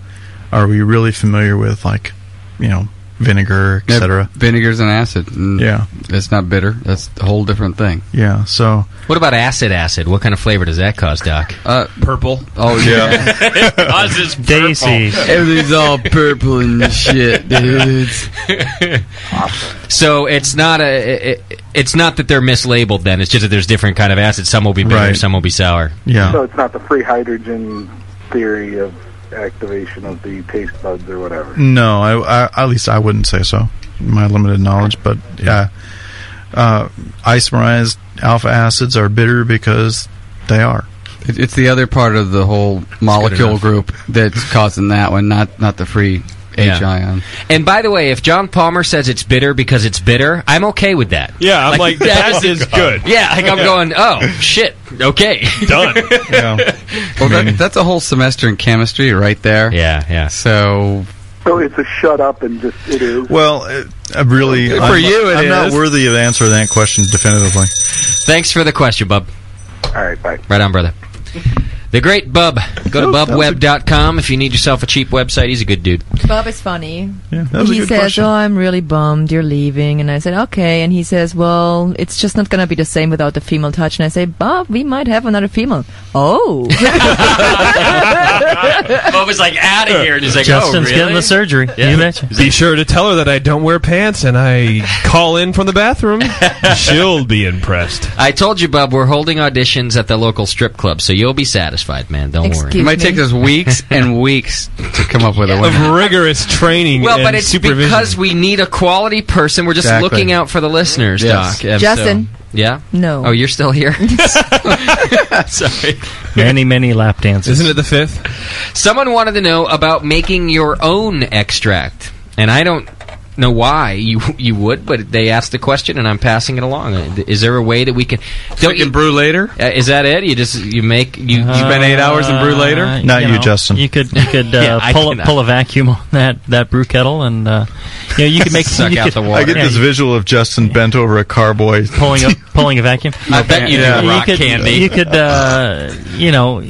Speaker 5: are we really familiar with like you know vinegar
Speaker 8: Yeah,
Speaker 5: etc
Speaker 8: Vinegar's an acid. and
Speaker 5: Yeah.
Speaker 8: it's not bitter. That's a whole different thing.
Speaker 5: yeah so
Speaker 1: What about acid acid? What kind of flavor does that cause, Doc?
Speaker 8: Uh, purple. Oh yeah.
Speaker 7: Ours is Daisy.
Speaker 8: Everything's all purple and shit, dude.
Speaker 1: So it's not a it, it- it's not that they're mislabeled. Then it's just that there's different kind of acids. Some will be bitter,
Speaker 5: Right.
Speaker 1: some will be sour.
Speaker 22: So it's not the free hydrogen theory of activation of the taste buds or whatever.
Speaker 5: No, I, I, at least I wouldn't say so. My limited knowledge, but yeah, uh, isomerized alpha acids are bitter because they are.
Speaker 8: It, it's the other part of the whole molecule
Speaker 5: enough.
Speaker 8: group that's causing that one, not not the free H
Speaker 1: Yeah.
Speaker 8: ion.
Speaker 1: And by the way, if John Palmer says it's bitter because it's bitter, I'm okay with that.
Speaker 7: Yeah, I'm like, that
Speaker 1: that's-
Speaker 7: is good.
Speaker 1: Yeah, like I'm
Speaker 7: Yeah.
Speaker 1: going, oh shit, okay,
Speaker 7: done.
Speaker 8: Well, that, that's a whole semester in chemistry right there.
Speaker 1: Yeah, yeah.
Speaker 8: So
Speaker 22: So it's a shut up and just it is.
Speaker 5: Well, it, I really
Speaker 8: For
Speaker 5: I'm,
Speaker 8: you it
Speaker 5: I'm
Speaker 8: is.
Speaker 5: not worthy of answering that question definitively.
Speaker 1: Thanks for the question, bub.
Speaker 22: All right, bye.
Speaker 1: Right on, brother. The great Bub. Go to bubweb.com if you need yourself a cheap website. He's a good dude.
Speaker 3: Bob is funny.
Speaker 1: that was a
Speaker 3: he
Speaker 1: good
Speaker 3: says,
Speaker 1: question.
Speaker 3: "Oh, I'm really bummed you're leaving," and I said, "Okay." And he says, "Well, it's just not gonna be the same without the female touch." And I say, "Bob, we might have another female." Oh,
Speaker 1: Bub is like out of here, and he's like,
Speaker 7: Justin's
Speaker 1: oh, really?
Speaker 7: getting the
Speaker 4: surgery.
Speaker 7: Yeah.
Speaker 4: You betcha.
Speaker 2: Be sure to tell her that I don't wear pants and I call in from the bathroom. She'll be impressed.
Speaker 1: I told you, Bub, we're holding auditions at the local strip club, so you'll be satisfied, man. Don't worry.
Speaker 8: it might take us weeks and weeks to come up with a winner.
Speaker 2: Of rigorous training
Speaker 1: Well,
Speaker 2: and
Speaker 1: but it's
Speaker 2: supervision.
Speaker 1: because we need a quality person. We're just
Speaker 2: Exactly.
Speaker 1: looking out for the listeners,
Speaker 2: Yes.
Speaker 1: Doc. And
Speaker 3: Justin.
Speaker 1: so- yeah?
Speaker 3: No.
Speaker 1: Oh, you're still here? Sorry.
Speaker 7: Many, many lap dances.
Speaker 2: Isn't it the fifth?
Speaker 1: Someone wanted to know about making your own extract, and I don't know why you you would, but they asked the question, and I'm passing it along. Is there a way that we can? Don't you
Speaker 8: brew later?
Speaker 1: Uh, is that it? You just you make you, you
Speaker 4: spend eight hours and brew later? Uh,
Speaker 5: Not
Speaker 4: you
Speaker 5: you,
Speaker 4: know,
Speaker 5: Justin.
Speaker 4: You could you could uh,
Speaker 5: Yeah, I
Speaker 4: pull a,
Speaker 5: cannot.
Speaker 4: pull a vacuum on that, that brew kettle and uh, you know you could make
Speaker 5: Suck
Speaker 4: you
Speaker 5: out
Speaker 4: could-
Speaker 5: the water. I get
Speaker 4: yeah,
Speaker 5: this
Speaker 4: you-
Speaker 5: visual of Justin bent over a carboy
Speaker 4: pulling a pulling a vacuum.
Speaker 5: I bet you do rock
Speaker 4: could,
Speaker 5: candy.
Speaker 4: You could, uh, you know,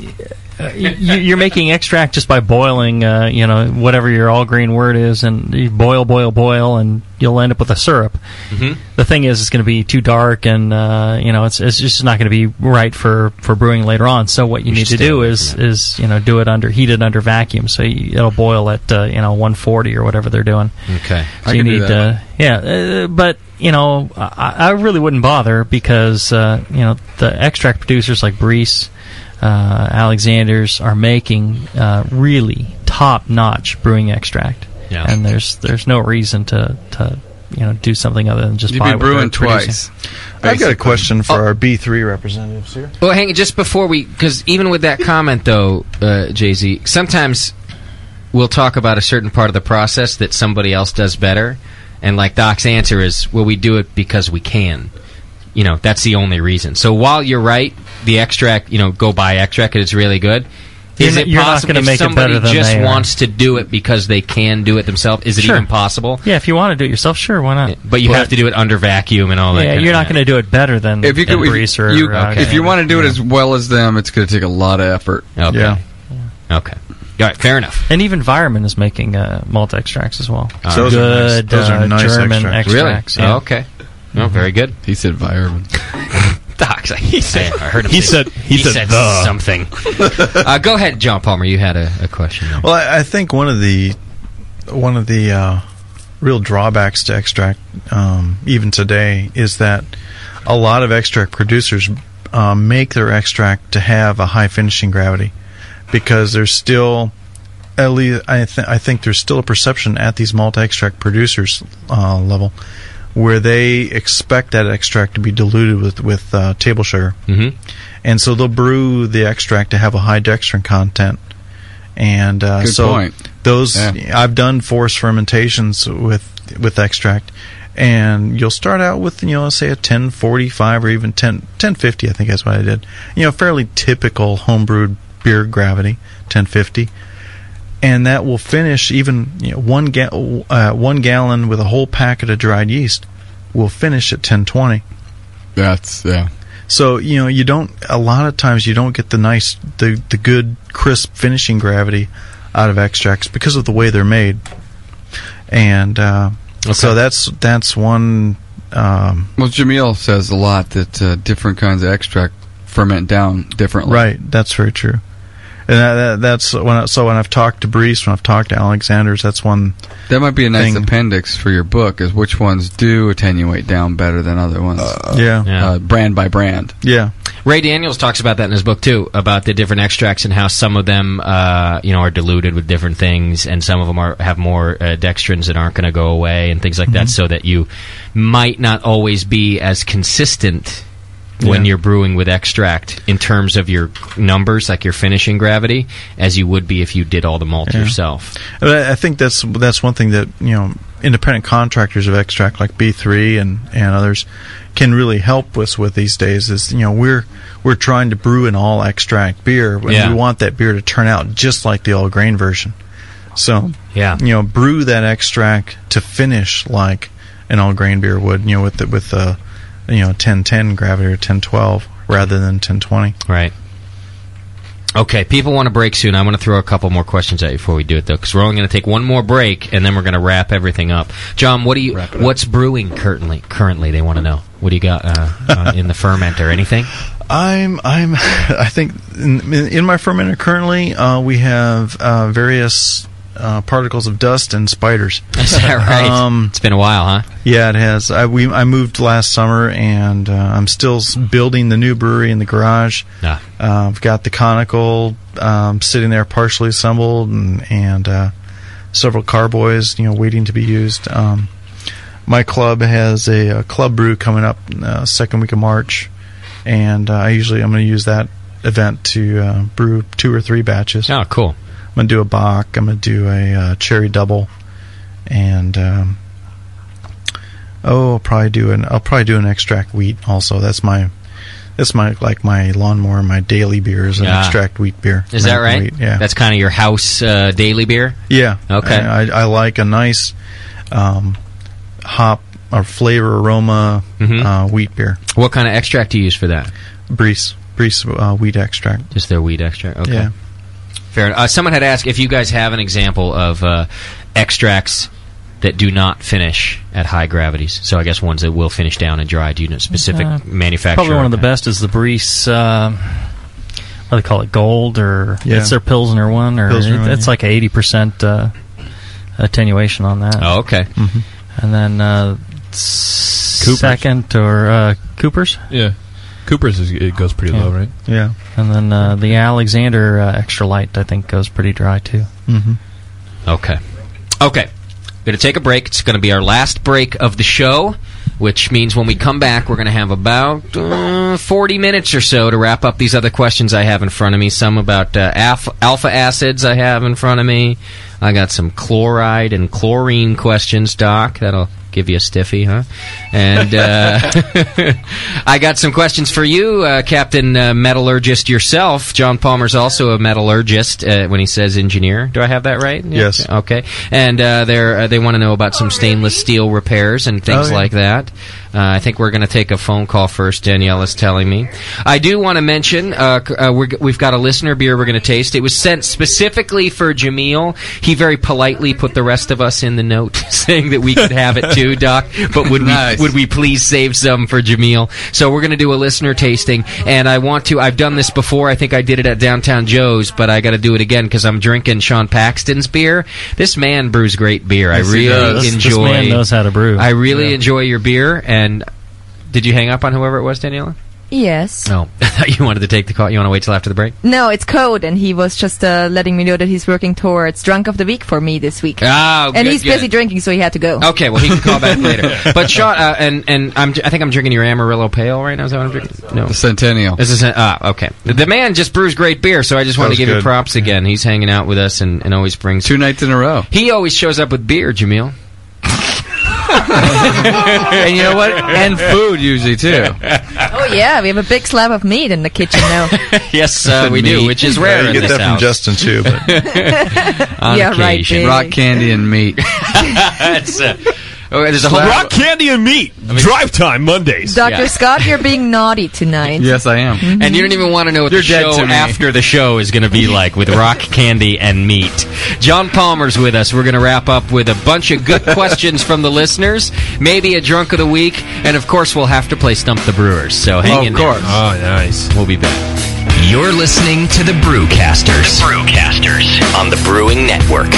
Speaker 4: uh, you, you're making extract just by boiling, uh, you know, whatever your all green word is, and you boil, boil, boil, and you'll end up with a syrup.
Speaker 1: Mhm.
Speaker 4: The thing is, it's going to be too dark, and uh, you know, it's it's just not going to be right for, for brewing later on. So what you need to
Speaker 1: should stay
Speaker 4: do is is you know do it under heat it under vacuum, so you, it'll boil at uh, you know 140 or whatever they're doing.
Speaker 1: Okay.
Speaker 4: So
Speaker 1: I
Speaker 4: you
Speaker 1: can do
Speaker 4: need
Speaker 1: that.
Speaker 4: uh, yeah, uh, but you know, I, I really wouldn't bother because uh, you know the extract producers like Brees, uh, Alexander's are making uh, really top-notch brewing extract.
Speaker 1: Yeah.
Speaker 4: And there's there's no reason to, to you know do something other than just
Speaker 5: You'd be
Speaker 4: buy what they're
Speaker 5: brewing
Speaker 4: producing.
Speaker 5: I got a question for our B three representatives here.
Speaker 1: Well, hang just before we, because even with that comment though, uh, Jay Z, sometimes we'll talk about a certain part of the process that somebody else does better, and like Doc's answer is, well, we do it because we can. You know, that's the only reason. So while you're right, the extract, you know, go buy extract, it's really good.
Speaker 4: You're
Speaker 1: is
Speaker 4: not-
Speaker 1: it
Speaker 4: you're not
Speaker 1: possible
Speaker 4: gonna
Speaker 1: if
Speaker 4: make it
Speaker 1: somebody
Speaker 4: better than
Speaker 1: just
Speaker 4: they are.
Speaker 1: wants to do it because they can do it themselves? Is it
Speaker 4: Sure.
Speaker 1: even possible?
Speaker 4: Yeah, if you want to do it yourself, sure, why not?
Speaker 1: But you have to do it under vacuum and all that.
Speaker 4: yeah,
Speaker 1: kind
Speaker 4: you're
Speaker 1: of
Speaker 4: not going to do it better than
Speaker 1: If you
Speaker 4: than
Speaker 1: could- if
Speaker 4: Brees or
Speaker 8: you,
Speaker 4: uh,
Speaker 8: if you want to do it as well as them, it's going to take a lot of effort.
Speaker 1: Okay.
Speaker 8: Yeah.
Speaker 1: Okay. All right, fair enough.
Speaker 4: And even Vireman is making uh, malt extracts as well.
Speaker 1: So those are nice-
Speaker 4: good
Speaker 1: those are
Speaker 4: uh,
Speaker 1: nice
Speaker 4: German
Speaker 1: extracts.
Speaker 4: extracts.
Speaker 1: Really? Oh, okay. Oh, very good.
Speaker 8: He said environment.
Speaker 1: Docs. He said. I heard him.
Speaker 8: He
Speaker 1: say-
Speaker 8: said- he said the.
Speaker 1: something. uh, go ahead, John Palmer. You had a, a question.
Speaker 5: Well, I, I think one of the one of the uh, real drawbacks to extract, um, even today, is that a lot of extract producers uh, make their extract to have a high finishing gravity because there's still at least I, th- I think there's still a perception at these malt extract producers uh, level where they expect that extract to be diluted with with uh, table sugar,
Speaker 1: Mhm.
Speaker 5: and so they'll brew the extract to have a high dextrin content. And uh,
Speaker 8: Good
Speaker 5: so
Speaker 8: point.
Speaker 5: those
Speaker 8: Yeah.
Speaker 5: I've done forced fermentations with with extract, and you'll start out with you know say a ten forty five or even 10, 1050, I think that's what I did. You know, fairly typical homebrewed beer gravity ten fifty, and that will finish even you know, one ga- uh, one gallon with a whole packet of dried yeast will finish at ten twenty.
Speaker 8: That's yeah.
Speaker 5: So you know you don't a lot of times you don't get the nice the the good crisp finishing gravity out of extracts because of the way they're made, and uh, so that's that's one. Um,
Speaker 8: Well, Jamil says a lot that uh, different kinds of extract ferment down differently.
Speaker 5: Right, that's very true. And that, that, that's when I, so when I've talked to Brees, when I've talked to Alexander's, that's one.
Speaker 8: That might be a nice
Speaker 5: Thing.
Speaker 8: appendix for your book is which ones do attenuate down better than other ones.
Speaker 5: yeah.
Speaker 8: Uh, brand by brand.
Speaker 5: Yeah.
Speaker 1: Ray Daniels talks about that in his book too, about the different extracts and how some of them, uh, you know, are diluted with different things, and some of them are have more uh, dextrins that aren't going to go away, and things like that,
Speaker 4: Mhm.
Speaker 1: so that you might not always be as consistent when
Speaker 4: Yeah.
Speaker 1: you're brewing with extract in terms of your numbers, like your finishing gravity, as you would be if you did all the malt
Speaker 5: Yeah.
Speaker 1: yourself.
Speaker 5: And I I think that's that's one thing that you know independent contractors of extract like B3 and and others can really help us with these days is you know we're we're trying to brew an all extract beer and
Speaker 1: Yeah.
Speaker 5: we want that beer to turn out just like the all grain version. So
Speaker 1: Yeah.
Speaker 5: you know brew that extract to finish like an all grain beer would you know with the, with the you know 1010 gravity or 1012 rather than 1020.
Speaker 1: Right. Okay, people want to break soon. I want to throw a couple more questions at you before we do it, though, because we're only going to take one more break and then we're going to wrap everything up. John, what do you? What's brewing currently? Currently, they want to know. What do you got uh, uh, in the fermenter? Anything?
Speaker 5: I'm I'm I think in, in my fermenter currently uh, we have uh, various uh, particles of dust and spiders.
Speaker 1: Is that right?
Speaker 5: Um,
Speaker 1: it's been a while, huh?
Speaker 5: yeah, it has. I we I moved last summer and uh, I'm still s- building the new brewery in the garage.
Speaker 1: Ah.
Speaker 5: Uh, I've got the conical um, sitting there partially assembled and and uh, several carboys you know waiting to be used. Um, my club has a, uh club brew coming up uh, second week of March, and uh, I usually I'm going to use that event to uh, brew two or three batches.
Speaker 1: Oh, cool!
Speaker 5: I'm going to do a Bach. I'm going to do a uh, cherry double, and um, oh, I'll probably do an I'll probably do an extract wheat also. That's my that's my like my lawnmower. My daily beer is an
Speaker 1: Ah.
Speaker 5: extract wheat beer.
Speaker 1: Is that
Speaker 5: American
Speaker 1: right?
Speaker 5: wheat, yeah.
Speaker 1: That's kind of your house uh, daily beer.
Speaker 5: Yeah.
Speaker 1: Okay.
Speaker 5: I, I, I like a nice um, hop or flavor aroma
Speaker 1: Mhm.
Speaker 5: uh, wheat beer.
Speaker 1: What kind of extract do you use for that?
Speaker 5: Brees Brees uh, wheat extract.
Speaker 1: Just their wheat extract. Okay.
Speaker 5: Yeah.
Speaker 1: Fair. enough. Uh, someone had asked if you guys have an example of uh, extracts that do not finish at high gravities. So I guess ones that will finish down and dry. Do you know specific
Speaker 4: Uh,
Speaker 1: manufacturer?
Speaker 4: Probably one of the best is the Brees. Uh, what do they call it? Gold or
Speaker 1: Yeah.
Speaker 4: it's their Pilsner one, or
Speaker 1: Pilsner
Speaker 4: it-
Speaker 1: one,
Speaker 4: it's
Speaker 1: yeah.
Speaker 4: like a eighty percent uh, attenuation on that.
Speaker 1: Oh, okay. Mhm.
Speaker 4: And then uh, second or uh, Cooper's.
Speaker 2: Yeah. Cooper's is, it goes pretty
Speaker 4: Yeah.
Speaker 2: low, right?
Speaker 5: Yeah.
Speaker 4: And then uh, the Alexander uh, extra light, I think, goes pretty dry too.
Speaker 5: Mm-hmm.
Speaker 1: Okay. Okay. Going to take a break. It's going to be our last break of the show, which means when we come back, we're going to have about uh, 40 minutes or so to wrap up these other questions I have in front of me. Some about uh, alpha, alpha acids I have in front of me. I got some chloride and chlorine questions, Doc. That'll give you a stiffy, huh? And uh, I got some questions for you, uh, Captain uh, Metallurgist yourself. John Palmer's also a metallurgist uh, when he says engineer. Do I have that right?
Speaker 5: Yes.
Speaker 1: Okay. And uh, they're, uh, they want to know about some stainless steel repairs and things
Speaker 5: Oh, yeah.
Speaker 1: like that. Uh, I think we're going to take a phone call first. Danielle is telling me. I do want to mention uh, c- uh, we're, g- we've got a listener beer we're going to taste. It was sent specifically for Jameel. He very politely put the rest of us in the note saying that we could have it too, Doc. But would we would we please save some for Jameel? So we're going to do a listener tasting, and I want to. I've done this before. I think I did it at Downtown Joe's, but I got to do it again because I'm drinking Sean Paxton's beer. This man brews great beer. I
Speaker 4: Yes, he
Speaker 1: really
Speaker 4: does. This- this
Speaker 1: enjoy.
Speaker 4: man knows how to brew.
Speaker 1: I really
Speaker 4: Yeah.
Speaker 1: enjoy your beer. And did you hang up on whoever it was, Daniela?
Speaker 3: Yes.
Speaker 1: No, I thought you wanted to take the call. You want to wait till after the break?
Speaker 3: No, it's code, and he was just uh, letting me know that he's working towards drunk of the week for me this week.
Speaker 4: Ah,
Speaker 1: Oh,
Speaker 3: and
Speaker 1: good,
Speaker 3: he's
Speaker 1: good.
Speaker 3: busy drinking, so he had to go.
Speaker 1: Okay, well he can call back later. But Sean, uh, and and I'm, I think I'm drinking your Amarillo Pale right now. Is that what I'm drinking? No,
Speaker 8: The Centennial.
Speaker 1: This is ah okay. The man just brews great beer, so I just
Speaker 8: That
Speaker 1: want to
Speaker 8: was
Speaker 1: give you
Speaker 8: good.
Speaker 1: props again. He's hanging out with us and, and always brings
Speaker 8: two nights in a row.
Speaker 1: He always shows up with beer, Jamil. and you know what?
Speaker 8: And food usually too.
Speaker 3: Oh yeah, we have a big slab of meat in the kitchen now.
Speaker 1: yes, uh, we do, which is rare.
Speaker 8: You
Speaker 1: in
Speaker 8: get
Speaker 1: this
Speaker 8: that from
Speaker 1: house.
Speaker 8: Justin, too,
Speaker 1: On
Speaker 3: Yeah, right,
Speaker 1: occasion.
Speaker 3: big.
Speaker 8: Rock candy and meat.
Speaker 1: That's, uh, oh, there's a whole
Speaker 13: Rock candy and meat. Drive time Mondays.
Speaker 3: Doctor Scott, you're being naughty tonight.
Speaker 8: Yes, I am.
Speaker 1: And you don't even want to know what
Speaker 8: You're
Speaker 1: the
Speaker 8: dead
Speaker 1: show
Speaker 8: to me.
Speaker 1: after the show is going to be like with rock candy and meat. John Palmer's with us. We're going to wrap up with a bunch of good questions from the listeners, maybe a drunk of the week, and of course we'll have to play Stump the Brewers. So hang
Speaker 18: Of
Speaker 1: in
Speaker 18: course.
Speaker 1: there. Oh, nice. We'll be back.
Speaker 18: You're listening to the Brewcasters.
Speaker 21: Brewcasters on the Brewing Network.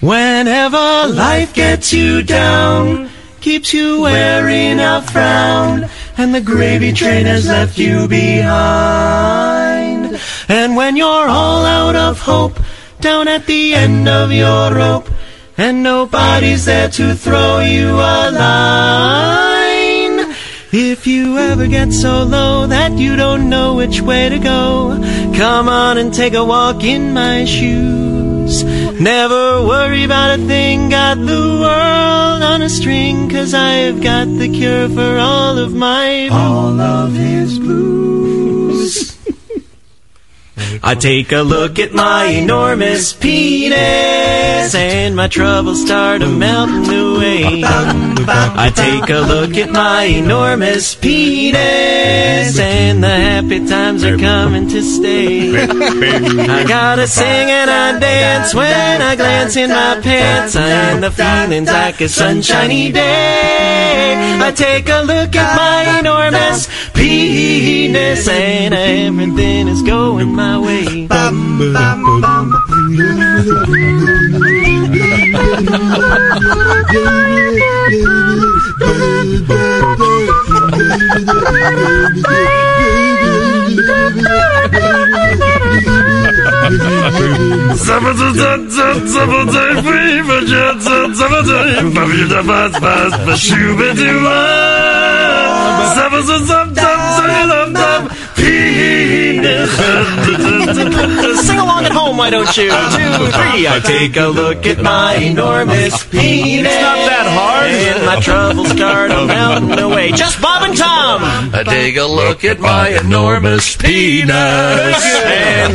Speaker 10: Whenever life gets you down, keeps you wearing a frown, and the gravy train has left you behind. And when you're all out of hope, down at the end of your rope, and nobody's there to throw you a line. If you ever get so low that you don't know which way to go, come on and take a walk in my shoes. Never worry about a thing, got the world on a string, cause I've got the cure for all of my All of his blues. I take a look at my enormous penis and my troubles start a melting away. I take a look at my enormous penis and the happy times are coming to stay. I gotta sing and I dance when I glance in my pants. I am the feelings like a sunshiny day. I take a look at my enormous penis and everything is going my way. Sing along at home, why don't you? Two, three. I take a look at my enormous penis. It's not that hard. And my troubles start a melting away. Just Bob and Tom. I take a look at my enormous penis.
Speaker 24: And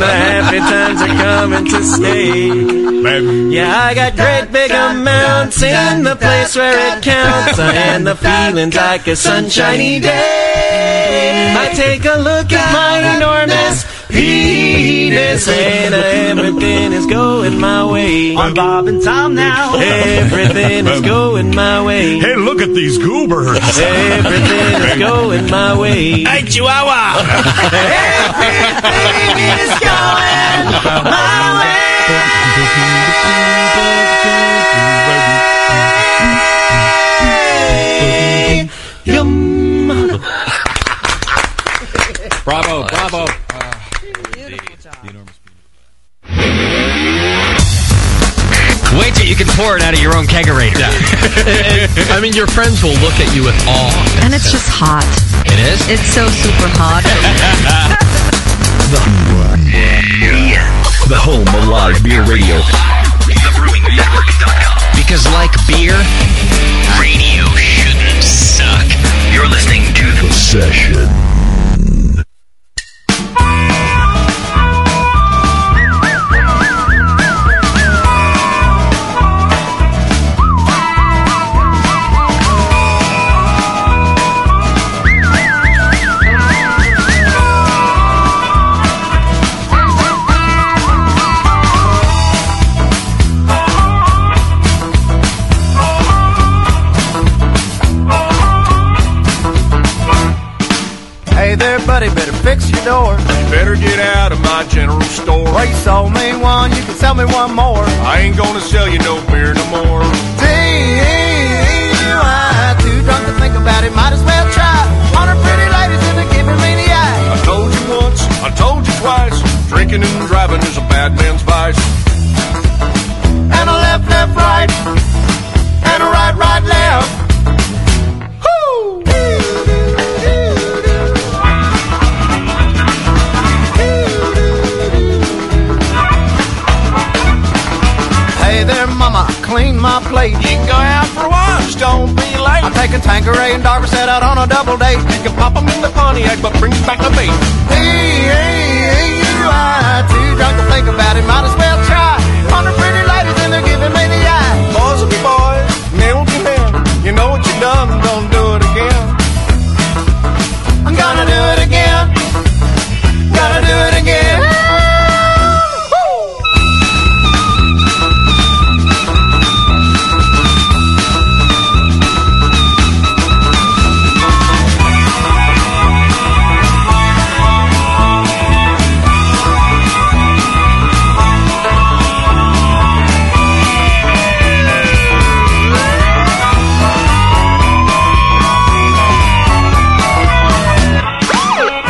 Speaker 10: and
Speaker 24: the
Speaker 10: the happy times are coming to stay.
Speaker 24: Yeah, I got great big amounts in the place where it counts, and the feeling's like a sunshiny day. I take a look at my enormous penis, and everything is going my way. On Bob and Tom now. Everything is going my way. Hey, look at these goobers. Everything is going my way. Hey, Chihuahua. Everything is going my way.
Speaker 1: Bravo, bravo. Wait till you can pour it out of your own kegerator.
Speaker 2: I mean, your friends will look at you with awe.
Speaker 3: And it's just hot.
Speaker 1: It is?
Speaker 3: It's so super hot.
Speaker 6: The home of live beer radio.
Speaker 18: Because like beer, radio shouldn't suck. You're listening to the session.
Speaker 11: my general store. Well, you sold me one, you can sell me one more. I ain't gonna sell you no beer no more.
Speaker 24: E DUI, too drunk to think about it, might as well try. On her pretty ladies and they're giving me the eye.
Speaker 11: I told you once, I told you twice, drinking and driving is a bad man's vice.
Speaker 24: And a left, left, right. And a right, right, left. Whoo!
Speaker 11: Hey there, mama,
Speaker 24: clean my plate. You can go out for once, don't be late. I'm taking Tanqueray and Darby set out on a double date. You can pop 'em in the Pontiac, but bring back the beat. DUI, too drunk to think about it, might as well try. On the pretty ladies and they're giving me the eye. Boys will be boys, men will be men. You know what you done, don't do it again. I'm gonna do it again. Gonna do it again.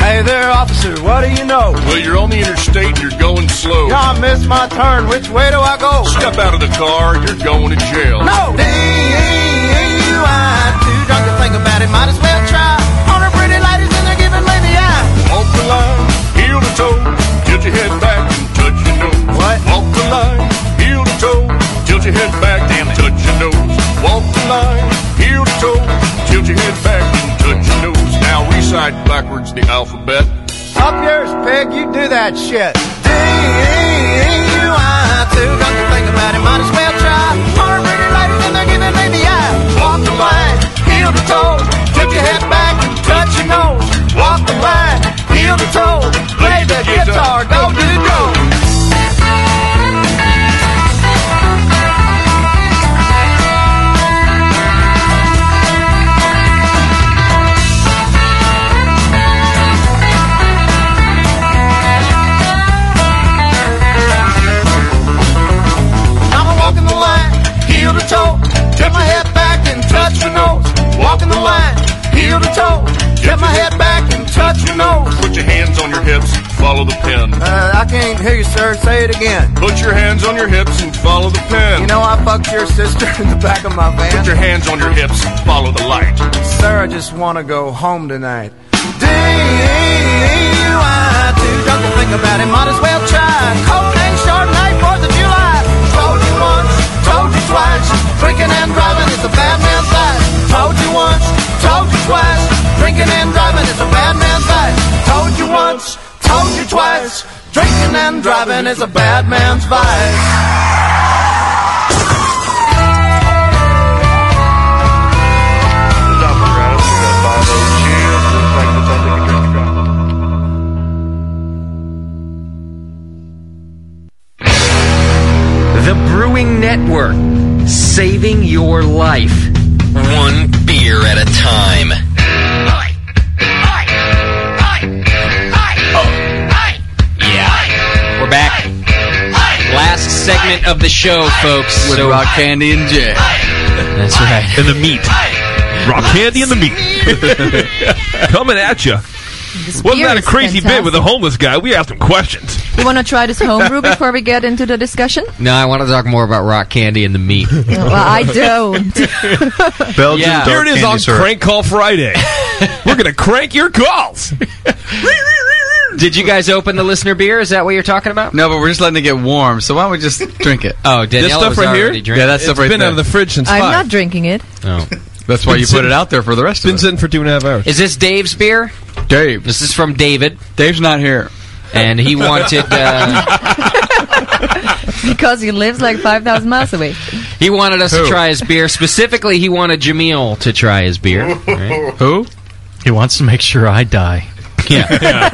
Speaker 11: Hey there, officer, what do you know? Well, you're on the interstate and you're going slow.
Speaker 24: I missed my turn. Which way do I go?
Speaker 11: Step out of the car, you're going to jail.
Speaker 24: No. E DUI. Too drunk to think about it. Might as well try. On her pretty ladies and they're giving me the eye.
Speaker 11: Walk the line, heel to toe, tilt your head back and touch your nose. What? Walk the line, heel to toe, tilt your head back and touch your nose. Walk the line, heel to toe, tilt your head back and touch your nose. Now recite backwards the alphabet.
Speaker 24: Up yours, pig. You do that shit. E DUI. Too drunk to think about it. Might as well try. On her pretty ladies and they're giving me the eye. Walk the line, heel to toe. Put your head back and touch your nose. Walk the line, heel to toe. Play the guitar. Go do go. I'ma walk in the line, heel to toe, tip my head back and touch my nose. Walk in the line, heel to toe, tip my head back and touch my nose.
Speaker 11: Put your hands on your hips, follow the pen.
Speaker 24: Uh, I can't hear you, sir. Say it again.
Speaker 11: Put your hands on your hips and follow the pen.
Speaker 24: You know I fucked your sister in the back of my van.
Speaker 11: Put your hands on your hips, follow the light.
Speaker 24: Sir, I just want to go home tonight. E DUI, too drunk to think about it, might as well try. Cocaine, Chardonnay, 4th of July. Told you once, told you twice, drinking and driving is a bad man's life. Told you once, told you twice, drinking and driving is a bad man's life. Told you once, told you twice, drinking and driving is a bad man's vice.
Speaker 21: The Brewing Network, saving your life one beer at a time.
Speaker 1: Yeah, we're back.
Speaker 21: Last segment of the show, folks.
Speaker 1: With rock candy and Jay.
Speaker 13: That's right. And the meat. Rock candy and the meat. Coming at you. Wasn't
Speaker 3: beer
Speaker 13: that a
Speaker 3: is
Speaker 13: crazy bit with
Speaker 3: fantastic.
Speaker 13: a homeless guy? We asked him questions.
Speaker 3: You want to try this homebrew before we get into the discussion?
Speaker 1: No, I want to talk more about rock candy and the meat.
Speaker 3: Well, I don't.
Speaker 13: Belgian
Speaker 1: Yeah.
Speaker 13: Here
Speaker 1: dark
Speaker 13: it is
Speaker 1: candy
Speaker 13: on
Speaker 1: syrup.
Speaker 13: Crank Call Friday. We're going to crank your calls.
Speaker 1: Did you guys open the listener beer? Is that what you're talking about?
Speaker 8: No, but we're just letting it get warm, so why don't we just drink it?
Speaker 1: Oh, Daniela
Speaker 8: This stuff
Speaker 1: was
Speaker 8: right here?
Speaker 1: already drinking.
Speaker 8: Yeah, that stuff
Speaker 1: It's
Speaker 8: right
Speaker 1: been
Speaker 8: there.
Speaker 1: out of the fridge since
Speaker 3: I'm not drinking it.
Speaker 1: Oh.
Speaker 8: That's why you put it out there for the rest of us.
Speaker 13: sitting for two and a half hours.
Speaker 1: Is this Dave's beer?
Speaker 8: Dave.
Speaker 1: This is from David.
Speaker 8: Dave's not here.
Speaker 1: And he wanted uh,
Speaker 3: Because he lives like 5,000 miles away.
Speaker 1: he wanted us
Speaker 3: Who?
Speaker 1: to try his beer. Specifically, he wanted Jamil to try his beer. Who?
Speaker 4: He wants to make sure I die.
Speaker 1: Yeah.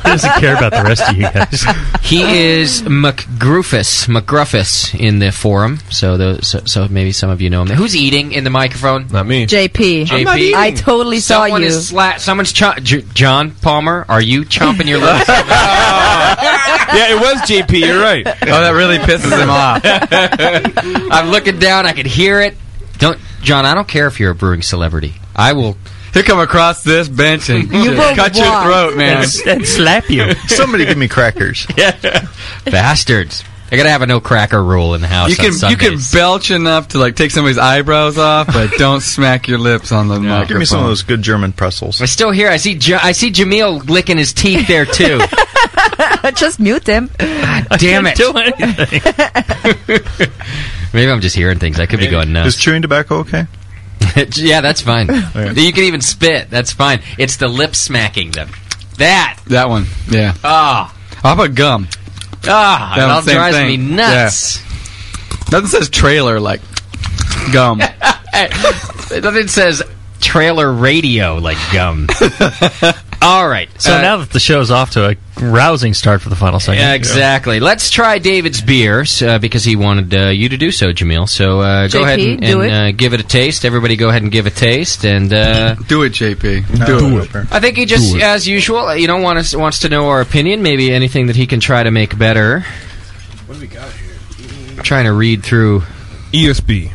Speaker 4: doesn't care about the rest of you guys.
Speaker 1: He is McGruffus, McGruffus in the forum. So, those, so, so maybe some of you know him. Who's eating in the microphone?
Speaker 13: Not me.
Speaker 3: JP.
Speaker 1: JP.
Speaker 3: I totally saw
Speaker 1: Someone
Speaker 3: you.
Speaker 1: is sla- someone's cho- J- John Palmer. Are you chomping your lips? yeah,
Speaker 13: it was JP. You're right. Oh,
Speaker 1: that really pisses him off. I'm looking down. I can hear it. Don't, John. I don't care if you're a brewing celebrity. I will. He'll come across this bench and
Speaker 8: You will
Speaker 1: cut your
Speaker 8: walk.
Speaker 1: throat, man,
Speaker 8: And- and
Speaker 1: slap you.
Speaker 8: Somebody give me
Speaker 1: crackers. Yeah. Bastards. I gotta have a no cracker rule in the house.
Speaker 8: You
Speaker 1: on
Speaker 8: can you
Speaker 1: Sundays.
Speaker 8: can belch enough to like take somebody's eyebrows off, but don't smack your lips on the microphone.
Speaker 1: Give me some of those
Speaker 8: good German pretzels.
Speaker 1: I still hear. I see. Ja- I see Jamil licking his teeth there too.
Speaker 3: Just mute them.
Speaker 1: Damn it! Maybe I'm just hearing things. I could be going nuts.
Speaker 5: Is chewing tobacco okay?
Speaker 1: yeah, that's fine.
Speaker 8: Oh,
Speaker 1: You can even spit. That's fine. It's the lip smacking them. That.
Speaker 8: That one, yeah.
Speaker 1: Ah.
Speaker 8: How about gum?
Speaker 1: Ah.
Speaker 8: That
Speaker 1: it all
Speaker 8: same
Speaker 1: drives
Speaker 8: thing.
Speaker 1: me nuts.
Speaker 8: Yeah. Nothing says trailer like gum.
Speaker 1: Nothing says trailer radio like gum. all right.
Speaker 4: So
Speaker 1: Uh,
Speaker 4: now that the show's off to a rousing start for the final segment.
Speaker 1: Yeah, exactly. Let's try David's beer uh, because he wanted uh, you to do so, Jamil. So uh,
Speaker 8: JP,
Speaker 1: go ahead and,
Speaker 8: do
Speaker 1: and,
Speaker 8: it.
Speaker 1: Uh, give it a taste. Everybody, go ahead and give a taste and uh,
Speaker 8: do it, JP.
Speaker 1: No,
Speaker 8: do,
Speaker 1: do
Speaker 8: it.
Speaker 1: I think he just, as usual, uh, you know, want us, wants to know our opinion. Maybe anything that he can try to make better.
Speaker 2: What do we got here?
Speaker 1: I'm trying to read through E
Speaker 13: ESB.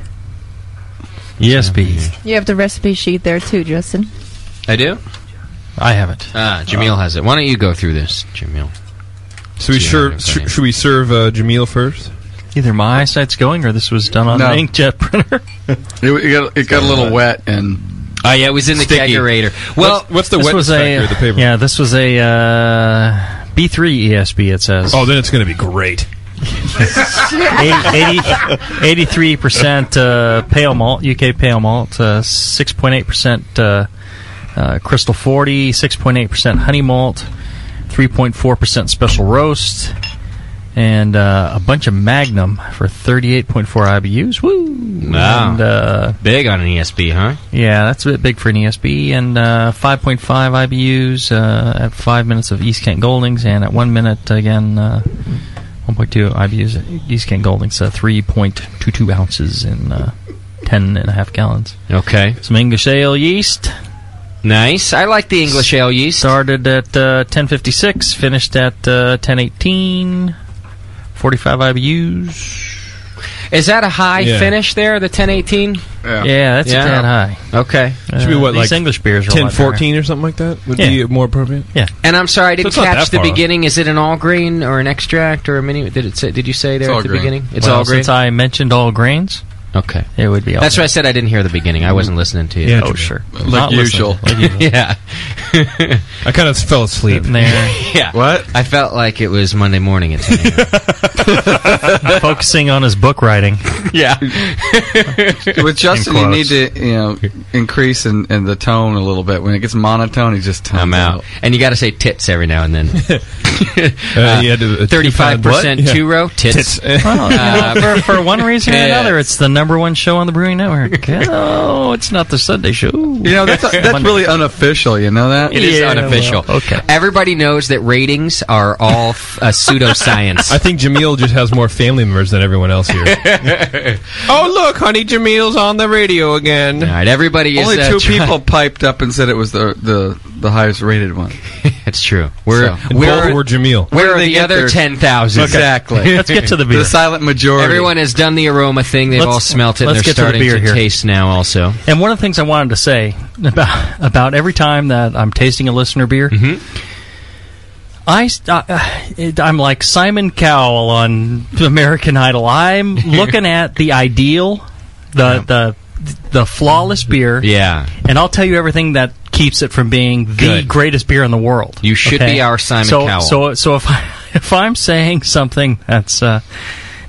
Speaker 4: ESB.
Speaker 3: You have the recipe sheet there too, Justin.
Speaker 1: I do.
Speaker 4: I haven't.
Speaker 1: Ah, Jamil has it. Why don't you go through this, Jamil?
Speaker 13: So we
Speaker 1: See
Speaker 13: sure,
Speaker 1: how it
Speaker 13: sh-
Speaker 1: goes.
Speaker 13: should we serve uh, Jamil first?
Speaker 4: Either my eyesight's going or this was done on
Speaker 13: No.
Speaker 4: an inkjet printer.
Speaker 8: It got, it got a little wet and.
Speaker 1: Oh
Speaker 8: uh,
Speaker 1: yeah, it was in the kegerator. Well,
Speaker 13: what's, what's the
Speaker 4: this
Speaker 13: wet
Speaker 4: was a,
Speaker 13: factor of the paper?
Speaker 4: Yeah, this was a uh, B3 ESB, it says.
Speaker 13: Oh, then it's going to be great.
Speaker 4: Eight- 83 percent uh, pale malt, UK pale malt, uh, six point eight percent uh, uh, crystal forty, six point eight percent honey malt, three point four percent special roast, and uh, a bunch of Magnum for thirty eight point four IBUs. Woo!
Speaker 1: Wow.
Speaker 4: And, uh,
Speaker 1: Big on an ESB, huh?
Speaker 4: yeah, that's a bit big for an ESB. And uh, 5.5 IBUs uh, at 5 minutes of East Kent Goldings, and at 1 minute, again, uh, 1.2 IBUs at East Kent Goldings, uh, 3.22 ounces in uh, 10 and a half gallons.
Speaker 1: Okay.
Speaker 4: Some English ale yeast.
Speaker 1: Nice. I like the English ale yeast.
Speaker 4: Started at uh, 1056, finished at uh, 1018, 45 IBUs.
Speaker 1: Is that a high
Speaker 4: Yeah.
Speaker 1: finish there? The 1018.
Speaker 4: Yeah, that's a tad high.
Speaker 1: Okay.
Speaker 2: Uh,
Speaker 13: should be what
Speaker 4: these
Speaker 13: like
Speaker 4: English beers are a lot
Speaker 13: 10,
Speaker 4: better.
Speaker 13: 14 or something like that would be
Speaker 4: Yeah.
Speaker 13: more appropriate.
Speaker 4: Yeah.
Speaker 1: And I'm sorry, I
Speaker 13: So
Speaker 1: didn't
Speaker 13: it's not
Speaker 1: catch
Speaker 13: that
Speaker 1: the
Speaker 13: far.
Speaker 1: beginning. Is it an all grain or an extract or a mini? Did it say? Did you say there
Speaker 4: all
Speaker 1: at the
Speaker 4: grain.
Speaker 1: beginning? It's
Speaker 4: Well,
Speaker 1: all grain.
Speaker 4: Since I mentioned all grains,
Speaker 1: okay,
Speaker 4: it would be all.
Speaker 1: That's why I said I didn't hear the beginning. I wasn't listening to you.
Speaker 4: Yeah, Oh, Jamil. sure. Like usual.
Speaker 1: listening.
Speaker 4: Like
Speaker 1: yeah.
Speaker 13: I kind of fell asleep.
Speaker 1: yeah. What? I felt like it was Monday morning at 10
Speaker 4: I'm focusing on his book writing.
Speaker 1: Yeah.
Speaker 8: With Justin,
Speaker 4: In
Speaker 8: you need
Speaker 4: quotes.
Speaker 8: to you know increase in, in the tone a little bit. When it gets monotone, he just tones
Speaker 1: I'm out. And you got to say tits every now and then.
Speaker 13: Uh, yeah, do a
Speaker 1: Thirty-five
Speaker 13: two-pound
Speaker 1: percent
Speaker 13: what?
Speaker 1: two
Speaker 13: Yeah.
Speaker 1: row tits. Uh,
Speaker 4: Well, you know, Oh, for, for one reason or
Speaker 1: tits.
Speaker 4: another, it's the number one show on the Brewing Network. Oh, it's not the Sunday show. You
Speaker 8: know that's that's really unofficial. You know that
Speaker 1: It is unofficial. okay. Everybody knows that ratings are all f- uh, pseudoscience.
Speaker 13: I think Jamil just has more family members than everyone else here. oh look, honey, Jamil's on the radio again.
Speaker 1: All right, everybody is
Speaker 8: Only
Speaker 1: uh,
Speaker 8: two
Speaker 1: try-
Speaker 8: people piped up and said it was the the, the highest rated one.
Speaker 1: That's true. We're
Speaker 8: And
Speaker 1: we're
Speaker 8: both were Jamil.
Speaker 1: Where
Speaker 8: Where
Speaker 1: are
Speaker 8: did they
Speaker 1: the
Speaker 8: get
Speaker 1: other
Speaker 8: their-
Speaker 1: ten thousand?
Speaker 8: Okay. Exactly. Let's get to the beer. The silent majority.
Speaker 1: Everyone has done the aroma thing. They've
Speaker 4: Let's-
Speaker 1: all smelt it. and
Speaker 4: let's
Speaker 1: They're
Speaker 4: get to the
Speaker 1: starting
Speaker 4: beer here.
Speaker 1: taste now. Also,
Speaker 4: And one of the things I wanted to say about about every time that I'm tasting a listener beer,
Speaker 1: Mm-hmm.
Speaker 4: I st- uh, uh, it- I'm like Simon Cowell on American Idol. I'm looking at the ideal, the the the flawless beer.
Speaker 1: Yeah.
Speaker 4: and I'll tell you everything that keeps it from being the
Speaker 1: Good.
Speaker 4: greatest beer in the world.
Speaker 1: You should be our Simon
Speaker 4: so,
Speaker 1: Cowell.
Speaker 4: So so if I, if I'm saying something that's uh,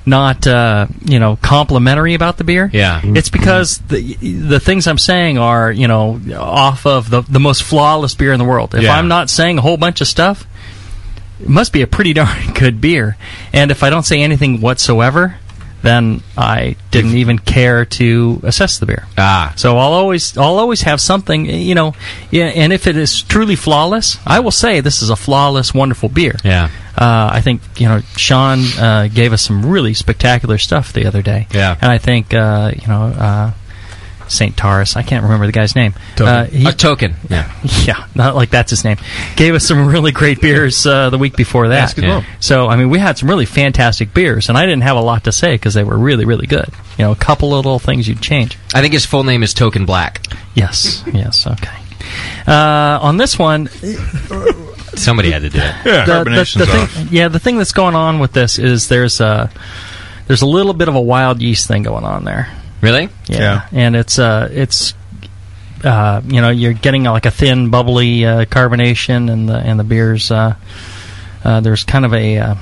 Speaker 4: not uh, you know complimentary about the beer,
Speaker 1: Yeah.
Speaker 4: it's because the the things I'm saying are you know off of the the most flawless beer in the world. If
Speaker 1: Yeah.
Speaker 4: I'm not saying a whole bunch of stuff, it must be a pretty darn good beer. And if I don't say anything whatsoever, then I didn't even care to assess the beer. Ah. So I'll always I'll always have something, you know, yeah, and if it is truly flawless, I will say this is a flawless, wonderful beer.
Speaker 1: Yeah.
Speaker 4: Uh, I think you know Sean uh, gave us some really spectacular stuff the other day.
Speaker 1: Yeah.
Speaker 4: And I think uh, you know uh, Saint Taurus. I can't remember the guy's name.
Speaker 1: Token.
Speaker 4: Uh, he-
Speaker 1: A token. Yeah.
Speaker 4: yeah, not like that's his name. Gave us some really great beers uh, the week before that.
Speaker 1: Ask his mom.
Speaker 4: So I mean, we had some really fantastic beers, and I didn't have a lot to say because they were really, really good. You know, a couple little things you'd change.
Speaker 1: I think his full name is Token Black.
Speaker 4: Yes, yes, okay. Uh, on this one,
Speaker 1: Somebody had to do it.
Speaker 4: the thing, yeah, the thing that's going on with this is there's a there's a little bit of a wild yeast thing going on there.
Speaker 1: Really?
Speaker 4: Yeah. And it's uh it's uh you know you're getting like a thin bubbly uh, carbonation and the and the beer's uh, uh there's kind of a uh,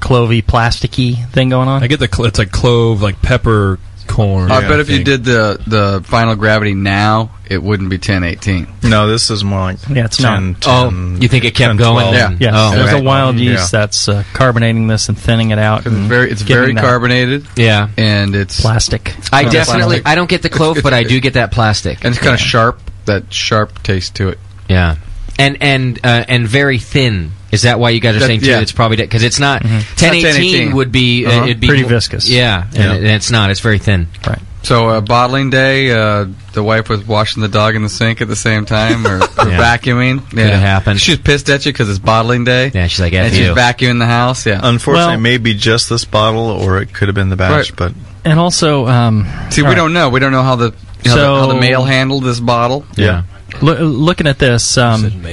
Speaker 4: clovey plasticky thing going on.
Speaker 2: I get the cl- it's like clove, like pepper, corn.
Speaker 8: I bet if you did the the final gravity now, it wouldn't be ten eighteen.
Speaker 5: No, this is more like
Speaker 4: Yeah, it's not. 10,
Speaker 8: oh, you
Speaker 1: think it kept Oh,
Speaker 4: Yeah.
Speaker 8: Yeah,
Speaker 4: Yes. there's a wild yeast that's uh, carbonating this and thinning it out. It's
Speaker 8: very, it's very carbonated.
Speaker 1: Yeah,
Speaker 8: and it's
Speaker 4: plastic.
Speaker 1: I definitely I don't get the clove, but I do get that plastic.
Speaker 8: And it's kind of
Speaker 1: Yeah.
Speaker 8: sharp, that sharp taste to it.
Speaker 1: Yeah, and and uh, and very thin. Is that why you guys are
Speaker 8: That-
Speaker 1: saying too?
Speaker 8: yeah.
Speaker 1: It's probably because it's not
Speaker 8: Mhm. It's not
Speaker 1: 1018
Speaker 8: 1018.
Speaker 1: would be uh,
Speaker 8: Uh-huh.
Speaker 1: it'd be
Speaker 8: Pretty
Speaker 1: mo-
Speaker 8: viscous.
Speaker 1: Yeah,
Speaker 8: Yeah.
Speaker 1: And, it- and it's not. It's very thin.
Speaker 4: Right.
Speaker 8: So uh, bottling day, uh, the wife was washing the dog in the sink at the same time, or, or
Speaker 1: Yeah.
Speaker 8: vacuuming.
Speaker 1: Could've happened.
Speaker 8: She was pissed at you because it's bottling day.
Speaker 1: Yeah, she's like,
Speaker 8: and
Speaker 1: "F
Speaker 8: she's
Speaker 1: you."
Speaker 8: vacuuming the house. Yeah,
Speaker 5: Unfortunately, maybe just this bottle, or it could have been the batch. But
Speaker 4: And also, um,
Speaker 8: See, we
Speaker 4: all right.
Speaker 8: don't know. We don't know how the how,
Speaker 4: So-
Speaker 8: the, how the male handled this bottle.
Speaker 4: Yeah. Loo- looking at this, um,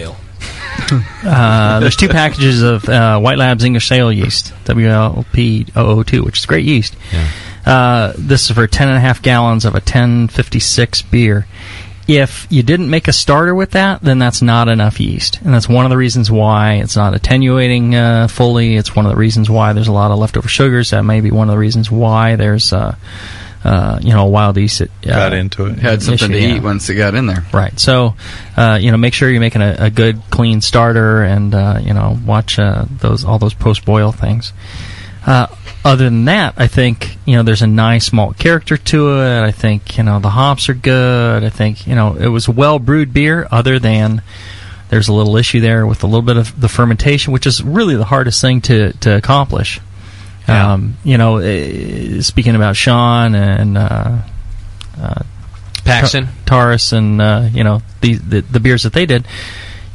Speaker 4: uh, there's two packages of uh, White Labs English Sale yeast, WLP002, which is great yeast. Uh, this is for 10 and a half gallons of a 1056 beer. If you didn't make a starter with that, then that's not enough yeast. And that's one of the reasons why it's not attenuating uh, fully. It's one of the reasons why there's a lot of leftover sugars. That may be one of the reasons why there's, uh, uh, you know, wild yeast. Uh,
Speaker 5: Got into it.
Speaker 8: Had something to
Speaker 4: issue, yeah.
Speaker 8: eat once it got in there.
Speaker 4: Right. So, uh, you know, make sure you're making a, a good, clean starter, and uh, you know, watch uh, those all those post boil things. Uh, other than that, I think you know there's a nice malt character to it. I think you know the hops are good. I think you know it was a well brewed beer. Other than there's a little issue there with a little bit of the fermentation, which is really the hardest thing to to accomplish. Um, you know, eh, speaking about Sean and uh, uh,
Speaker 1: Paxton.
Speaker 4: Ta- Taurus, and uh, you know the, the the beers that they did.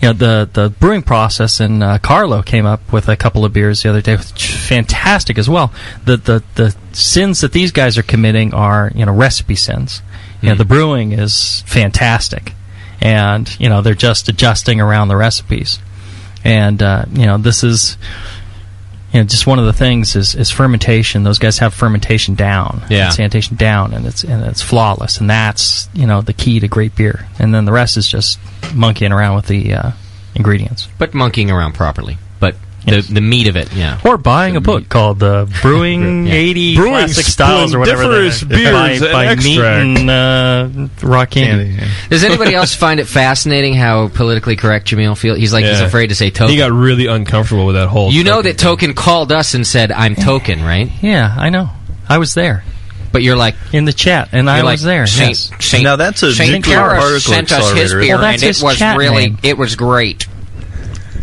Speaker 4: You know the the brewing process, and uh, Carlo came up with a couple of beers the other day, which is fantastic as well. The the the sins that these guys are committing are you know recipe sins. You know
Speaker 1: Mm.
Speaker 4: the brewing is fantastic, and you know they're just adjusting around the recipes, and uh, you know this is. You know, just one of the things is, is fermentation. Those guys have fermentation down
Speaker 1: Yeah.
Speaker 4: sanitation down and it's and it's flawless and that's you know the key to great beer and then the rest is just monkeying around with the uh, ingredients
Speaker 1: But monkeying around properly. But the the meat of it. Yeah.
Speaker 4: or buying a book called uh, brewing
Speaker 1: Yeah.
Speaker 4: 80
Speaker 1: Brewing
Speaker 4: classic styles or whatever that is.
Speaker 1: Splendiferous Beers
Speaker 4: by,
Speaker 1: and
Speaker 4: by
Speaker 1: Extract.
Speaker 4: meat and uh, rock candy,
Speaker 1: Does anybody else find it fascinating how politically correct Jamil feels? He's like he's
Speaker 2: Yeah.
Speaker 1: afraid to say token.
Speaker 2: He got really uncomfortable with that whole.
Speaker 1: you know that token called us and said, "I'm token," right?
Speaker 4: yeah i know i was there
Speaker 1: But you're like
Speaker 4: in the chat and i was there
Speaker 1: Saint,
Speaker 4: yes.
Speaker 1: Saint, Saint Taurus sent us his beer,
Speaker 4: well, that's
Speaker 1: and it
Speaker 4: his
Speaker 1: was
Speaker 4: chat
Speaker 1: really
Speaker 4: name.
Speaker 1: it was great.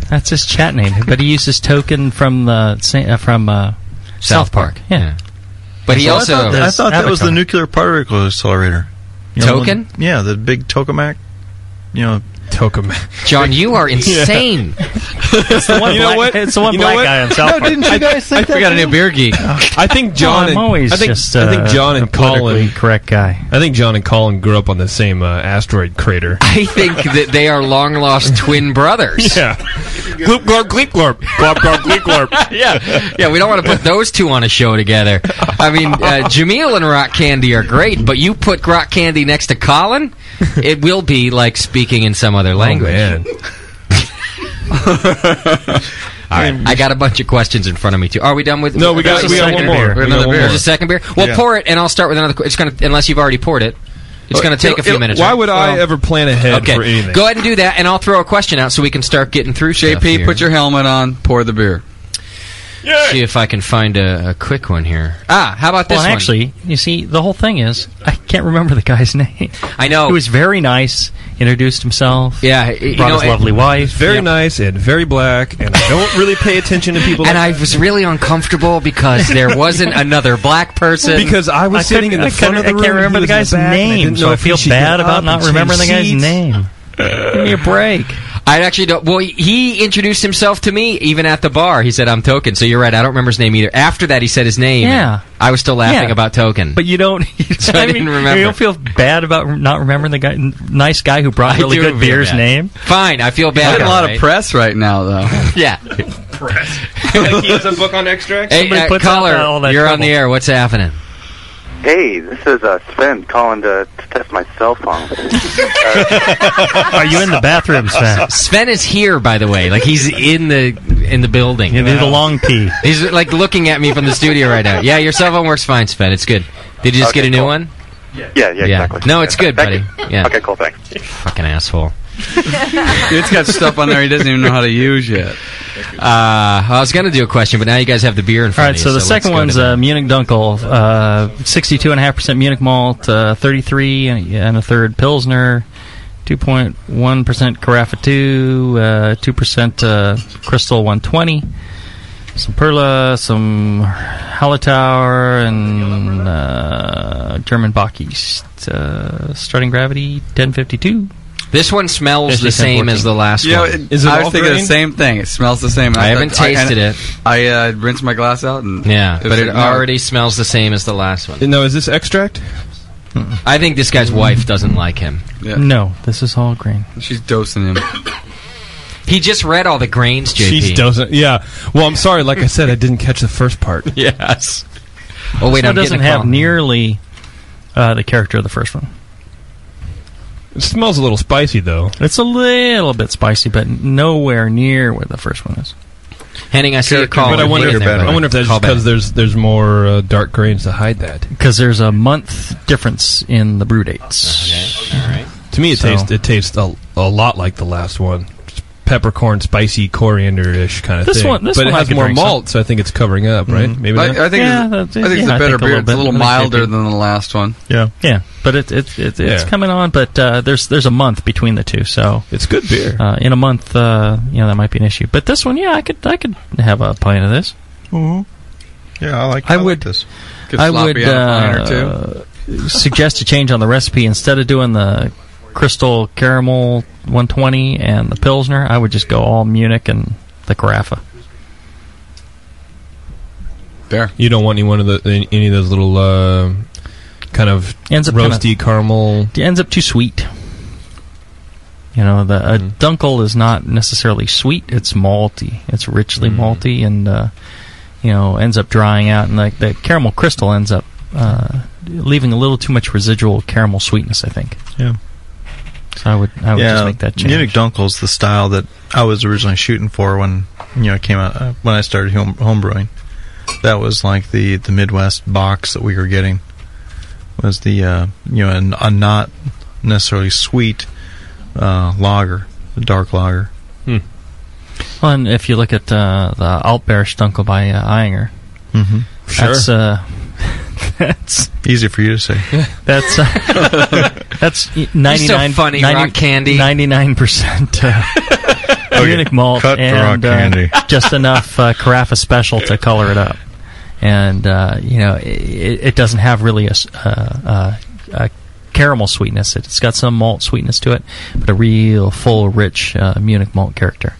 Speaker 4: that's his chat name but he uses token from the sa- uh, from uh, south, park, yeah.
Speaker 1: But he
Speaker 5: So
Speaker 1: also
Speaker 5: I thought, I thought that was the
Speaker 4: Avatar.
Speaker 5: nuclear particle accelerator. the one-
Speaker 1: Token?
Speaker 5: yeah, the big tokamak. You know,
Speaker 2: tokamak.
Speaker 1: John, you are
Speaker 5: Yeah.
Speaker 1: insane.
Speaker 4: It's the one
Speaker 2: You know
Speaker 4: black-
Speaker 2: what?
Speaker 4: it's the one
Speaker 2: You know
Speaker 4: black
Speaker 2: what?
Speaker 4: guy on South
Speaker 2: No,
Speaker 4: Park.
Speaker 2: didn't you I- guys think I that forgot a new too? beer geek. I think John.
Speaker 4: Well, I'm
Speaker 2: and,
Speaker 4: always
Speaker 2: I think,
Speaker 4: just,
Speaker 2: I think
Speaker 4: uh,
Speaker 2: John
Speaker 4: a
Speaker 2: and
Speaker 4: politically
Speaker 2: Colin.
Speaker 4: Correct guy.
Speaker 2: I think John and Colin grew up on the same uh, asteroid crater.
Speaker 1: I think that they are long lost twin brothers.
Speaker 2: Yeah.
Speaker 1: Gloop glorp gleep glorp. Glorp glorp gleep glorp. yeah. Yeah, we don't want to put those two on a show together. I mean, uh, Jameel and Rock Candy are great, but you put Rock Candy next to Colin, it will be like speaking in some
Speaker 2: Oh,
Speaker 1: other language. All right. I got a bunch of questions in front of me too. Are we done with?
Speaker 2: No, we got-
Speaker 1: there's a
Speaker 2: we got
Speaker 1: second
Speaker 2: one more. We got one more.
Speaker 1: There's a second beer. Well,
Speaker 2: Yeah.
Speaker 1: pour it, and I'll start with another. qu- It's gonna unless you've already poured it.
Speaker 2: Uh,
Speaker 1: It's gonna take a few
Speaker 2: It'll-
Speaker 1: minutes.
Speaker 2: Why
Speaker 1: right?
Speaker 2: would I
Speaker 1: Well-
Speaker 2: ever plan ahead
Speaker 1: okay.
Speaker 2: for anything?
Speaker 1: Go ahead and do that, and I'll throw a question out so we can start getting through.
Speaker 8: JP,
Speaker 1: stuff here.
Speaker 8: put your helmet on, pour the beer.
Speaker 1: see if I can find a, a quick one here.
Speaker 4: Ah,
Speaker 1: how about this
Speaker 4: Well, and
Speaker 1: one?
Speaker 4: actually, you see, the whole thing is I can't remember the guy's name.
Speaker 1: I know.
Speaker 4: He was very nice. Introduced himself.
Speaker 1: Yeah, you
Speaker 4: brought
Speaker 1: know,
Speaker 4: his
Speaker 1: it-
Speaker 4: lovely wife.
Speaker 1: Very Yep.
Speaker 4: nice and very black. And I don't really pay attention to people.
Speaker 1: And I was really uncomfortable because there wasn't another black person.
Speaker 4: Because I was I sitting in couldn't- the I front couldn't- of the I can't room, remember he the was in the guy's back, and I name, didn't so know I if he feel should get bad about up not and change remembering the guy's seats. name.
Speaker 1: Give me a break. I actually don't. Well, he introduced himself to me even at the bar. He said, "I'm Token." So you're right. I don't remember his name either. After that, he said his name.
Speaker 4: Yeah.
Speaker 1: and I was still laughing
Speaker 4: Yeah.
Speaker 1: about Token.
Speaker 4: But you don't.
Speaker 1: So I didn't remember.
Speaker 4: You don't feel bad about re- not remembering the guy, n- nice guy who brought
Speaker 1: I
Speaker 4: really
Speaker 1: do
Speaker 4: good
Speaker 1: feel
Speaker 4: beer's
Speaker 1: bad.
Speaker 4: name.
Speaker 1: Fine, I feel bad.
Speaker 8: Getting a lot
Speaker 1: right?
Speaker 8: of press right now, though.
Speaker 1: Yeah.
Speaker 13: Press. like he has a book on extracts.
Speaker 1: Hey, uh, caller, you're on the air. What's happening?
Speaker 14: Hey, this is uh, Sven calling to, to test my cell phone.
Speaker 4: Are you in the bathroom, Sven?
Speaker 1: Sven is here, by the way. Like he's in the in the building.
Speaker 4: He did a long pee.
Speaker 1: He's like looking at me from the studio right now. Yeah, your cell phone works fine, Sven. It's good. Did you just
Speaker 14: Okay,
Speaker 1: get a new
Speaker 14: cool.
Speaker 1: one?
Speaker 14: Yeah, yeah, exactly.
Speaker 1: No, it's good, buddy.
Speaker 14: Thank you.
Speaker 1: Yeah.
Speaker 14: Okay, cool, thanks.
Speaker 1: Fucking asshole.
Speaker 8: it's got stuff on there he doesn't even know how to use yet.
Speaker 1: Uh, I was gonna do a question, but now you guys have the beer in
Speaker 4: All
Speaker 1: front
Speaker 4: right,
Speaker 1: of you.
Speaker 4: so the
Speaker 1: let's
Speaker 4: second
Speaker 1: go to
Speaker 4: one's
Speaker 1: that.
Speaker 4: uh, Munich Dunkel, uh, 62.5% Munich malt, uh, 33 and, and a third Pilsner, 2.1% Carafa 2, uh, 2% uh, Crystal 120, some Perla, some Hallertauer, and uh, German Bock East. Uh, starting gravity, 1052.
Speaker 1: This one smells the same as the last
Speaker 8: Yeah,
Speaker 1: one.
Speaker 8: it- I was thinking the same thing. It smells the same. and
Speaker 1: I haven't
Speaker 8: thought- I kinda-
Speaker 1: tasted it.
Speaker 8: I uh, rinsed my glass out and
Speaker 1: Yeah, but it
Speaker 8: no.
Speaker 1: already smells the same as the last one.
Speaker 2: No, is this extract?
Speaker 1: I think this guy's wife doesn't like him.
Speaker 4: No, this is all green.
Speaker 8: She's dosing him.
Speaker 1: He just read all the grains, JP.
Speaker 2: She doesn't. Yeah. Well, I'm sorry. Like I said, I didn't catch the first part.
Speaker 1: Yes.
Speaker 4: this
Speaker 1: Oh wait, I'm
Speaker 4: one doesn't
Speaker 1: getting a
Speaker 4: have
Speaker 1: call.
Speaker 4: nearly uh, the character of the first one.
Speaker 2: It smells a little spicy, though.
Speaker 4: It's a little bit spicy, but nowhere near where the first one is.
Speaker 1: Henning, I see a call.
Speaker 2: But I
Speaker 1: I'm
Speaker 2: wonder,
Speaker 1: getting
Speaker 2: if,
Speaker 1: there,
Speaker 2: I
Speaker 1: buddy.
Speaker 2: wonder if that's
Speaker 1: Call
Speaker 2: just because
Speaker 1: back.
Speaker 2: there's there's more uh, dark grains to hide that.
Speaker 4: because there's a month difference in the brew dates.
Speaker 1: Okay. All right.
Speaker 2: To me, it
Speaker 4: So-
Speaker 2: tastes it tastes a, a lot like the last one. Just Peppercorn, spicy, coriander ish kind of
Speaker 4: This
Speaker 2: thing.
Speaker 4: one- this
Speaker 2: but
Speaker 4: one
Speaker 2: it
Speaker 4: I
Speaker 2: has
Speaker 4: could
Speaker 2: more
Speaker 4: drink
Speaker 2: malt, so I think it's covering up, right?
Speaker 4: Mhm.
Speaker 2: Maybe.
Speaker 8: Mm-hmm. I,
Speaker 2: not?
Speaker 8: I think
Speaker 4: Yeah,
Speaker 8: it's,
Speaker 4: that's-
Speaker 8: I think it's
Speaker 4: yeah,
Speaker 8: a
Speaker 4: I
Speaker 8: better
Speaker 4: think a
Speaker 8: beer.
Speaker 4: little
Speaker 8: it's a
Speaker 4: bit.
Speaker 8: little
Speaker 4: I think I
Speaker 8: milder
Speaker 4: did.
Speaker 8: than the last one.
Speaker 4: Yeah, yeah, but it, it, it it's
Speaker 8: Yeah.
Speaker 4: coming on. But uh, there's there's a month between the two, so
Speaker 2: it's good beer.
Speaker 4: Uh, in a month, uh, you know that might be an issue. But this one, yeah, I could I could have a pint of this.
Speaker 5: Mm-hmm. Yeah, I like.
Speaker 4: I, would.
Speaker 5: this.
Speaker 8: Could
Speaker 4: I
Speaker 8: sloppy
Speaker 4: would
Speaker 8: out a pint or
Speaker 4: uh, suggest a change on the recipe instead of doing the crystal caramel 120 and the pilsner. I would just go all Munich and the Carafa.
Speaker 8: There.
Speaker 2: You don't want any one of the any- any of those little uh, kind of
Speaker 4: Ends up
Speaker 2: roasty
Speaker 4: kinda-
Speaker 2: caramel.
Speaker 4: It ends up too sweet. You know, the a
Speaker 8: Mm-hmm.
Speaker 4: dunkel is not necessarily sweet. It's malty. It's richly
Speaker 8: Mm-hmm.
Speaker 4: malty, and uh, you know, ends up drying out, and like the caramel crystal ends up uh, leaving a little too much residual caramel sweetness. I think.
Speaker 5: Yeah.
Speaker 4: So I would, I would just make that change.
Speaker 5: Munich Dunkel's the style that I was originally shooting for when you know it came out uh, when I started home, home brewing. That was like the the Midwest box that we were getting was the uh, you know an, a not necessarily sweet uh, lager, a dark lager.
Speaker 4: Well, and if you look at uh, the Altbär Dunkel by uh, Eyinger,
Speaker 5: Mhm.
Speaker 4: that's
Speaker 5: Sure.
Speaker 4: uh, that's
Speaker 5: Easy for you to say.
Speaker 4: That's uh, that's ninety nine.
Speaker 1: funny, rock candy.
Speaker 4: Ninety nine percent uh, Munich malt
Speaker 5: cut the
Speaker 4: and
Speaker 5: rock
Speaker 4: uh,
Speaker 5: candy.
Speaker 4: just enough uh, Carafa special to color it up, and uh, you know it, it doesn't have really a, s- uh, uh, a caramel sweetness. It's got some malt sweetness to it, but a real full, rich uh, Munich malt character.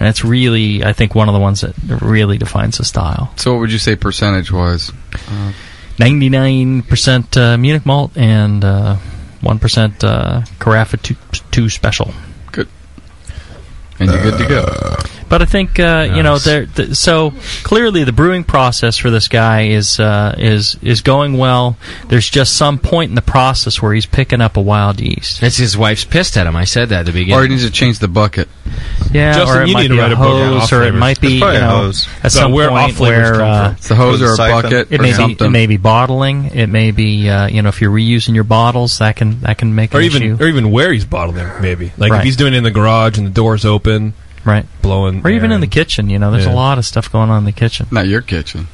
Speaker 4: And it's really, I think, one of the ones that really defines the style.
Speaker 8: So, what would you say percentage wise? Uh,
Speaker 4: 99% uh, Munich malt and uh, 1% uh, Carafa 2, 2 special.
Speaker 8: Good. And you're good to go.
Speaker 4: But I think uh, you know
Speaker 8: Nice.
Speaker 4: there. Th- so clearly, the brewing process for this guy is uh, is is going well. There's just some point in the process where he's picking up a wild yeast.
Speaker 1: That's his wife's pissed at him. I said that at the beginning.
Speaker 8: Or he needs to change the bucket.
Speaker 4: Yeah,
Speaker 8: Justin,
Speaker 4: or it
Speaker 8: you
Speaker 4: might
Speaker 8: need
Speaker 4: be
Speaker 8: to write
Speaker 4: a
Speaker 8: a book on
Speaker 4: hose,
Speaker 8: off
Speaker 4: or it
Speaker 8: flavors.
Speaker 4: might
Speaker 8: It's
Speaker 4: be you
Speaker 8: probably a
Speaker 4: know,
Speaker 8: hose.
Speaker 4: at
Speaker 8: So
Speaker 4: some
Speaker 8: where off
Speaker 4: point
Speaker 8: flavors
Speaker 4: where
Speaker 8: come
Speaker 4: uh,
Speaker 8: from. It's a hose or a
Speaker 4: siphon.
Speaker 8: bucket
Speaker 4: It
Speaker 8: or
Speaker 4: may be
Speaker 8: something.
Speaker 4: it may be bottling. It may be uh, you know if you're reusing your bottles that can that can make
Speaker 2: or
Speaker 4: an
Speaker 2: even
Speaker 4: issue.
Speaker 2: or even where he's bottling, maybe. Like
Speaker 4: Right.
Speaker 2: if he's doing it in the garage and the door's open,
Speaker 4: right?
Speaker 2: Blowing
Speaker 4: or even
Speaker 2: air
Speaker 4: in the
Speaker 2: and-
Speaker 4: kitchen. You know, there's
Speaker 2: Yeah.
Speaker 4: a lot of stuff going on in the kitchen.
Speaker 8: Not your kitchen.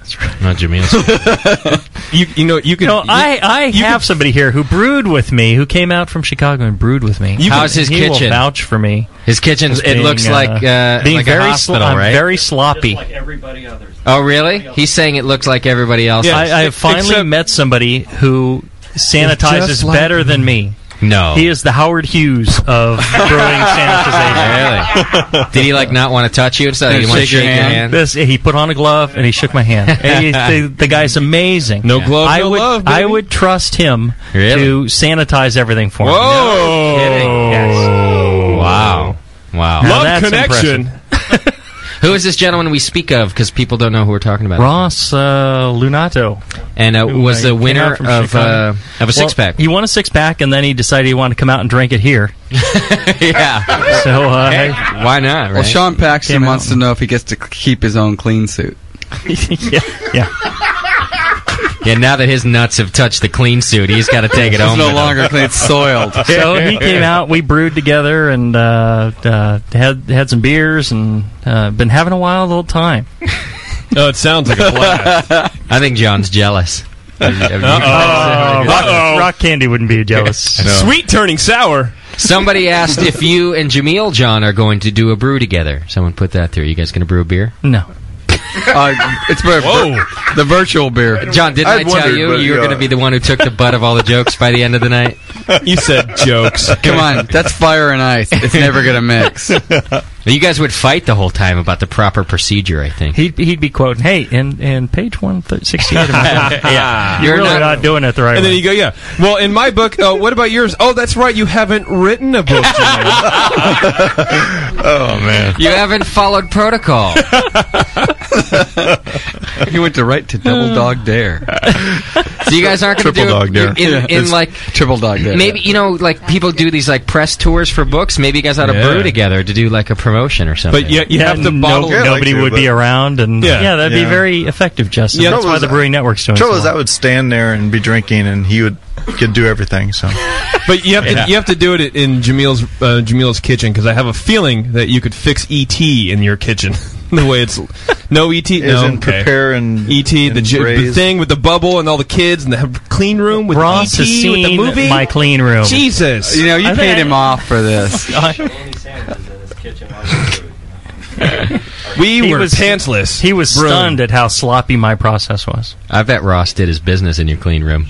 Speaker 4: That's right.
Speaker 1: Not Jamil's.
Speaker 2: you you know you could.
Speaker 4: No, I I have somebody here who brewed with me, who came out from Chicago and brewed with me.
Speaker 1: You How's
Speaker 4: can-
Speaker 1: his
Speaker 4: he
Speaker 1: kitchen?
Speaker 4: Will vouch for me.
Speaker 1: His kitchen,
Speaker 4: as
Speaker 1: it looks like, uh,
Speaker 4: being
Speaker 1: like a
Speaker 4: very
Speaker 1: hospital,
Speaker 4: slo- I'm
Speaker 1: right?
Speaker 4: very sloppy.
Speaker 1: Oh, really? He's saying it looks like everybody else.
Speaker 4: I, I finally met somebody who
Speaker 1: just
Speaker 4: sanitizes
Speaker 1: like
Speaker 4: better than me.
Speaker 1: No.
Speaker 4: he is the Howard Hughes of brewing
Speaker 1: sanitization. Really? Did he like not want to touch you and stuff? He didn't want to shake your hand.
Speaker 4: This, he put on a glove and he shook my hand. And he- the, the guy's amazing. No
Speaker 1: glove,
Speaker 4: I
Speaker 1: no
Speaker 4: would,
Speaker 1: love,
Speaker 4: I would trust him to sanitize everything for me.
Speaker 1: Whoa! Wow! Wow!
Speaker 4: Now Love that's connection.
Speaker 1: who is this gentleman we speak of? Because people don't know who we're talking about.
Speaker 4: Ross uh, Lunato,
Speaker 1: and uh,
Speaker 4: who,
Speaker 1: was
Speaker 4: uh,
Speaker 1: the
Speaker 4: came
Speaker 1: winner
Speaker 4: out from
Speaker 1: of
Speaker 4: Chicago.
Speaker 1: uh, of a six pack.
Speaker 4: Well, he won a six pack, and then he decided he wanted to come out and drink it here.
Speaker 1: yeah.
Speaker 4: So uh,
Speaker 1: why not?
Speaker 8: Well, Sean Paxton wants
Speaker 1: um,
Speaker 8: to know if he gets to keep his own clean suit.
Speaker 4: yeah, yeah.
Speaker 1: Yeah, now that his nuts have touched the clean suit, he's got to take it
Speaker 8: It's
Speaker 1: home.
Speaker 8: no
Speaker 1: with him.
Speaker 8: longer clean, it's soiled.
Speaker 4: so he came out. We brewed together and uh, uh, had had some beers and uh, been having a wild old time.
Speaker 2: Oh, it sounds
Speaker 4: like a blast.
Speaker 1: I think John's jealous.
Speaker 4: Uh-oh. Rock, rock candy wouldn't be jealous.
Speaker 2: Sweet turning sour.
Speaker 1: Somebody asked if you and Jameel John are going to do a brew together. Someone put that through. You guys going to brew a beer?
Speaker 4: No.
Speaker 8: Uh, it's vir- the virtual beer.
Speaker 1: John, didn't i
Speaker 8: I'd
Speaker 1: tell
Speaker 8: wondered,
Speaker 1: you
Speaker 8: but, uh,
Speaker 1: you were
Speaker 8: yeah.
Speaker 1: going to be the one who took the butt of all the jokes by the end of the night?
Speaker 2: You said jokes.
Speaker 8: Come on, that's fire and ice. It's never gonna mix.
Speaker 1: You guys would fight the whole time about the proper procedure, I think.
Speaker 4: He'd, he'd be quoting, "Hey, in in page one sixty eight,
Speaker 2: Yeah.
Speaker 4: you're
Speaker 2: You're not-
Speaker 4: really not, doing it the right
Speaker 2: and
Speaker 4: way."
Speaker 2: then you go, yeah. Well, in my book, uh, what about yours? Oh, that's right. You haven't written a book.
Speaker 8: oh man,
Speaker 1: You haven't followed protocol.
Speaker 8: he went to right to double dog dare.
Speaker 1: Uh, So you guys aren't going to
Speaker 8: triple
Speaker 1: do
Speaker 8: dog dare
Speaker 1: in, in,
Speaker 8: It's
Speaker 1: like
Speaker 8: triple dog dare.
Speaker 1: maybe you know like people do these like press tours for books. Maybe you guys ought to
Speaker 8: Yeah.
Speaker 1: brew together to do like a promotion or something.
Speaker 2: But yet you have to bottle- Yeah, I like
Speaker 4: nobody
Speaker 2: to,
Speaker 4: would
Speaker 2: but-
Speaker 4: be around, and
Speaker 2: Yeah.
Speaker 4: yeah, that'd
Speaker 2: Yeah.
Speaker 4: be very effective, Justin.
Speaker 9: Yeah,
Speaker 4: That's
Speaker 9: trouble
Speaker 4: why
Speaker 9: is-
Speaker 4: the Brewing Network's doing.
Speaker 9: Trouble
Speaker 4: so
Speaker 9: is,
Speaker 4: well.
Speaker 9: I would stand there and be drinking, and he would could do everything. So,
Speaker 2: But you have
Speaker 9: Yeah.
Speaker 2: to you have to do it in Jamil's uh, Jamil's kitchen because I have a feeling that you could fix ET in your kitchen the way it's no ET
Speaker 9: As
Speaker 2: no
Speaker 9: in prepare and
Speaker 2: ET the, j- the
Speaker 9: braise.
Speaker 2: thing with the bubble and all the kids and the clean room with
Speaker 4: Ross
Speaker 2: ET
Speaker 4: has
Speaker 2: with the
Speaker 4: seen
Speaker 2: movie
Speaker 4: my clean room.
Speaker 2: Jesus
Speaker 8: You know, you paid him off for this.
Speaker 2: We
Speaker 4: He
Speaker 2: were
Speaker 4: was-
Speaker 2: pantsless.
Speaker 4: He was
Speaker 2: Brewing.
Speaker 4: stunned at how sloppy my process was.
Speaker 1: I bet Ross did his business in your clean room.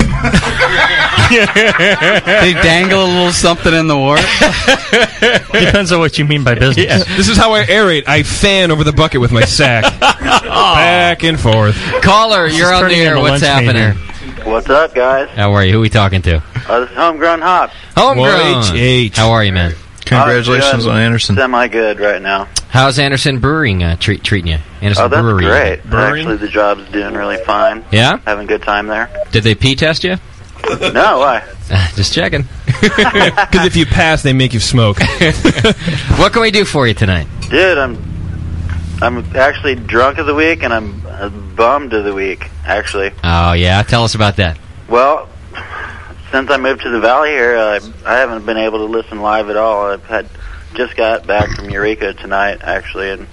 Speaker 8: they dangle a little something in the wart.
Speaker 4: Depends on what you mean by business.
Speaker 2: This is how I aerate. I fan over the bucket with my sack, back and forth.
Speaker 1: Caller, you're on the air. What's happening?
Speaker 14: What's up, guys?
Speaker 1: How are you? Who are we talking to?
Speaker 14: Uh, this is Homegrown Hops.
Speaker 1: Homegrown.
Speaker 14: H
Speaker 1: How are you, man?
Speaker 14: I'm doing Semi good right now.
Speaker 1: How's Anderson Brewing uh, treat, treating you? Anderson
Speaker 14: oh, that's
Speaker 1: Brewery.
Speaker 14: great. Actually, the job's doing really fine.
Speaker 1: Yeah?
Speaker 14: Having a good time there.
Speaker 1: Did they pee test you?
Speaker 14: no, why?
Speaker 1: Just checking.
Speaker 2: Because if you pass, they make you smoke.
Speaker 1: what can we do for you tonight?
Speaker 14: Dude, I'm I'm actually drunk of the week and I'm uh, bummed of the week, actually.
Speaker 1: Oh yeah, tell us about that.
Speaker 14: Well, since I moved to the valley here, I, I haven't been able to listen live at all. I've had just got back from Eureka tonight, actually, and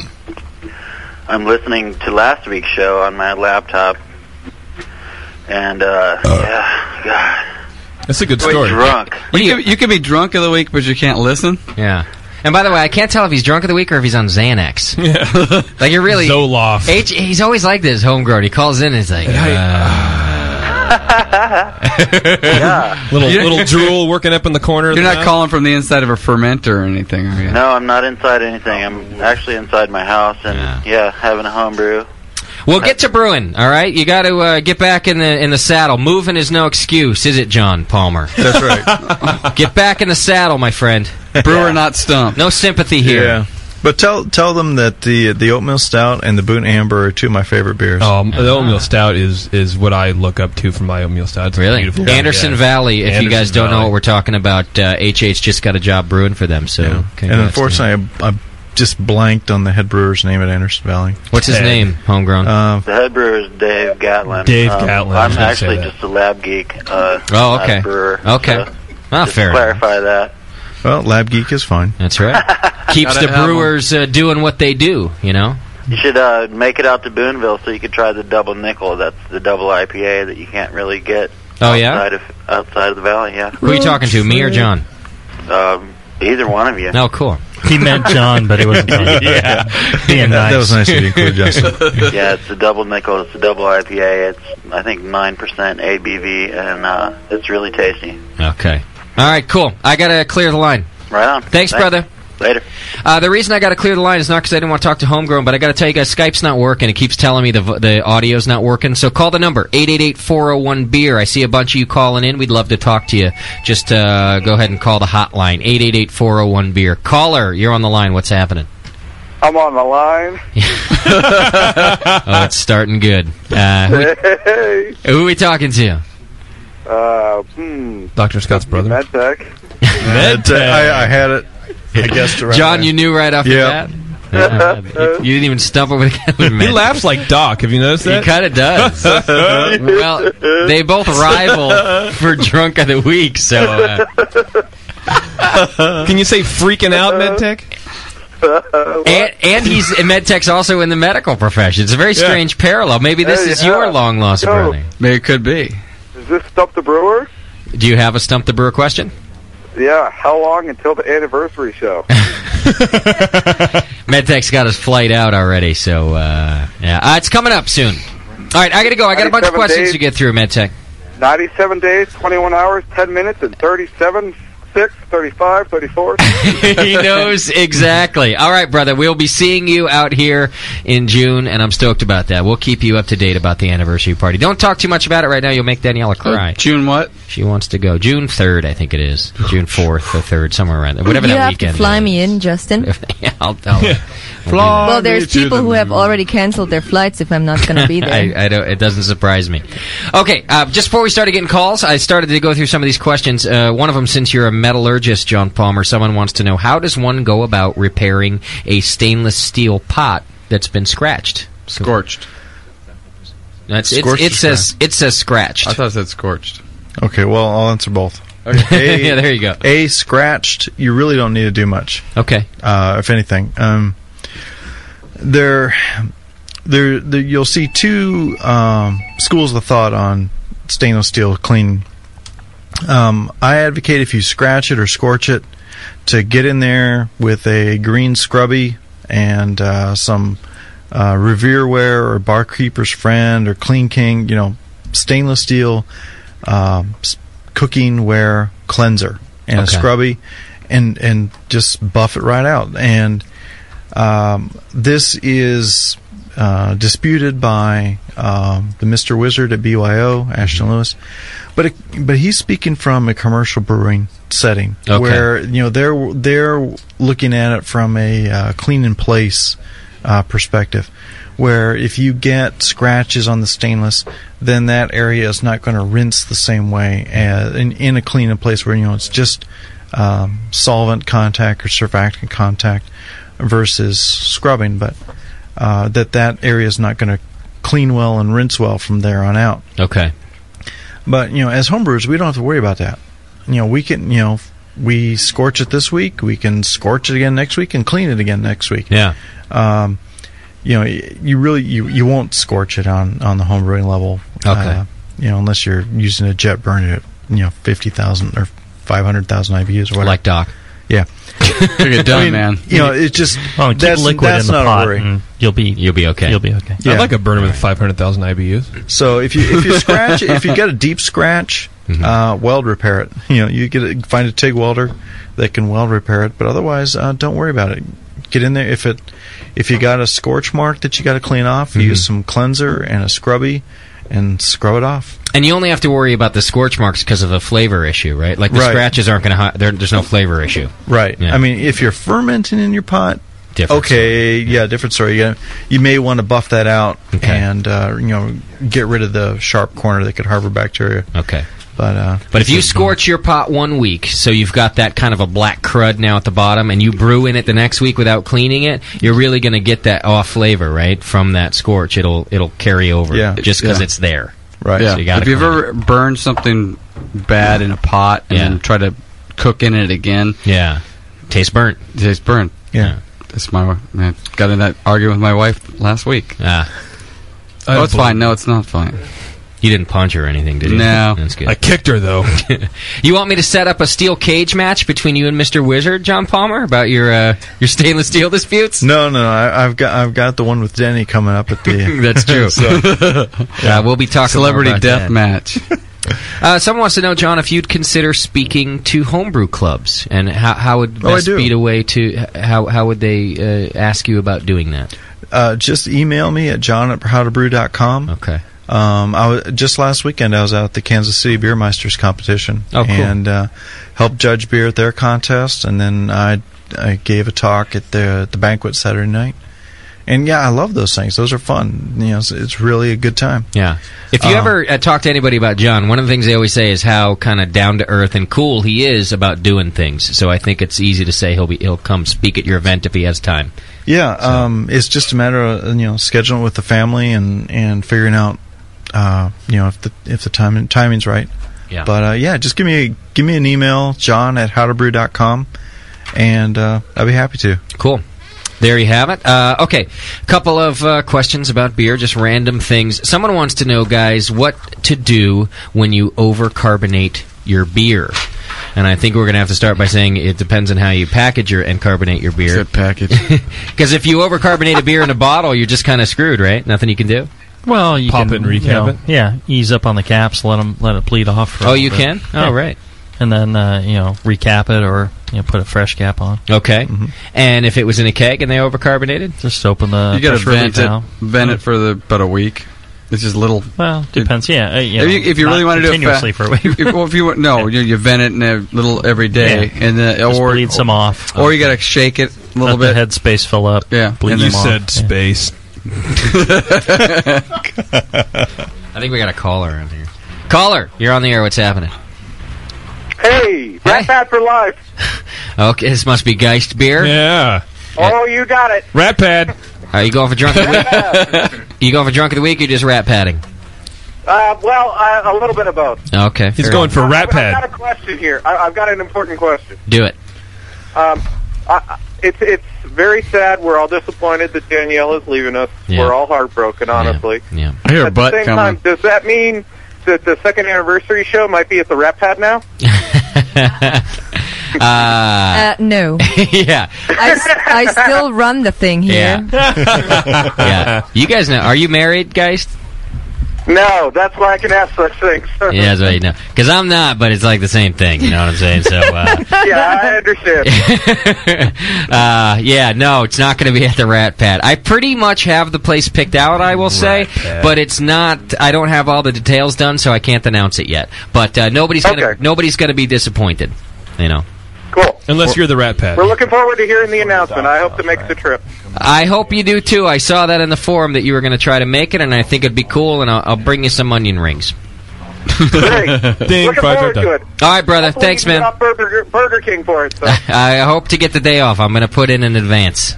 Speaker 14: I'm listening to last week's show on my laptop. And uh, yeah, God,
Speaker 2: That's a good
Speaker 14: We're
Speaker 8: story.
Speaker 14: drunk.
Speaker 8: You, can, you can be drunk of the week, but you can't listen.
Speaker 1: Yeah. And by the way, I can't tell if he's drunk of the week or if he's on Xanax. Yeah. like you're really
Speaker 2: Zoloft.
Speaker 1: H, he's always like this, homegrown. He calls in and he's like, uh,
Speaker 14: yeah.
Speaker 2: little little drool working up in the corner.
Speaker 8: You're not calling from the inside of a fermenter or anything, are you?
Speaker 14: no, I'm not inside anything. I'm actually inside my house, and yeah, having a homebrew.
Speaker 1: "Well, get to brewing, all right? You got to uh, get back in the in the saddle. Moving is no excuse, is it, John Palmer?
Speaker 9: That's right.
Speaker 1: get back in the saddle, my friend.
Speaker 8: Brewer, not stump.
Speaker 1: No sympathy here.
Speaker 9: yeah. But tell tell them that the the oatmeal stout and the boot amber are two of my favorite beers.
Speaker 2: Um, the oatmeal stout is is what I look up to for my oatmeal stout. It's
Speaker 1: Really?
Speaker 2: beautiful.
Speaker 1: Anderson
Speaker 2: Yeah.
Speaker 1: Valley. If
Speaker 2: Anderson
Speaker 1: you guys don't know
Speaker 2: Valley.
Speaker 1: what we're talking about, uh, HH just got a job brewing for them. So,
Speaker 9: and
Speaker 1: congrats to them.
Speaker 9: unfortunately, I, I just blanked on the head brewer's name at Anderson Valley.
Speaker 1: What's his name, homegrown?
Speaker 9: Uh,
Speaker 14: The head brewer is Dave Gatlin. Um,
Speaker 9: Dave Gatlin, I
Speaker 14: I'm
Speaker 9: was gonna say
Speaker 14: actually
Speaker 9: that.
Speaker 14: just a lab geek. Uh,
Speaker 1: Oh,
Speaker 14: lab
Speaker 1: okay.
Speaker 14: brewer,
Speaker 1: Okay.
Speaker 14: so
Speaker 1: Ah,
Speaker 14: just
Speaker 1: fair
Speaker 14: to clarify that.
Speaker 5: Well, Lab Geek is fine.
Speaker 1: That's right. Keeps
Speaker 14: Gotta
Speaker 1: the
Speaker 14: have 'em.
Speaker 1: brewers uh, doing what they do, you know?
Speaker 14: You should uh, make it out to Boonville so you could try the double nickel. That's the double IPA that you can't really get.
Speaker 1: Oh, yeah?
Speaker 14: outside of outside of the valley, yeah.
Speaker 1: Who are you talking to, me or John?
Speaker 14: Um, either one of you.
Speaker 1: No, cool.
Speaker 4: He meant John, but he wasn't talking.
Speaker 14: yeah,
Speaker 4: Being nice.
Speaker 14: yeah, it's a double nickel. It's a double IPA. It's I think nine percent ABV, and uh, it's really tasty.
Speaker 1: Okay. All right, cool. I got to clear the line.
Speaker 14: Right on.
Speaker 1: Thanks, brother.
Speaker 14: Later.
Speaker 1: Uh, the reason I got to clear the line is not because I didn't want to talk to homegrown, but I got to tell you guys, Skype's not working. It keeps telling me the v- the audio's not working. So call the number eight eight eight four zero one beer. I see a bunch of you calling in. We'd love to talk to you. Just uh, go ahead and call the hotline eight eight eight four zero one beer. Caller, you're on the line. What's happening?
Speaker 22: I'm on the line.
Speaker 1: oh, it's starting good. Uh, who,
Speaker 22: Hey.
Speaker 1: who are we talking to?
Speaker 22: Uh, hmm.
Speaker 1: Dr. Scott's
Speaker 22: MedTech.
Speaker 5: uh, I, I had it. I guessed it right.
Speaker 1: John, you knew right off
Speaker 5: Yeah.
Speaker 1: the bat. Uh-huh. Yeah. you, you didn't even stumble with
Speaker 2: He laughs like Doc. Have you noticed that?
Speaker 1: He kind of does. well, they both rival for drunk of the week. So, uh,
Speaker 2: Can you say freaking out, MedTech?
Speaker 1: and, and he's and medtech's also in the medical profession. It's a very
Speaker 22: Yeah.
Speaker 1: strange parallel. Maybe this
Speaker 22: Hey,
Speaker 1: is your
Speaker 22: yeah.
Speaker 1: long lost
Speaker 22: No.
Speaker 1: brother. Maybe it could be.
Speaker 22: Is this Stump the Brewer?
Speaker 1: Do you have a stump the brewer question?
Speaker 22: Yeah. How long until the anniversary show?
Speaker 1: Medtech's got his flight out already, so uh, yeah, uh, it's coming up soon. All right, I got to go. I got a bunch
Speaker 22: 97
Speaker 1: of questions
Speaker 22: days.
Speaker 1: to get through, Medtech.
Speaker 22: 97 days, 21 hours, 10 minutes, and 37, 6, 35, 34.
Speaker 1: he knows exactly. All right, brother. We'll be seeing you out here in June, and I'm stoked about that. We'll keep you up to date about the anniversary party. Don't talk too much about it right now. You'll make Daniela cry. Oh, June what? She wants to go. June 3rd, I think it is. June 4th or 3rd, somewhere around there. Whatever
Speaker 3: you
Speaker 1: that
Speaker 3: have
Speaker 1: weekend
Speaker 3: to fly me in, Justin.
Speaker 1: is. yeah, I'll tell her.
Speaker 3: well, there's people who have already canceled their flights if I'm not going to be there.
Speaker 1: I, I don't, it doesn't surprise me. Okay, uh, just before we started getting calls, I started to go through some of these questions. Uh, one of them, since you're a metallurgist, John Palmer, someone wants to know how does one go about repairing a stainless steel pot that's been scratched, scorched? That's, it's,
Speaker 5: Scorched
Speaker 1: it
Speaker 5: or
Speaker 1: says it says scratched.
Speaker 5: I thought
Speaker 1: it said scorched.
Speaker 5: Okay, well, I'll answer both.
Speaker 1: Okay. Yeah, there you go.
Speaker 5: A scratched, you really don't need to do much.
Speaker 1: Okay.
Speaker 5: Uh, if anything, um, there, there, there, you'll see two um, schools of thought on stainless steel cleaning. Um, I advocate if you scratch it or scorch it, to get in there with a green scrubby and uh, some uh, Revereware or Barkeeper's Friend or Clean King, you know, stainless steel um, s- cooking ware cleanser and
Speaker 25: Okay.
Speaker 5: a scrubby, and and just buff it right out. And um, this is uh, disputed by um, the Mister Wizard at BYO, Ashton Lewis, but it, but he's speaking from a commercial brewing setting
Speaker 25: Okay.
Speaker 5: where you know they're they're looking at it from a uh, clean in place uh, perspective, where if you get scratches on the stainless, then that area is not going to rinse the same way as in, in a clean in place where you know it's just um, solvent contact or surfactant contact versus scrubbing, but uh, that that area is not going to clean well and rinse well from there on out.
Speaker 1: Okay.
Speaker 5: But you know, as homebrewers, we don't have to worry about that. You know, we can you know we scorch it this week, we can scorch it again next week, and clean it again next week.
Speaker 1: Yeah.
Speaker 5: Um, you know, y- you really you you won't scorch it on on the homebrewing level. Uh,
Speaker 1: Okay.
Speaker 5: you know, unless you're using a jet burner at you know fifty thousand or five hundred thousand IBUs or whatever.
Speaker 1: Like Doc.
Speaker 5: Yeah.
Speaker 8: Took it down,
Speaker 5: I mean,
Speaker 8: man.
Speaker 5: You know, it's just
Speaker 8: Oh, keep
Speaker 5: that's,
Speaker 8: liquid
Speaker 5: that's
Speaker 8: in the
Speaker 5: not
Speaker 8: pot
Speaker 5: a worry.
Speaker 8: and
Speaker 26: You'll be
Speaker 1: you'll be okay.
Speaker 26: You'll be okay.
Speaker 5: Yeah.
Speaker 2: I'd like a burner with 500,000 IBUs.
Speaker 5: So if you if you scratch if you get a deep scratch,
Speaker 1: Mm-hmm.
Speaker 5: uh, weld repair it. You know you get a, find a TIG welder that can weld repair it. But otherwise, uh, don't worry about it. Get in there if it if you got a scorch mark that you got to clean off.
Speaker 1: Mm-hmm.
Speaker 5: Use some cleanser and a scrubby and scrub it off.
Speaker 1: And you only have to worry about the scorch marks because of the flavor issue, right? Like the
Speaker 5: Right.
Speaker 1: scratches aren't going to. There's no flavor issue.
Speaker 5: Right.
Speaker 1: Yeah.
Speaker 5: I mean, if you're fermenting in your pot,
Speaker 1: Different
Speaker 5: okay, yeah, different story. Yeah, you may want to buff that out and uh, you know get rid of the sharp corner that could harbor bacteria.
Speaker 1: Okay.
Speaker 5: But uh,
Speaker 1: But if you scorch your pot one week, so you've got that kind of a black crud now at the bottom, and you brew in it the next week without cleaning it, you're really going to get that off flavor, right? From that scorch, it'll it'll carry over,
Speaker 8: Yeah.
Speaker 1: just because
Speaker 8: Yeah.
Speaker 1: it's there,
Speaker 8: Yeah.
Speaker 1: So you got
Speaker 8: if you've ever burned something bad in a pot and
Speaker 1: Yeah.
Speaker 8: then try to cook in it again.
Speaker 1: Yeah, tastes burnt.
Speaker 8: Tastes burnt.
Speaker 5: Yeah.
Speaker 8: That's my. wa- I got in that argument with my wife last week.
Speaker 1: Ah.
Speaker 8: Oh, it's fine. No, it's not fine.
Speaker 1: You didn't punch her or anything, did you?
Speaker 8: No.
Speaker 1: That's good.
Speaker 8: I
Speaker 2: kicked her though.
Speaker 1: you want me to set up a steel cage match between you and Mister Wizard, John Palmer, about your uh, your stainless steel disputes?
Speaker 5: No, no, I, I've got I've got the one with Denny coming up at the.
Speaker 1: That's true.
Speaker 5: So-
Speaker 1: yeah, we'll be talking
Speaker 5: Celebrity
Speaker 1: more about
Speaker 5: death
Speaker 1: that.
Speaker 8: match.
Speaker 1: Uh, someone wants to know, John, if you'd consider speaking to homebrew clubs, and how, how would
Speaker 5: Oh, I
Speaker 1: best
Speaker 5: do.
Speaker 1: be the way to h- how how would they uh, ask you about doing that?
Speaker 5: uh, just email me at john at howtobrew.com.
Speaker 1: Okay.
Speaker 5: Um, I was, just last weekend I was out at the Kansas City Beer Meisters competition
Speaker 1: Oh, cool.
Speaker 5: and uh, helped judge beer at their contest, and then I I gave a talk at the the banquet Saturday night. And yeah, I love those things. Those are fun. You know, it's, it's really a good time.
Speaker 1: Yeah. If you
Speaker 5: Um,
Speaker 1: ever uh, talk to anybody about John, one of the things they always say is how kind of down to earth and cool he is about doing things. So I think it's easy to say he'll be he'll come speak at your event if he has time.
Speaker 5: Yeah, um, it's just a matter of you know scheduling with the family and and figuring out uh, you know if the if the time timing's right.
Speaker 1: Yeah.
Speaker 5: But uh, yeah, just give me a, give me an email, John at howtobrew.com, and uh, I'll be happy to.
Speaker 1: Cool. There you have it. Uh, okay, couple of uh, questions about beer, just random things. Someone wants to know, guys, what to do when you overcarbonate your beer. And I think we're going to have to start by saying it depends on how you package your and carbonate your beer.
Speaker 8: package.
Speaker 1: Because if you overcarbonate a beer in a bottle, you're just kind of screwed, right? Nothing you can do.
Speaker 4: Well, you
Speaker 1: Pop
Speaker 4: can,
Speaker 1: it and recap
Speaker 4: you know,
Speaker 1: it?
Speaker 4: Yeah, ease up on the caps, let them let it bleed off. For a
Speaker 1: Oh,
Speaker 4: little
Speaker 1: you
Speaker 4: bit.
Speaker 1: can? Oh,
Speaker 4: Yeah.
Speaker 1: right.
Speaker 4: And then uh, you know recap it or you know put a fresh cap on. Mm-hmm.
Speaker 1: Okay. And if it was in a keg and they overcarbonated,
Speaker 4: just open the
Speaker 8: you got to
Speaker 4: pressure relief
Speaker 8: vent it,
Speaker 4: valve.
Speaker 8: vent it for the, about a week. It's just little.
Speaker 4: Well, depends. Yeah, uh, you
Speaker 8: if
Speaker 4: know,
Speaker 8: you, if you
Speaker 4: not
Speaker 8: really want to do it
Speaker 4: continuously
Speaker 8: fa-
Speaker 4: for a week.
Speaker 8: if, well, if you want- no, you, you vent it in a little every day,
Speaker 4: Yeah.
Speaker 8: and then
Speaker 4: Just
Speaker 8: or
Speaker 4: bleed some off.
Speaker 8: or you got to shake it a little
Speaker 4: Let
Speaker 8: bit.
Speaker 4: the headspace fill up.
Speaker 8: Yeah,
Speaker 4: bleed
Speaker 8: And
Speaker 4: them
Speaker 8: then-
Speaker 4: off.
Speaker 2: space.
Speaker 1: I think we got a caller on here. Caller, you're on the air. What's happening?
Speaker 22: Hey, Rat Pat for life.
Speaker 1: Okay, this must be Geist beer. Uh,
Speaker 2: Yeah.
Speaker 22: Oh, you got it.
Speaker 2: Rat pad.
Speaker 1: Are you going for drunk of the week? you going for drunk of the week or just rat padding?
Speaker 22: Uh, well, uh, a little bit of both.
Speaker 1: Okay.
Speaker 2: He's
Speaker 1: fair
Speaker 2: going
Speaker 1: enough.
Speaker 2: for rat
Speaker 22: I've got
Speaker 2: pad.
Speaker 22: a question here. I, I've got an important question.
Speaker 1: Do it.
Speaker 22: Um, I, I- it's it's very sad. We're all disappointed that Danielle is leaving us.
Speaker 1: Yeah.
Speaker 22: We're all heartbroken, honestly.
Speaker 1: Yeah.
Speaker 22: I hear at the same time, does that mean that the second anniversary show might be at the Rat Pad now?
Speaker 1: Uh,
Speaker 3: Uh, no.
Speaker 1: yeah.
Speaker 3: I, s- I still run the thing here.
Speaker 1: Yeah. yeah. You guys know? Are you married, Geist?
Speaker 22: No, that's why I can ask such things.
Speaker 1: Yeah, that's right. No, because I'm not, but it's like the same thing. You know what I'm saying? So, uh,
Speaker 22: yeah, I understand.
Speaker 1: uh, yeah, no, it's not going to be at the Rat Pad. I pretty much have the place picked out, I will say,
Speaker 7: Pad.
Speaker 1: but it's not. I don't have all the details done, so I can't announce it yet. But uh, nobody's gonna nobody's gonna be disappointed. You know.
Speaker 22: Cool.
Speaker 2: Unless you're the Rat Pad.
Speaker 22: We're looking forward to hearing the announcement. I hope to make the trip.
Speaker 1: I hope you do too. I saw that in the forum that you were going to try to make it, and I think it'd be cool. And I'll, I'll bring you some onion rings.
Speaker 22: Ding, Looking five, forward done. to it.
Speaker 1: All right, brother.
Speaker 22: Hopefully
Speaker 1: Thanks,
Speaker 22: you can
Speaker 1: man.
Speaker 22: get off Burger, Burger King for it. So.
Speaker 1: I hope to get the day off. I'm going to put in in advance.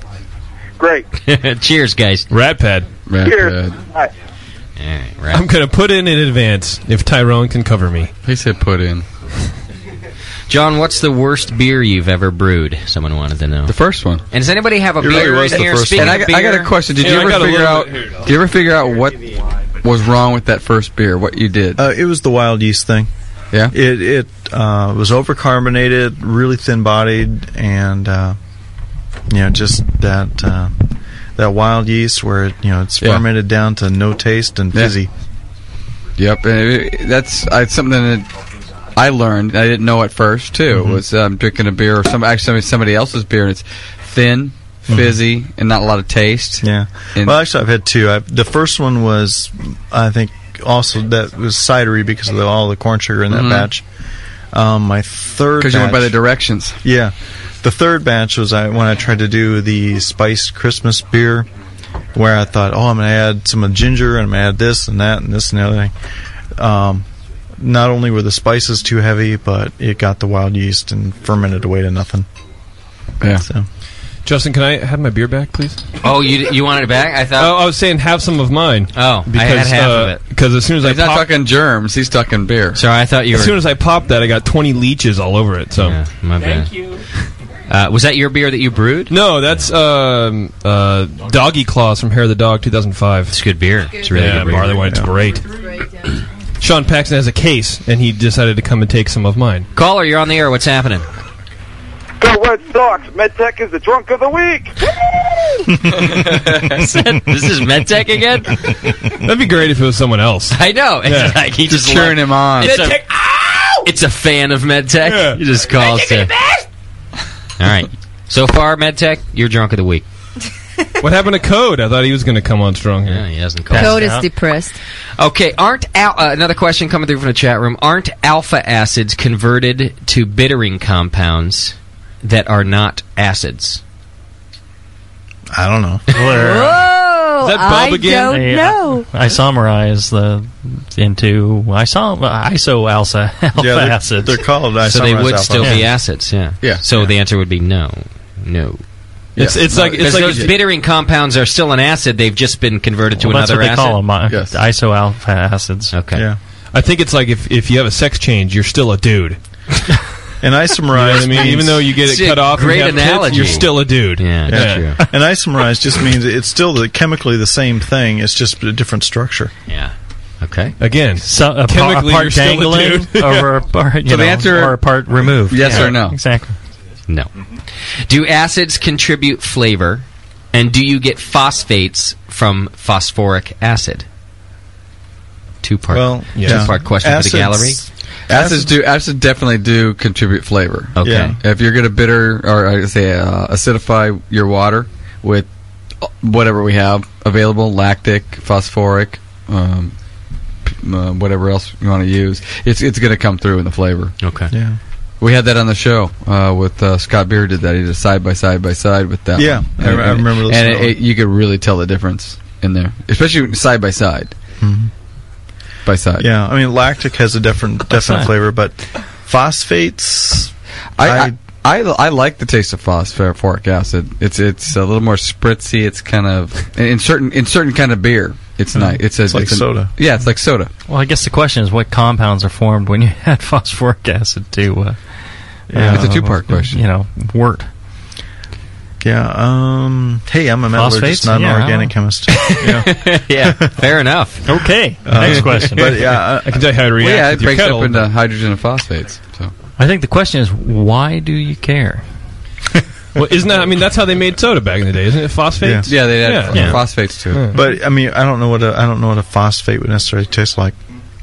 Speaker 22: Great.
Speaker 1: Cheers, guys.
Speaker 2: Rat pad.
Speaker 22: Rat Cheers. Bye.
Speaker 2: I'm gonna put in in advance if Tyrone can cover me.
Speaker 8: He said put in.
Speaker 1: John, what's the worst beer you've ever brewed? Someone wanted to know. The
Speaker 8: first one.
Speaker 1: And does anybody have a beer in here? Speaking
Speaker 8: And I,
Speaker 1: of
Speaker 8: got- I got
Speaker 1: beer-
Speaker 8: a question. Did you ever figure out? Did you ever figure out what was wrong with that first beer? What you did?
Speaker 5: Uh, it was the wild yeast thing.
Speaker 8: Yeah.
Speaker 5: It it uh, was overcarbonated, really thin bodied, and uh, you know just that uh, that wild yeast where it, you know it's
Speaker 8: Yeah.
Speaker 5: fermented down to no taste and
Speaker 8: Yeah.
Speaker 5: fizzy.
Speaker 8: Yep, and it- that's I, something that I learned. I didn't know at first too.
Speaker 4: Mm-hmm.
Speaker 5: Mhm.
Speaker 8: Was um, drinking a beer or some actually somebody else's beer, and it's thin,
Speaker 4: Mm-hmm.
Speaker 8: fizzy, and not a lot of taste.
Speaker 5: Yeah.
Speaker 8: And-
Speaker 5: well, actually, I've had two. I, the first one was, I think, also that was cidery because of the, all the corn sugar in that
Speaker 8: Mhm.
Speaker 5: batch. Um, my third
Speaker 8: 'Cause you went by
Speaker 5: batch-
Speaker 8: the directions.
Speaker 5: Yeah, the third batch was I, when I tried to do the spiced Christmas beer, where I thought, oh, I'm going to add some of ginger and I'm going to add this and that and this and the other thing. Um, not only were the spices too heavy, but it got the wild yeast and fermented away to nothing.
Speaker 8: Yeah.
Speaker 5: So.
Speaker 2: Justin, can I have my beer back, please?
Speaker 1: Oh, you you wanted it back? I thought.
Speaker 2: Oh, I was saying have some of mine.
Speaker 1: Oh,
Speaker 2: because,
Speaker 1: I had half
Speaker 2: uh,
Speaker 1: of it.
Speaker 2: because as soon as
Speaker 8: He's
Speaker 2: I
Speaker 8: not
Speaker 2: pop,
Speaker 8: talking germs. He's talking beer.
Speaker 1: Sorry, I thought you
Speaker 2: as
Speaker 1: were-
Speaker 2: soon as I popped that, I got twenty leeches all over it. So
Speaker 1: my Thank bad. you. Uh, was that your beer that you brewed?
Speaker 2: No, that's um, uh, Doggy Claws from Hair of the Dog, 2005. It's
Speaker 1: good beer. It's really
Speaker 2: yeah,
Speaker 1: good beer.
Speaker 2: barley wine's
Speaker 1: Yeah.
Speaker 2: great. Sean Paxton has a case, and he decided to come and take some of mine.
Speaker 1: Caller, you're on the air. What's happening?
Speaker 22: Go Red Sox! MedTech is the drunk of the week.
Speaker 1: this is MedTech again.
Speaker 2: That'd be great if it was someone else.
Speaker 1: I know. It's
Speaker 2: Yeah.
Speaker 1: like he
Speaker 2: Just
Speaker 1: just,
Speaker 2: cheering
Speaker 1: lo-
Speaker 2: him on.
Speaker 1: It's,
Speaker 2: MedTech,
Speaker 1: a, it's a fan of MedTech.
Speaker 2: Yeah.
Speaker 1: He just calls it. All right. So far, MedTech, you're drunk of the week.
Speaker 2: what happened to Code? I thought he was going to come on strong here. Yeah,
Speaker 1: he hasn't
Speaker 3: Code is depressed.
Speaker 1: Okay, aren't al- uh, another question coming through from the chat room? Aren't alpha acids converted to bittering compounds that are not acids?
Speaker 5: I don't know.
Speaker 3: Whoa!
Speaker 7: Is that
Speaker 3: Oh, I
Speaker 7: Bob again?
Speaker 3: don't
Speaker 7: Yeah.
Speaker 3: know.
Speaker 4: I summarize the into I saw iso alpha alpha
Speaker 1: Yeah, they're-
Speaker 4: acids.
Speaker 1: they're called So they isomerase would alpha. still be acids, yeah.
Speaker 4: Yeah.
Speaker 1: So the answer would be no, no.
Speaker 4: It's- it's like- it's
Speaker 1: Because
Speaker 4: like-
Speaker 1: those bittering compounds are still an acid; they've just been converted to
Speaker 4: Well, that's
Speaker 1: another
Speaker 4: what they
Speaker 1: acid.
Speaker 4: call them, uh, iso alpha acids.
Speaker 1: Okay.
Speaker 5: Yeah.
Speaker 2: I think it's like if, if you have a sex change, you're still a dude.
Speaker 5: And isomerize
Speaker 2: I mean,
Speaker 5: means-
Speaker 2: even though you get it cut off, and you have tits, you're still a dude.
Speaker 1: Yeah,
Speaker 5: An isomerize just means it's still the, chemically the same thing. It's just a different structure.
Speaker 1: Yeah. Okay.
Speaker 2: Again,
Speaker 5: Uh,
Speaker 4: So a, par- a
Speaker 5: Chemically,
Speaker 4: part
Speaker 5: you're still a
Speaker 4: dangling
Speaker 5: dude.
Speaker 4: or a part, you
Speaker 5: So the
Speaker 4: know,
Speaker 5: answer-
Speaker 4: or a part removed.
Speaker 1: yes
Speaker 4: Yeah,
Speaker 1: or no?
Speaker 4: Exactly.
Speaker 1: No.
Speaker 4: Mm-hmm.
Speaker 1: Do acids contribute flavor, and do you get phosphates from phosphoric acid? Two part.
Speaker 8: Well, yeah.
Speaker 1: two part question for the gallery.
Speaker 8: Acids- Acids do acids definitely do contribute flavor.
Speaker 1: Okay. Yeah.
Speaker 8: If you're going to bitter or I say uh, acidify your water with whatever we have available, lactic, phosphoric, um, p- uh, whatever else you want to use, it's it's going to come through in the flavor.
Speaker 1: Okay.
Speaker 5: Yeah.
Speaker 8: We had that on the show uh, with uh, Scott Beer did that. He did side by side by side with that.
Speaker 5: Yeah,
Speaker 8: one.
Speaker 5: I re- I remember listening
Speaker 8: And
Speaker 5: to
Speaker 8: it,
Speaker 5: that
Speaker 8: it- you could really tell the difference in there, especially side by side. By side.
Speaker 5: Yeah, I mean lactic has a different definite
Speaker 8: side.
Speaker 5: flavor, but phosphates.
Speaker 8: I, I, I, I like the taste of phosphoric acid. It's it's a little more spritzy. It's kind of in certain in certain kind of beer. It's
Speaker 4: Mhm.
Speaker 8: nice. It's, a,
Speaker 4: It's like
Speaker 8: an-
Speaker 4: soda.
Speaker 8: yeah, it's like soda.
Speaker 4: Well, I guess the question is what compounds are formed when you add phosphoric acid to. Uh,
Speaker 5: Yeah. It's a
Speaker 4: uh,
Speaker 5: two-part question.
Speaker 4: You know, wort.
Speaker 5: Yeah. Um. Hey, I'm a metallurgist,
Speaker 4: Phosphates?
Speaker 5: not
Speaker 4: Yeah, I
Speaker 5: an organic chemist. Yeah.
Speaker 1: yeah. Fair enough.
Speaker 4: Okay.
Speaker 5: Uh,
Speaker 4: next question.
Speaker 5: but yeah, I- I can tell you how it
Speaker 8: uh, Well, yeah,
Speaker 5: reacts with
Speaker 8: it
Speaker 5: your
Speaker 8: breaks
Speaker 5: kettle,
Speaker 8: up into
Speaker 5: but-
Speaker 8: hydrogen and phosphates. So
Speaker 4: I think the question is why do you care?
Speaker 2: Well, isn't that? I mean, that's how they made soda back in the day, isn't it? Phosphates.
Speaker 8: phosphates too.
Speaker 5: But I mean, I don't know what a I don't know what a phosphate would necessarily taste like.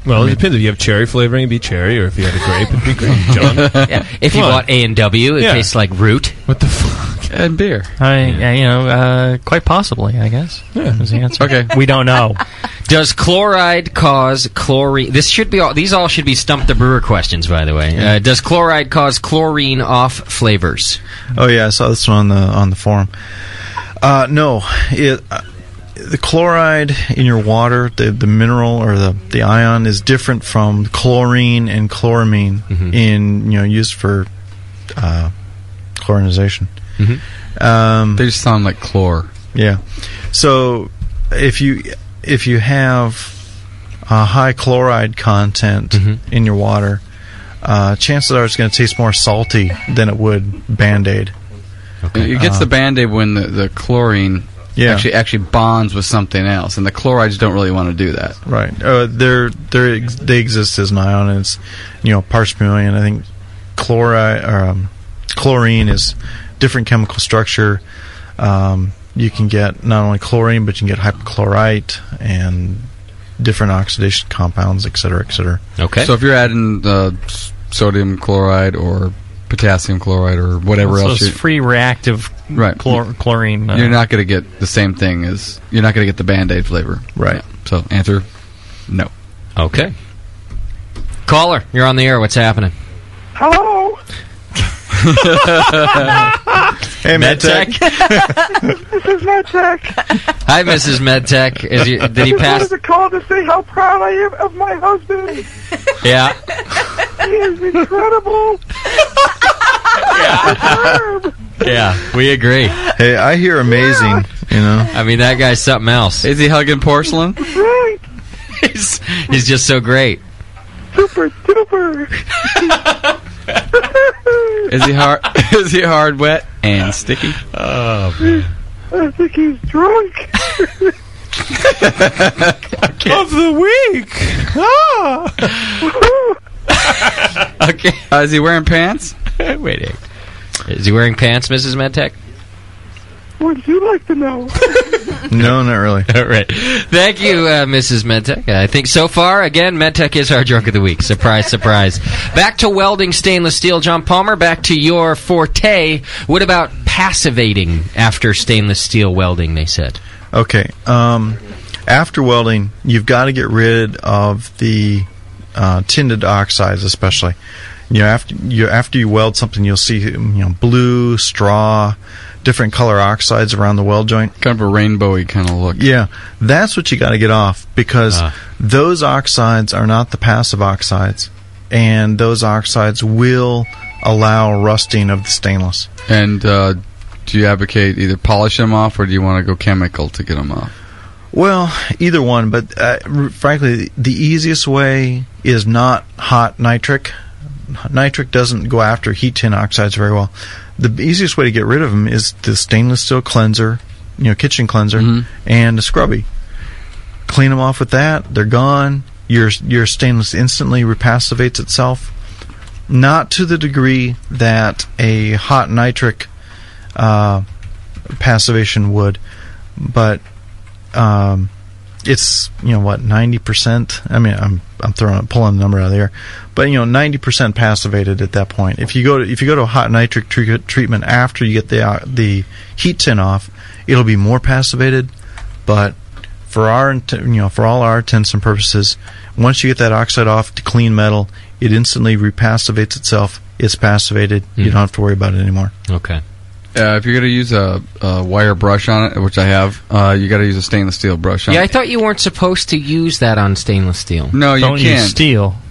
Speaker 2: Well, it depends if you have cherry flavoring, it'd be cherry, or if you had a grape, it'd be grape. John,
Speaker 1: Yeah, If you
Speaker 2: Come on.
Speaker 1: bought A and W, it
Speaker 2: Yeah.
Speaker 1: tastes like root.
Speaker 2: What the fuck?
Speaker 8: And beer.
Speaker 4: I, I- you know, uh, quite possibly, I guess. Yeah. Is the answer.
Speaker 8: Okay.
Speaker 4: We don't know.
Speaker 1: Does chloride cause chlorine? This should be all. These all should be stump the brewer questions, by the way. Uh, does chloride cause chlorine off flavors?
Speaker 5: Oh yeah, I saw this one on the on the forum. Uh, no, it, uh, the chloride in your water, the the mineral or the, the ion is different from chlorine and chloramine
Speaker 8: Mm-hmm.
Speaker 5: in you know used for uh, chlorinization. Um,
Speaker 8: Mm-hmm. they just sound like chlor.
Speaker 5: Yeah. So if you if you have a Uh, high chloride content in your water, uh, chances are it's going to taste more salty than it would Band Aid.
Speaker 8: It gets
Speaker 5: Uh,
Speaker 8: the band aid when the, the chlorine
Speaker 5: Yeah.
Speaker 8: actually actually bonds with something else, and the chlorides don't really want to do that.
Speaker 5: Right. Uh, they're they're ex- they exist as an ion. And it's you know parts per million. I think chloride or, um, chlorine is different chemical structure. Um, you can get not only chlorine, but you can get hypochlorite and different oxidation compounds, et cetera, et cetera.
Speaker 8: So if you're adding uh, s- sodium chloride or potassium chloride or whatever
Speaker 4: so
Speaker 8: else,
Speaker 4: it's
Speaker 8: you,
Speaker 4: free reactive
Speaker 8: Right.
Speaker 4: chlor- chlorine. uh,
Speaker 8: you're not going to get the same thing as you're not going to get the band aid flavor.
Speaker 5: Right.
Speaker 8: So answer, no.
Speaker 1: Okay. Caller, you're on the air. What's happening?
Speaker 22: Hello.
Speaker 5: Hey,
Speaker 1: MedTech.
Speaker 22: this is MedTech.
Speaker 1: Hi, Mrs. MedTech. Is you, did he
Speaker 22: I just
Speaker 1: pass?
Speaker 22: wanted to call to say how proud I am of my husband.
Speaker 1: Yeah.
Speaker 22: He is incredible.
Speaker 1: Yeah, we agree.
Speaker 5: Hey, I hear amazing. You know,
Speaker 1: I mean that guy's something else.
Speaker 8: Is he hugging porcelain?
Speaker 22: Right.
Speaker 1: He's He's just so great.
Speaker 7: Super duper.
Speaker 8: Is he hard? is he hard, wet, and sticky?
Speaker 27: Oh
Speaker 7: I think he's drunk.
Speaker 8: Of
Speaker 7: the week. Ah.
Speaker 8: okay. Uh, is he wearing pants?
Speaker 1: Waiting. Is he wearing pants, Mrs. Medtech?
Speaker 7: Would you like to know?
Speaker 1: No, not really. All right. Thank you, uh, Mrs. Medtech. I think so far, again, Medtech is our drunk of the week. Surprise, surprise. Back to welding stainless steel, John Palmer. Back to your forte. What about passivating after stainless steel welding, they said?
Speaker 5: Okay. Um, after welding, you've got to get rid of the uh, tinted oxides, especially. You know, after you after you weld something, you'll see you know blue, straw, different color oxides around the weld joint.
Speaker 8: Kind of a rainbowy kind of look.
Speaker 5: Yeah, that's what you got to get off because those oxides are not the passive oxides, and those oxides will allow rusting of the stainless.
Speaker 8: And uh, do you advocate either polish them off or do you want to go chemical to get them off?
Speaker 5: Well, either one, but uh, r- frankly, the easiest way is not hot nitric. Nitric doesn't go after heat tin oxides very well. The easiest way to get rid of them is the stainless steel cleanser, you know, kitchen cleanser, and a scrubby. Clean them off with that; they're gone. Your your stainless instantly repassevates itself, not to the degree that a hot nitric uh, passivation would, but um, it's you know what ninety percent. I mean, I'm I'm throwing pulling the number out of the air, but you know ninety percent passivated at that point. If you go to if you go to a hot nitric tre- treatment after you get the uh, the heat tin off, it'll be more passivated. But for our int- you know for all our intents and purposes, once you get that oxide off to clean metal, it instantly repassivates itself. It's passivated. You don't have to worry about it anymore.
Speaker 1: Hmm. Okay.
Speaker 8: Uh, if you're going to use a, a wire brush on it, which I have, uh, you got to use a stainless steel brush on
Speaker 1: Yeah, I
Speaker 8: it.
Speaker 1: thought you weren't supposed to use that on stainless steel.
Speaker 8: No, you can't.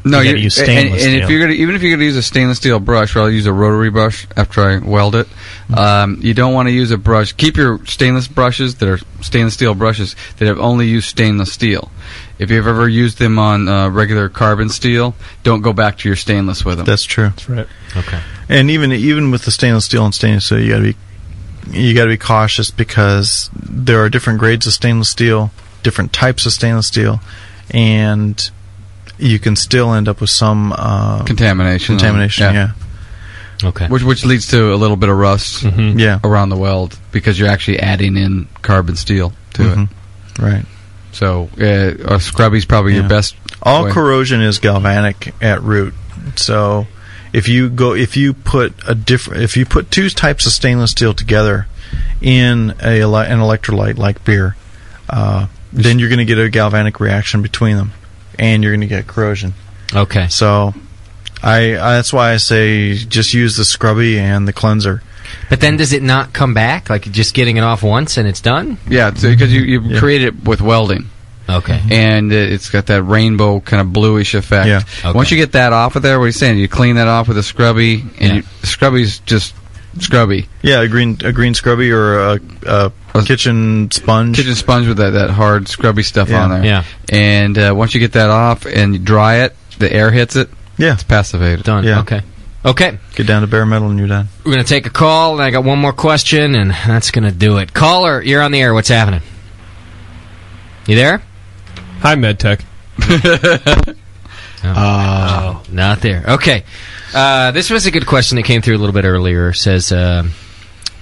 Speaker 8: No,
Speaker 1: you
Speaker 8: you
Speaker 1: gotta use
Speaker 8: and-
Speaker 1: stainless
Speaker 8: and,
Speaker 1: steel.
Speaker 8: if you're gonna, even if you're gonna use a stainless steel brush, or I'll use a rotary brush after I weld it.
Speaker 1: Mm-hmm.
Speaker 8: Um, you don't want to use a brush. Keep your stainless brushes that are stainless steel brushes that have only used stainless steel. If you've ever used them on uh, regular carbon steel, don't go back to your stainless with them.
Speaker 5: That's true. That's
Speaker 8: right.
Speaker 1: Okay.
Speaker 5: And even even with the stainless steel and stainless steel, you got to be you got to be cautious because there are different grades of stainless steel, different types of stainless steel, and you can still end up with some uh,
Speaker 8: Contamination.
Speaker 5: Contamination, yeah.
Speaker 1: Okay.
Speaker 8: Which which leads to a little bit of rust.
Speaker 5: Yeah.
Speaker 8: Around the weld because you're actually adding in carbon steel to
Speaker 5: Mhm.
Speaker 8: it.
Speaker 5: Right.
Speaker 8: So uh, a scrubby's probably your
Speaker 5: Yeah.
Speaker 8: best.
Speaker 5: All
Speaker 8: way.
Speaker 5: corrosion is galvanic at root. So if you go if you put a different if you put two types of stainless steel together in a ele- an electrolyte like beer, uh, then you're going to get a galvanic reaction between them, and you're going to get corrosion.
Speaker 1: Okay.
Speaker 5: So I, I that's why I say just use the scrubby and the cleanser.
Speaker 1: But then does it not come back? Like just getting it off once and it's done?
Speaker 8: Yeah, because you, you create it with welding.
Speaker 1: Okay.
Speaker 8: And it- it's got that rainbow kind of bluish effect.
Speaker 1: Yeah.
Speaker 8: Once you get that off of there, what are you saying? You clean that off with a scrubby, and you, scrubby's just scrubby.
Speaker 5: Yeah, a green a green scrubby or a, a kitchen sponge.
Speaker 8: Kitchen sponge with that, that hard scrubby stuff
Speaker 5: Yeah.
Speaker 8: on there.
Speaker 5: Yeah.
Speaker 8: And uh, once you get that off and you dry it, the air hits it.
Speaker 5: Yeah.
Speaker 8: It's passivated.
Speaker 1: Done.
Speaker 5: Yeah.
Speaker 1: Okay. Okay.
Speaker 5: Get down to bare metal and you're done.
Speaker 1: We're going to take a call, and I got one more question, and that's going to do it. Caller, you're on the air. What's happening? You there?
Speaker 28: Hi, MedTech.
Speaker 1: Oh, not there. Okay. Uh, this was a good question that came through a little bit earlier. It says, uh,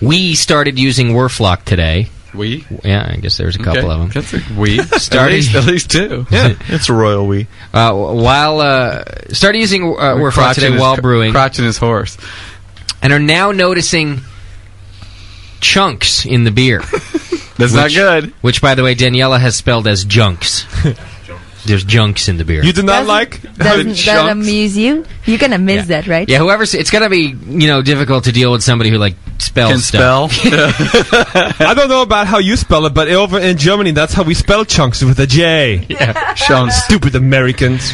Speaker 1: we started using Werflock today.
Speaker 8: We?
Speaker 1: Yeah, I guess there's a
Speaker 8: Okay.
Speaker 1: couple of them.
Speaker 8: That's a we.
Speaker 1: Started-
Speaker 8: at, least, at least two.
Speaker 5: Yeah, it's a royal we.
Speaker 1: Uh, while uh, started using uh, Werflock
Speaker 8: Crotching
Speaker 1: today
Speaker 8: his-
Speaker 1: while brewing,
Speaker 8: crotching his horse,
Speaker 1: and are now noticing chunks in the beer.
Speaker 8: That's not
Speaker 1: good. Which, by the way, Daniela has spelled as junks. There's junks in the beer.
Speaker 2: You do not like
Speaker 3: Doesn't that amuse you? You're gonna miss that, right?
Speaker 1: Yeah, whoever's it's gonna be you know difficult to deal with somebody who like spells
Speaker 2: Can
Speaker 1: stuff.
Speaker 2: I don't know about how you spell it, but over in Germany, that's how we spell chunks with a J.
Speaker 8: Yeah,
Speaker 2: stupid Americans.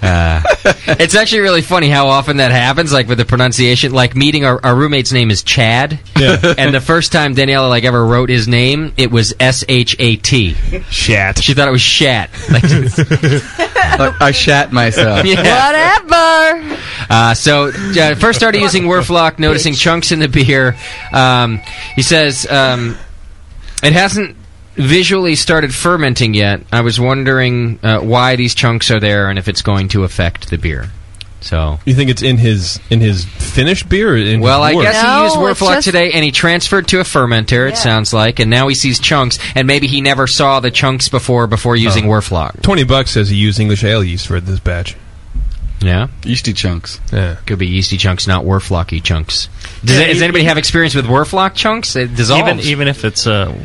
Speaker 2: Uh,
Speaker 1: it's actually really funny how often that happens, like with the pronunciation. Like meeting our, our roommate's name is Chad,
Speaker 2: Yeah.
Speaker 1: and the first time Daniela like ever wrote his name, it was S H A T.
Speaker 2: Shat.
Speaker 1: She thought it was Shat. Like,
Speaker 8: Like, I shat myself.
Speaker 3: Whatever.
Speaker 1: Uh, so, uh, first started using Werflock, noticing chunks in the beer. Um, he says um, it hasn't visually started fermenting yet. I was wondering uh, why these chunks are there and if it's going to affect the beer. So
Speaker 2: you think it's in his in his finished beer? Or in
Speaker 1: Well,
Speaker 2: his
Speaker 1: I
Speaker 2: wort?
Speaker 1: guess he used
Speaker 3: No, it's
Speaker 1: Werflock
Speaker 3: just-
Speaker 1: today, and he transferred to a fermenter. It sounds like, and now he sees chunks, and maybe he never saw the chunks before before using
Speaker 2: Oh.
Speaker 1: Werflock.
Speaker 2: Twenty bucks says he used English ale yeast for this batch.
Speaker 1: Yeah,
Speaker 8: yeasty chunks.
Speaker 2: Yeah,
Speaker 1: could be yeasty chunks, not Werflocky chunks. Does,
Speaker 4: Yeah,
Speaker 1: does
Speaker 4: e-
Speaker 1: anybody have experience with Werflock chunks? It dissolves.
Speaker 4: Even even if it's uh,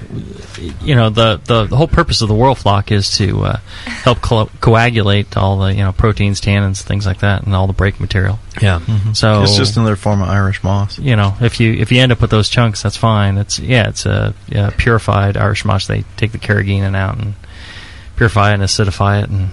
Speaker 4: you know the, the the whole purpose of the whirl flock is to uh, help co- coagulate all the you know proteins, tannins, things like that, and all the break material.
Speaker 1: Yeah.
Speaker 5: Mm-hmm.
Speaker 4: So
Speaker 9: it's just another form of Irish moss.
Speaker 4: you know if you if you end up with those chunks, that's fine. It's yeah, it's a, uh purified Irish moss. They take the carrageenan out and purify it and acidify it and.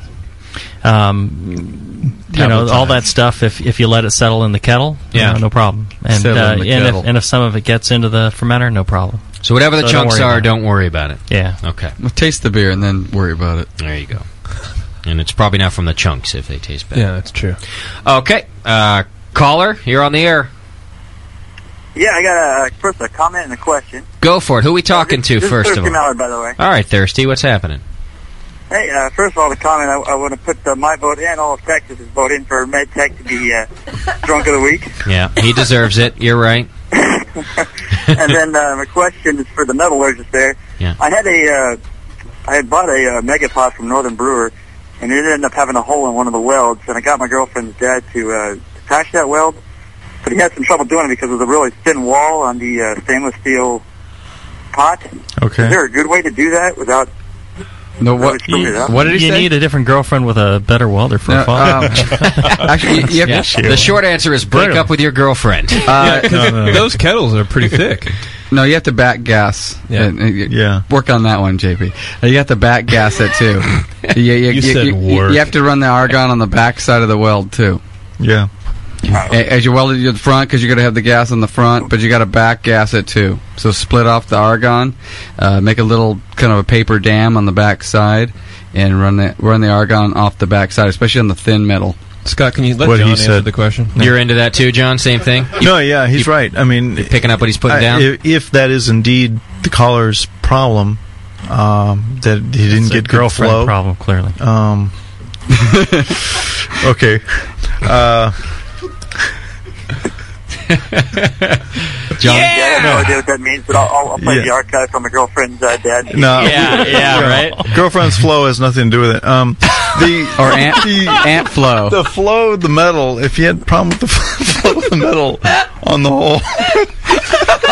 Speaker 4: Um, you know all that stuff. If if you let it settle in the kettle, you
Speaker 1: Yeah.
Speaker 4: know, no problem. And
Speaker 1: Settle
Speaker 4: uh, and,
Speaker 1: in the
Speaker 4: if,
Speaker 1: kettle.
Speaker 4: and if some of it gets into the fermenter, no problem.
Speaker 1: So whatever the
Speaker 4: don't
Speaker 1: chunks
Speaker 4: worry
Speaker 1: are,
Speaker 4: about it.
Speaker 1: don't worry about it.
Speaker 4: Yeah.
Speaker 1: Okay.
Speaker 8: Well, taste the beer and then worry about it.
Speaker 1: There you go. And it's probably not from the chunks if they taste bad.
Speaker 2: Yeah, that's true.
Speaker 1: Okay. Uh, caller, you're on the air.
Speaker 9: Yeah, I got a uh, first a comment and a question.
Speaker 1: Go for it. Who we talking to
Speaker 9: This is
Speaker 1: first of
Speaker 9: Thirsty
Speaker 1: all?
Speaker 9: Mallard, by the way.
Speaker 1: All right, thirsty. What's happening?
Speaker 9: Hey, uh, first of all, the comment I, I want to put uh my vote in, all of Texas's vote in for MedTech to be uh, drunk of the week.
Speaker 1: Yeah, he deserves it. You're right.
Speaker 9: and then uh, my question is for the metallurgist there.
Speaker 1: Yeah.
Speaker 9: I had a, uh, I had bought a uh, megapod from Northern Brewer, and it ended up having a hole in one of the welds. And I got my girlfriend's dad to uh, patch that weld, but he had some trouble doing it because of the really thin wall on the uh, stainless steel pot.
Speaker 4: Okay.
Speaker 9: Is there a good way to do that without?
Speaker 8: No,
Speaker 9: without it screwing it up?
Speaker 4: you need a different girlfriend with a better welder for
Speaker 8: No,
Speaker 4: a father.
Speaker 8: um, actually, you- you have-
Speaker 1: Yeah, the short answer is break up with your girlfriend.
Speaker 8: Uh,
Speaker 2: Those kettles are pretty thick.
Speaker 8: No, you have to back gas.
Speaker 2: Yeah.
Speaker 8: And, uh, you- Work on that one, JP. Uh, You have to back gas it too. you,
Speaker 9: You said work.
Speaker 8: you have to run the argon on the back side of the weld too.
Speaker 9: Yeah.
Speaker 8: A- As you weld it to the front, because you're going to have the gas on the front, but you got to back gas it too. So split off the argon, uh, make a little kind of a paper dam on the back side, and run the run the argon off the back side, especially on the thin metal.
Speaker 2: Scott, can you let John answer the question?
Speaker 1: You're into that too, John. Same thing.
Speaker 9: No, yeah, he's right. I mean,
Speaker 1: picking up what he's putting
Speaker 9: I-
Speaker 1: down.
Speaker 9: If, if that is indeed the caller's problem, um, that he didn't
Speaker 4: It's a
Speaker 9: get good
Speaker 4: girlfriend
Speaker 9: flow.
Speaker 4: problem, clearly.
Speaker 9: Um, okay. Uh,
Speaker 1: John?
Speaker 9: Yeah, I have no idea what that means, but I'll, I'll, I'll play Yeah. the archive from my girlfriend's uh, dad. No. Girlfriend's flow has nothing to do with it. Um, the
Speaker 8: or ant, ant flow.
Speaker 9: The flow of the metal. If you had a problem with the flow of the metal on the whole,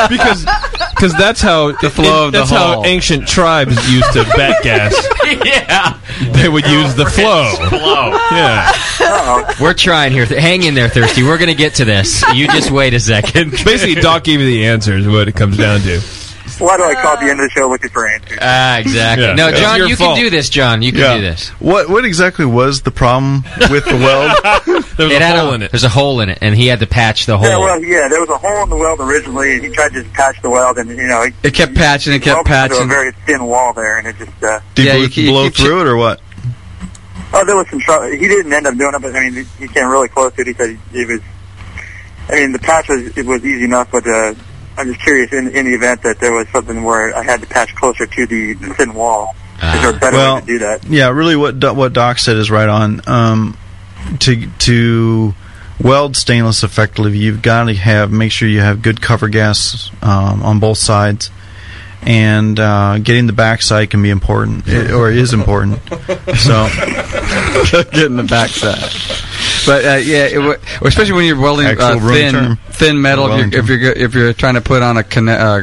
Speaker 2: because because that's how the
Speaker 8: flow of the
Speaker 2: that's how
Speaker 8: hall.
Speaker 2: ancient tribes used to back gas.
Speaker 1: yeah.
Speaker 2: They would use the flow. Yeah.
Speaker 1: We're trying here. Hang in there, Thirsty. We're going to get to this. You just wait a second.
Speaker 2: Basically, Doc gave you the answer is what it comes down to.
Speaker 9: why do I call at the end of the show looking for answers?
Speaker 1: Ah, exactly.
Speaker 2: Yeah.
Speaker 1: No,
Speaker 2: It's
Speaker 1: John,
Speaker 2: your
Speaker 1: you
Speaker 2: fault.
Speaker 1: can do this, John. You can do this.
Speaker 9: What what exactly was the problem with the weld?
Speaker 1: There's a hole in it. There's a hole in it, and he had to patch the
Speaker 9: Yeah,
Speaker 1: hole.
Speaker 9: well, yeah, there was a hole in the weld originally, and he tried to just patch the weld, and you know, it,
Speaker 8: It kept patching. It kept
Speaker 9: To a
Speaker 8: patching.
Speaker 9: very thin wall there, and it just. Uh,
Speaker 8: Did Yeah, you- you- blow you- through
Speaker 9: it or what? Oh, there was some trouble. He didn't end up doing it, but I mean, he came really close to it. He said it was. I mean, the patch was it was easy enough, but uh, I'm just curious. In, in the event that there was something where I had to patch closer to the thin wall, is
Speaker 1: Ah.
Speaker 9: there a better way to do that?
Speaker 5: Yeah, really, what Do- what Doc said is right on. Um, to to weld stainless effectively, you've got to have make sure you have good cover gas um, on both sides, and uh, getting the backside can be important i- or is important. So
Speaker 8: getting the backside. But uh, yeah, it w- especially when you're welding uh,
Speaker 5: Actual room
Speaker 8: thin
Speaker 5: term.
Speaker 8: thin metal. If
Speaker 5: Welding
Speaker 8: you're, if you're go- if you're trying to put on a conne- uh,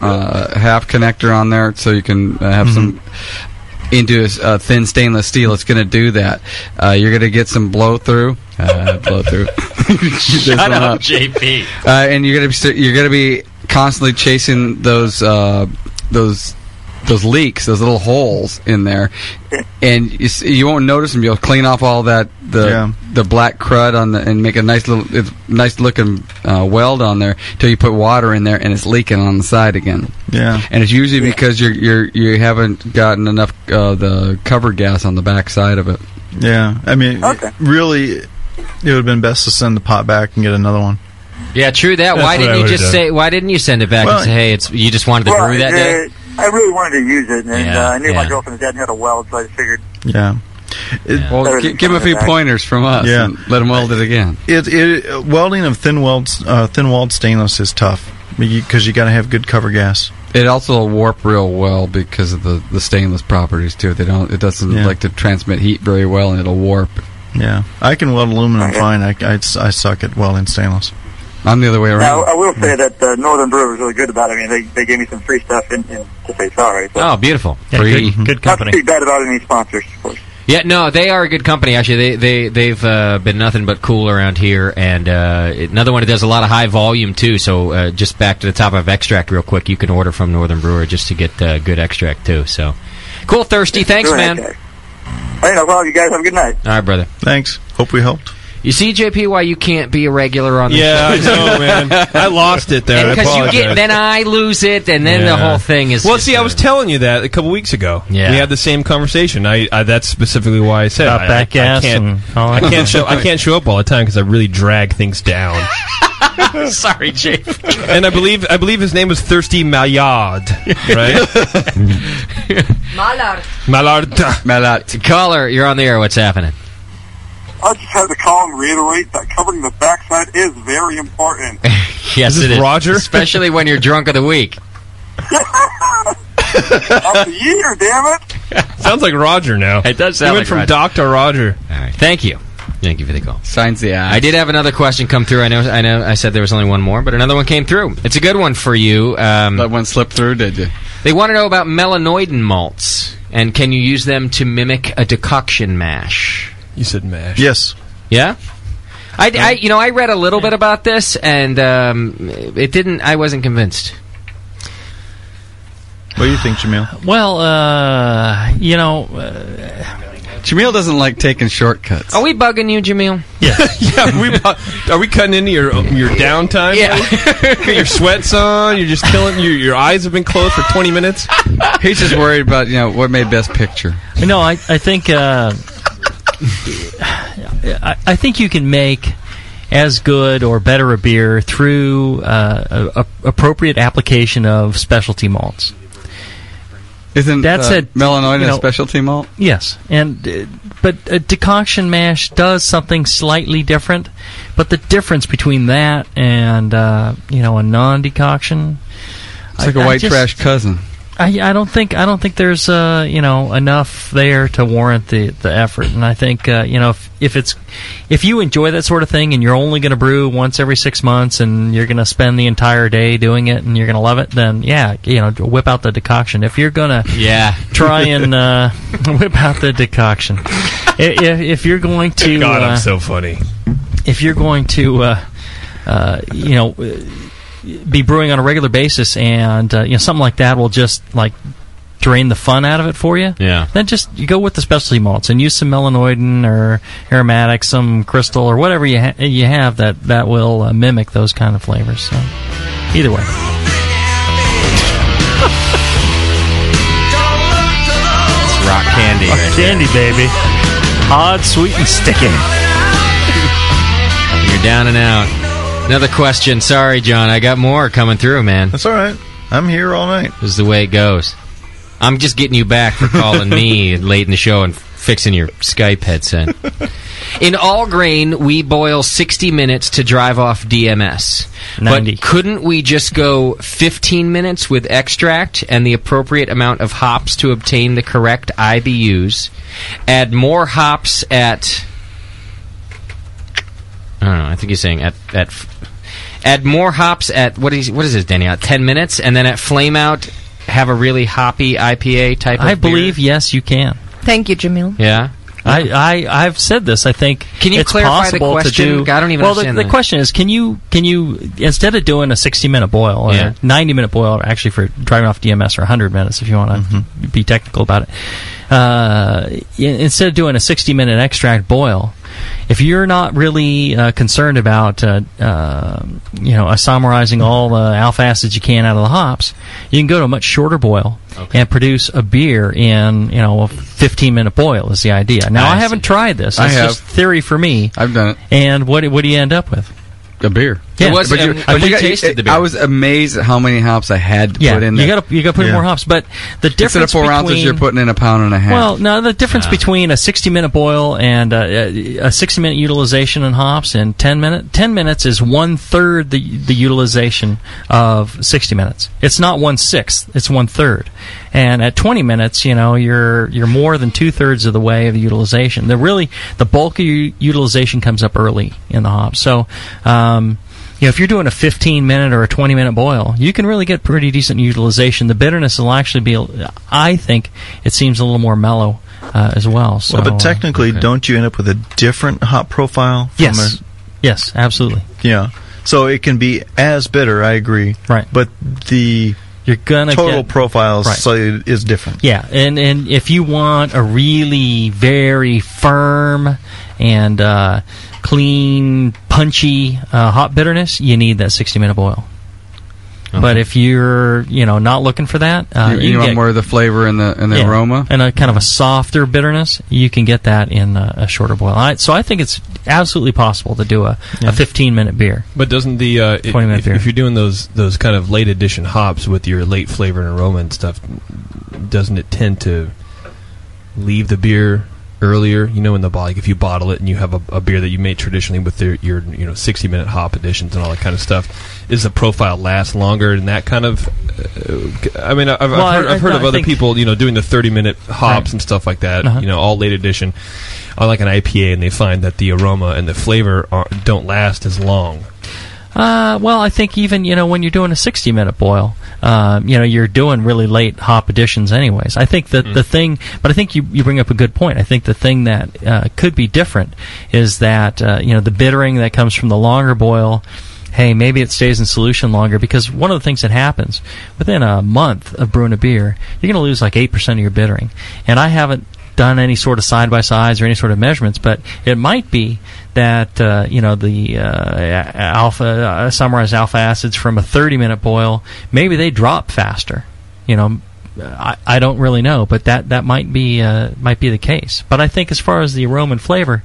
Speaker 8: uh, half connector on there, so you can uh, have
Speaker 5: Mm-hmm.
Speaker 8: some into a s- uh, thin stainless steel, it's going to do that. Uh, you're going to get some blow through. Uh, blow through. Shut
Speaker 18: Shut up, JP.
Speaker 8: uh, and you're gonna be you're gonna be constantly chasing those uh, those those leaks, those little holes in there, and you, s- you won't notice them. You'll clean off all that the
Speaker 5: Yeah.
Speaker 8: the black crud on the and make a nice little it's nice looking uh, weld on there till you put water in there and it's leaking on the side again.
Speaker 5: Yeah.
Speaker 8: And it's usually because you're you're you haven't gotten enough uh, the cover gas on the back side of it.
Speaker 9: Yeah, I mean, really, it would have been best to send the pot back and get another one.
Speaker 1: Yeah, true that.
Speaker 9: That's
Speaker 1: why
Speaker 9: what I
Speaker 1: didn't you
Speaker 9: would've
Speaker 1: just
Speaker 9: done.
Speaker 1: say? Why didn't you send it back
Speaker 9: Well,
Speaker 1: and say, "Hey, it's you just wanted to brew
Speaker 9: uh,
Speaker 1: that day"?
Speaker 20: I really wanted to use it, and
Speaker 1: Yeah,
Speaker 20: uh, I knew
Speaker 1: yeah.
Speaker 20: my girlfriend had had a weld, so I figured
Speaker 9: Yeah.
Speaker 8: Well, gi- give him a few pointers from us.
Speaker 9: Yeah.
Speaker 8: and let him weld it again.
Speaker 9: It, it welding of thin weld uh, thin walled stainless is tough because you got to have good cover gas.
Speaker 8: It also will warp real well because of the, the stainless properties too. They don't. It doesn't
Speaker 9: Yeah.
Speaker 8: like to transmit heat very well, and it'll warp.
Speaker 9: Yeah, I can weld aluminum fine. I, I, I suck at welding stainless.
Speaker 8: I'm the other way
Speaker 20: Now, I will say that uh, Northern Brewer was really good about it. I mean, they, they gave me some free stuff in, in, to say sorry. So.
Speaker 1: Oh, beautiful.
Speaker 20: Not too bad about any sponsors, of course.
Speaker 1: Yeah, no, they are a good company. Actually, they they they've uh, been nothing but cool around here, and uh, another one that does a lot of high volume too. So uh, just back to the top of extract real quick, you can order from Northern Brewer just to get uh, good extract too. So cool, thirsty. Thanks,
Speaker 20: Doing
Speaker 1: man.
Speaker 20: okay. Hey, no problem. You guys have a good night.
Speaker 1: All right, brother.
Speaker 9: Thanks. Hope we helped.
Speaker 1: You see, JP, why you can't be a regular on the
Speaker 2: Yeah, I
Speaker 1: show.
Speaker 2: know, man. I lost it there. I
Speaker 1: Because you
Speaker 2: apologize.
Speaker 1: get, then I lose it, and then the
Speaker 2: Yeah.
Speaker 1: whole thing is.
Speaker 2: Well, see, I was telling you that a couple weeks ago.
Speaker 1: Yeah.
Speaker 2: we had the same conversation. I, I that's specifically why I said
Speaker 7: About
Speaker 2: I,
Speaker 7: back
Speaker 2: I, I
Speaker 7: gas and
Speaker 2: can't,
Speaker 7: all
Speaker 2: I
Speaker 7: that.
Speaker 2: can't show I can't show up all the time because I really drag things down.
Speaker 1: Sorry, Jake.
Speaker 2: and I believe I believe his name was Thirsty Maillard, right?
Speaker 20: Malar.
Speaker 2: Maillard.
Speaker 1: Maillard. Caller, you're on the air. What's happening?
Speaker 20: I just had to call and reiterate that covering the backside is very important.
Speaker 1: Yes,
Speaker 20: Is this
Speaker 1: it is.
Speaker 20: Roger?
Speaker 1: Especially when you're drunk of the week.
Speaker 20: Up the year, damn it.
Speaker 2: Sounds like Roger now. It
Speaker 1: does
Speaker 2: he
Speaker 1: sound
Speaker 2: went
Speaker 1: like
Speaker 2: from
Speaker 1: Roger.
Speaker 2: Doc to Roger.
Speaker 1: All right. Thank you. Thank you for the call.
Speaker 8: Signs the ass.
Speaker 1: I did have another question come through. I know. I know. I said there was only one more, but another one came through. It's a good one for you. Um, that
Speaker 8: one slipped through, did you?
Speaker 1: They want to know about melanoidin malts and can you use them to mimic a decoction mash?
Speaker 2: You said mash.
Speaker 9: Yes.
Speaker 1: Yeah. I, I- you know, I read a little bit about this, and um, it didn't. I wasn't convinced.
Speaker 9: What do you think, Jamil?
Speaker 4: Well, uh, you know, uh,
Speaker 8: Jamil doesn't like taking shortcuts.
Speaker 1: Are we bugging you, Jamil?
Speaker 2: yeah, we bu- are we cutting into your your downtime? Yeah, your sweats on. You're just killing. Your your eyes have been closed for 20 minutes.
Speaker 8: He's just worried about you know what made best picture.
Speaker 4: no, I, I think uh, I, I think you can make as good or better a beer through uh, a, a- appropriate application of specialty malts.
Speaker 8: Isn't
Speaker 4: That's
Speaker 8: uh,
Speaker 4: a-
Speaker 8: melanoidin
Speaker 4: you
Speaker 8: a
Speaker 4: know-
Speaker 8: specialty malt?
Speaker 4: Yes, and uh, but a decoction mash does something slightly different, but the difference between that and uh, you know a non-decoction,
Speaker 8: It's like a
Speaker 4: a
Speaker 8: white trash cousin.
Speaker 4: I, I don't think I don't think there's uh, you know enough there to warrant the, the effort, and I think uh, you know if, if it's if you enjoy that sort of thing and you're only going to brew once every six months and you're going to spend the entire day doing it and you're going to love it, then yeah, you know whip out the decoction. If you're going to
Speaker 1: Yeah.
Speaker 4: try and uh, whip out the decoction, if, if you're going to
Speaker 2: God, I'm
Speaker 4: uh,
Speaker 2: so funny.
Speaker 4: if you're going to, uh, uh, you know, uh, be brewing on a regular basis, and uh, you know something like that will just like drain the fun out of it for you.
Speaker 1: Yeah.
Speaker 4: Then just you go with the specialty malts and use some melanoidin or aromatic, some crystal or whatever you ha- you have that that will uh, mimic those kind of flavors. So either way.
Speaker 1: It's rock candy. Right
Speaker 4: candy, baby. Hot, sweet, and sticking.
Speaker 1: You're down and out. Another question. Sorry, John. I got more coming through, man. That's
Speaker 9: all right. I'm here all night.
Speaker 1: This is the way it goes. I'm just getting you back for calling me late in the show and fixing your Skype headset. In all grain, we boil 60 minutes to drive off DMS.
Speaker 4: 90.
Speaker 1: But couldn't we just go 15 minutes with extract and the appropriate amount of hops to obtain the correct IBUs? Add more hops at I don't know. I think he's saying at at f- add more hops at what is what is this, Danny? At ten minutes, and then at flame out, have a really hoppy IPA type. of
Speaker 4: I
Speaker 1: beer?
Speaker 4: believe yes, you can.
Speaker 3: Thank you, Jamil.
Speaker 1: Yeah.
Speaker 4: I, I I've said this. I think
Speaker 1: Can you
Speaker 4: it's
Speaker 1: clarify the
Speaker 4: possible to
Speaker 1: question?
Speaker 4: do.
Speaker 1: I don't even
Speaker 4: well,
Speaker 1: understand
Speaker 4: the,
Speaker 1: that.
Speaker 4: the question is, can you can you instead of doing a sixty minute boil or
Speaker 1: Yeah.
Speaker 4: a ninety minute boil, or actually for driving off DMS or hundred minutes if you want to be technical about it, uh, i- instead of doing a sixty minute extract boil, if you're not really uh, concerned about uh, uh, you know uh, summarizing all the alpha acids you can out of the hops, you can go to a much shorter boil and produce a beer in you know a 15 minute boil is the idea. Now I,
Speaker 8: I
Speaker 4: haven't
Speaker 8: see.
Speaker 4: tried this.
Speaker 8: I
Speaker 4: It's
Speaker 8: have.
Speaker 4: just theory for me.
Speaker 8: I've done it.
Speaker 4: And what what do you end up with?
Speaker 8: A beer.
Speaker 4: Yeah. It was-
Speaker 8: but you,
Speaker 4: um,
Speaker 8: but
Speaker 4: we
Speaker 8: you got,
Speaker 4: tasted the
Speaker 8: I was amazed at how many hops I had to
Speaker 4: Yeah,
Speaker 8: put in.
Speaker 4: you
Speaker 8: there.
Speaker 4: gotta- you gotta put in more hops, but the
Speaker 8: instead of
Speaker 4: difference
Speaker 8: four ounces,
Speaker 4: between-
Speaker 8: you're putting in a pound and a half.
Speaker 4: Well, no, the difference between a 60 minute boil and uh, a, a 60 minute utilization in hops and 10 minute 10 minutes is one third the the utilization of 60 minutes. It's not one sixth; it's one third. And at 20 minutes, you know, you're you're more than two thirds of the way of the utilization. The really the bulk of your utilization comes up early in the hops. So. Um, you know, if you're doing a 15 minute or a 20 minute boil, you can really get pretty decent utilization. The bitterness will actually be, I think, it seems a little more mellow uh, as well. So,
Speaker 9: well, but technically, don't you end up with a different hop profile? From
Speaker 4: Yes. yes, absolutely.
Speaker 9: A, yeah. So it can be as bitter. I agree.
Speaker 4: Right.
Speaker 9: But the
Speaker 4: you're gonna
Speaker 9: total
Speaker 4: get-
Speaker 9: profile is
Speaker 4: Right.
Speaker 9: slightly is different.
Speaker 4: Yeah, and and if you want a really very firm and uh, clean, punchy uh, hot bitterness, you need that 60 minute boil. But if you're, you know, not looking for that, uh,
Speaker 8: you,
Speaker 4: you
Speaker 8: you
Speaker 4: can
Speaker 8: want
Speaker 4: get-
Speaker 8: more of the flavor and the and the
Speaker 4: Yeah.
Speaker 8: aroma.
Speaker 4: and a kind of a softer bitterness, you can get that in a, a shorter boil. I, so I think it's absolutely possible to do a, a 15 minute beer.
Speaker 2: But doesn't the uh, i-
Speaker 4: 20 minute
Speaker 2: if,
Speaker 4: beer.
Speaker 2: if you're doing those those kind of late edition hops with your late flavor and aroma and stuff, doesn't it tend to leave the beer earlier? You know, in the bottle, like if you bottle it and you have a, a beer that you made traditionally with their, your you know 60 minute hop editions and all that kind of stuff, is the profile last longer and that kind of? Uh, I mean, I- I've,
Speaker 13: Well, I-
Speaker 2: I've heard, I,
Speaker 13: I-
Speaker 2: have heard
Speaker 13: no,
Speaker 2: of
Speaker 13: I
Speaker 2: other
Speaker 13: think-
Speaker 2: people you know doing the 30 minute hops
Speaker 13: Right.
Speaker 2: and stuff like that.
Speaker 13: Uh-huh.
Speaker 2: You know, all late edition on like an IPA, and they find that the aroma and the flavor are, don't last as long.
Speaker 4: Uh, well, I think even you know when you're doing a 60 minute boil, um, you know you're doing really late hop additions, anyways. I think that the thing, but I think you, you bring up a good point. I think the thing that uh, could be different is that uh, you know the bittering that comes from the longer boil. Hey, maybe it stays in solution longer because one of the things that happens within a month of brewing a beer, you're going to lose like eight percent of your bittering. And I haven't done any sort of side by sides or any sort of measurements, but it might be that uh, you know the uh, a- alpha uh, summarized alpha acids from a 30 minute boil maybe they drop faster. You know, I, I don't really know, but that that might be uh, might be the case. But I think as far as the aroma and flavor.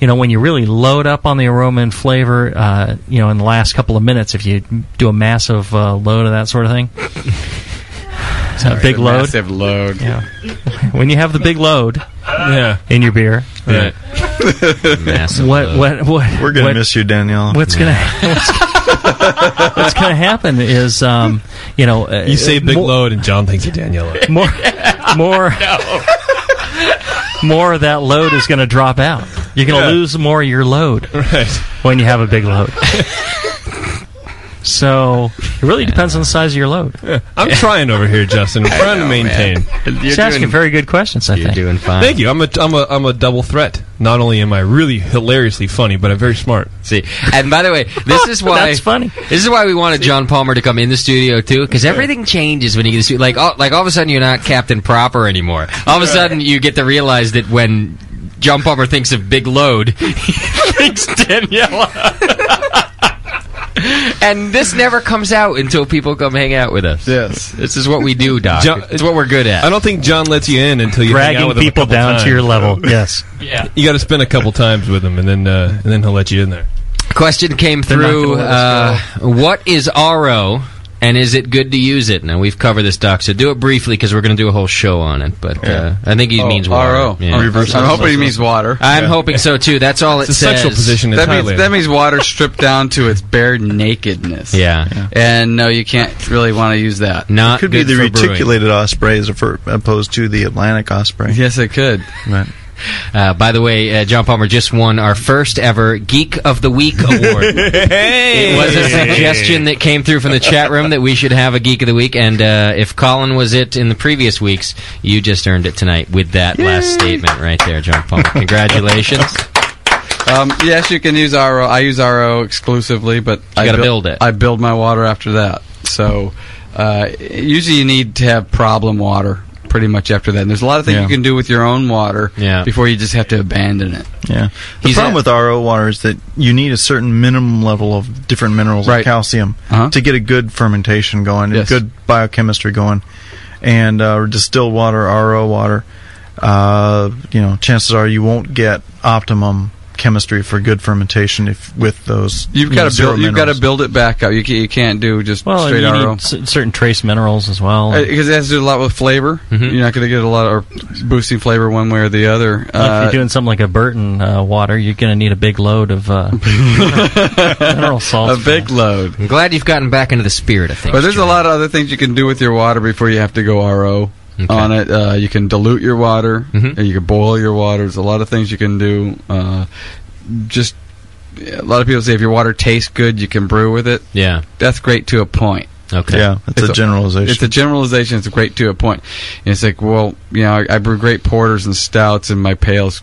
Speaker 4: You know, when you really load up on the aroma and flavor, uh, you know, in the last couple of minutes, if you do a massive uh, load of that sort of thing,
Speaker 8: Sorry,
Speaker 4: a big
Speaker 8: the
Speaker 4: load,
Speaker 8: massive load.
Speaker 4: Yeah. when you have the big load,
Speaker 2: yeah.
Speaker 4: in your beer,
Speaker 2: Yeah.
Speaker 8: Massive
Speaker 4: what, what, what?
Speaker 9: We're gonna
Speaker 4: what-
Speaker 9: miss you, Danielle.
Speaker 4: What's gonna what's, what's gonna happen is, um, you know, uh,
Speaker 2: You say big
Speaker 4: more,
Speaker 2: load, and John thinks of Daniela.
Speaker 4: more, more, more of that load is gonna drop out. You're gonna
Speaker 2: Yeah.
Speaker 4: lose more of your load when you have a big load. So it really depends on the size of your load.
Speaker 2: I'm trying over here, Justin. I'm
Speaker 4: I
Speaker 2: trying
Speaker 4: know,
Speaker 2: to maintain.
Speaker 4: man. You're Just asking doing- very good questions. I think
Speaker 1: doing fine.
Speaker 2: Thank you. I'm a I'm a I'm a double threat. Not only am I really hilariously funny, but I'm very smart.
Speaker 1: See, and by the way, this is why
Speaker 4: That's funny.
Speaker 1: This is why we wanted John Palmer to come in the studio too, because everything changes when you get to studio. Like, all, like all of a sudden, you're not Captain Proper anymore. All of a sudden, you get to realize that when John Palmer thinks of Big Load, he thinks Daniela. and this never comes out until people come hang out with us.
Speaker 8: Yes,
Speaker 1: this is what we do, Doc.
Speaker 2: John-
Speaker 1: it's what we're good at.
Speaker 2: I don't think John lets you in until you hang out
Speaker 1: Dragging
Speaker 2: with him a
Speaker 1: people
Speaker 2: couple
Speaker 1: down to
Speaker 2: times.
Speaker 1: your level, yes.
Speaker 2: Yeah. You got to spend a couple times with him, and then uh, and then he'll let you in there.
Speaker 1: Question came
Speaker 2: They're not gonna
Speaker 1: through.
Speaker 2: let
Speaker 1: Uh,
Speaker 2: us
Speaker 1: what is RO, and is it good to use it? Now we've covered this, Doc. So do it briefly because we're going to do a whole show on it. But uh, I think he
Speaker 8: Oh,
Speaker 1: means water.
Speaker 8: RO.
Speaker 1: Yeah.
Speaker 8: Reverse I'm hoping he osmosis. means water.
Speaker 1: I'm
Speaker 8: Yeah.
Speaker 1: hoping so too. That's all it says.
Speaker 8: That means, that means water stripped down to its bare nakedness.
Speaker 1: Yeah.
Speaker 8: and no, you can't really want to use that.
Speaker 1: Not
Speaker 9: could be the reticulated osprey as opposed to the Atlantic osprey.
Speaker 8: Yes, it could.
Speaker 9: Right.
Speaker 1: Uh, by the way, uh, John Palmer just won our first ever Geek of the Week award. It was a suggestion that came through from the chat room that we should have a Geek of the Week, and uh, if Colin was it in the previous weeks, you just earned it tonight with that last statement right there, John Palmer. Congratulations.
Speaker 8: Um, yes, you can use RO. I use RO exclusively, but I
Speaker 1: gotta build it.
Speaker 8: I build my water after that. So uh, usually you need to have problem water pretty much after that. And there's a lot of things
Speaker 5: Yeah.
Speaker 8: you can do with your own water
Speaker 5: Yeah.
Speaker 8: before you just have to abandon it.
Speaker 5: Yeah. The problem with RO water is that you need a certain minimum level of different minerals like calcium to get a good fermentation going,
Speaker 8: Uh-huh. Yes.
Speaker 5: a good biochemistry going. And uh, distilled water, RO water, uh, you know, chances are you won't get optimum chemistry for good fermentation if with those.
Speaker 8: You've
Speaker 5: you
Speaker 8: got
Speaker 5: know,
Speaker 8: to
Speaker 5: zero
Speaker 8: build. You've got to
Speaker 5: minerals.
Speaker 8: build it back up. You, ca- you can't do just
Speaker 4: Well, and
Speaker 8: straight
Speaker 4: you
Speaker 8: RO.
Speaker 4: need c- certain trace minerals as well.
Speaker 8: Because it has to do a lot with flavor.
Speaker 4: Mm-hmm.
Speaker 8: You're not going to get a lot of or boosting flavor one way or the other. Uh,
Speaker 4: Well, if you're doing something like a Burton uh, water, you're going to need a big load of uh, mineral
Speaker 1: uh,
Speaker 4: salts.
Speaker 8: a big load.
Speaker 1: I'm glad you've gotten back into the spirit of things.
Speaker 8: But there's a lot of other things you can do with your water before you have to go RO on it. Uh, you can dilute your water.
Speaker 1: Mm-hmm.
Speaker 8: and You can boil your water. There's a lot of things you can do. Uh, just a lot of people say if your water tastes good, you can brew with it.
Speaker 1: Yeah,
Speaker 8: that's great to a point.
Speaker 1: Okay.
Speaker 5: Yeah, it's a generalization.
Speaker 8: It's a generalization. It's great to a point. And it's like, well, you know, I, I brew great porters and stouts, and my pails,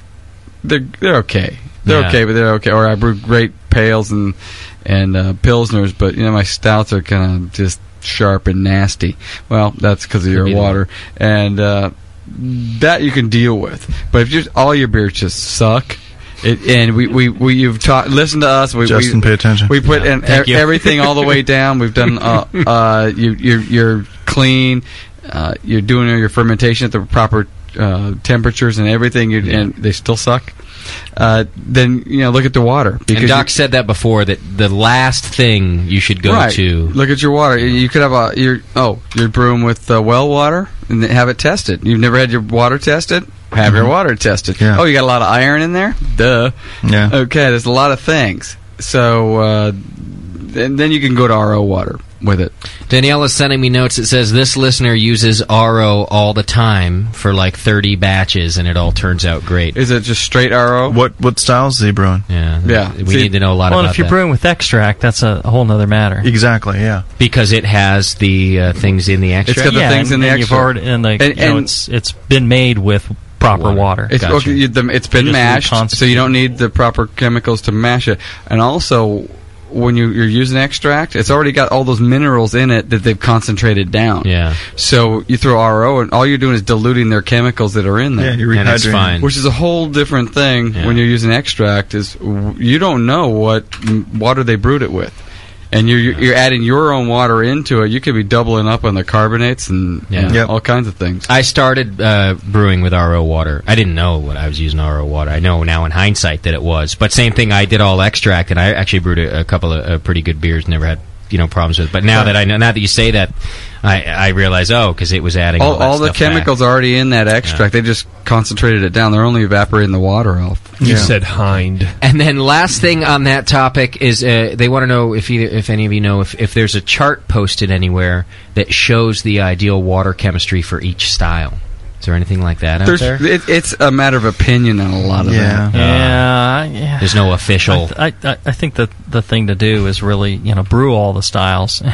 Speaker 8: they're they're okay. They're
Speaker 5: Yeah.
Speaker 8: okay, but they're okay. Or I brew great pails and and uh, pilsners, but you know, my stouts are kind of just sharp and nasty. Well, that's because of
Speaker 1: be
Speaker 8: your
Speaker 1: the-
Speaker 8: water, and uh, that you can deal with. But if just all your beers just suck. It, and we, we, we you've taught listen to us we,
Speaker 5: Justin,
Speaker 8: we,
Speaker 5: pay attention.
Speaker 8: we put
Speaker 5: Yeah.
Speaker 8: in
Speaker 5: Thank
Speaker 8: e-
Speaker 5: you.
Speaker 8: everything all the way down. We've done uh, uh, you, you're, you're clean. Uh, you're doing your fermentation at the proper uh, temperatures and everything, you and they still suck. Uh, then you know, look at the water.
Speaker 1: And
Speaker 8: you-
Speaker 1: Doc said that before that the last thing you should go
Speaker 8: Right.
Speaker 1: to.
Speaker 8: Look at your water. You could have a your oh you're brewing with uh, well water and then have it tested. You've never had your water tested. Have your
Speaker 1: Mm-hmm.
Speaker 5: Mhm.
Speaker 8: water tested. Oh, you got a lot of iron in there. Duh.
Speaker 5: Yeah.
Speaker 8: Okay. There's a lot of things. So uh, then then you can go to RO water with it.
Speaker 1: Danielle is sending me notes that says this listener uses RO all the time for like 30 batches and it all turns out great.
Speaker 8: Is it just straight RO?
Speaker 5: What what styles is he brewing?
Speaker 1: Yeah.
Speaker 8: Yeah.
Speaker 1: We need to know a lot
Speaker 4: well, and
Speaker 1: about
Speaker 4: if you're
Speaker 1: that.
Speaker 4: brewing with extract, that's a whole nother matter.
Speaker 5: Exactly. Yeah.
Speaker 1: because it has the uh, things in the extract.
Speaker 4: yeah, and, and You've already, and like,
Speaker 1: And-
Speaker 4: you know,
Speaker 1: and-
Speaker 4: it's it's been made with proper water.
Speaker 8: It's, okay, you- the- it's been
Speaker 4: You just need
Speaker 8: mashed, so
Speaker 4: constant-
Speaker 8: you don't need the proper chemicals to mash it. And also, when you, you're using extract, it's already got all those minerals in it that they've concentrated down.
Speaker 1: Yeah.
Speaker 8: So you throw RO, and all you're doing is diluting their chemicals that are in there.
Speaker 5: Yeah, you're And it's rehydrating. fine.
Speaker 8: Which is a whole different thing when you're using extract. Is w- you don't know what m- water they brewed it with. And you're you're adding your own water into it. You could be doubling up on the carbonates and,
Speaker 1: Yeah.
Speaker 8: and
Speaker 1: Yep.
Speaker 8: all kinds of things.
Speaker 1: I started uh, brewing with RO water. I didn't know what I was using RO water. I know now in hindsight that it was, but same thing. I did all extract, and I actually brewed a, a couple of uh, pretty good beers. Never had you know problems with. But now that I know, now that you say that, I, I realize oh, because it was adding all,
Speaker 8: all,
Speaker 1: that
Speaker 8: all the
Speaker 1: stuff back.
Speaker 8: chemicals are already in that extract. They just concentrated it down. They're only evaporating the water off.
Speaker 1: You Yeah. said
Speaker 8: hind.
Speaker 1: And then last thing on that topic is uh, they want to know if either, if any of you know if, if there's a chart posted anywhere that shows the ideal water chemistry for each style. Is there anything like that
Speaker 8: There's,
Speaker 1: out there?
Speaker 8: it, it's a matter of opinion on a lot of
Speaker 4: Yeah.
Speaker 8: that.
Speaker 4: Yeah, yeah.
Speaker 1: There's no official.
Speaker 4: I, I, I think that the thing to do is really you know brew all the styles, and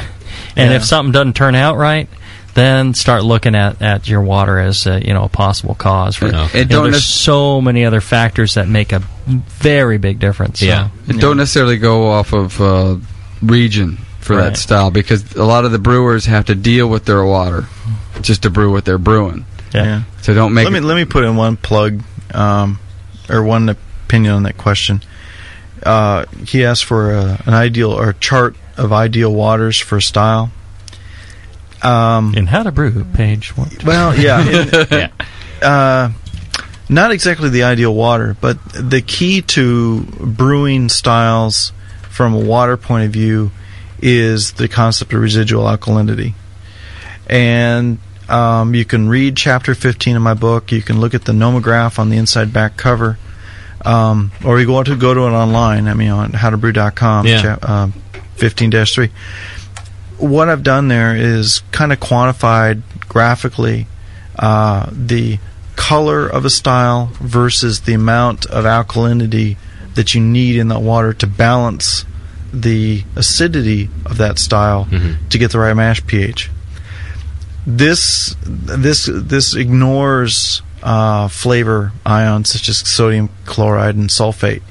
Speaker 1: Yeah.
Speaker 4: if something doesn't turn out right, then start looking at, at your water as a, you know a possible cause for.
Speaker 8: It- it
Speaker 4: you know,
Speaker 8: don't
Speaker 4: there's
Speaker 8: nec-
Speaker 4: so many other factors that make a very big difference. so-
Speaker 8: It don't necessarily go off of uh, region for
Speaker 4: Right.
Speaker 8: that style because a lot of the brewers have to deal with their water just to brew what they're brewing. So don't make
Speaker 5: Let me
Speaker 8: it-
Speaker 5: let me put in one plug, um, or one opinion on that question. Uh, he asked for a, an ideal or chart of ideal waters for style. Um,
Speaker 4: in how to brew page one.
Speaker 5: Well, yeah, in- Uh, not exactly the ideal water, but the key to brewing styles from a water point of view is the concept of residual alkalinity. And um, you can read chapter 15 of my book. You can look at the nomograph on the inside back cover. Um, or you go to go to it online. I mean, on howtobrew.com,
Speaker 22: Yeah.
Speaker 5: chap, uh, 15-3 what I've done there is kind of quantified graphically uh, the color of a style versus the amount of alkalinity that you need in that water to balance the acidity of that style to get the right mash pH. This this this ignores uh, flavor ions such as sodium chloride and sulfate.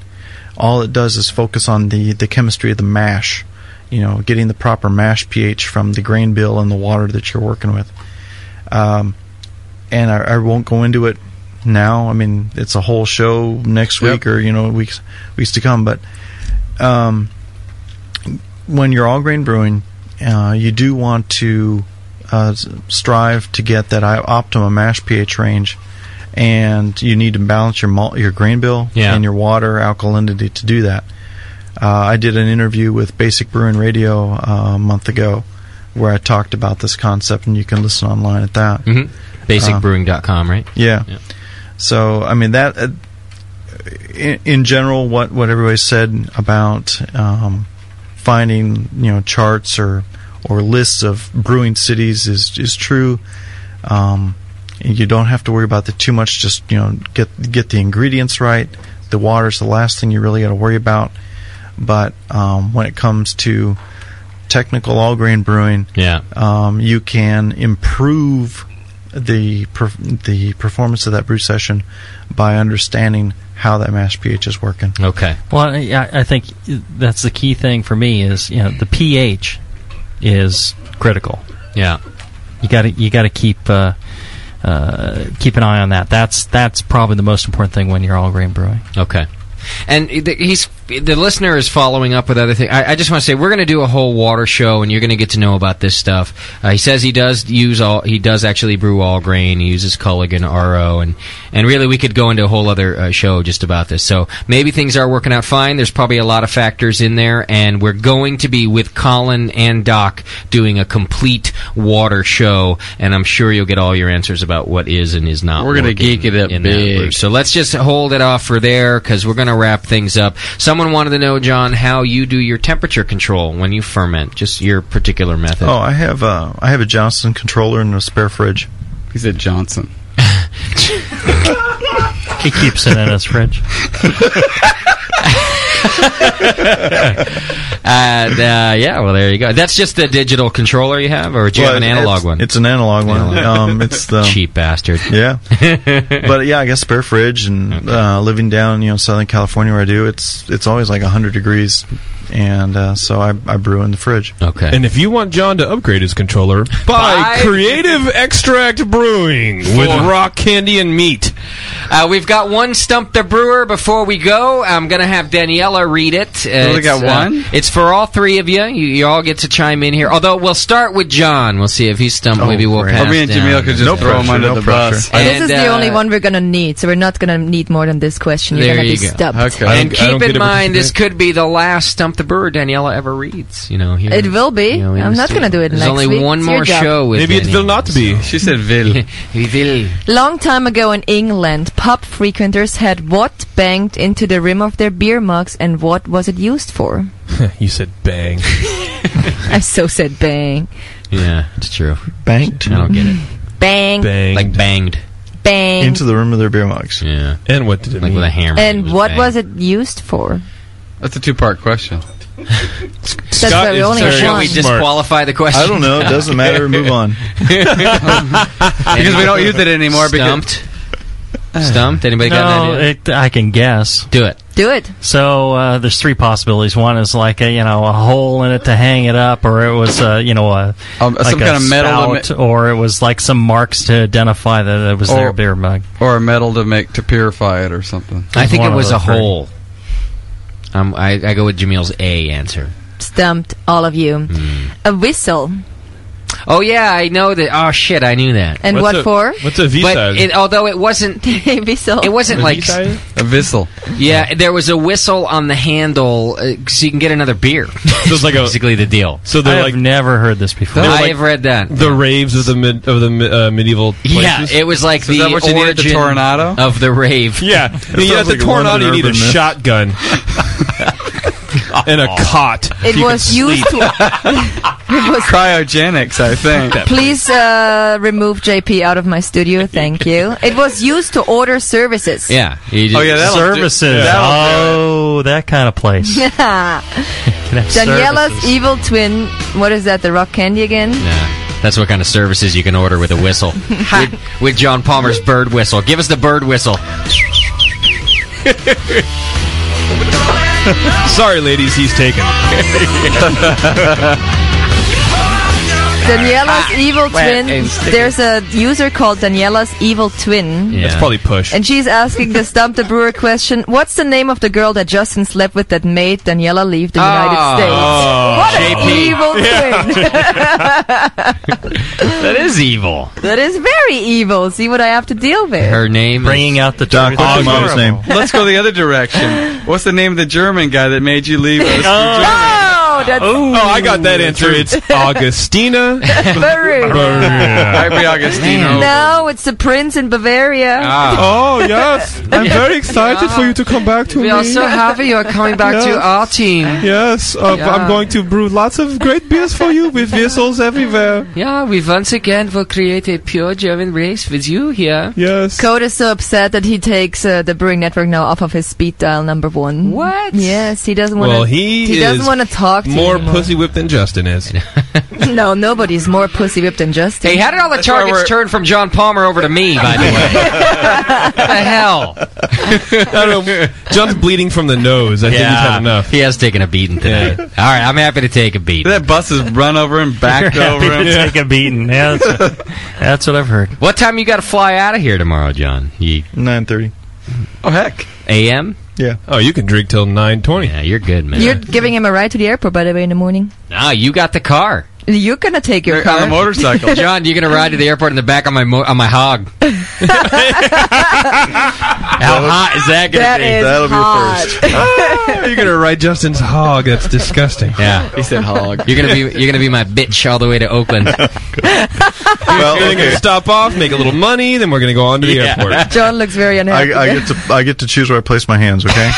Speaker 5: All it does is focus on the the chemistry of the mash. You know, getting the proper mash pH from the grain bill and the water that you're working with. Um, and I, I won't go into it now. I mean, it's a whole show next week or you know weeks weeks to come. But um, when you're all grain brewing, uh, you do want to uh, s- strive to get that i- optimum mash pH range, and you need to balance your malt, your grain bill,
Speaker 10: Yeah.
Speaker 5: and your water alkalinity to do that. Uh, I did an interview with Basic Brewing Radio uh, a month ago, where I talked about this concept, and you can listen online at that.
Speaker 1: Mhm.
Speaker 5: Uh,
Speaker 1: Basicbrewing.com, right?
Speaker 5: yeah. So I mean that. Uh, in, in general, what what everybody said about um, finding you know charts or or lists of brewing cities is is true. Um, and you don't have to worry about that too much. Just you know get get the ingredients right. The water's the last thing you really got to worry about. But um, when it comes to technical all grain brewing,
Speaker 1: Yeah.
Speaker 5: um, you can improve the per- the performance of that brew session by understanding how that mash pH is working.
Speaker 1: Okay.
Speaker 4: Well, I, I- I think that's the key thing for me is you know the pH is critical.
Speaker 1: Yeah,
Speaker 4: you got to you got to keep uh, uh, keep an eye on that. That's that's probably the most important thing when you're all grain brewing.
Speaker 1: Okay. And the, he's the listener is following up with other things. I, I just want to say we're going to do a whole water show, and you're going to get to know about this stuff. Uh, he says he does use all. He does actually brew all grain. He uses Culligan RO, and and really we could go into a whole other uh, show just about this. So maybe things are working out fine. There's probably a lot of factors in there, and we're going to be with Colin and Doc doing a complete water show, and I'm sure you'll get all your answers about what is and is not.
Speaker 8: We're gonna
Speaker 1: working
Speaker 8: geek it up
Speaker 1: in that
Speaker 8: big.
Speaker 1: brew. So let's just hold it off for there because we're going to wrap things up. Someone wanted to know, John, how you do your temperature control when you ferment, just your particular method.
Speaker 5: Oh, I have uh, I have a Johnson controller in a spare fridge.
Speaker 8: He said Johnson.
Speaker 4: He keeps it in his fridge.
Speaker 1: Uh, the- yeah, well, there you go. That's just the digital controller you have, or do you
Speaker 5: Well,
Speaker 1: have an
Speaker 5: it's-
Speaker 1: analog
Speaker 5: it's-
Speaker 1: one?
Speaker 5: It's an analog one.
Speaker 1: Analog.
Speaker 5: Um, it's the
Speaker 1: cheap bastard.
Speaker 5: Yeah, but yeah, I guess spare fridge and uh, living down you know Southern California where I do, it's it's always like hundred degrees, and uh, so I, I brew in the fridge.
Speaker 1: Okay.
Speaker 2: And if you want John to upgrade his controller, buy
Speaker 5: Buy-
Speaker 2: Creative Extract Brewing with
Speaker 1: Four.
Speaker 2: rock candy and meat.
Speaker 1: Uh, we've got one stump the brewer before we go. I'm gonna have Daniela read it. Uh,
Speaker 8: only got
Speaker 1: it's,
Speaker 8: one?
Speaker 1: it's for all three of you. you. You all get to chime in here. Although we'll start with John. We'll see if he's stumped. Maybe we'll pass.
Speaker 8: Oh, me and
Speaker 1: down.
Speaker 8: Jamil could just No throw him pressure, under no the bus. pressure.
Speaker 3: this is the
Speaker 1: uh,
Speaker 3: only one we're gonna need, so we're not gonna need more than this question. You're
Speaker 1: There
Speaker 3: gonna
Speaker 1: you
Speaker 3: be
Speaker 1: go.
Speaker 3: stumped.
Speaker 1: And keep in mind, this could be the last stump the brewer Daniela ever reads. You know, here.
Speaker 3: It will be.
Speaker 1: You know, in
Speaker 3: I'm
Speaker 1: the
Speaker 3: not
Speaker 1: studio.
Speaker 3: gonna do it
Speaker 1: There's
Speaker 3: next
Speaker 1: only
Speaker 3: week.
Speaker 1: one
Speaker 3: It's your
Speaker 1: more
Speaker 3: job.
Speaker 1: show with
Speaker 2: Maybe it will not be.
Speaker 8: She said Vil.
Speaker 1: Vil.
Speaker 3: Long time ago in England, pub frequenters had what banged into the rim of their beer mugs, and what was it used for?
Speaker 2: you said bang.
Speaker 3: I so said bang,
Speaker 1: Yeah, it's true.
Speaker 5: Banked.
Speaker 1: I don't get it.
Speaker 3: bang,
Speaker 2: Banged.
Speaker 1: Like banged.
Speaker 3: bang.
Speaker 5: into the room of their beer mugs.
Speaker 1: Yeah.
Speaker 2: And what did it
Speaker 1: Like
Speaker 2: mean?
Speaker 1: with a hammer.
Speaker 3: and what was it used for?
Speaker 8: That's a two part question.
Speaker 3: That's why we only have
Speaker 1: Shall
Speaker 3: one.
Speaker 1: we disqualify the question?
Speaker 8: I don't know. It doesn't matter. Move on. Because we don't use it anymore because-
Speaker 1: Stumped. Stumped. Anybody got an
Speaker 4: no,
Speaker 1: idea?
Speaker 4: it, I can guess.
Speaker 1: Do it.
Speaker 3: Do it.
Speaker 4: So uh, there's three possibilities. One is like a you know a hole in it to hang it up, or it was uh, you know a like
Speaker 8: Um, some
Speaker 4: a
Speaker 8: kind of metal to
Speaker 4: spout, or it was like some marks to identify that it was their beer mug.
Speaker 8: Or a metal to make to purify it or something.
Speaker 1: I think it was a hole. Um, I, I go with Jamil's A answer.
Speaker 3: Stumped all of you. A whistle.
Speaker 1: Oh yeah, I know that. Oh shit, I knew that.
Speaker 3: And What's what a- for? what's a
Speaker 8: visa?
Speaker 1: But it, although it wasn't,
Speaker 3: a whistle.
Speaker 1: It wasn't like.
Speaker 8: A vessel.
Speaker 1: Yeah, there was a whistle on the handle, uh, so you can get another beer. So
Speaker 2: it's like a-
Speaker 1: basically the deal.
Speaker 2: So they're
Speaker 1: I
Speaker 2: like
Speaker 4: never heard this before.
Speaker 2: They were
Speaker 1: I
Speaker 2: like
Speaker 1: have read that.
Speaker 2: The raves of the mid, of the mi- uh, medieval. Places.
Speaker 1: Yeah, it was like
Speaker 2: So
Speaker 1: the
Speaker 2: is that what you
Speaker 1: origin
Speaker 2: need at the Tornado?
Speaker 1: of the rave.
Speaker 2: Yeah, I mean, yeah, at the tornado you need a shotgun and a cot. so
Speaker 3: It
Speaker 1: Oh.
Speaker 2: you can
Speaker 3: was
Speaker 2: sleep.
Speaker 3: used to.
Speaker 8: Cryogenics, I think.
Speaker 3: Please uh, remove JP out of my studio. Thank you. It was used to order services.
Speaker 1: Yeah. You
Speaker 4: oh,
Speaker 1: just-
Speaker 4: yeah,
Speaker 1: that'll do-
Speaker 4: services.
Speaker 1: that'll
Speaker 4: oh, that kind of place. Can have
Speaker 3: Daniela's e-
Speaker 4: services.
Speaker 3: evil twin. What is that? The rock candy again?
Speaker 1: Nah, that's what kind of services you can order with a whistle. with, with John Palmer's bird whistle. Give us the bird whistle.
Speaker 13: Sorry, ladies, he's taken.
Speaker 3: Daniela's evil twin.
Speaker 13: and stick
Speaker 3: There's a user called Daniela's evil twin.
Speaker 13: Yeah. That's probably push.
Speaker 3: And she's asking the Stump the Brewer question. What's the name of the girl that Justin slept with that made Daniela leave the United States? what an
Speaker 1: JP.
Speaker 3: evil twin!
Speaker 1: that is evil.
Speaker 3: that is very evil. See what I have to deal with.
Speaker 1: Her name
Speaker 4: Bringing out the
Speaker 1: Doc,
Speaker 8: What's the- Let's go the other direction. What's the name of the German guy that made you leave? us?
Speaker 3: Oh, that's
Speaker 13: oh, I got that answer. It's Augustina.
Speaker 3: Baruch.
Speaker 13: Happy
Speaker 8: Augustino.
Speaker 3: No, it's the prince in Bavaria.
Speaker 2: Ah.
Speaker 13: Oh yes, I'm very excited for you to come back to
Speaker 1: Ah. We
Speaker 13: me.
Speaker 1: are so happy you are coming back to our team.
Speaker 13: Yes, uh,
Speaker 1: Yeah.
Speaker 13: I'm going to brew lots of great beers for you with whistles everywhere.
Speaker 1: Yeah, we once again will create a pure German race with you here.
Speaker 13: Yes.
Speaker 3: Code is so upset that he takes uh, the Brewing Network now off of his speed dial number one. What? Yes, he doesn't want.
Speaker 2: Well, he
Speaker 3: doesn't
Speaker 2: is
Speaker 3: want to talk to you
Speaker 2: More
Speaker 3: anymore.
Speaker 2: pussy whipped than Justin is.
Speaker 3: no, nobody's more pussy whipped than Justin.
Speaker 1: Hey, how did all the targets turn from John Palmer over to me, by the way? what the hell?
Speaker 13: I don't know. John's bleeding from the nose. I think he's had enough.
Speaker 1: He has taken a beating today. All right, I'm happy to take a beating.
Speaker 8: That bus has run over and backed
Speaker 4: Happy
Speaker 8: over him.
Speaker 4: to Take a beating. Yeah, that's, what, that's what I've heard.
Speaker 1: What time you got to fly out of here tomorrow, John?
Speaker 9: Nine thirty.
Speaker 8: Oh heck.
Speaker 1: A.M.
Speaker 9: Yeah.
Speaker 13: Oh, you can drink till nine twenty.
Speaker 1: Yeah, you're good, man.
Speaker 3: You're giving him a ride to the airport, by the way, in the morning.
Speaker 1: Nah, Ah, you got the car.
Speaker 3: You're gonna take your car
Speaker 1: John. You're gonna ride to the airport in the back on my mo- on my hog. How hot is that gonna
Speaker 3: That
Speaker 1: be?
Speaker 3: is That'll be a hot. first.
Speaker 2: Ah, you're gonna ride Justin's hog. That's disgusting.
Speaker 1: Yeah, he
Speaker 8: said hog.
Speaker 1: You're gonna be you're gonna be my bitch all the way to Oakland.
Speaker 13: Well, we're going to stop off, make a little money, then we're going to go on to the airport.
Speaker 3: John looks very unhappy.
Speaker 9: I, I get to I get to choose where I place my hands. Okay.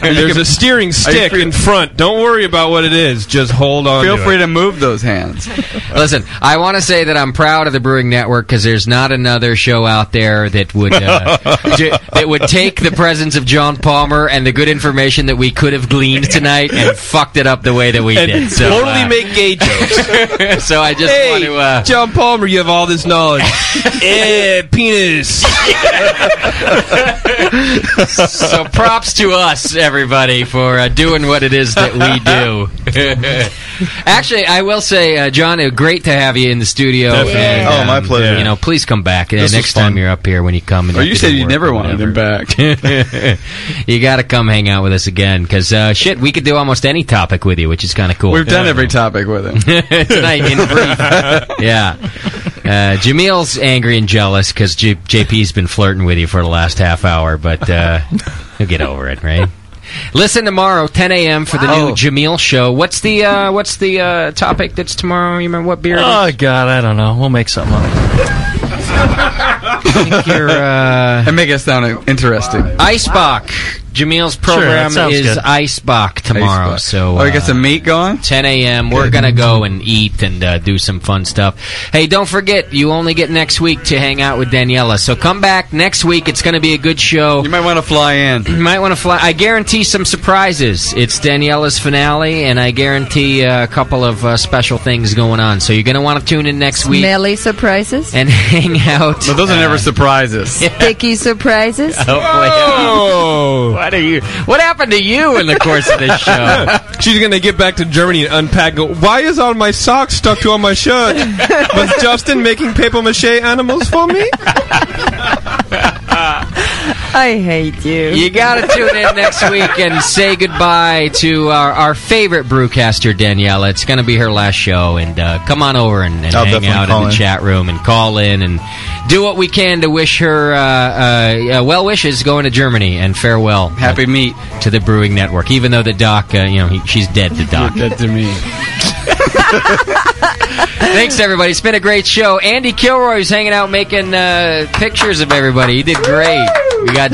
Speaker 13: There's a steering stick in front. Don't worry about what it is. Just hold on.
Speaker 1: Feel free
Speaker 13: to
Speaker 8: move those hands.
Speaker 1: Listen, I want to say that I'm proud of the Brewing Network because there's not another show out there that would uh, ju- that would take the presence of John Palmer and the good information that we could have gleaned tonight and fucked it up the way that we
Speaker 13: And
Speaker 1: did. So,
Speaker 13: totally
Speaker 3: Ah.
Speaker 1: uh,
Speaker 13: make gay jokes.
Speaker 1: so I just
Speaker 13: hey,
Speaker 1: want to. Uh,
Speaker 13: John Palmer, you have all this knowledge. eh, penis.
Speaker 1: so props to us, everybody, for uh, doing what it is that we do. Actually, I will say, uh, John, uh, great to have you in the studio. um,
Speaker 8: Definitely. Oh, my pleasure.
Speaker 1: You know, please come back uh,
Speaker 8: This was
Speaker 1: next time you're up here when you come. And
Speaker 8: Or you said you never wanted him
Speaker 1: back. you got to come hang out with us again because uh, shit, we could do almost any topic with you, which is kind of cool.
Speaker 8: We've done every topic with him.
Speaker 1: tonight in brief. yeah. Uh, Jamil's angry and jealous because J- JP's been flirting with you for the last half hour, but uh, he'll get over it, right? Listen tomorrow, 10 a.m. for the new Jamil show. What's the uh, what's the uh, topic that's tomorrow? You remember what beer? it is?
Speaker 4: Oh God, I don't know. We'll make something up.
Speaker 1: uh,
Speaker 8: and make it sound interesting.
Speaker 1: Icebach. Jamil's program
Speaker 8: sounds
Speaker 1: is
Speaker 8: good.
Speaker 1: Icebach tomorrow.
Speaker 8: Icebach.
Speaker 1: So uh,
Speaker 8: Oh, you got some meat going.
Speaker 1: 10 a.m. We're gonna go and eat and uh, do some fun stuff. Hey, don't forget you only get next week to hang out with Daniela. So come back next week. It's gonna be a good show. You
Speaker 8: might want to fly in.
Speaker 1: You might want to fly. I guarantee some surprises. It's Daniela's finale, and I guarantee uh, a couple of uh, special things going on. So you're gonna want to tune in next week
Speaker 3: Smelly surprises,
Speaker 1: and hang out. Uh,
Speaker 8: But those are never surprises.
Speaker 3: sticky surprises.
Speaker 13: Oh,
Speaker 1: what are you? What happened to you in the course of this show?
Speaker 13: She's going to get back to Germany and unpack. Go, Why is all my socks stuck to all my shirt? Was Justin making paper mache animals for me?
Speaker 3: I hate you.
Speaker 1: You got to tune in next week and say goodbye to our, our favorite brewcaster, Daniela. It's going to be her last show, and uh, come on over and, and
Speaker 23: I'll
Speaker 1: hang
Speaker 23: definitely
Speaker 1: out in
Speaker 23: call
Speaker 1: the
Speaker 23: in.
Speaker 1: chat room and call in and do what we can to wish her uh, uh, uh, well wishes going to Germany and farewell. Happy meet to the Brewing Network, even though the doc, uh, you know, he, she's dead to doc.
Speaker 8: dead to me.
Speaker 1: Thanks, everybody. It's been a great show. Andy Kilroy's hanging out making uh, pictures of everybody. He did great. We got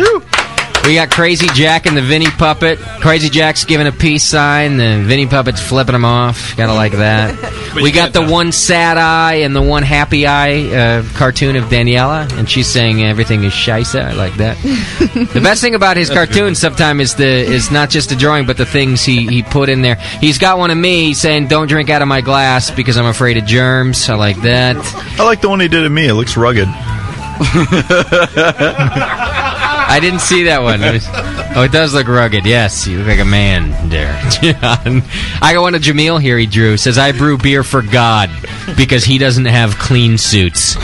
Speaker 1: We got Crazy Jack and the Vinnie Puppet. Crazy Jack's giving a peace sign. The Vinnie Puppet's flipping him off. Gotta like that. we got the one sad eye and the one happy eye uh, cartoon of Daniela, and she's saying everything is shisa. I like that. the best thing about his cartoons sometimes is the is not just the drawing, but the things he, he put in there. He's got one of me saying, "Don't drink out of my glass because I'm afraid of germs." I like that.
Speaker 9: I like the one he did at me. It looks rugged.
Speaker 1: I didn't see that one. It was- oh, it does look rugged. Yes, you look like a man there, John. I got one of Jamil here. He drew says, "I brew beer for God because he doesn't have clean suits."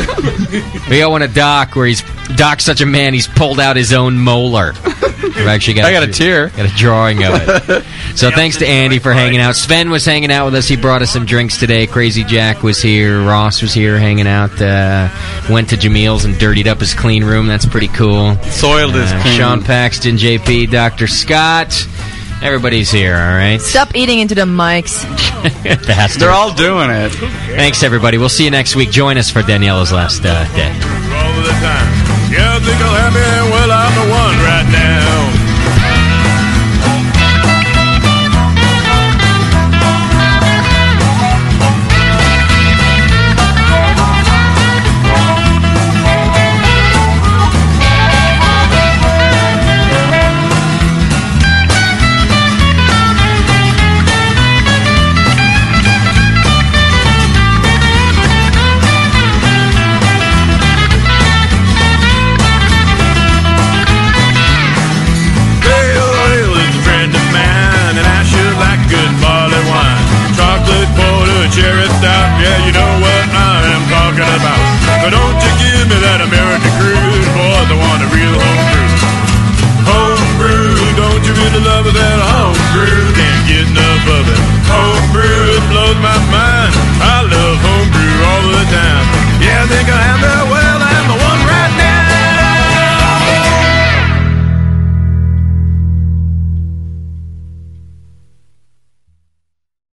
Speaker 1: we got one of Doc where he's Doc's such a man he's pulled out his own molar. I've actually got
Speaker 8: I got a
Speaker 1: tear. Got a drawing of it. So thanks to Andy for hanging out. Sven was hanging out with us. He brought us some drinks today. Crazy Jack was here. Ross was here hanging out. Uh, went to Jamil's and dirtied up his clean room. That's pretty cool.
Speaker 8: Soiled his clean
Speaker 1: Uh, Sean
Speaker 8: room.
Speaker 1: Paxton, JP, Dr. Scott. Everybody's here, all right?
Speaker 3: Stop eating into the mics.
Speaker 1: They're all doing it. Thanks, everybody. We'll see you next week. Join us for Daniela's last uh, day.
Speaker 11: all the time. Yeah, think I'll have me well